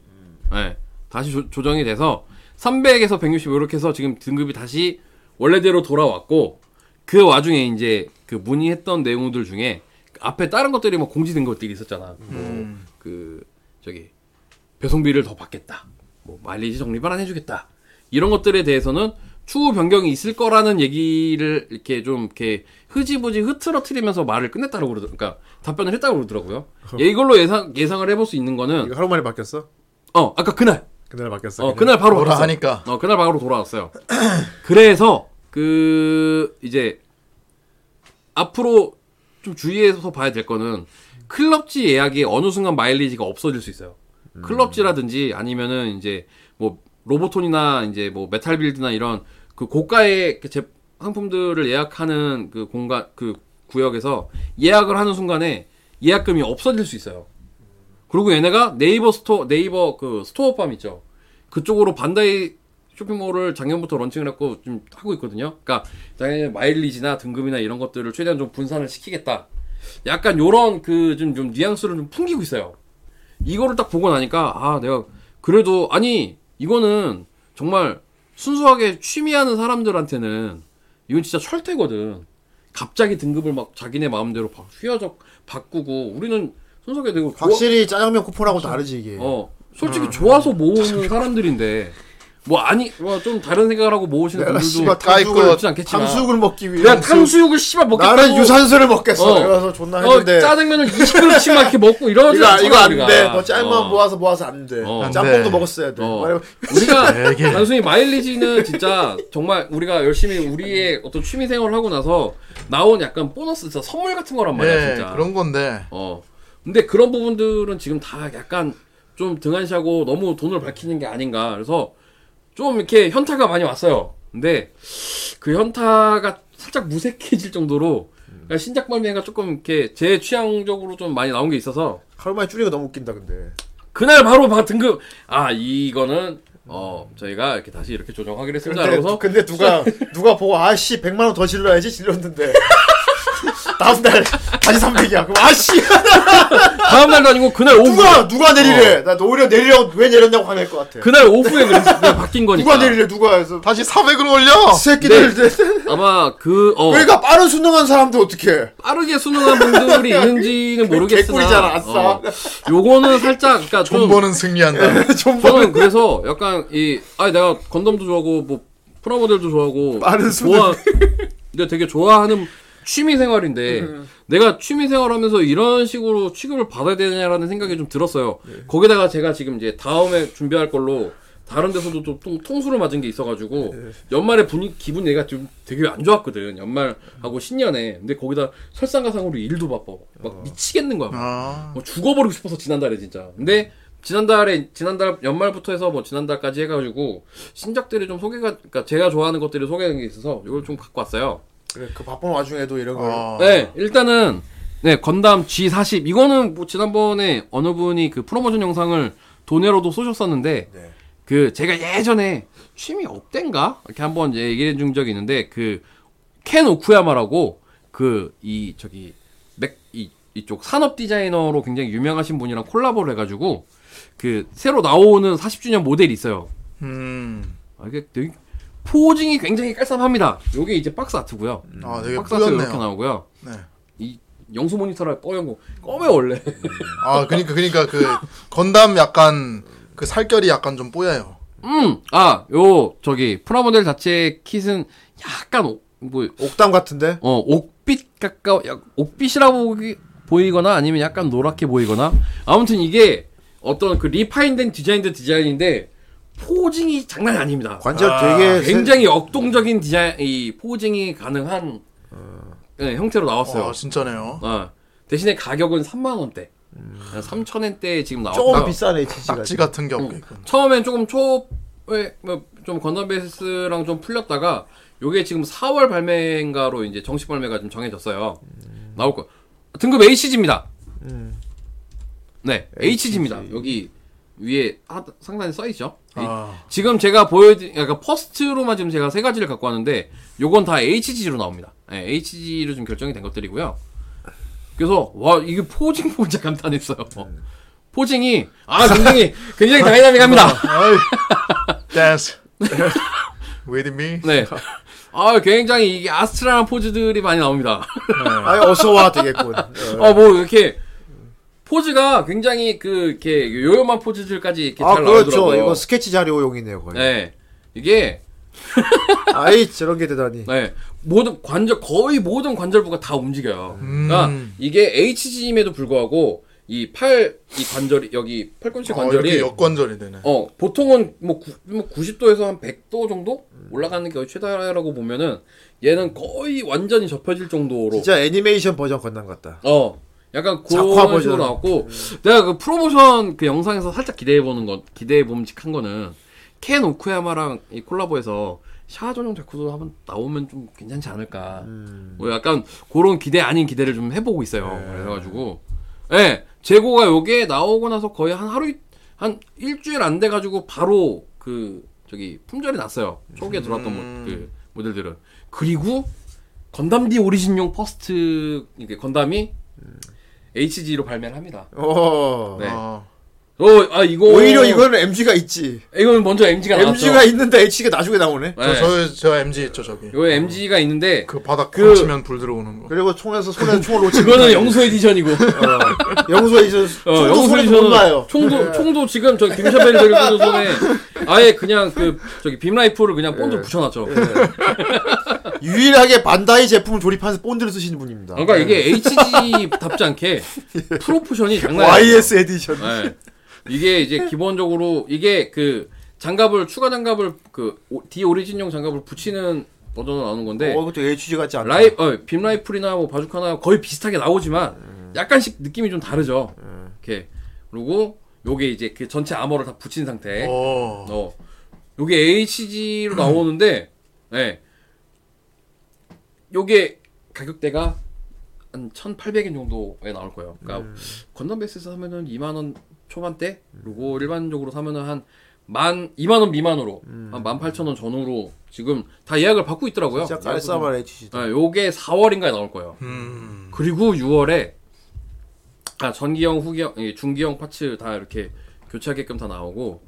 S2: 예. 다시 조, 정이 돼서 300에서 160 이렇게 해서 지금 등급이 다시 원래대로 돌아왔고 그 와중에 이제 그 문의했던 내용들 중에 앞에 다른 것들이 뭐 공지된 것들이 있었잖아. 뭐
S1: 음.
S2: 뭐그 저기 배송비를 더 받겠다. 뭐 마일리지 적립을 안 해주겠다. 이런 것들에 대해서는 추후 변경이 있을 거라는 얘기를 이렇게 좀 이렇게 흐지부지 흐트러트리면서 말을 끝냈다고 그러더, 그러니까 답변을 했다고 그러더라고요. 예, 이걸로 예상 예상을 해볼 수 있는 거는
S1: 이거 하루 만에 바뀌었어?
S2: 어 아까 그날
S1: 그날 바뀌었어.
S2: 어 그날 바로
S3: 뭐라
S2: 바뀌었어요.
S3: 하니까.
S2: 어 그날 바로 돌아왔어요. 그래서 그 이제 앞으로 좀 주의해서 봐야 될 거는 클럽지 예약이 어느 순간 마일리지가 없어질 수 있어요.
S3: 음.
S2: 클럽지라든지 아니면은 이제 뭐 로보톤이나 이제 뭐 메탈 빌드나 이런 그 고가의 그 제, 상품들을 예약하는 그 공간 그 구역에서 예약을 하는 순간에 예약금이 없어질 수 있어요. 그리고 얘네가 네이버 스토어 네이버 그 스토어팜 있죠. 그쪽으로 반다이 쇼핑몰을 작년부터 런칭을 했고 좀 하고 있거든요. 그러니까 당연히 마일리지나 등급이나 이런 것들을 최대한 좀 분산을 시키겠다. 약간 요런 그 좀 좀 뉘앙스를 좀 풍기고 있어요. 이거를 딱 보고 나니까 아 내가 그래도 아니 이거는 정말 순수하게 취미하는 사람들한테는 이건 진짜 철퇴거든. 갑자기 등급을 막 자기네 마음대로 막 휘어적 바꾸고 우리는 순수하게 되고 좋아-
S1: 확실히 짜장면 쿠폰하고 다르지 이게.
S2: 어 솔직히 좋아서 모으는 사람들인데 뭐 아니 뭐 좀 다른 생각을 하고 모으시는
S1: 내가
S2: 분들도
S1: 씨발
S2: 탕수육을
S1: 탕수육을
S2: 먹지 않겠지만
S1: 탕수육을 먹기 위해.
S2: 내가 탕수육을 씨발 먹겠다고
S1: 나는 유산소를 먹겠어.
S2: 어.
S1: 그래서 존나
S2: 어,
S1: 했는데.
S2: 짜장면을 20kg씩 막 이렇게 먹고 이러지
S1: 이거
S2: 않잖아
S1: 이거 안
S2: 우리가.
S1: 돼. 너 짤만
S2: 어.
S1: 모아서 모아서 안 돼.
S2: 어. 안
S1: 짬뽕도
S3: 돼.
S1: 먹었어야 돼.
S2: 어.
S1: 말하면
S2: 우리가
S3: 되게.
S2: 단순히 마일리지는 진짜 정말 우리가 열심히 우리의 어떤 취미 생활을 하고 나서 나온 약간 보너스 진짜 선물 같은 거란 말이야
S1: 네,
S3: 예,
S2: 진짜.
S3: 그런 건데.
S2: 어. 근데 그런 부분들은 지금 다 약간 좀 등한시하고 너무 돈을 밝히는 게 아닌가. 그래서 좀 이렇게 현타가 많이 왔어요. 근데 그 현타가 살짝 무색해질 정도로 그러니까 신작 발매가 조금 이렇게 제 취향적으로 좀 많이 나온 게 있어서
S1: 하루 만에 줄이가 너무 웃긴다 근데.
S2: 그날 바로 막 등급 아 이거는 어 저희가 이렇게 다시 이렇게 조정하기로 했습니다.
S1: 근데,
S2: 그래서
S1: 근데 누가 누가 보고 아씨 100만 원 더 질러야지 질렀는데. 다음 날 다시 300이야. 그럼 아씨
S2: 다음 날도 아니고 그날 오후
S1: 누가 누가 내리래? 나 오히려 내리라고 왜 내렸냐고 화낼 것 같아.
S2: 어. 그날 오후에 그랬- 바뀐 거니까
S1: 누가 내리래 누가 해서
S3: 다시 400으로 올려.
S1: 새끼들
S2: 아마 네. 그어
S1: 그러니까 빠른 순응한 사람들 어떻게?
S2: 빠르게 수능한 분들이 있는지는 모르겠으나
S1: 개꿀이잖아, 아싸.
S2: 어, 요거는 살짝 그러니까
S3: 돈
S2: 좀
S3: 버는
S2: 예.
S3: 승리한다.
S2: 저는 그래서 약간 이 아니 내가 건담도 좋아하고 뭐 프라모델도 좋아하고
S1: 빠른
S2: 좋아 근데 되게 좋아하는 취미 생활인데
S1: 음.
S2: 내가 취미 생활하면서 이런 식으로 취급을 받아야 되냐라는 생각이 좀 들었어요.
S1: 네.
S2: 거기다가 제가 지금 이제 다음에 준비할 걸로 다른 데서도 또 통, 통수를 맞은 게 있어가지고
S1: 네.
S2: 연말에 분위 기분 얘가 좀 되게 안 좋았거든 연말하고
S1: 음.
S2: 신년에 근데 거기다 설상가상으로 일도 바빠
S1: 어.
S2: 막 미치겠는 거야
S3: 아,
S2: 뭐 죽어버리고 싶어서 지난달에 진짜. 근데 지난달에 지난달 연말부터 해서 뭐 지난달까지 해가지고 신작들이 좀 소개가 그러니까 제가 좋아하는 것들이 소개하는 게 있어서 이걸 좀 갖고 왔어요.
S1: 그래 그 바쁜 와중에도 이런 걸.
S3: 어.
S2: 네 일단은 네 건담 G40 이거는 뭐 지난번에 어느 분이 그 프로모션 영상을 도네로도 쏘셨었는데
S1: 네.
S2: 그 제가 예전에 취미 업된가 이렇게 한번 이제 얘기해 준 적이 있는데 그 켄 오쿠야마라고 그 이 저기 맥 이 이쪽 산업 디자이너로 굉장히 유명하신 분이랑 콜라보를 해가지고 그 새로 나오는 40주년 모델이 있어요.
S3: 음.
S2: 아, 이게 되게 포징이 굉장히 깔쌈합니다. 요게 이제 박스 아트고요.
S3: 아, 되게
S2: 박스 아트 음. 이렇게
S3: 뿌였네요.
S2: 나오고요.
S3: 네.
S2: 이 영수 모니터라 뻐연 거 껌에 원래
S3: 아, 그러니까 그러니까 그 건담 약간 그 살결이 약간 좀 뽀여요.
S2: 음, 음아요 저기 프라모델 자체 킷은 약간 오- 뭐
S1: 옥담 같은데?
S2: 어, 옥빛 가까워, 약, 옥빛이라고 보기- 보이거나 아니면 약간 노랗게 보이거나. 아무튼 이게 어떤 그 리파인된 디자인드 디자인인데, 포징이 장난이 아닙니다.
S1: 관절 되게 세-
S2: 굉장히 역동적인 디자인, 이 포징이 가능한
S1: 어.
S2: 예, 형태로 나왔어요.
S3: 아, 진짜네요.
S2: 어. 대신에 가격은 3만원대. 3,000엔대에 지금
S1: 조금
S2: 나왔고.
S1: 비싸네 HG가.
S3: 딱지 같은 게 없고 있군.
S2: 처음엔 조금 초에 뭐좀 건담 베이스랑 좀 풀렸다가 요게 지금 4월 발매인가로 이제 정식 발매가 좀 정해졌어요. 나올 거. 등급 HG입니다. 네, HG입니다. 여기 위에 하- 상단에 써 있죠. 이-
S3: 아.
S2: 지금 제가 보여드린 그러니까 퍼스트로만 지금 제가 세 가지를 갖고 왔는데 요건 다 HG로 나옵니다. 네, HG로 좀 결정이 된 것들이고요. 그래서 와 이게 포징 보자 감탄했어요. 포징이 아 굉장히 굉장히 다이나믹합니다.
S3: 아이. 댄스. With me.
S2: 네. 아, 굉장히 이게 아스트라는 포즈들이 많이 나옵니다.
S1: 아니 어서 와 되겠군. 어.
S2: 어, 뭐, 이렇게. 포즈가 굉장히 그, 이렇게 요염한 포즈들까지 이렇게
S1: 아
S2: 잘
S1: 그렇죠.
S2: 나오더라고요.
S1: 이거 스케치 자료용이네요 거의.
S2: 네. 이게,
S1: 아이 저런 게 대단히.
S2: 네. 모든 관절, 거의 모든 관절부가 다 움직여요.
S3: 음.
S2: 그러니까 이게 HG임에도 불구하고 이 팔, 이 관절이, 여기
S1: 아,
S2: 팔꿈치
S3: 어, 이렇게
S2: 관절이.
S3: 역관절이 되네.
S2: 어, 보통은 뭐, 구, 뭐 90도에서 한 100도 정도? 올라가는 게 거의 최다라고 보면은 얘는 거의 완전히 접혀질 정도로.
S1: 진짜 애니메이션 버전 건담 같다.
S2: 어. 약간
S1: 작화 음.
S2: 그런 식으로
S1: 버전.
S2: 나왔고 내가 그 프로모션 그 영상에서 살짝 기대해 보는 것 기대해 봄직한 거는 켄 오쿠야마랑 이 콜라보해서 샤 전용 자쿠도 한번 나오면 좀 괜찮지 않을까.
S1: 음.
S2: 뭐 약간 그런 기대 아닌 기대를 좀 해보고 있어요.
S1: 네.
S2: 그래가지고 예 재고가 요게 나오고 나서 거의 한 하루 이- 한 일주일 안 돼 가지고 바로 그 저기 품절이 났어요. 초기에 들어왔던 모,
S1: 음.
S2: 그 모델들은 그리고 건담 D 오리진용 퍼스트 이게 건담이 HG로 발매를 합니다.
S1: 어.
S2: 네.
S3: 아,
S2: 어, 아 이거
S1: 오히려 이거는 MG가 있지.
S2: 이건 먼저 MG가 나왔죠.
S1: MG가 있는데 HG가 나중에 나오네.
S2: 아, 네.
S3: 아, 저, 저, 저 MG 있죠 저기.
S2: 이거 MG가 있는데
S3: 그 바닥
S1: 그-
S3: 그... 치면 불 들어오는 거.
S1: 그리고 총에서 손에 총을 놓치면
S2: 그거는 영수 에디션이고.
S1: 영수에 이제
S2: 어,
S1: 어. 총도 손에
S2: 에디션은
S1: 못 놔요. 네.
S2: 총도 총도 지금 저 김샤벨 들고 손에 아예 그냥 그 저기 빔라이프를 그냥 본드
S1: 예.
S2: 붙여놨죠.
S1: 유일하게 반다이 제품을 조립하면서 본드를 쓰시는 분입니다. 네.
S2: 그러니까 이게 HG 답지 않게 프로포션이 장난 아니에요.
S1: YS 에디션.
S2: 네. 이게 이제 기본적으로 이게 그 장갑을 추가 장갑을 그 오- D 오리진용 장갑을 붙이는 버전으로 나오는 건데
S1: 어, 그것도 HG 같지 않다.
S2: 네. 라이 어, 빔 라이플이나 뭐 바주카나 거의 비슷하게 나오지만 약간씩 느낌이 좀 다르죠. 이렇게 그리고 요게 이제 그 전체 아머를 다 붙인 상태.
S3: 오.
S2: 어. 요게 HG로 나오는데, 예. 요게 가격대가 한 1,800엔 정도에 나올 거예요. 그러니까 건담 베이스에서 사면은 2만 원 초반대, 그리고 일반적으로 사면은 한 만, 2만 원 미만으로, 한 18,000원 전후로 지금 다 예약을 받고 있더라고요.
S1: 진짜 깔쌈한 HG다.
S2: 예, 요게 4월인가에 나올 거예요.
S3: 음.
S2: 그리고 6월에 아 전기형, 후기형, 예, 중기형 파츠 다 이렇게 교체하게끔 다 나오고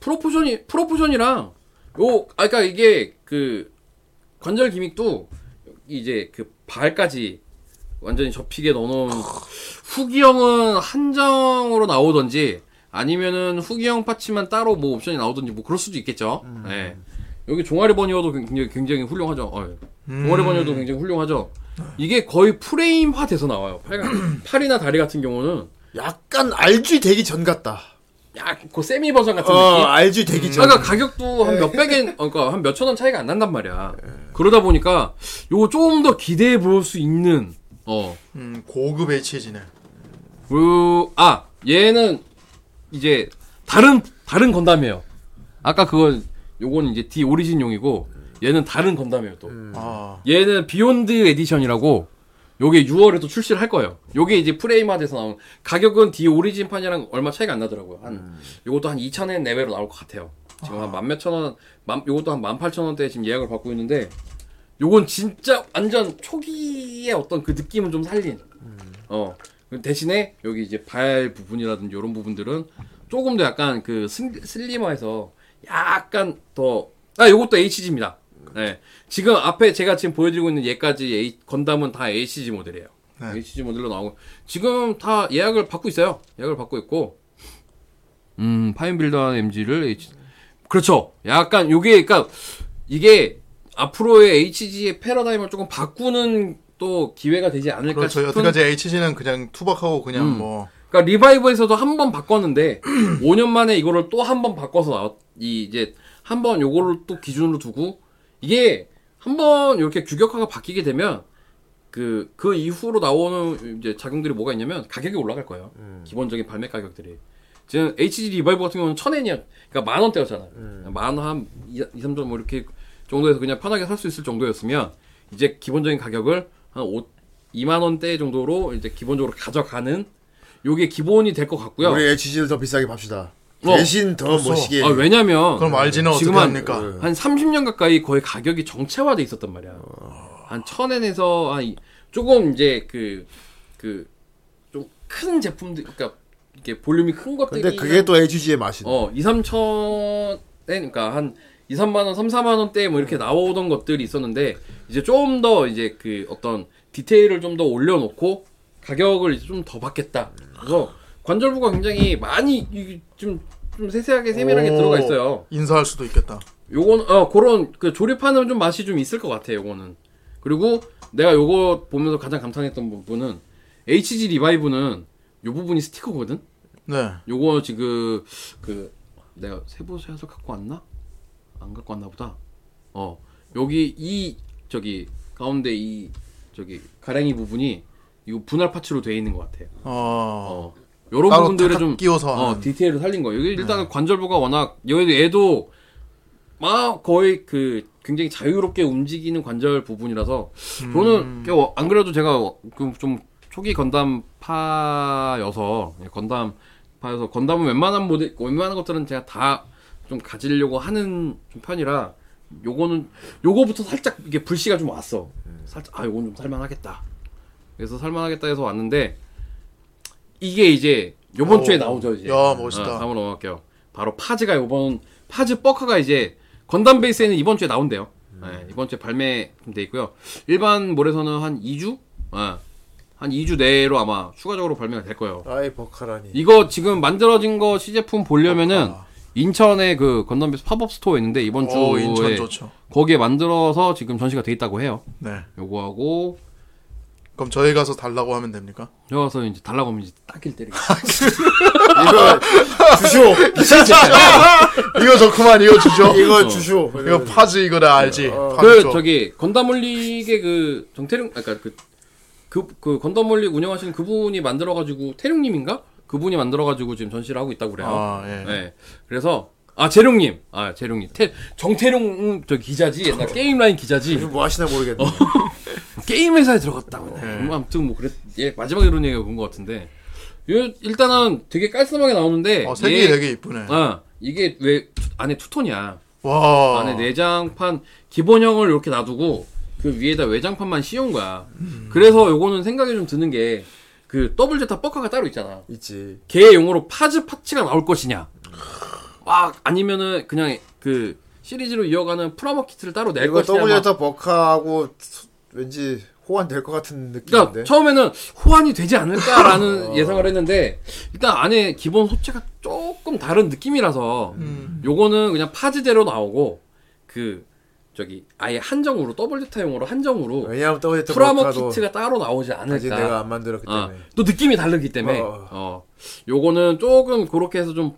S2: 프로포션이 프로포션이랑 요 아까 그러니까 이게 그 관절 기믹도 이제 그 발까지 완전히 접히게 넣어놓은 후기형은 한정으로 나오던지 아니면은 후기형 파츠만 따로 뭐 옵션이 나오던지 뭐 그럴 수도 있겠죠. 예. 여기 종아리 버니어도 굉장히, 굉장히 훌륭하죠. 어, 예.
S3: 음,
S2: 종아리
S1: 음.
S2: 버니어도 굉장히 훌륭하죠. 이게 거의 프레임화 돼서 나와요. 팔, 팔이나 다리 같은 경우는
S1: 약간 RG 되기 전 같다.
S2: 약그 세미 버전 같은
S1: 어,
S2: 느낌.
S1: RG 되기 전.
S2: 그러니까 가격도
S1: 네.
S2: 한 몇백엔, 그러니까 한 몇천 원 차이가 안 난단 말이야. 그러다 보니까 요거 조금 더 기대해 볼 수 있는 어
S3: 음, 고급 HG네.
S2: 음. 그, 아, 얘는 이제 다른 다른 건담이에요. 아까 그건 요건 이제 D 오리진용이고 얘는 다른 건담이에요 또.
S1: 음.
S3: 아,
S2: 얘는 비욘드 에디션이라고 요게 6월에 또 출시를 할 거예요. 요게 이제 프레임화돼서 나온 가격은 D 오리진판이랑 얼마 차이가 안 나더라고요. 한 요것도 한 2,000엔 내외로 나올 것 같아요. 지금 한 만 몇천 원, 만, 요것도 한 18,000원대에 지금 예약을 받고 있는데 요건 진짜 완전 초기의 어떤 그 느낌은 좀 살린 어 그 대신에 여기 이제 발 부분이라든지 이런 부분들은 조금 더 약간 그 슬, 슬림화해서 약간 더아 요것도 HG입니다.
S3: 음.
S2: 네 지금 앞에 제가 지금 보여드리고 있는 얘까지 A- 건담은 다 HG 모델이에요.
S3: 네.
S2: HG 모델로 나오고 지금 다 예약을 받고 있어요. 예약을 받고 있고 음 파인빌더 MG를 H 그렇죠. 약간 요게 그러니까 이게 앞으로의 HG의 패러다임을 조금 바꾸는 또 기회가 되지 않을까
S3: 그렇죠.
S2: 싶은
S3: 여태까지 HG는 그냥 투박하고 그냥
S2: 그러니까 음.
S3: 뭐
S2: 그러니까 리바이브에서도 한 번 바꿨는데 5년 만에 이거를 또 한 번 바꿔서 나왔 이 이제 한 번 요거를 또 기준으로 두고 이게 한 번 이렇게 규격화가 바뀌게 되면 그 그 이후로 나오는 이제 작용들이 뭐가 있냐면 가격이 올라갈 거예요.
S1: 음.
S2: 기본적인 발매 가격들이. 지금 HG 리바이브 같은 경우는 천 엔이야. 그러니까 만 원대였잖아요.
S1: 음.
S2: 만한 2, 3점 뭐 이렇게 정도에서 그냥 편하게 살 수 있을 정도였으면 이제 기본적인 가격을 한 5, 2만 원대 정도로 이제 기본적으로 가져가는 요게 기본이 될 것 같고요.
S1: 우리 HG를 더 비싸게 팝시다.
S2: 어.
S1: 대신 더
S3: 벌써.
S1: 멋있게.
S2: 아, 왜냐면
S3: 그럼 RG는 어떻게
S2: 지금 한-
S3: 합니까?
S2: 한 30년 가까이 거의 가격이 정체화돼 있었단 말이야. 한 1000엔에서 한 이- 조금 이제 그 그 좀 큰 제품들 그러니까 이게 볼륨이 큰 것들이
S1: 근데 그게 또 HG의 맛이네.
S2: 어, 2, 3천에 그러니까 한 2, 3만 원, 3, 4만 원대 뭐 이렇게 나오던 것들이 있었는데 이제 좀 더 이제 그 어떤 디테일을 좀 더 올려 놓고 가격을 좀 더 받겠다. 그래서 관절부가 굉장히 많이 이- 좀, 좀 세세하게 세밀하게
S3: 오,
S2: 들어가 있어요.
S3: 인사할 수도 있겠다.
S2: 요건 어 그런 그 조립하는 좀 맛이 좀 있을 것 같아요. 요거는 그리고 내가 요거 보면서 가장 감탄했던 부분은 HG 리바이브는 요 부분이 스티커거든.
S3: 네.
S2: 요거 지금 그 내가 세부서에서 갖고 왔나? 안 갖고 왔나 보다. 어 여기 이 저기 가운데 이 저기 가랭이 부분이 이거 분할 파츠로 되어 있는 것 같아요.
S3: 어.
S2: 어 요런
S3: 따로
S2: 부분들을
S3: 탁탁
S2: 좀
S3: 끼워서
S2: 어,
S3: 하는.
S2: 디테일을 살린 거예요. 여기 일단은 관절부가 워낙 여기 얘도 막 거의 그 굉장히 자유롭게 움직이는 관절 부분이라서 저는 꽤 안 그래도 제가 그좀 초기 건담파여서 예, 건담파여서 건담은 웬만한 모델 웬만한 것들은 제가 다 좀 가지려고 하는 좀 편이라 요거는 요거부터 살짝 이게 불씨가 좀 왔어. 살짝 아 요건 좀 살만하겠다. 그래서 살만하겠다 해서 왔는데 이게 이제 요번
S3: 오.
S2: 주에 나오죠 이제.
S3: 야, 멋있다.
S2: 어, 한번 넘어갈게요. 바로 파즈가 요번 파즈 버커가 이제 건담 베이스에는 이번 주에 나온대요.
S3: 음.
S2: 네, 이번 주에 발매돼 있고요. 일반 몰에서는 한 2주? 어, 한 2주 내로 아마 추가적으로 발매가 될 거예요.
S1: 아이 버카라니.
S2: 이거 지금 만들어진 거 시제품 보려면은
S3: 아,
S2: 인천의 그 건담 베이스 팝업 스토어 있는데 이번
S3: 오,
S2: 주에
S3: 인천 좋죠.
S2: 거기에 만들어서 지금 전시가 돼 있다고 해요.
S3: 네.
S2: 요거하고
S3: 그럼 저희 가서 달라고 하면 됩니까?
S2: 여기서 이제 달라고 하면 이제 딱일 때리고
S1: 이거 주쇼.
S3: 이거 저 그만 이거 주죠.
S2: 어.
S1: 이거 주쇼.
S3: 이거 파즈 이거를 알지.
S2: 그
S3: 파즈 줘.
S2: 저기 건담 올릭의 그 정태룡 아까 그 그, 그 건담 올릭 운영하시는 그분이 만들어가지고 태룡님인가 그분이 만들어가지고 지금 전시를 하고 있다고 그래요.
S3: 아, 예.
S2: 네. 그래서 아 재룡님, 아 재룡님, 태, 정태룡 음, 저 기자지 옛날 게임 라인 기자지
S1: 요즘 뭐 하시나 모르겠네.
S2: 어. 게임 회사에 들어갔다고. 네. 아무튼 뭐 그랬 예 마지막에 이런 얘기가 온 것 같은데 요 일단은 되게 깔끔하게 나오는데
S3: 어, 색이
S2: 얘-
S3: 되게 이쁘네.
S2: 아 이게 왜 투- 안에 투톤이야.
S3: 와.
S1: 어.
S2: 안에 네. 내장판 기본형을 이렇게 놔두고 그 위에다 외장판만 씌운 거야. 그래서 요거는 생각이 좀 드는 게 그 더블 제타 버커가 따로 있잖아.
S1: 있지.
S2: 걔 용어로 파즈 파츠가 나올 것이냐. 막 아니면은 그냥 그 시리즈로 이어가는 프라모 키트를 따로 낼
S1: 이거
S2: 것이냐. 막.
S1: 더블레터 버카하고 수- 왠지 호환 될 것 같은
S2: 그러니까
S1: 느낌인데.
S2: 처음에는 호환이 되지 않을까라는
S1: 어.
S2: 예상을 했는데 일단 안에 기본 소체가 조금 다른 느낌이라서 요거는 그냥 파즈대로 나오고 그 저기 아예 한정으로 더블 제타용으로 한정으로
S1: 왜냐하면 더블레터
S2: 프라모
S1: 버카도
S2: 키트가 따로 나오지
S1: 아직
S2: 않을까.
S1: 네. 내가 안 만들었기
S2: 어,
S1: 때문에.
S2: 또 느낌이 다르기 때문에
S1: 어.
S2: 어. 요거는 조금 그렇게 해서 좀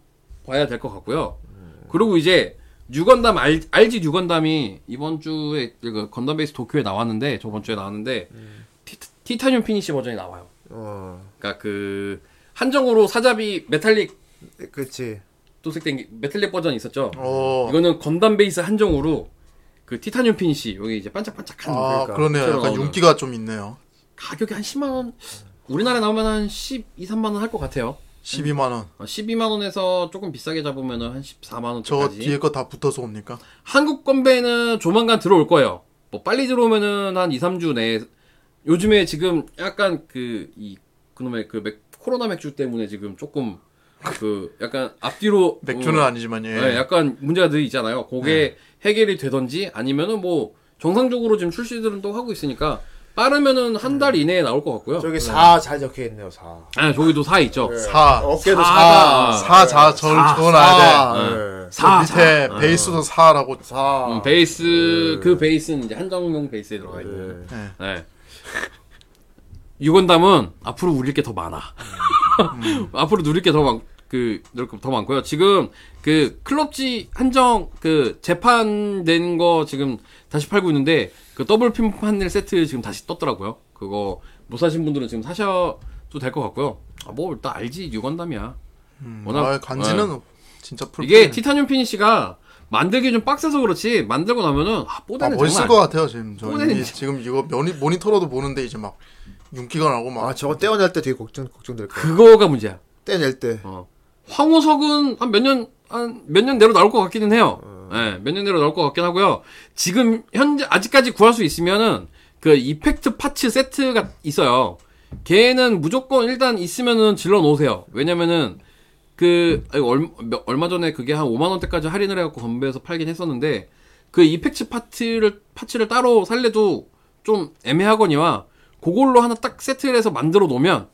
S2: 봐야 될 것 같고요.
S1: 음.
S2: 그리고 이제 뉴건담 알, RG 뉴건담이 이번 주에 그 건담 베이스 도쿄에 나왔는데 저번 주에 나왔는데
S1: 음.
S2: 티, 타늄 피니시 버전이 나와요.
S1: 어,
S2: 그러니까 그 한정으로 사자비 메탈릭
S1: 그렇지.
S2: 도색된 게- 메탈릭 버전이 있었죠.
S3: 어.
S2: 이거는 건담 베이스 한정으로 그 티타늄 피니시 여기 이제 반짝반짝한
S3: 아,
S1: 그러니까.
S3: 그러네요 약간
S2: 새로 나오는.
S3: 윤기가 좀 있네요.
S2: 가격이 한 10만 원 우리나라에 나오면 한 12, 3만 원 할 것 같아요.
S3: 12만 원.
S2: 어, 12만 원에서 조금 비싸게 잡으면 한 14만
S3: 저
S2: 원까지.
S3: 뒤에 거 다 붙어서 옵니까?
S2: 한국 건배는 조만간 들어올 거예요. 뭐 빨리 들어오면은 한 2, 3주 내에 요즘에 지금 약간 그 이 그놈의 그 맥, 코로나 맥주 때문에 지금 조금 그 약간 앞뒤로
S3: 맥주는 네.
S2: 어,
S3: 아니지만 예.
S2: 네, 약간 문제가 늘 있잖아요. 그게 해결이 되던지 아니면은 뭐 정상적으로 지금 출시들은 또 하고 있으니까 빠르면은 한
S3: 네.
S2: 달 이내에 나올 것 같고요.
S1: 저기 4 잘 적혀 있네요. 4.
S2: 아, 저기도 4 있죠.
S3: 4.
S1: 어깨도 4.
S2: 사가.
S3: 4, 4, 절 적어놔야 돼.
S1: 4.
S2: 사, 사.
S3: 뭐 밑에
S1: 어.
S3: 베이스도 4라고.
S2: 음, 베이스 그 베이스는 이제 한정용 베이스에 들어가 있는.
S3: 아, 네.
S2: 네. 유건담은 앞으로 우릴 게 더 많아.
S3: 음.
S2: 앞으로 누릴 게 더 많, 그, 누릴 게더 많고요. 지금, 그, 클럽지 한정, 그, 재판된 거 지금 다시 팔고 있는데, 그 더블 핀 판넬 세트 지금 다시 떴더라고요. 그거, 못 사신 분들은 지금 사셔도 될 것 같고요. 아, 뭐, 일단 알지, 유건담이야. 워낙- 어.
S3: 아, 간지는 진짜 풀.
S2: 이게 티타늄 피니시가 만들기 좀 빡세서 그렇지, 만들고 나면은, 아,
S3: 아,
S2: 뽀대는
S3: 멋있을
S2: 장난
S3: 것 같아요 지금. 저
S2: 뽀대는
S3: 이미 지금 이거 면이, 모니터로도 보는데 이제 막 윤기가 나고 막.
S1: 아, 저거 떼어낼 때 되게 걱정 걱정될 거야.
S2: 그거가 문제야.
S1: 떼낼 때.
S2: 황호석은 한 몇 년, 한 몇 년 내로 나올 것 같기는 해요. 예, 몇 년 내로 나올 것 같긴 하고요. 지금 현재, 아직까지 구할 수 있으면은, 그 이펙트 파츠 세트가 있어요. 걔는 무조건 일단 있으면은 질러 놓으세요. 왜냐면은, 그, 아니, 얼, 몇- 얼마 전에 그게 한 5만원대까지 할인을 해갖고 건배해서 팔긴 했었는데, 그 이펙트 파츠를, 파츠를 따로 살래도 좀 애매하거니와, 그걸로 하나 딱 세트를 해서 만들어 놓으면,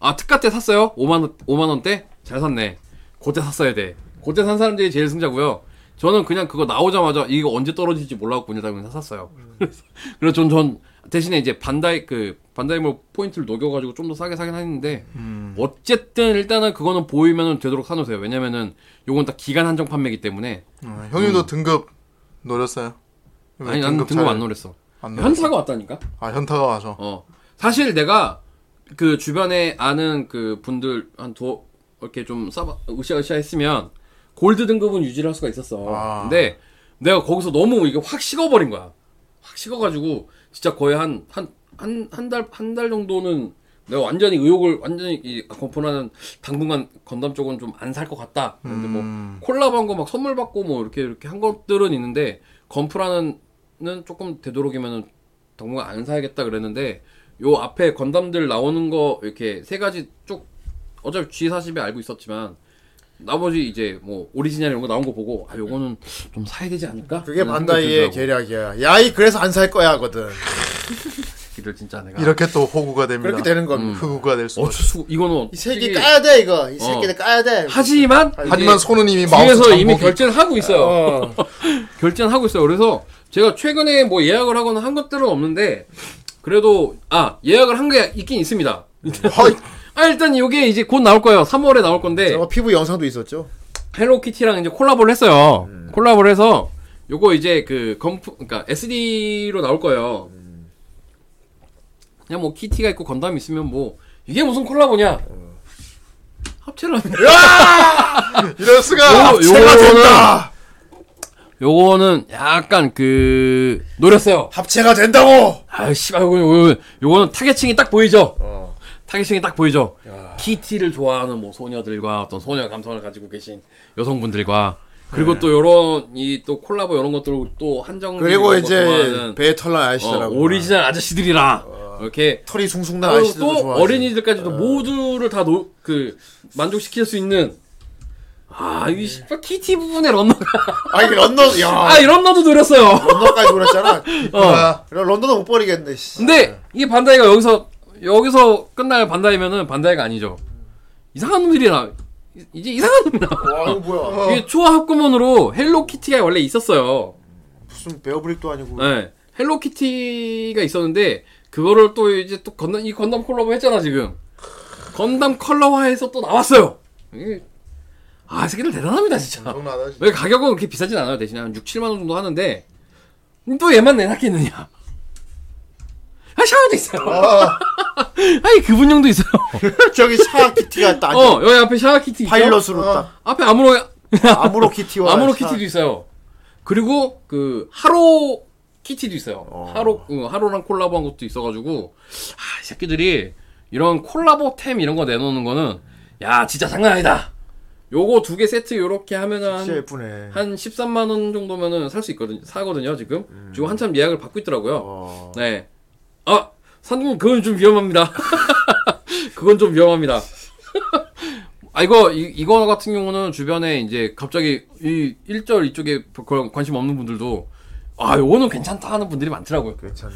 S2: 아 특가 때 샀어요? 5만 원 5만 원대 잘 샀네. 그때 샀어야 돼. 그때 산 사람들이 제일 승자고요. 저는 그냥 그거 나오자마자 이거 언제 떨어질지 몰라갖고 그냥 당연히 샀어요.
S3: 음.
S2: 그래서- 그래서 전, 전 대신에 이제 반다이 그 반다이 뭐 포인트를 녹여가지고 좀 더 싸게 사긴 했는데
S3: 음.
S2: 어쨌든 일단은 그거는 보이면은 되도록 사놓으세요. 왜냐면은 요건 다 기간 한정 판매기 때문에
S3: 어, 형님도 등급 노렸어요?
S2: 아, 음. 아니 나는 등급
S3: 네, 잘-
S2: 안 노렸어.
S3: 안 노렸어.
S2: 현타가 왔다니까.
S3: 아 현타가 와서.
S2: 어. 사실 내가 그 주변에 아는 그 분들 한 두 이렇게 좀 싸바 으쌰으쌰 했으면 골드 등급은 유지를 할 수가 있었어.
S3: 아.
S2: 근데 내가 거기서 너무 이게 확 식어버린 거야. 확 식어가지고 진짜 거의 한 한 한 한 달 한 달 정도는 내가 완전히 의욕을 완전히 이 건포나는 당분간 건담 쪽은 좀 안 살 것 같다. 근데
S1: 음.
S2: 뭐 콜라보 한거 막 선물 받고 뭐 이렇게 이렇게 한 것들은 있는데 건프라는 는 조금 되도록이면은 당분간 안 사야겠다 그랬는데 요 앞에 건담들 나오는 거 이렇게 세 가지 쭉 어차피 G40에 알고 있었지만 나머지 이제 뭐 오리지널 이런 거 나온 거 보고 아 요거는 좀 사야 되지 않을까?
S1: 그게
S2: 라는
S1: 반다이의
S2: 생각이
S1: 계략이야. 야이 그래서 안 살 거야 하거든.
S2: 음, 들더라고. 이를 진짜 내가
S3: 이렇게 또 호구가 됩니다.
S1: 그렇게 되는 겁니다.
S3: 흑우가 될
S2: 음.
S3: 수가.
S2: 어쩔 수 이거는
S1: 이 새끼
S2: 솔직히-
S1: 까야 돼 이거. 이
S2: 어.
S1: 새끼들 까야 돼.
S2: 하지만
S3: 하지만 손은 이미 마우스
S2: 뒤에서
S3: 장보기.
S2: 이미 결제를 하고 있어요.
S1: 어.
S2: 결제는 하고 있어요. 그래서 제가 최근에 뭐 예약을 하거나 한 것들은 없는데 그래도 아 예약을 한 게 있긴 있습니다.
S3: 허이.
S2: 아 일단 이게 이제 곧 나올 거예요. 3월에 나올 건데
S1: 저 피부 영상도 있었죠.
S2: 헬로키티랑 이제 콜라보를 했어요. 콜라보를 해서 요거 이제 그 건프 그러니까 SD로 나올 거예요. 그냥 뭐 키티가 있고 건담이 있으면 뭐 이게 무슨 콜라보냐? 합체를 합니다.
S3: 이럴 수가.
S2: 요-
S3: 제가
S2: 요거는-
S3: 된다.
S2: 요거는 약간 그 노렸어요.
S1: 합체가 된다고.
S2: 아씨, 요거 요거 요거는 타겟층이 딱 보이죠.
S1: 어.
S2: 타겟층이 딱 보이죠. 키티를 좋아하는 뭐 소녀들과 어떤 소녀 감성을 가지고 계신 여성분들과
S1: 네.
S2: 그리고 또 요런 이 또 콜라보 이런 것들 또 한정
S1: 그리고
S2: 이런 거
S1: 이제
S2: 좋아하는,
S1: 배에 털난
S2: 어,
S1: 아저씨더라고.
S2: 오리지널 아저씨들이라 이렇게
S1: 털이 숭숭 난
S2: 또,
S1: 아저씨들도
S2: 어, 또
S1: 좋아하지.
S2: 어린이들까지도 모두를 다 그 만족시킬 수 있는 아이 씨발 키티 부분에 런너가
S1: 아 이게 런던 야
S2: 아 이런 너도 노렸어요.
S1: 런던까지 오랬잖아.
S2: 어.
S1: 그럼 런던은 못 버리겠네. 씨.
S2: 근데 이게 반다이가 여기서 여기서 끝날 반다이면은 반다이가 아니죠. 이상한 놈들이 나 이- 이제 이상한 놈이 나.
S1: 와 이거 뭐야?
S2: 이게 초아 합구문으로 헬로키티가 원래 있었어요.
S1: 무슨 베어브릭도 아니고.
S2: 네. 헬로키티가 있었는데 그거를 또 이제 또 건담 이 건담 콜라보 했잖아 지금. 건담 컬러화해서 또 나왔어요. 이게 아, 이 새끼들 대단합니다
S1: 음.
S2: 진짜.
S3: 엄청나다, 진짜.
S2: 왜 가격은 그렇게 비싸진 않아요. 대신에 한 6, 7만 원 정도 하는데 또 얘만 내놨겠느냐? 아 샤워도 있어요. 아니 그분용도 있어요.
S1: 저기 샤 키티가 딱
S2: 어 여기 앞에 샤워 키티 있죠?
S1: 파일럿으로 딱
S2: 앞에 아무로
S1: 아무로 키티와
S2: 아무로
S1: 샤-
S2: 키티도 있어요. 그리고 그 하로 키티도 있어요.
S1: 어.
S2: 하로 응, 하로랑 콜라보한 것도 있어가지고 아, 이 새끼들이 이런 콜라보템 이런 거 내놓는 거는 야 진짜 장난 아니다. 요거 두 개 세트 요렇게 하면은 한-
S1: 진짜 예쁘네.
S2: 한 13만 원 정도면은 살 수 있거든 사거든요 지금
S1: 음.
S2: 지금 한참 예약을 받고 있더라고요.
S1: 어.
S2: 네. 아 선생님 그건 좀 위험합니다. 그건 좀 위험합니다. 아 이거 이, 이거 같은 경우는 주변에 이제 갑자기 이 1절 이쪽에 그런 관심 없는 분들도 아 요거는 괜찮다 하는 분들이 많더라고요.
S1: 괜찮네.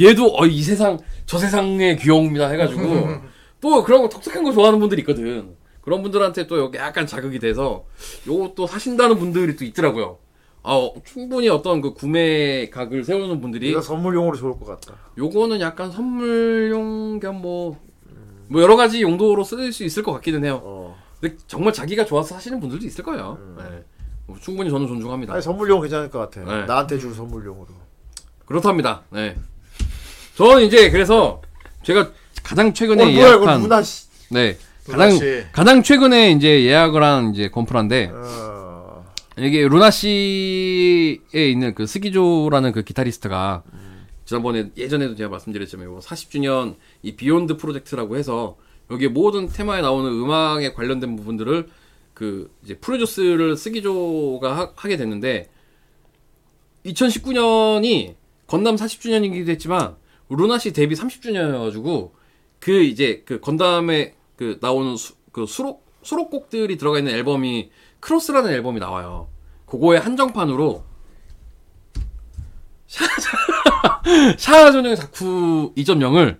S2: 얘도 어 이 세상 저 세상의 귀여움이다 해가지고 또 그런 거 독특한 거 좋아하는 분들이 있거든 그런 분들한테 또 여기 약간 자극이 돼서 요거 또 사신다는 분들이 또 있더라고요 아 어, 충분히 어떤 그 구매 각을 세우는 분들이
S1: 이거 선물용으로 좋을 것 같다.
S2: 요거는 약간 선물용 겸 뭐 뭐 여러 가지 용도로 쓰일 수 있을 것 같기는 해요
S1: 어.
S2: 근데 정말 자기가 좋아서 하시는 분들도 있을 거예요 네. 뭐 충분히 저는 존중합니다
S1: 음. 아니 선물용 괜찮을 것 같아.
S2: 네.
S1: 나한테 줄 선물용으로.
S2: 그렇답니다 네 저는 이제 그래서 제가 가장 최근에
S1: 어, 뭐야 이거
S2: 예약한
S1: 누나 씨.
S2: 네. 가장,
S3: 씨.
S2: 가장 최근에 이제 예약을 한 이제
S1: 네.
S2: 건프라인데,
S1: 어.
S2: 이게 루나 씨에 있는 그 스기조라는 그 기타리스트가, 지난번에 예전에도 제가 말씀드렸지만, 요 40주년 이 비욘드 프로젝트라고 해서, 여기에 모든 테마에 나오는 음악에 관련된 부분들을 그 이제 프로듀스를 스기조가 하, 하게 됐는데, 2019년이 건담 40주년이기도 했지만, 루나 씨 데뷔 30주년이어가지고, 그 이제 그 건담에 그 나오는 수, 그 수록 수록곡들이 들어가 있는 앨범이 크로스라는 앨범이 나와요. 그거의 한정판으로 샤- 샤아 전용 다쿠 2.0을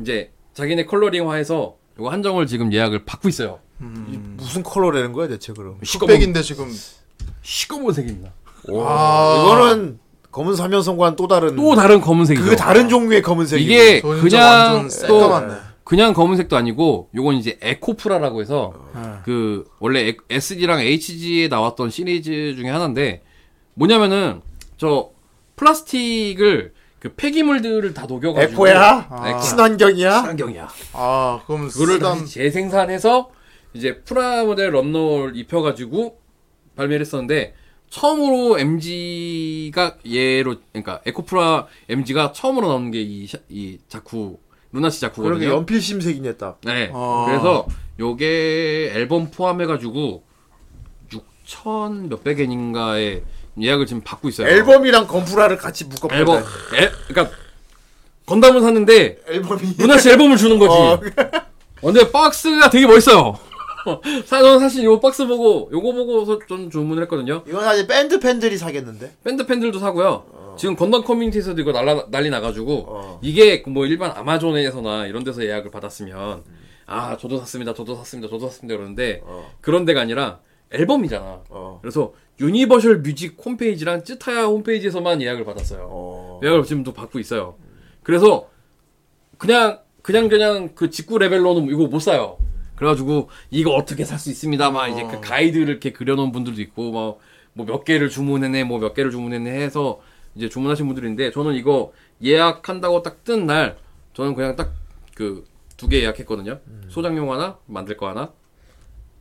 S2: 이제 자기네 컬러링화해서 요거 한정을 지금 예약을 받고 있어요. 음.
S1: 무슨 컬러라는 거야 대체 그럼?
S3: 흑백인데 지금.
S2: 시꺼먼 색입니다.
S3: 와.
S1: 이거는 검은 사면성과는 또 다른.
S2: 또 다른 검은색이죠.
S1: 그 다른 종류의 검은색이.
S2: 이게
S3: 저 진짜
S2: 그냥
S3: 네, 완전
S2: 또
S3: 새까맣네.
S2: 그냥 검은색도 아니고 요건 이제 에코프라라고 해서
S3: 어.
S2: 그 원래 에- SD랑 HG에 나왔던 시리즈 중에 하나인데 뭐냐면은 저 플라스틱을 그 폐기물들을 다 녹여가지고
S1: 에코야?
S2: 아. 에코
S1: 친환경이야?
S2: 친환경이야.
S3: 아, 그럼
S2: 그거를
S3: 쓰담-
S2: 다시 재생산해서 이제 프라 모델 런너를 입혀가지고 발매를 했었는데 처음으로 MG가 얘로 그러니까 에코프라 MG가 처음으로 나오는 게 이 이 자쿠 루나시
S1: 그러게
S2: 자쿠거든요.
S1: 연필 심색이네 딱.
S2: 네.
S3: 아.
S2: 그래서 요게 앨범 포함해가지고 6천 몇백 엔인가에 예약을 지금 받고 있어요.
S1: 앨범이랑 건프라를 같이 묶어버려.
S2: 앨범. 에, 그러니까 건담은 샀는데
S1: 앨범이
S2: 누나 씨 앨범을 주는 거지.
S1: 어.
S2: 근데 박스가 되게 멋있어요. 사- 저는 사실 요 박스 보고 요거 보고서 좀 주문을 했거든요.
S1: 이건 사실 밴드 팬들이 사겠는데.
S2: 밴드 팬들도 사고요. 지금 건담 커뮤니티에서도 이거 날라, 난리 나가지고
S1: 어.
S2: 이게 뭐 일반 아마존에서나 이런 데서 예약을 받았으면 아 저도 샀습니다, 저도 샀습니다, 저도 샀습니다 그러는데
S1: 어.
S2: 그런 데가 아니라 앨범이잖아.
S1: 어.
S2: 그래서 유니버셜 뮤직 홈페이지랑 쯔타야 홈페이지에서만 예약을 받았어요.
S1: 어.
S2: 예약을 지금도 받고 있어요. 그래서 그냥 그냥 그냥 그 직구 레벨로는 이거 못 사요. 그래가지고 이거 어떻게 살 수 있습니다. 막 이제 그 가이드를 이렇게 그려놓은 분들도 있고 뭐 몇 개를 주문했네, 뭐 몇 개를 주문했네 해서 이제 주문하신 분들인데 저는 이거 예약한다고 딱 뜬 날 저는 그냥 딱 그 두 개 예약했거든요. 소장용 하나, 만들 거 하나.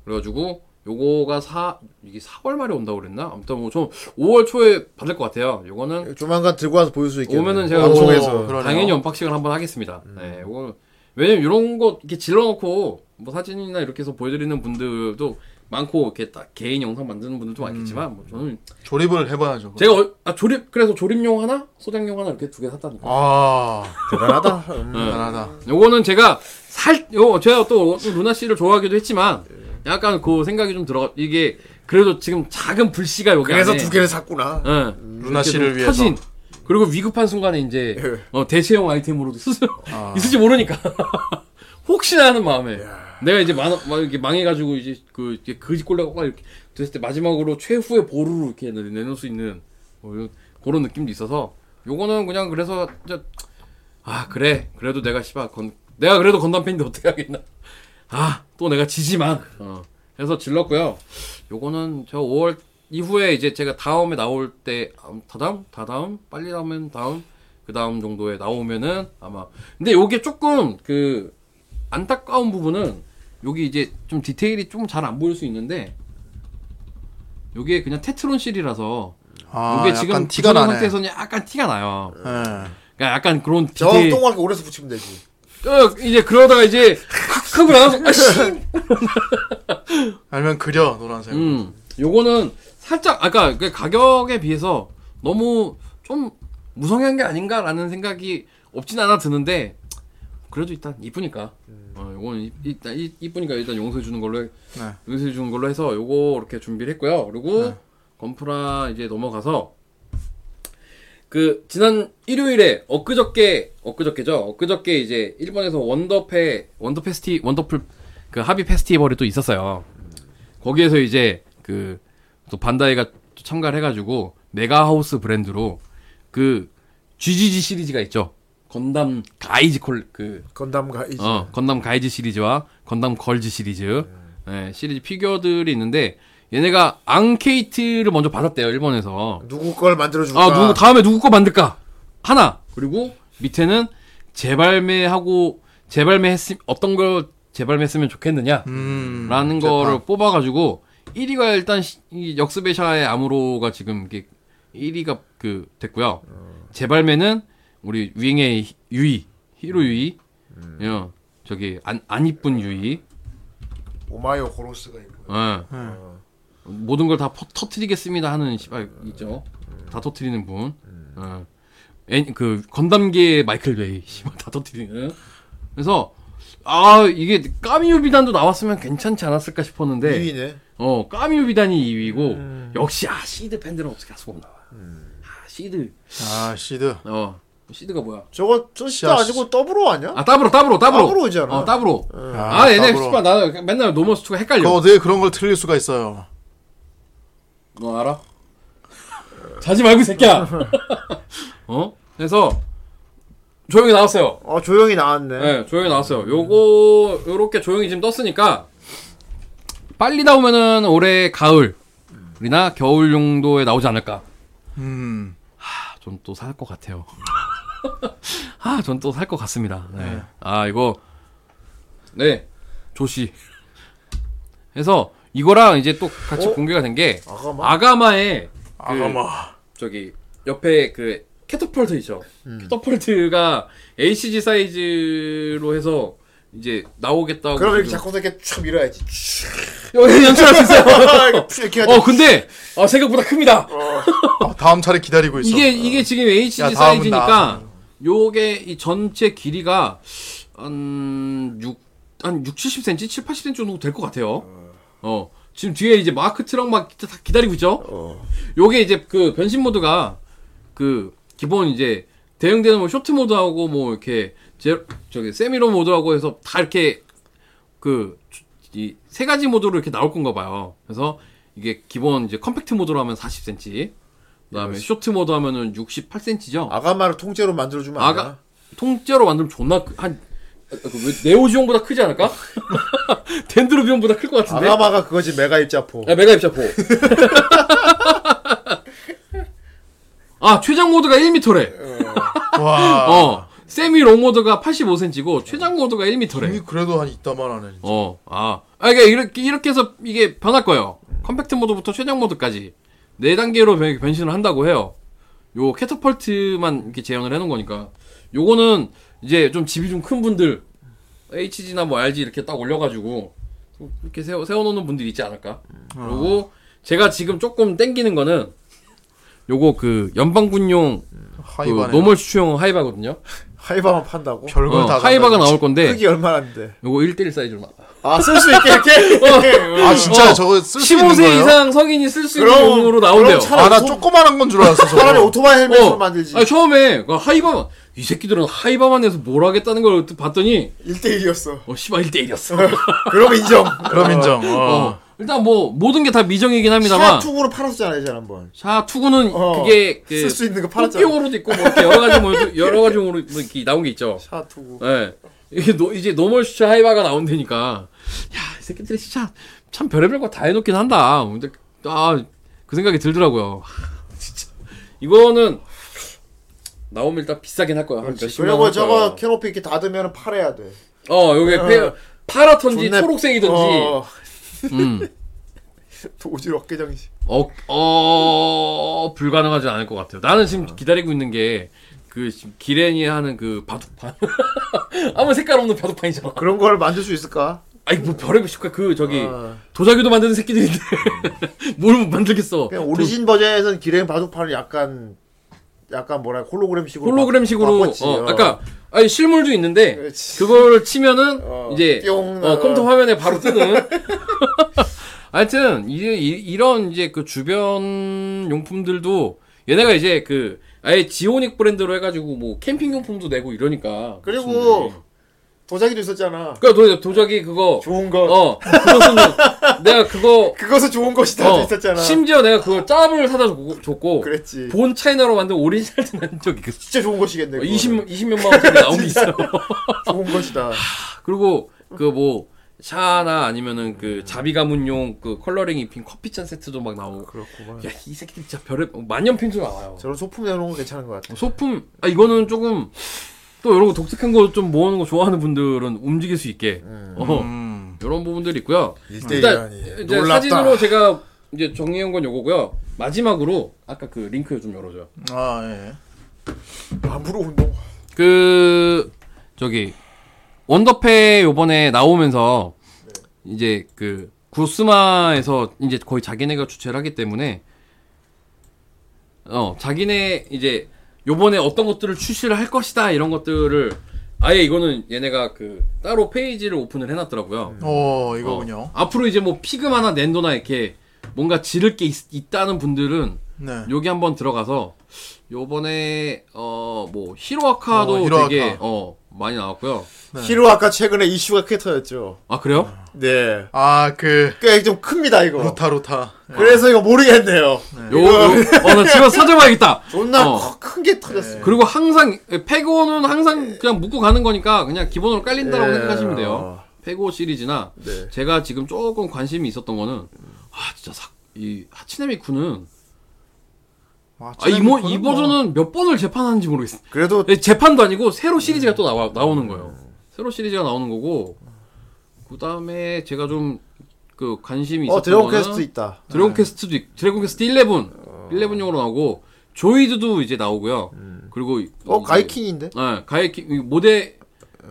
S2: 그래가지고 요거가 사 이게 4월 말에 온다고 그랬나? 아무튼 뭐좀 5월 초에 받을 것 같아요. 요거는
S1: 조만간 들고 와서 보일 수 있게.
S2: 어. 오면은 제가 뭐
S1: 방송에서.
S3: 그러네요. 음.
S2: 당연히 언박싱을 한번 하겠습니다. 네, 이거 왜냐면 이런 거 이렇게 질러놓고 뭐 사진이나 이렇게 해서 보여드리는 분들도 많고 이렇게 딱 개인 영상 만드는
S3: 음.
S2: 분들도 많겠지만 뭐 저는
S3: 조립을 해봐야죠.
S2: 제가 어- 아 조립 그래서 조립용 하나 소장용 하나 이렇게 두 개 샀다니까.
S3: 아
S1: 대단하다. 음.
S3: 대단하다.
S2: 네. 요거는 제가 살, 요, 제가 또 루나 씨를 좋아하기도 했지만,
S3: 네.
S2: 약간 그 생각이 좀 들어가, 이게, 그래도 지금 작은 불씨가 여기
S1: 그래서
S2: 안에,
S1: 두 개를 샀구나.
S2: 예,
S3: 음. 루나 씨를 위해서.
S2: 터진, 그리고 위급한 순간에 이제,
S1: 예.
S2: 어, 대체용 아이템으로도 스스로, 있을지 모르니까. 혹시나 하는 마음에. 내가 이제 망, 막 이렇게 망해가지고, 이제 그, 이렇게 거지 꼴려가 막 이렇게 됐을 때 마지막으로 최후의 보루로 이렇게 내- 내놓을 수 있는, 뭐 이런- 그런 느낌도 있어서, 요거는 그냥 그래서, 진짜 아 그래 그래도 내가 씨발 건 내가 그래도 건담 팬인데 어떻게 하겠나 아 또 내가 지지만 어 해서 질렀고요 요거는 저 5월 이후에 이제 제가 다음에 나올 때 음, 다다음 다다음 빨리 나오면 다음 그 다음 정도에 나오면은 아마 근데 요게 조금 그 안타까운 부분은 여기 이제 좀 디테일이 좀 잘 안 보일 수 있는데 요게 그냥 테트론 실이라서
S3: 아,
S2: 요게 지금 그
S3: 약간 티가 나네.
S2: 상태에서는 약간 티가 나요.
S3: 예.
S2: 그러니까 약간 그런
S1: 저
S2: 디테일
S1: 동그랗게 오래서 붙이면 되지.
S2: 어, 이제 그러다가 이제 확 하고 나서 아씨.
S3: 알면 그려 노란색.
S2: 음, 요거는 살짝 아까 그 가격에 비해서 너무 좀 무성한 게 아닌가라는 생각이 없진 않아 드는데 그래도 일단 이쁘니까 어, 요거는 이- 일단 이- 이쁘니까 일단 용서해 주는 걸로 해,
S3: 네.
S2: 용서해 주는 걸로 해서 요거 이렇게 준비를 했고요. 그리고 건프라 이제 넘어가서 그 지난 일요일에 엊그저께 엊그저께죠 엊그저께 이제 일본에서 원더페 원더 페스티 원더풀 그 하비 페스티벌이 또 있었어요. 거기에서 이제 그 또 반다이가 또 참가를 해가지고 메가하우스 브랜드로 그 GGG 시리즈가 있죠. 건담 가이지 콜 그
S1: 건담가 이제.
S2: 어, 건담 가이지 시리즈와 건담 걸즈 시리즈 예, 시리즈 피규어들이 있는데 얘네가 앙케이트를 먼저 받았대요 일본에서
S1: 누구 걸 만들어 줄까?
S2: 아, 누구, 다음에 누구 거 만들까? 하나. 그리고 밑에는 재발매하고, 재발매했음, 어떤 걸 재발매했으면 좋겠느냐?
S3: 음.
S2: 라는
S3: 재판.
S2: 거를 뽑아가지고, 1위가 일단 시- 이 역스베샤의 암호로가 지금 이게 1위가 그, 됐고요 재발매는 우리 윙의 히- 유이, 히로 유이, 어, 저기, 안, 안 이쁜 유이,
S1: 오마이오 고로스가 있고.
S2: 예. 모든 걸 다 터트리겠습니다 하는 씨발 있죠. 다 터트리는 분. 예. 엔- 그 건담계의 마이클 베이 씨발 다 터트리는. 그래서 아 이게 까미유 비단도 나왔으면 괜찮지 않았을까 싶었는데
S1: 위네.
S2: 어 까미유 비단이 2위고 역시 아 시드 팬들은 어떻게 할 수가 없나 봐. 아 시드
S3: 아 시드.
S2: 어 시드가 뭐야?
S1: 저거 저 진짜
S3: 야,
S1: 아니고 더블로 아니야?
S2: 아 따브로 따브로 따브로
S1: 따브로잖아.
S2: 어 따브로
S3: 아,
S2: 아 얘네
S3: 더불어.
S2: 씨발 나 맨날 노머스투가 헷갈려
S3: 그거 어떻게 그런 걸 틀릴 수가 있어요.
S2: 너 알아? 자지 말고 이 새끼야. 어? 그래서 조용히 나왔어요.
S1: 어 조용히 나왔네.
S2: 네, 조용히 나왔어요. 요거 요렇게 조용히 지금 떴으니까 빨리 나오면은 올해 가을이나 겨울 용도에 나오지 않을까.
S3: 음.
S2: 전 또 살 것 같아요. 아, 전 또 살 것 같습니다. 네. 아, 이거 네 조씨. 그래서 이거랑 이제 또 같이
S1: 어?
S2: 공개가 된 게
S1: 아가마.
S2: 아가마의 그
S3: 아가마.
S2: 저기 옆에 그 캐터폴트 있죠.
S1: 음.
S2: 캐터폴트가 HG 사이즈로 해서 이제 나오겠다고.
S1: 그럼 이렇게
S2: 지금-
S1: 자꾸 이렇게 촥 밀어야지.
S2: 여기 연출할 수 있어요.
S1: 이렇게 해야 돼.
S2: 어 근데 아, 생각보다 큽니다.
S3: 아, 다음 차례 기다리고 있어.
S2: 이게 이게 지금 HG
S3: 야, 다음은
S2: 사이즈니까
S3: 나.
S2: 요게 이 전체 길이가 한 6, 한 6, 70cm, 7, 80cm 정도 될 것 같아요. 어. 지금 뒤에 이제 마크 트럭 막 기- 다 기다리고 있죠? 요게 이제 그 변신 모드가 그 기본 이제 대응되는 뭐 쇼트 모드하고 뭐 이렇게 제, 저기 세미로 모드하고 해서 다 이렇게 그 이 세 가지 모드로 이렇게 나올 건가 봐요. 그래서 이게 기본 이제 컴팩트 모드로 하면 40cm, 그다음에 쇼트 모드 하면은 68cm죠.
S1: 아가마를 통째로 만들어주면 안
S2: 아가
S1: 되나?
S2: 통째로 만들면 존나 크- 한 아, 그왜 네오지온보다 크지 않을까? 덴드로비온보다 클 것 같은데.
S1: 아가마가 그거지 메가 입자포.
S2: 야, 메가 입자포. 아 최장 모드가 1m래.
S3: 와.
S2: 어 세미 롱 모드가 85cm고 최장 모드가 1m래.
S3: 이미 그래도 한 이따만 하네. 진짜.
S2: 어, 아. 아, 이게 이렇게, 이렇게 해서 이게 변할 거예요. 컴팩트 모드부터 최장 모드까지. 네 단계로 변- 변신을 한다고 해요. 요 캐터펄트만 이렇게 재현을 해놓은 거니까. 요거는 이제 좀 집이 좀 큰 분들, HG나 뭐 RG 이렇게 딱 올려가지고, 이렇게 세워, 세워놓는 분들 있지 않을까. 그리고 제가 지금 조금 땡기는 거는, 요거 그 연방군용 그
S3: 하이반에
S2: 노멀 수출용 하이바거든요.
S1: 하이바만 판다고?
S3: 별걸
S2: 어,
S3: 다
S2: 하이바가
S3: 간다,
S2: 나올 건데,
S1: 크기 얼마인데?
S2: 요거 1대1 사이즈로 나.
S1: 네. 아 쓸 수 있게 이렇게.
S3: 진짜. 아 진짜
S2: 어.
S3: 저거 쓸 수 있는
S2: 15세
S3: 거예요?
S2: 이상 성인이 쓸 수 있는
S1: 그럼-
S2: 용으로 나온대요.
S1: 그럼 차라리
S3: 아나
S1: 오토-
S3: 조그만한 건 줄 알았어. 저거.
S1: 차라리 오토바이 헬멧으로
S2: 어.
S1: 만들지.
S2: 아니, 처음에 그 하이바만 이 새끼들은 하이바만 해서 뭘 하겠다는 걸 봤더니
S1: 1대1이었어.
S2: 어 씨발 1대1이었어.
S1: 그럼 인정.
S3: 그럼 인정. 어.
S2: 어. 일단 뭐 모든 게 다 미정이긴
S1: 시야
S2: 합니다만
S1: 투구로 팔았잖아 예전 한번.
S2: 자 투구는
S1: 어.
S2: 그게
S1: 쓸 수 있는 거 팔았잖아.
S2: 폭격으로도 있고 뭐 이렇게 여러 가지 뭐 여러 가지 용으로 뭐 이렇게 나온 게 있죠.
S1: 차 투구.
S2: 예. 이게 노, 이제 노멀 슈차 하이바가 나온다니까. 야, 이 새끼들이 진짜 참 별의별 거 다 해놓긴 한다. 근데, 아, 그 생각이 들더라고요. 진짜. 이거는, 나오면 일단 비싸긴 할 거야. 한 몇십만
S1: 그리고
S2: 원
S1: 저거
S2: 할 거야.
S1: 캐노피 이렇게 닫으면 팔아야 돼.
S2: 어, 요게 페, 파랗던지
S1: 존나-
S2: 초록색이던지.
S1: 어,
S2: 음.
S1: 도저히 어깨장식.
S2: 어, 어, 불가능하지 않을 것 같아요. 나는 지금
S1: 어.
S2: 기다리고 있는 게, 그, 지금 기렌이 하는 그 바둑판. 아무 색깔 없는 바둑판이잖아.
S1: 그런 걸 만들 수 있을까?
S2: 아니, 뭐 별의별 식과 그, 저기,
S1: 어.
S2: 도자기도 만드는 새끼들인데 뭘 만들겠어?
S1: 그냥 오리진 버전에선 기름 바둑판을 약간 약간 뭐랄
S2: 그
S1: 홀로그램식으로
S2: 홀로그램식으로
S1: 바꿨지.
S2: 어, 아까 아니 실물도 있는데
S1: 그렇지.
S2: 그걸 치면은
S1: 어,
S2: 이제
S1: 뿅,
S2: 어,
S1: 어.
S2: 컴퓨터 화면에 바로 뜨는 하여튼 이, 이, 런 이제 그 주변 용품들도 얘네가 이제 그 아예 지오닉 브랜드로 해가지고 뭐 캠핑 용품도 내고 이러니까
S1: 그리고 도자기도 있었잖아.
S2: 그러니까 너 도자기 그거
S1: 좋은 거.
S2: 어 그것은 내가 그거
S1: 그것은 좋은 것이다
S2: 어,
S1: 있었잖아.
S2: 심지어 내가 그걸 짭을 사다 줬고, 줬고
S1: 그랬지.
S2: 본 차이나로 만든 오리지널도 난 적이 있어.
S1: 진짜 좋은 것이겠네. 그거는.
S2: 20, 20몇만 원짜리 나온 게 있어요.
S1: 좋은 것이다.
S2: 그리고 그 뭐 샤나 아니면은 그 자비 가문용 그 컬러링 입힌 커피잔 세트도 막 나오고.
S1: 그렇구만.
S2: 야 이 새끼들 진짜 별의 어, 만년필도 나와요.
S1: 저런 소품 내놓은 거 괜찮은 것 같아.
S2: 소품 아 이거는 조금 또 이런 거 독특한 거 좀 모으는 거 좋아하는 분들은 움직일 수 있게 어,
S3: 음.
S2: 이런 부분들이 있고요. 일단
S1: 네, 일대일이라니.
S2: 이제 사진으로 제가 이제 정리한 건 요거고요. 마지막으로 아까 그 링크 좀 열어줘요.
S3: 아 예.
S1: 마음으로 운동.
S2: 그 저기 원더페 요번에 나오면서 이제 그 구스마에서 이제 거의 자기네가 주최를 하기 때문에 어 자기네 이제 요번에 어떤 것들을 출시를 할 것이다 이런 것들을 아예 이거는 얘네가 그 따로 페이지를 오픈을 해놨더라고요.
S3: 어 이거군요.
S2: 어, 앞으로 이제 뭐 피그마나 낸도나 이렇게 뭔가 지를 게 있- 있다는 분들은
S3: 네.
S2: 여기 한번 들어가서 요번에 어 뭐 히로아카도
S3: 어, 히로아카.
S2: 되게 어 많이 나왔고요.
S1: 히로 아까 최근에 이슈가 크게 터졌죠.
S2: 아 그래요?
S1: 네.
S3: 아그
S1: 꽤 좀 큽니다 이거.
S3: 루타 루타.
S1: 그래서 이거 모르겠네요.
S2: 요어나 집에 서 찾아봐야겠다.
S1: 존나
S2: 어.
S1: 큰 게 터졌어. 요
S2: 그리고 항상 페고는 항상 그냥 묶고 가는 거니까 그냥 기본으로 깔린다라고
S1: 예,
S2: 생각하시면 돼요.
S1: 어.
S2: 페고 시리즈나
S1: 네.
S2: 제가 지금 조금 관심이 있었던 거는 아 진짜 사, 이 하치네미 쿠는 아, 이모 이
S3: 어,
S1: 뭐.
S2: 버전은 몇 번을 재판하는지 모르겠어.
S1: 그래도
S2: 예, 재판도 아니고 새로
S1: 음.
S2: 시리즈가 또 나와 나오는 거예요. 새로 시리즈가 나오는 거고 그 다음에 제가 좀 그 관심이 있었던
S1: 어 드래곤
S2: 거는
S1: 퀘스트 있다. 네. 어.
S2: 드래곤 퀘스트도 있- 드래곤 퀘스트 11 11용으로 나오고 조이드도 이제 나오고요. 그리고 이-
S1: 어
S2: 이제-
S1: 가이킹인데.
S2: 네, 가이킹 이 모델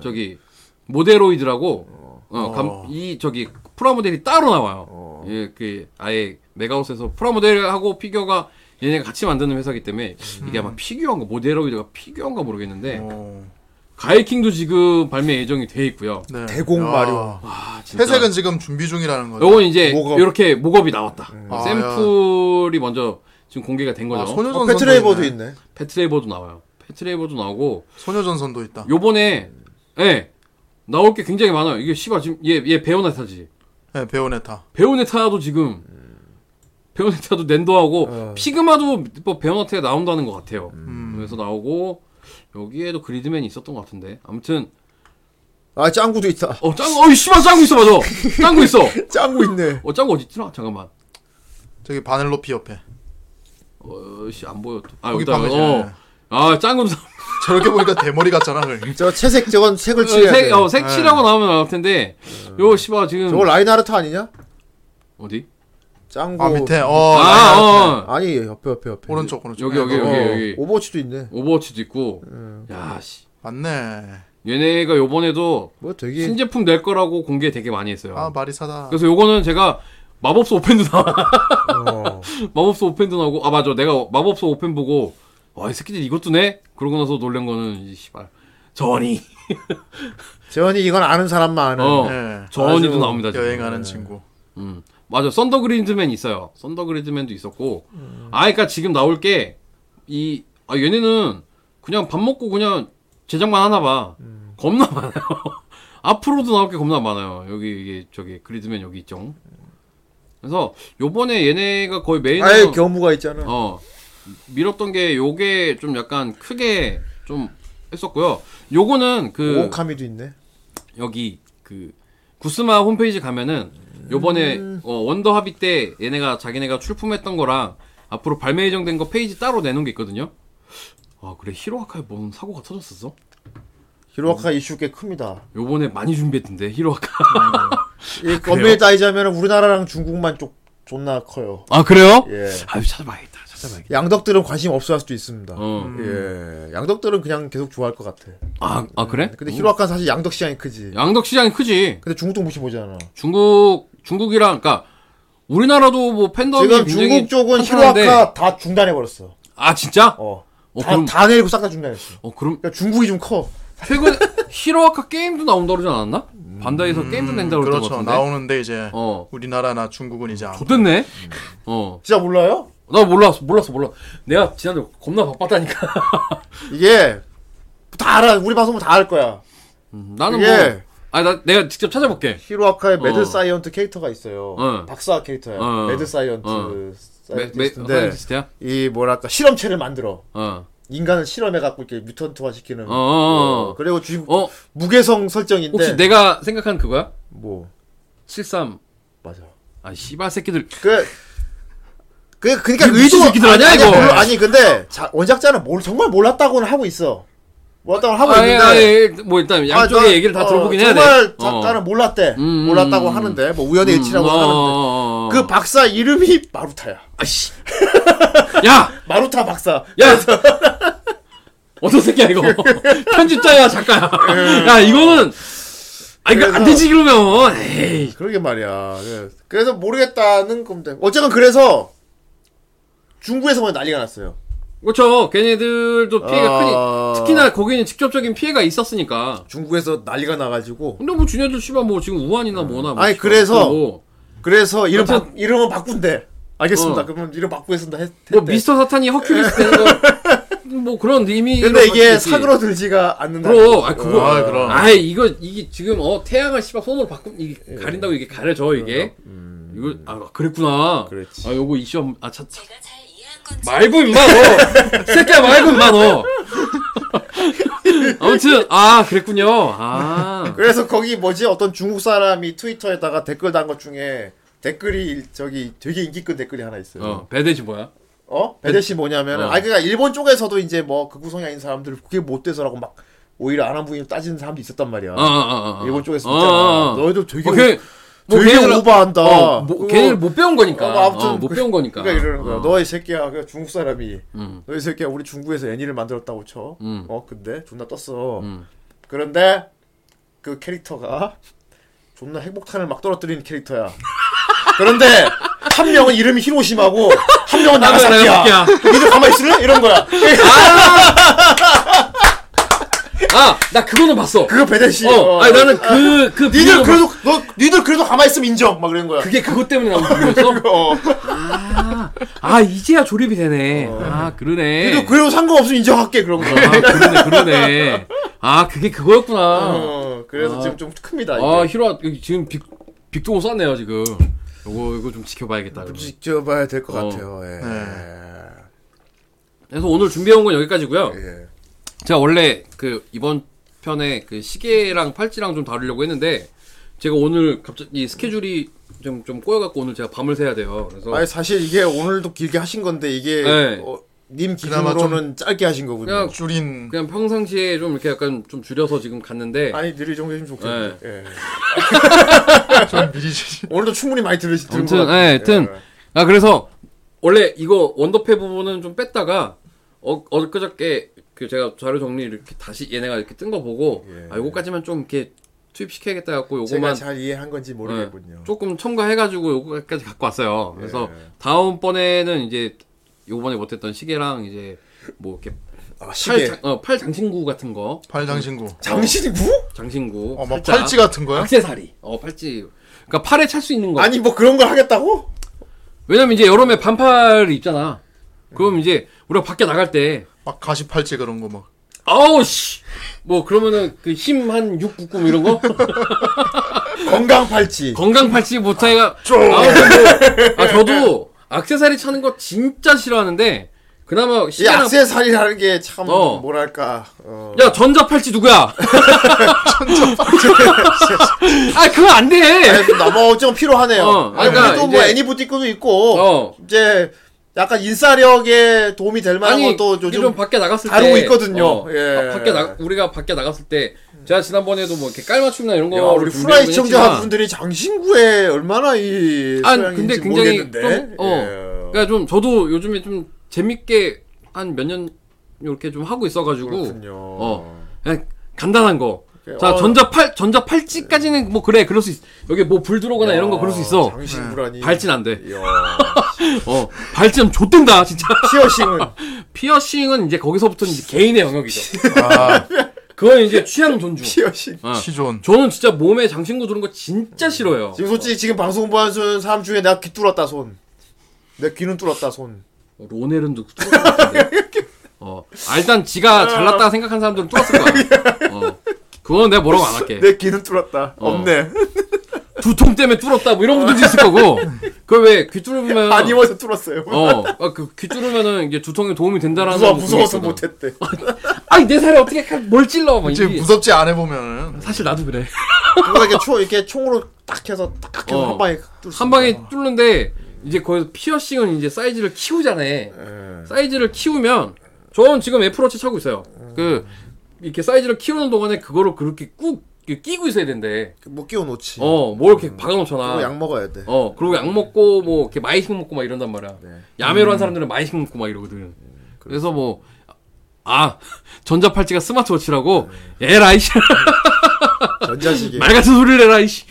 S2: 저기 모델로이드라고 어, 감- 이 저기
S3: 어.
S2: 프라모델이 따로 나와요. 예, 그 아예 메가우스에서 프라모델하고 피규어가 얘네가 같이 만드는 회사기 때문에 이게
S3: 음.
S2: 아마 피규어인가 모델업이가 피규어인가 모르겠는데 가이킹도 지금 발매 예정이 돼 있고요.
S3: 네.
S1: 대공 마리오.
S2: 아, 진짜.
S3: 회색은 지금 준비 중이라는 거죠.
S2: 요건 이제
S1: 목업.
S2: 이렇게 목업이 나왔다.
S3: 아,
S2: 샘플이 먼저 지금 공개가 된 거죠.
S3: 아, 소녀전
S1: 어,
S3: 선도
S1: 패트레이버도
S3: 있네.
S1: 있네.
S2: 패트레이버도 나와요. 패트레이버도 나오고
S3: 소녀전 선도 있다.
S2: 요번에 예 나올 게 굉장히 많아요. 이게 씨발 지금 얘 얘 베오네타지.
S3: 네, 베오네타.
S2: 베오네타도 지금 베오네타도 낸도하고 피그마도 뭐 베오네타에 나온다는 것 같아요. 그래서 나오고 여기에도 그리드맨이 있었던 것 같은데 아무튼
S1: 아 짱구도 있다.
S2: 어 짱구 어이 씨발 짱구 있어 맞아 짱구 있어
S1: 짱구 있네.
S2: 어 짱구 어디 있더라 잠깐만
S3: 저기 바넬로피 옆에.
S2: 어씨안 보여 또아
S3: 거기
S2: 여기다
S3: 방에 있잖아요.
S2: 어아 짱구
S3: 저렇게 보니까 대머리 같잖아. 그걸.
S1: 저 채색 저건 색을 칠해야 돼.
S2: 색, 어, 색칠하고 나오면 나올 텐데 요 씨발 지금
S1: 저거 라인하르트 아니냐?
S2: 어디
S1: 짱구.
S3: 아 밑에 어
S2: 아
S3: 라인하르트.
S2: 어
S1: 아니 옆에 옆에 옆에.
S3: 오른쪽 오른쪽.
S2: 여기, 여기,
S3: 어,
S2: 여기. 여기.
S1: 오버워치도 있네.
S2: 오버워치도 있고 야씨
S3: 맞네.
S2: 얘네가 요번에도
S1: 뭐 되게
S2: 신제품 낼 거라고 공개 되게 많이 했어요
S3: 아 마리사다.
S2: 그래서 요거는 제가 마법소 오펜도 나와.
S1: 어.
S2: 마법소 오펜도 나오고 아 맞아 내가 마법소 오펜 보고 와 이 새끼들 이것도 내? 그러고 나서 놀란 거는 이 씨발 전이
S1: 재현이 이건 아는 사람만 아는.
S2: 어
S3: 네.
S2: 전이도
S1: 아주
S2: 나옵니다 지금. 네.
S3: 여행하는 친구.
S2: 음 맞아 썬더그리드맨 있어요 썬더그리드맨도 있었고 아 그러니까 지금 나올 게 이 아 얘네는 그냥 밥 먹고 그냥 제작만 하나 봐 겁나 많아요 앞으로도 나올 게 겁나 많아요 여기 이게 저기 그리드맨 여기 있죠 그래서 요번에 얘네가 거의 메인
S1: 아예 교무가 있잖아.
S2: 어 밀었던 게 요게 좀 약간 크게 좀 했었고요. 요거는 그
S1: 오카미도 있네.
S2: 여기 그 구스마 홈페이지 가면은 요번에
S1: 음.
S2: 어, 원더합이 때 얘네가 자기네가 출품했던 거랑 앞으로 발매 예정된 거 페이지 따로 내놓은 게 있거든요. 아 그래 히로아카에 뭔 사고가 터졌었어?
S1: 히로아카 이슈 꽤 큽니다.
S2: 요번에 많이 준비했던데 히로아카.
S1: 이 건밀 따지자면 우리나라랑 중국만 쪽 존나 커요.
S2: 아 그래요?
S1: 예.
S2: 아유 찾아봐야겠다. 찾아봐야겠다.
S1: 양덕들은 관심 없어 할 수도 있습니다.
S2: 어.
S1: 예. 양덕들은 그냥 계속 좋아할 것 같아.
S2: 아, 아 그래?
S1: 음, 근데 히로아카는 사실 양덕 시장이 크지.
S2: 양덕 시장이 크지.
S1: 근데 중국도 무시 보잖아.
S2: 중국 중국이랑 그러니까 우리나라도 뭐 팬덤이
S1: 지금 중국
S2: 굉장히
S1: 쪽은
S2: 탄탄한데-
S1: 히로아카 다 중단해 버렸어.
S2: 아 진짜? 어,
S1: 어. 다,
S2: 그럼
S1: 다 내리고 싹 다 중단했어.
S2: 어 그럼
S1: 그러니까 중국이 좀 커.
S2: 최근 히로아카 게임도 나온다 그러지 않았나? 반다이에서
S1: 음,
S2: 게임도 낸다고 그랬던 것
S3: 그렇죠.
S2: 같은데.
S3: 나오는데 이제
S2: 음, 어.
S3: 우리나라나 중국은 이제 안.
S2: 좋댔네. 어.
S1: 진짜 몰라요?
S2: 나 몰랐어. 몰랐어. 몰라. 내가 지난주 겁나 바빴다니까.
S1: 이게 다 알아. 우리 방송은 다 알 거야.
S2: 나는 뭐
S1: 이게
S2: 아, 나 내가 직접 찾아볼게.
S1: 히로아카의
S2: 어.
S1: 매드 사이언트 캐릭터가 있어요.
S2: 어.
S1: 박사 캐릭터야.
S2: 어.
S1: 매드 사이언트
S2: 어.
S1: 네, 사이언티스트인데
S2: 사이언티스트야?
S1: 이 뭐랄까 실험체를 만들어.
S2: 어.
S1: 인간을 실험해갖고 이렇게 뮤턴트화 시키는.
S2: 어, 어, 어.
S1: 그리고 주
S2: 어,
S1: 무게성 설정인데.
S2: 혹시 내가 생각한 그거야?
S1: 뭐
S2: 73.
S1: 맞아.
S2: 아, 씨발 새끼들.
S1: 그, 그, 그니까
S2: 이게 무슨
S1: 의도,
S2: 새끼들 아니야,
S1: 아니,
S2: 이거?
S1: 별로- 아니, 근데, 자, 원작자는 몰, 정말 몰랐다고는 하고 있어. 몰랐다고 하고
S2: 아, 예,
S1: 있는데.
S2: 아, 예. 뭐 일단
S1: 아,
S2: 양쪽의
S1: 나-
S2: 얘기를 다
S1: 어,
S2: 들어보긴 해야 돼.
S1: 정말
S2: 어.
S1: 작가는 몰랐대.
S2: 음,
S1: 몰랐다고
S2: 음,
S1: 하는데, 뭐, 우연의 일치라고
S2: 음,
S1: 하는데.
S2: 어, 어, 어.
S1: 그 박사 이름이 마루타야.
S2: 아씨. 야,
S1: 마루타 박사.
S2: 야. 어떤 새끼야 이거? 편집자야 작가야.
S1: 음.
S2: 야 이거는 아 이거 안 되지 그러면. 에이.
S1: 그러게 말이야. 예. 그래- 그래서 모르겠다는 건데. 어쨌건 그래서, 중국에서만 난리가 났어요.
S2: 그렇죠. 걔네들도 피해가
S1: 아.
S2: 크니 특히나 거기는 직접적인 피해가 있었으니까.
S1: 중국에서 난리가 나가지고.
S2: 근데 뭐 준현들 씨발 뭐 지금 우한이나 뭐나 뭐
S1: 아니,
S2: 씨발
S1: 그래서
S2: 뭐,
S1: 그래서 이름 바,
S2: 아무튼-
S1: 이름은 바꾼대. 알겠습니다.
S2: 어.
S1: 그러면 이름 바꾸겠습니다. 했,
S2: 뭐
S1: 했대.
S2: 미스터 사탄이 허큐리스 되는 거뭐 그런 의미.
S1: 근데 이게 사그러들지가 않는다. 어.
S2: 그럼 아 그거
S3: 아, 그럼.
S2: 아 이거 이게 지금 어 태양을 씨발 손으로 바꾼
S1: 예.
S2: 이게 가린다고 이게 가려져 이게 이거 아 그랬구나
S1: 음. 그렇지.
S2: 아 요거 이슈 한번- 아 차, 차. 말고 임마 너 새끼야 말고 임마 너 아무튼 아 그랬군요 아
S1: 그래서 거기 뭐지 어떤 중국 사람이 트위터에다가 댓글 단 것 중에 댓글이 저기 되게 인기급 댓글이 하나 있어요.
S2: 어,
S1: 어?
S2: 배대지 뭐야
S1: 베데시 뭐냐면 은
S2: 어.
S1: 아 그러니까 일본 쪽에서도 이제 뭐 극구성이 아닌 사람들 그게 못 돼서라고 막 오히려 안 한 부인 따지는 사람도 있었단 말이야.
S2: 어어어 어. 뭐
S1: 일본 쪽에서 있잖아. 너희들 되게
S2: 걔,
S1: 되게
S2: 걔네들-
S1: 오버한다.
S2: 어, 뭐,
S1: 그거-
S2: 걔를 못 배운 거니까
S1: 어, 아무튼
S2: 어, 못
S1: 그-
S2: 배운 거니까
S1: 그러니까 이러는 거야.
S2: 어.
S1: 너이 새끼야. 그 중국 사람이
S2: 음.
S1: 너이 새끼야. 우리 중국에서 애니를 만들었다고 쳐.
S2: 음.
S1: 어 근데 존나 떴어.
S2: 음.
S1: 그런데 그 캐릭터가 존나 핵폭탄을 막 떨어뜨리는 캐릭터야. 그런데 한 명은 이름이 히로시마고 한 명은
S2: 한 명은
S1: 나가사키야.
S2: 나가사키야.
S1: 니들 가만 있을래? 이런 거야.
S2: 아, 나 그거는 봤어.
S1: 그거 배달시.
S2: 어, 아니 나는 그, 그,
S1: 니들
S2: 비디오 봤-
S1: 그래도 너 니들 그래도 가만 있으면 인정. 막 그런 거야.
S2: 그게 그것 때문에 나온 거였어?
S1: 어.
S2: 아, 아, 이제야 조립이 되네. 아, 그러네.
S1: 니들 그래도 상관없으면 인정할게 그런
S2: 아,
S1: 거야.
S2: 그러네, 그러네. 아, 그게 그거였구나.
S1: 어, 그래서
S2: 아.
S1: 지금 좀 큽니다. 이게.
S2: 아, 히로아, 여기 지금 빅, 빅동호 썼네요, 지금. 요거, 요거 좀 지켜봐야겠다. 그러면.
S1: 직접 봐야 될 것
S2: 어.
S1: 같아요. 예.
S2: 그래서 오늘 준비해온 건 여기까지고요
S1: 예.
S2: 제가 원래 그 이번 편에 그 시계랑 팔찌랑 좀 다루려고 했는데 제가 오늘 갑자기 스케줄이 좀, 좀 꼬여갖고 오늘 제가 밤을 새야 돼요. 그래서
S1: 아니 사실 이게 오늘도 길게 하신 건데 이게
S2: 네.
S1: 어, 님
S3: 그나마 좀-
S1: 기준으로는 짧게 하신 거거든요.
S2: 그냥
S3: 줄인
S2: 그냥 평상시에 좀 이렇게 약간 좀 줄여서 지금 갔는데
S1: 아니 늘이 정도 해주면 좋겠는데.
S2: 네.
S1: 예.
S3: 좀 미리 지-
S1: 오늘도 충분히 많이 들으시 들은 것
S2: 아무튼,
S1: 같아요.
S2: 예, 하여튼. 아 그래서 원래 이거 원더페 부분은 좀 뺐다가 어, 엊그저께 그 제가 자료 정리 이렇게 다시 얘네가 이렇게 뜬 거 보고 아 요거까지만 좀 이렇게 투입시켜야겠다 갖고
S1: 예. 제가
S2: 요거만
S1: 잘 이해한 건지 모르겠군요.
S2: 예, 조금 첨가해가지고 요거까지 갖고 왔어요. 그래서
S1: 예.
S2: 다음번에는 이제 요번에 못했던 시계랑 이제 뭐 이렇게
S1: 아,
S2: 팔,
S1: 시계
S2: 장- 어, 팔 장신구 같은 거
S3: 팔장신구.
S1: 장신구?
S2: 장신구
S1: 뭐
S3: 어, 막
S2: 팔자,
S3: 팔찌 같은 거야?
S2: 액세서리 어 팔찌 그러니까 팔에 찰 수 있는 거
S1: 아니 뭐 그런 걸 하겠다고?
S2: 왜냐면 이제 여름에 반팔을 입잖아. 그럼
S1: 음.
S2: 이제 우리가 밖에 나갈 때
S3: 막 가시 팔찌 그런 거 막.
S2: 아우 씨. 뭐 그러면은 그 힘 한 6, 9, 9 이런 거
S1: 건강 팔찌.
S2: 건강 팔찌 못하기가 아, 근데 뭐, 아 저도 악세사리 차는 거 진짜 싫어하는데 그나마
S1: 이
S2: 시계랑
S1: 악세사리라는 게 참
S2: 어.
S1: 뭐랄까. 어.
S2: 야 전자 팔찌 누구야? 아 그거 안 돼.
S1: 아니, 너무 좀 필요하네요.
S2: 어,
S1: 아니
S2: 그러니까
S1: 그래도 뭐
S2: 이제-
S1: 애니부티크도 있고
S2: 어.
S1: 이제 약간 인싸력에 도움이 될 만한
S2: 아니
S1: 것도
S2: 이게
S1: 요즘
S2: 좀 밖에 나갔을 때
S1: 다루고 있거든요.
S2: 어,
S1: 예.
S2: 아, 밖에 나 우리가 밖에 나갔을 때 제가 지난번에도 뭐 이렇게 깔맞춤이나 이런 거
S1: 야, 우리 후라이 시청자분들이 장신구에 얼마나 이
S2: 아,
S1: 소양인지
S2: 근데 굉장히
S1: 모르겠는데.
S2: 좀, 어.
S1: 예.
S2: 그러니까 좀 저도 요즘에 좀 재밌게 한 몇 년 이렇게 좀 하고 있어가지고
S1: 그렇군요.
S2: 뭐, 어. 그냥 간단한 거. 자
S1: 어.
S2: 전자 팔 전자 팔찌까지는 뭐 그래 그럴 수 있. 여기 뭐 불 들어오거나 이런 거 그럴 수 있어. 네,
S1: 장신구라니.
S2: 발진 안 돼.
S1: 이야.
S2: 어 발진 좆된다 진짜.
S1: 피어싱은
S2: 피어싱은 이제 거기서부터 이제 개인의 영역이죠.
S1: 아.
S2: 그건 이제 취향 존중.
S1: 피어싱.
S2: 어.
S3: 시존.
S2: 저는 진짜 몸에 장신구 두는 거 진짜 싫어요.
S1: 지금 솔직히 지금 방송 보는 사람 중에 내가 귀 뚫었다 손. 내 귀는 뚫었다 손.
S2: 어, 로넬은도 뚫었을 것 같은데. 어, 아, 일단 지가 잘났다 생각한 사람들은 뚫었을 거야. 어, 그건 내가 뭐라고 안 할게.
S1: 내 귀는 뚫었다.
S2: 예. 어.
S1: 없네.
S2: 두통 때문에 뚫었다 뭐 이런 분들도 있을 거고. 그왜귀 뚫으면
S1: 안 입어서 뚫었어요.
S2: 어, 아, 그귀 뚫으면은 이게 두통에 도움이 된다라는
S1: 무서워
S2: 분이
S1: 무서워서
S2: 있거든.
S1: 못했대.
S2: 아니 내 살에 어떻게 칼- 뭘 찔러? 뭐 이게
S3: 이제 무섭지 않아 보면은.
S2: 사실 나도 그래.
S1: 그거 이렇게 총 이렇게 총으로 딱 해서 딱 해서
S2: 어.
S1: 한 방에 뚫었어.
S2: 한 방에 뚫는데 이제 거기서 피어싱은 이제 사이즈를 키우잖아.
S1: 예.
S2: 사이즈를 키우면 저는 지금 애플워치 차고 있어요. 그 이렇게 사이즈를 키우는 동안에 그거를 그렇게 꾹 이렇게 끼고 있어야 된대.
S1: 뭐 끼워 놓지.
S2: 어, 뭘 이렇게
S1: 음. 그거
S2: 박아놓잖아.
S1: 약 먹어야 돼.
S2: 어, 그리고 약 먹고 뭐 이렇게 마이식 먹고 막 이런단 말이야.
S1: 네.
S2: 야매로
S1: 음.
S2: 한 사람들은 마이식 먹고 막
S1: 그렇죠.
S2: 이러거든. 그래서 뭐 아, 전자팔찌가 스마트워치라고?
S1: 네.
S2: 에라이, 씨.
S1: 전자식이.
S2: 어. 말 같은 소리를 해라, 이씨.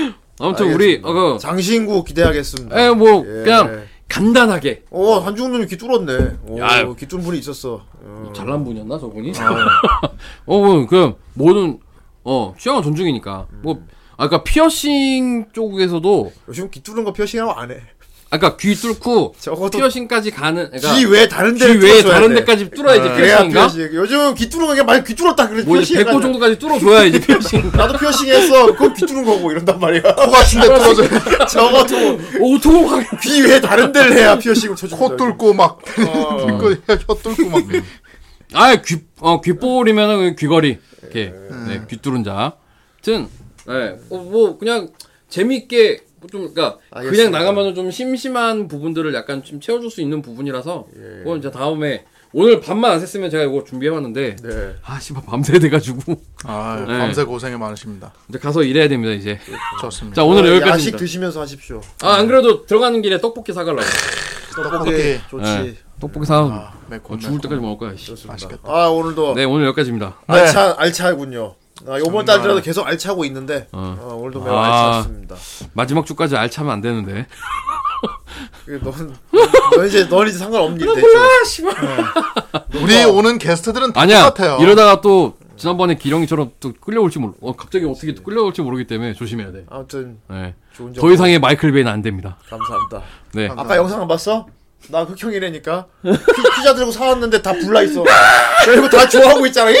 S1: 음.
S2: 아무튼, 우리,
S1: 알겠습니다.
S2: 어, 그,
S1: 장신구 기대하겠습니다.
S2: 에, 뭐,
S1: 예.
S2: 그냥, 간단하게.
S1: 어, 한중 눈이 귀 뚫었네. 오,
S2: 야.
S1: 귀 뚫은 분이 있었어. 어.
S2: 잘난 분이었나 저분이? 어, 뭐, 그럼 모든 어 취향은 존중이니까 뭐 아까 피어싱 쪽에서도
S1: 요즘 귀 뚫는 거 피어싱하면 안 해.
S2: 아까 귀 뚫고
S1: 적어도
S2: 피어싱까지 가는 그러니까
S1: 귀 외에 다른
S2: 귀
S1: 데
S2: 외에 다른 데까지 뚫어야지
S1: 그래야
S2: 피어싱인가?
S1: 피어싱. 요즘 귀 뚫는 게 많이 귀 뚫었다 그래.
S2: 뭐 이제
S1: 피어싱
S2: 100호 정도까지 뚫어줘야 이제 피어싱
S1: 나도 피어싱 했어. 그건 귀 뚫은 거고 이런단 말이야. 코 같은데 뚫어져. 적어도
S2: 오토공 하게
S1: 귀 외에 다른 데를 해야 피어싱을 쳐준다.
S3: 코 뚫고 막.
S1: 어.
S3: 이거 혀 뚫고 막.
S2: 네. 아귀어 귓볼이면은 그 귀걸이 이렇게
S1: 음.
S2: 네, 귀 뚫은 자. 하여튼 네뭐 그냥 재미있게 뭐좀 그러니까
S1: 알겠습니다.
S2: 그냥 나가면은 좀 심심한 부분들을 약간 좀 채워줄 수 있는 부분이라서
S1: 예.
S2: 그건 이제 다음에 오늘 밤만 안 샜으면 제가 이거 준비해왔는데
S1: 네.
S2: 아 씨발 밤새 돼가지고
S3: 아,
S2: 네.
S3: 밤새 고생이 많으십니다.
S2: 이제 가서 일해야 됩니다 이제.
S3: 좋습니다.
S2: 자 오늘
S1: 어, 야식
S2: 여기까지입니다.
S1: 드시면서 하십시오.
S2: 아 안 그래도 들어가는 길에 떡볶이 사갈라고.
S1: 떡볶이 좋지.
S2: 네. 떡볶이 사
S3: 매콤.
S2: 어, 죽을 때까지 먹을 거야. 씨.
S3: 맛있겠다.
S1: 아 오늘도
S2: 네 오늘 여기까지입니다.
S1: 알차 알차군요. 아, 요번 달이라도 계속 알차고 있는데 어, 오늘도 매우
S2: 아.
S1: 알찼습니다. 네,
S2: 마지막 주까지 알차면 안 되는데.
S1: 넌, 넌 이제 넌 이제 상관없니 대충.
S3: 우리 오는 게스트들은 다
S2: 아니야
S3: 똑같아요.
S2: 이러다가 또 지난번에 기령이처럼 또 끌려올지 모르 어, 갑자기 어떻게 또 끌려올지 모르기 때문에 조심해야 돼.
S1: 아무튼
S2: 네.
S1: 좋은
S2: 더 이상의 마이클 베이는 안 됩니다.
S1: 감사합니다.
S2: 네.
S1: 아까 영상 안 봤어? 나 흑형이라니까 피- 피자 들고 사왔는데 다 불나 있어. 그리고 다 좋아하고 있잖아. 이헤이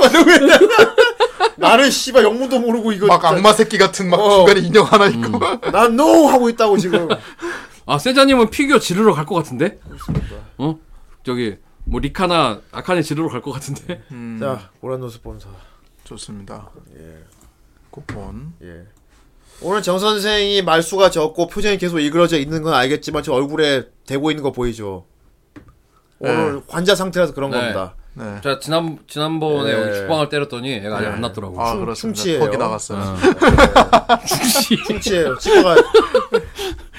S1: 이러고 있잖아. 나는 씨발 영문도 모르고 이거.
S3: 막 악마 새끼 같은 막
S1: 어.
S3: 중간에 인형 하나 있고 막
S1: 난노 하고 있다고 지금.
S2: 아 세자님은 피규어 지르러 갈 것 같은데? 어? 저기 뭐 리카나 아카네 지르러 갈 것 같은데?
S3: 음.
S1: 자 오란노 스폰서.
S3: 좋습니다. 예. 쿠폰.
S1: 예. 오늘 정 선생이 말수가 적고 표정이 계속 이그러져 있는 건 알겠지만 저 얼굴에 대고 있는 거 보이죠. 오늘 환자 상태라서 그런
S2: 네.
S1: 겁니다.
S3: 네.
S2: 자 지난 지난번에
S1: 예.
S2: 여기 죽방을 때렸더니 얘가 아직 안 났더라고.
S3: 아
S1: 충-
S3: 그렇습니다.
S1: 충치예요.
S3: 거기 나갔어요.
S1: 충치예요. 치과가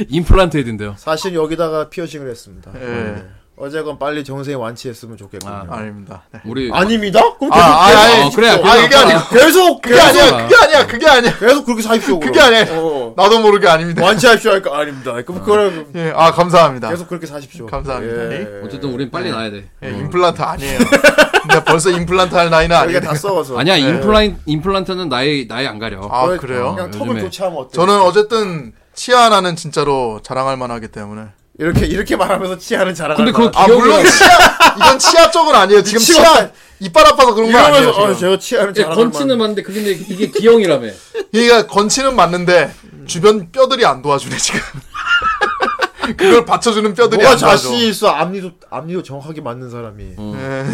S2: 임플란트 헤드인데요.
S1: 사실 여기다가 피어싱을 했습니다.
S3: 예.
S1: 네. 어제건 빨리 정 선생이 완치했으면 좋겠군요.
S3: 아닙니다. 네.
S2: 우리
S1: 아, 닙니다 그럼
S3: 아, 아,
S1: 계속-
S3: 아니,
S2: 어, 그래.
S3: 아 이게 아니고
S1: 계속
S3: 그게
S1: 계속
S3: 아니야. 그게 아니야. 그게 아니야.
S1: 계속 그렇게 사십시오. 그럼.
S3: 그게 아니야.
S1: 어.
S3: 나도 모르게 아닙니다.
S1: 완치하십시오. 그러니까 아닙니다. 그럼 그걸
S3: 예. 아 감사합니다.
S1: 계속 그렇게 사십시오.
S3: 감사합니다.
S1: 예.
S2: 어쨌든 우린 빨리 나야 돼. 어.
S3: 예, 임플란트 아니에요. 근데 벌써 임플란트 할 나이는
S1: 여기가
S3: 아니다.
S1: 다 썩어서.
S2: 아니야 임플란 임플란트는 나이 나이 안 가려.
S3: 네. 아 그래요?
S1: 그냥
S2: 어,
S1: 턱을
S2: 요즘에.
S1: 교체하면 어때?
S3: 저는 어쨌든 치아 하나는 진짜로 자랑할 만하기 때문에.
S1: 이렇게 이렇게 말하면서 치아는 자랑하는
S2: 근데 그거
S3: 아
S2: 기억이
S3: 물론 치아 이건 치아 쪽은 아니에요. 지금
S1: 미치고
S3: 치아 이빨 아파서 그런 거
S1: 이러면서
S3: 아니에요.
S1: 어,
S3: 지금.
S1: 제가 치아는
S2: 예,
S1: 자랑할
S2: 건치는
S1: 만한-
S2: 맞는데 그게 근데 이게 기형이라며.
S3: 얘가 건치는 맞는데 주변 뼈들이 안 도와주네 지금. 그걸 받쳐주는 뼈들이
S1: 뭐가
S3: 안 도와줘.
S1: 자신 있어 앞니도 앞니도 정확하게 맞는 사람이
S3: 예.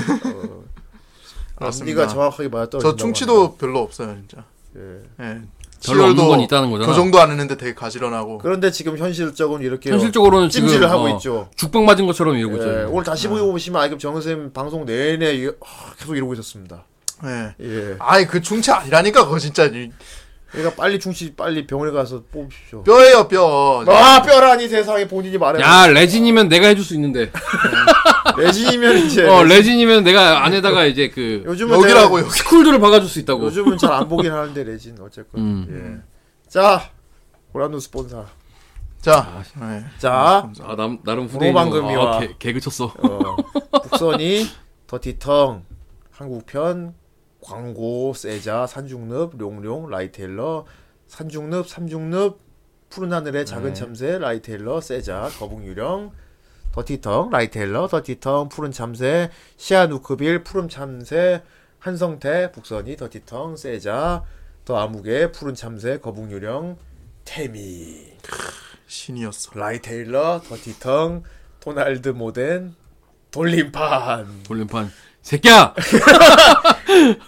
S1: 앞니가
S3: 그렇습니다.
S1: 정확하게 맞았다.
S3: 저 충치도 별로 없어요 진짜.
S1: 예.
S3: 예.
S2: 별로 없는
S3: 치열도 그
S2: 건 있다는 거잖아.
S3: 교정도 안 했는데 되게 가지런하고.
S1: 그런데 지금 현실적으로 이렇게
S2: 현실적으로는 지금
S1: 찜질을 하고
S2: 어,
S1: 있죠.
S2: 죽방 맞은 것처럼 이러고
S1: 예,
S2: 있죠.
S1: 오늘 다시 보고 보시면 아이급 정선생 방송 내내 이- 하, 계속 이러고 있었습니다.
S3: 예.
S1: 예.
S3: 아이 그 충치 아니라니까 그거 진짜 이-
S1: 그러니까 빨리 충치 빨리 병원에 가서 뽑으십시오.
S3: 뼈예요 뼈.
S1: 아 뼈라니 세상에 본인이 말해.
S2: 야 레진이면 내가 해줄 수 있는데.
S1: 레진이면 이제
S2: 어 레진이면 내가 안에다가 이제 그
S1: 예, 요즘은
S3: 여기라고
S1: 내가-
S3: 여기.
S2: 스쿨드를 박아줄 수 있다고.
S1: 요즘은 잘 안 보긴 하는데 레진
S2: 음.
S1: 어쨌건. 예. 자 오란노 스폰사. 아,
S3: 자. 예.
S1: 자
S2: 아, 남, 나름 후대인.
S1: 방금이와.
S2: 아, 개, 개그 쳤어.
S1: 어, 북선이 더티텅 한국편 광고 세자 산중늪 룡룡 라이테일러 산중늪 삼중늪 푸른 하늘의 작은 참새 라이테일러 세자 거북유령 더티텅 라이테일러 더티텅 푸른 참새 시아누크빌 푸른 참새 한성태 북선이 더티텅 세자 더 암흑의 푸른 참새 거북유령 태미
S3: 신이었어.
S1: 라이테일러 더티텅 도날드 모덴 돌림판
S2: 돌림판. 새끼야!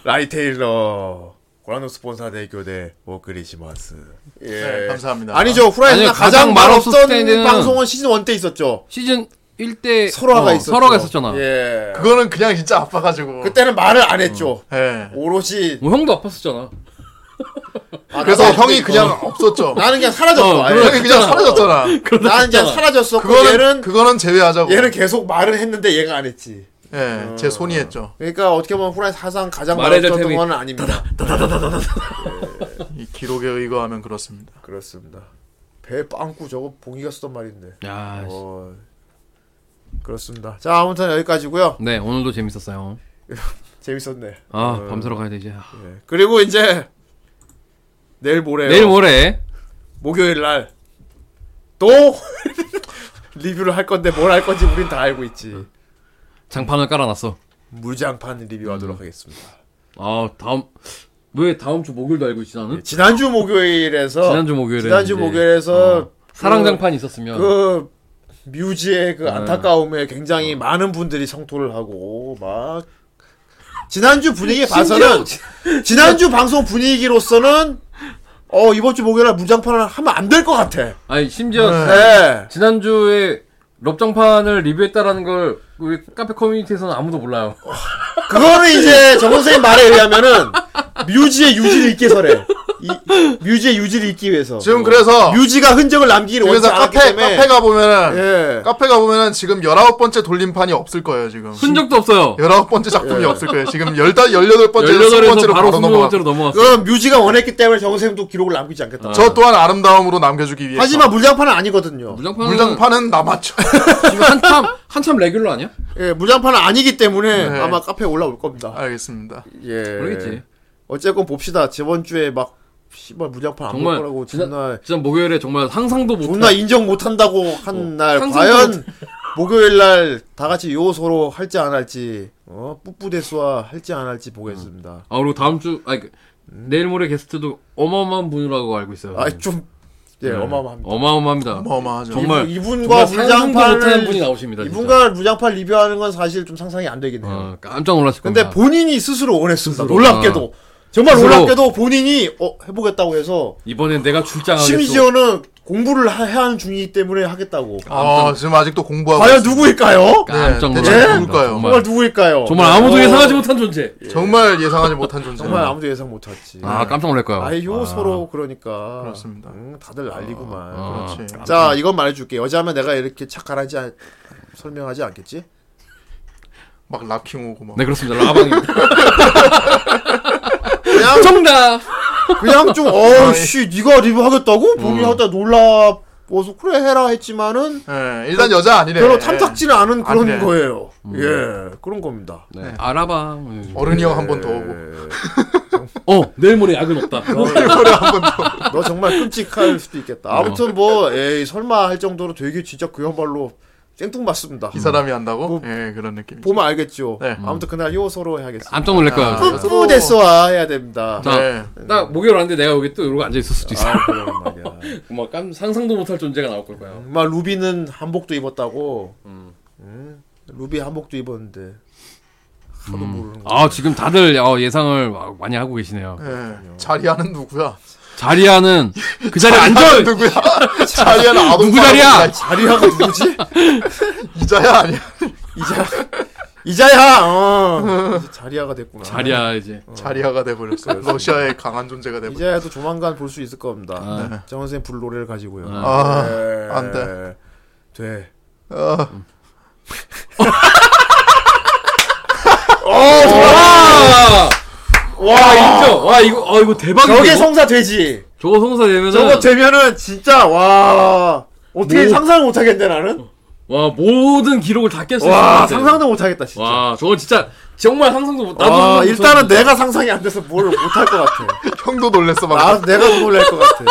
S1: 라이테일러 고라노 스폰사 대교대 워크리시마스 예
S3: 네, 감사합니다.
S1: 아니죠 후라이드가
S2: 아니요,
S1: 가장
S2: 가장
S1: 말 없던
S2: 말없을 때는-
S1: 방송은 시즌 1 때 있었죠
S2: 시즌 1때.
S1: 설화가 있었죠
S2: 어, 설화가 있었잖아.
S1: 예
S3: 그거는 그냥 진짜 아파가지고.
S1: 그때는 말을 안 했죠
S3: 예.
S1: 오롯이
S2: 뭐, 형도 아팠었잖아.
S1: 어. 아,
S3: 그래서
S1: 나는
S3: 형이
S1: 그때-
S3: 그냥 없었죠.
S1: 나는 그냥 사라졌어
S2: 어,
S1: 아예.
S3: 형이 어. 그냥 사라졌잖아.
S1: 나는 그냥 사라졌어 그
S3: 그거는
S1: 얘는
S3: 그거는 제외하자고.
S1: 얘는 계속 말을 했는데 얘가 안 했지
S3: 예, 제 손이 했죠.
S1: 그러니까 어떻게 보면 후라이 사상 가장
S2: 말해야 될
S1: 말없었던
S2: 템이-
S1: 건 아닙니다
S3: 이 기록에 의거하면 그렇습니다.
S1: 그렇습니다 배 빵꾸 저거 봉이가 쓰던 말인데
S2: 야, 씨.
S1: 어, 그렇습니다. 자 아무튼 여기까지고요.
S2: 네, 오늘도 재밌었어요.
S1: 재밌었네.
S2: 아,
S1: 어,
S2: 밤새러 가야 돼, 이제.
S1: 예. 그리고 이제 내일 모레요.
S2: 내일 모레.
S1: 목요일 날 또 리뷰를 할 건데 뭘 할 건지 우린 다 알고 있지.
S2: 장판을 깔아놨어.
S1: 물장판 리뷰하도록 하겠습니다.
S2: 아, 다음. 왜 다음 주 목요일도 알고 있지, 나는?
S1: 예, 지난주 목요일에서
S2: 지난주 목요일에.
S1: 지난주
S2: 이제 어.
S1: 목요일에서 그-
S2: 사랑장판이
S3: 어.
S2: 있었으면.
S1: 그 뮤지의
S3: 네.
S1: 그 안타까움에
S3: 어.
S1: 굉장히 많은 분들이 성토를 하고 막 지난주 분위기 예, 봐서는 지난주 방송 분위기로서는 어 이번 주 목요일 날 무장판을 하면 안 될 것 같아.
S2: 아니, 심지어.
S1: 네.
S2: 지난주에 럽장판을 리뷰했다라는 걸 우리 카페 커뮤니티에서는 아무도 몰라요.
S1: 그거는 이제 정 선생님 말에 의하면은 뮤지의 유지를 잇게 서래. 이, 뮤지의 유지를 잊기 위해서.
S3: 지금 그래서
S1: 뮤지가 흔적을 남기기를 어, 뭐 원치
S3: 그래서
S1: 않았기
S3: 카페
S1: 때문에.
S3: 카페 가보면은
S1: 예.
S3: 카페 가보면은 지금 19번째 돌림판이 없을 거예요 지금
S2: 흔적도 없어요.
S1: 네,
S3: 19번째 작품이 없을 거예요 지금 18, 18번째 20번째로
S2: 18에서 바로
S3: 바로 넘어가
S2: 20번째로 넘어왔어.
S1: 그럼 뮤지가 원했기 때문에 정샘도 기록을 남기지 않겠다.
S2: 아.
S3: 저 또한 아름다움으로 남겨주기 위해서
S1: 하지만 음. 물장판은 아니거든요.
S2: 물장판은
S3: 물장판은 남았죠
S2: 지금 한참 한참 레귤러 아니야?
S1: 예, 물장판은 아니기 때문에
S3: 네.
S1: 아마 카페에 올라올 겁니다.
S3: 알겠습니다
S1: 예.
S2: 모르겠지.
S1: 어쨌건 봅시다. 저번 주에 막 씨발 물장판 안 볼
S2: 정말
S1: 거라고
S2: 지난-
S1: 존나
S2: 진짜 목요일에 정말 상상도 못.
S1: 존나 인정 못 한다고 한 날
S2: 어, 상상도
S1: 과연 목요일 날 다 같이 요소로 할지 안 할지 어 뿌뿌대수와 할지 안 할지 보겠습니다.
S2: 아 그리고 다음 주 아니 그, 내일 모레 게스트도 어마어마한 분이라고 알고 있어요. 네.
S1: 아좀 예, 어마어마합니다.
S2: 어마어마합니다.
S3: 어마어마하죠
S2: 정말
S1: 이분- 이분과
S2: 정말 상상도 못하는 분이
S1: 물장판을
S2: 나오십니다. 진짜.
S1: 이분과 물장판 리뷰하는 건 사실 좀 상상이 안 되긴 해요.
S2: 어, 깜짝 놀랐을
S1: 근데
S2: 겁니다.
S1: 본인이 스스로 원했습니다.
S2: 스스로. 아.
S1: 놀랍게도. 정말
S2: 스스로.
S1: 놀랍게도 본인이 어 해보겠다고 해서
S2: 이번엔 내가 출장하겠어.
S1: 심지어는 공부를 하- 해야 하는 중이기 때문에 하겠다고.
S3: 아 지금 아직도 공부하고
S1: 과연
S3: 있습니다.
S1: 누구일까요?
S2: 깜짝 놀랐을
S3: 네,
S1: 대체
S2: 겁니다.
S3: 누굴까요?
S1: 정말
S2: 정말,
S1: 누구일까요?
S2: 어,
S1: 어,
S2: 정말 아무도 예상하지 못한 존재.
S3: 정말 예상하지 못한 존재
S1: 정말 아무도 예상 못했지.
S2: 아 깜짝 놀랄 거예요.
S1: 아이 요소로 그러니까.
S3: 그렇습니다.
S1: 응, 다들 난리구만.
S2: 아.
S3: 그렇지
S1: 자 이건 말해줄게. 여자면 내가 이렇게 착하지 않... 설명하지 않겠지?
S3: 막 랍킹 오고 막
S2: 네 그렇습니다. 라방이
S1: 그냥
S2: 정답.
S1: 그냥 좀
S2: 아,
S1: 어씨 네가
S2: 음.
S1: 리뷰하겠다고? 보기 하다 놀라워서 그래 해라 했지만은
S3: 예, 일단 여자 아니래
S1: 별로 탐탁지는 않은 그런
S3: 돼.
S1: 거예요.
S3: 음.
S1: 예, 그런 겁니다. 예.
S2: 네. 아라방.
S3: 예. 어른이 형 한 번 더 오고
S2: 어 내일 모레 약은 없다.
S1: 너 정말 끔찍할 수도
S3: 어.
S1: 있겠다. 아무튼 뭐, 에이, 설마 할 정도로 되게 진짜 그야말로 쌩뚱맞습니다.
S3: 이 사람이 한다고
S1: 뭐-
S3: 예 그런 느낌
S1: 보면 알겠죠.
S3: 네.
S1: 아무튼 그날 요소로 해야겠습니다.
S2: 깜짝 놀랄 거예요.
S3: 아,
S2: 진짜.
S1: 뿌뿌 데스와 해야 됩니다.
S2: 자,
S3: 네.
S2: 나 목요일 왔는데 내가 여기 또 이러고 앉아 있을 수도 있어.
S1: 아, 그런 말이야.
S2: 막뭐 깜, 상상도 못할 존재가 나올 걸 거야.
S1: 막 루비는 한복도 입었다고. 음, 루비 한복도 입었는데 하도
S3: 음.
S1: 모르는 거.
S2: 아 지금 다들 어, 예상을 막 많이 하고 계시네요.
S3: 예, 자리하는 누구야
S2: 자리야는 그 자리에
S3: 자리하는
S2: 앉아.
S3: 누구야 자리하는 아동
S2: 누구 자리야?
S1: 자리야가 누구지?
S3: 이자야 아니야
S1: 이자 이자야. 어. 이제 자리야가 됐구나.
S2: 자리야 이제.
S3: 자리아가 돼버렸어요. 러시아의 강한 존재가 돼버렸어요.
S1: 이제도 조만간 볼 수 있을 겁니다.
S2: 아.
S1: 정 선생 불 노래를 가지고요.
S3: 아,
S1: 네.
S3: 안 돼.
S1: 돼.
S3: 아,
S2: 와! 와 이거 아, 와 이거 어 이거 대박이다.
S1: 저게
S2: 이거.
S1: 성사 되지.
S2: 저거 성사 되면은
S1: 저거 되면은 진짜 와 어떻게
S2: 뭐.
S1: 상상을 못 하겠네 나는.
S2: 와 모든 기록을 다 깼어.
S1: 와 어, 상상도 못 하겠다 진짜. 와,
S2: 와 저거 진짜 정말 상상도 못. 나도 상상도
S1: 아, 일단은
S2: 못했는데.
S1: 내가 상상이 안 돼서 뭘 못 할 것 같아.
S3: 형도 놀랬어
S1: 나
S3: 방금.
S1: 내가 놀랄 것 같아.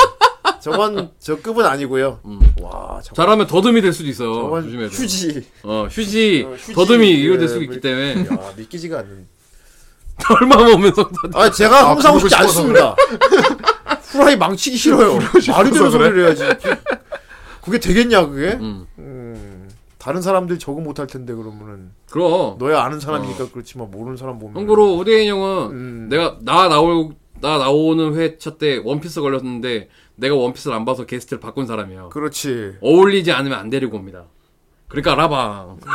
S1: 저건 저 급은 아니고요. 와 저건,
S2: 잘하면 더듬이 될 수도 있어.
S1: 저건
S2: 조심해야 돼.
S1: 휴지.
S2: 어 휴지,
S1: 어, 휴지.
S2: 더듬이 이거 될
S1: 예,
S2: 수도
S1: 뭐-
S2: 있기 때문에
S1: 야 믿기지가 않는.
S2: 얼마 먹으면 성사.
S1: 아 제가
S3: 아,
S1: 항상
S3: 그러고
S1: 싶지
S3: 싶어서
S1: 않습니다. 후라이 망치기 싫어요. 말이 되는
S3: 그래?
S1: 소리를 해야지. 그게 되겠냐 그게?
S2: 음.
S1: 음, 다른 사람들이 적응 못할 텐데 그러면은
S2: 그럼
S1: 너야 아는 사람이니까 그렇지만 모르는 사람 보면
S2: 참고로 오대인 형은
S1: 음.
S2: 내가 나 나올 나 나오는 회차 때 원피스 걸렸는데 내가 원피스를 안 봐서 게스트를 바꾼 사람이에요.
S1: 그렇지.
S2: 어울리지 않으면 안 데리고 옵니다. 그러니까
S1: 음.
S2: 라방.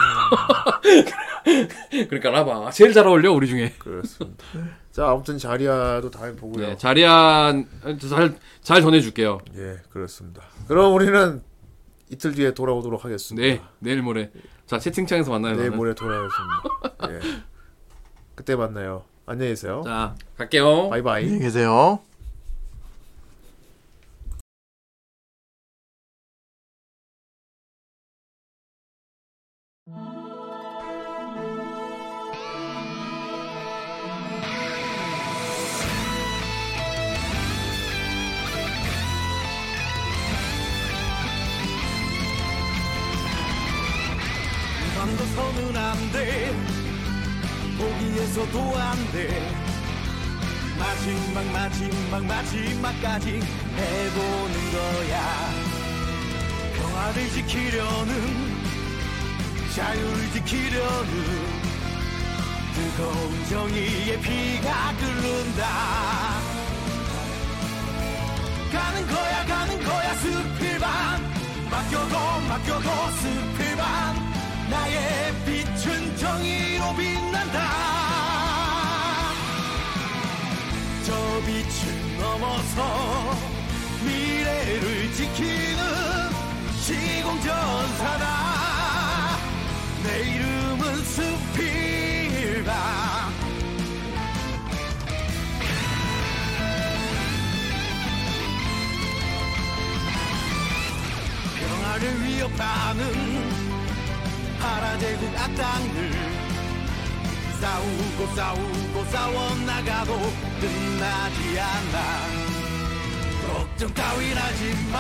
S2: 그러니까 라방. 아, 제일 잘 어울려 우리 중에.
S1: 그렇습니다. 자 아무튼 자리야도 다음에 보고요.
S2: 네, 자리한 잘잘 전해줄게요.
S1: 예 그렇습니다. 그럼 우리는 이틀 뒤에 돌아오도록 하겠습니다.
S2: 네 내일 모레. 자 채팅창에서 만나요.
S1: 내일
S2: 나는.
S1: 모레 돌아오겠습니다. 예. 그때 만나요. 안녕히 계세요.
S2: 자 갈게요.
S1: 바이바이.
S3: 안녕히 계세요.
S6: 밤도 서운한데 보기에서도 안돼 마지막 마지막 마지막까지 해보는 거야 평화를 지키려는 자유를 지키려는 뜨거운 정의의 피가 끓는다 가는 거야 가는 거야 스필반 맡겨도 맡겨도 스필반 나의 빛은 정의로 빛난다 저
S7: 빛을 넘어서 미래를 지키는 시공전사다 내 이름은 스필박 평화를 위협하는 파라제국 악당들 싸우고 싸우고 싸워나가도 끝나지 않아 걱정 따윈 하지마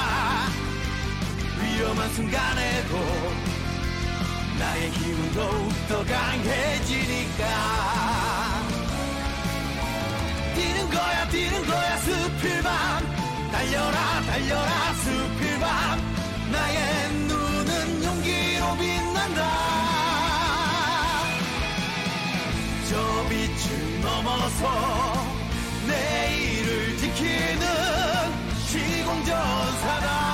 S7: 위험한 순간에도 나의 힘은 더욱더 강해지니까 뛰는 거야 뛰는 거야 스필밤 달려라 달려라 스필밤 나의 눈은 용기로 빛난다 저 빛을 넘어서 내일을 지키는 시공전사다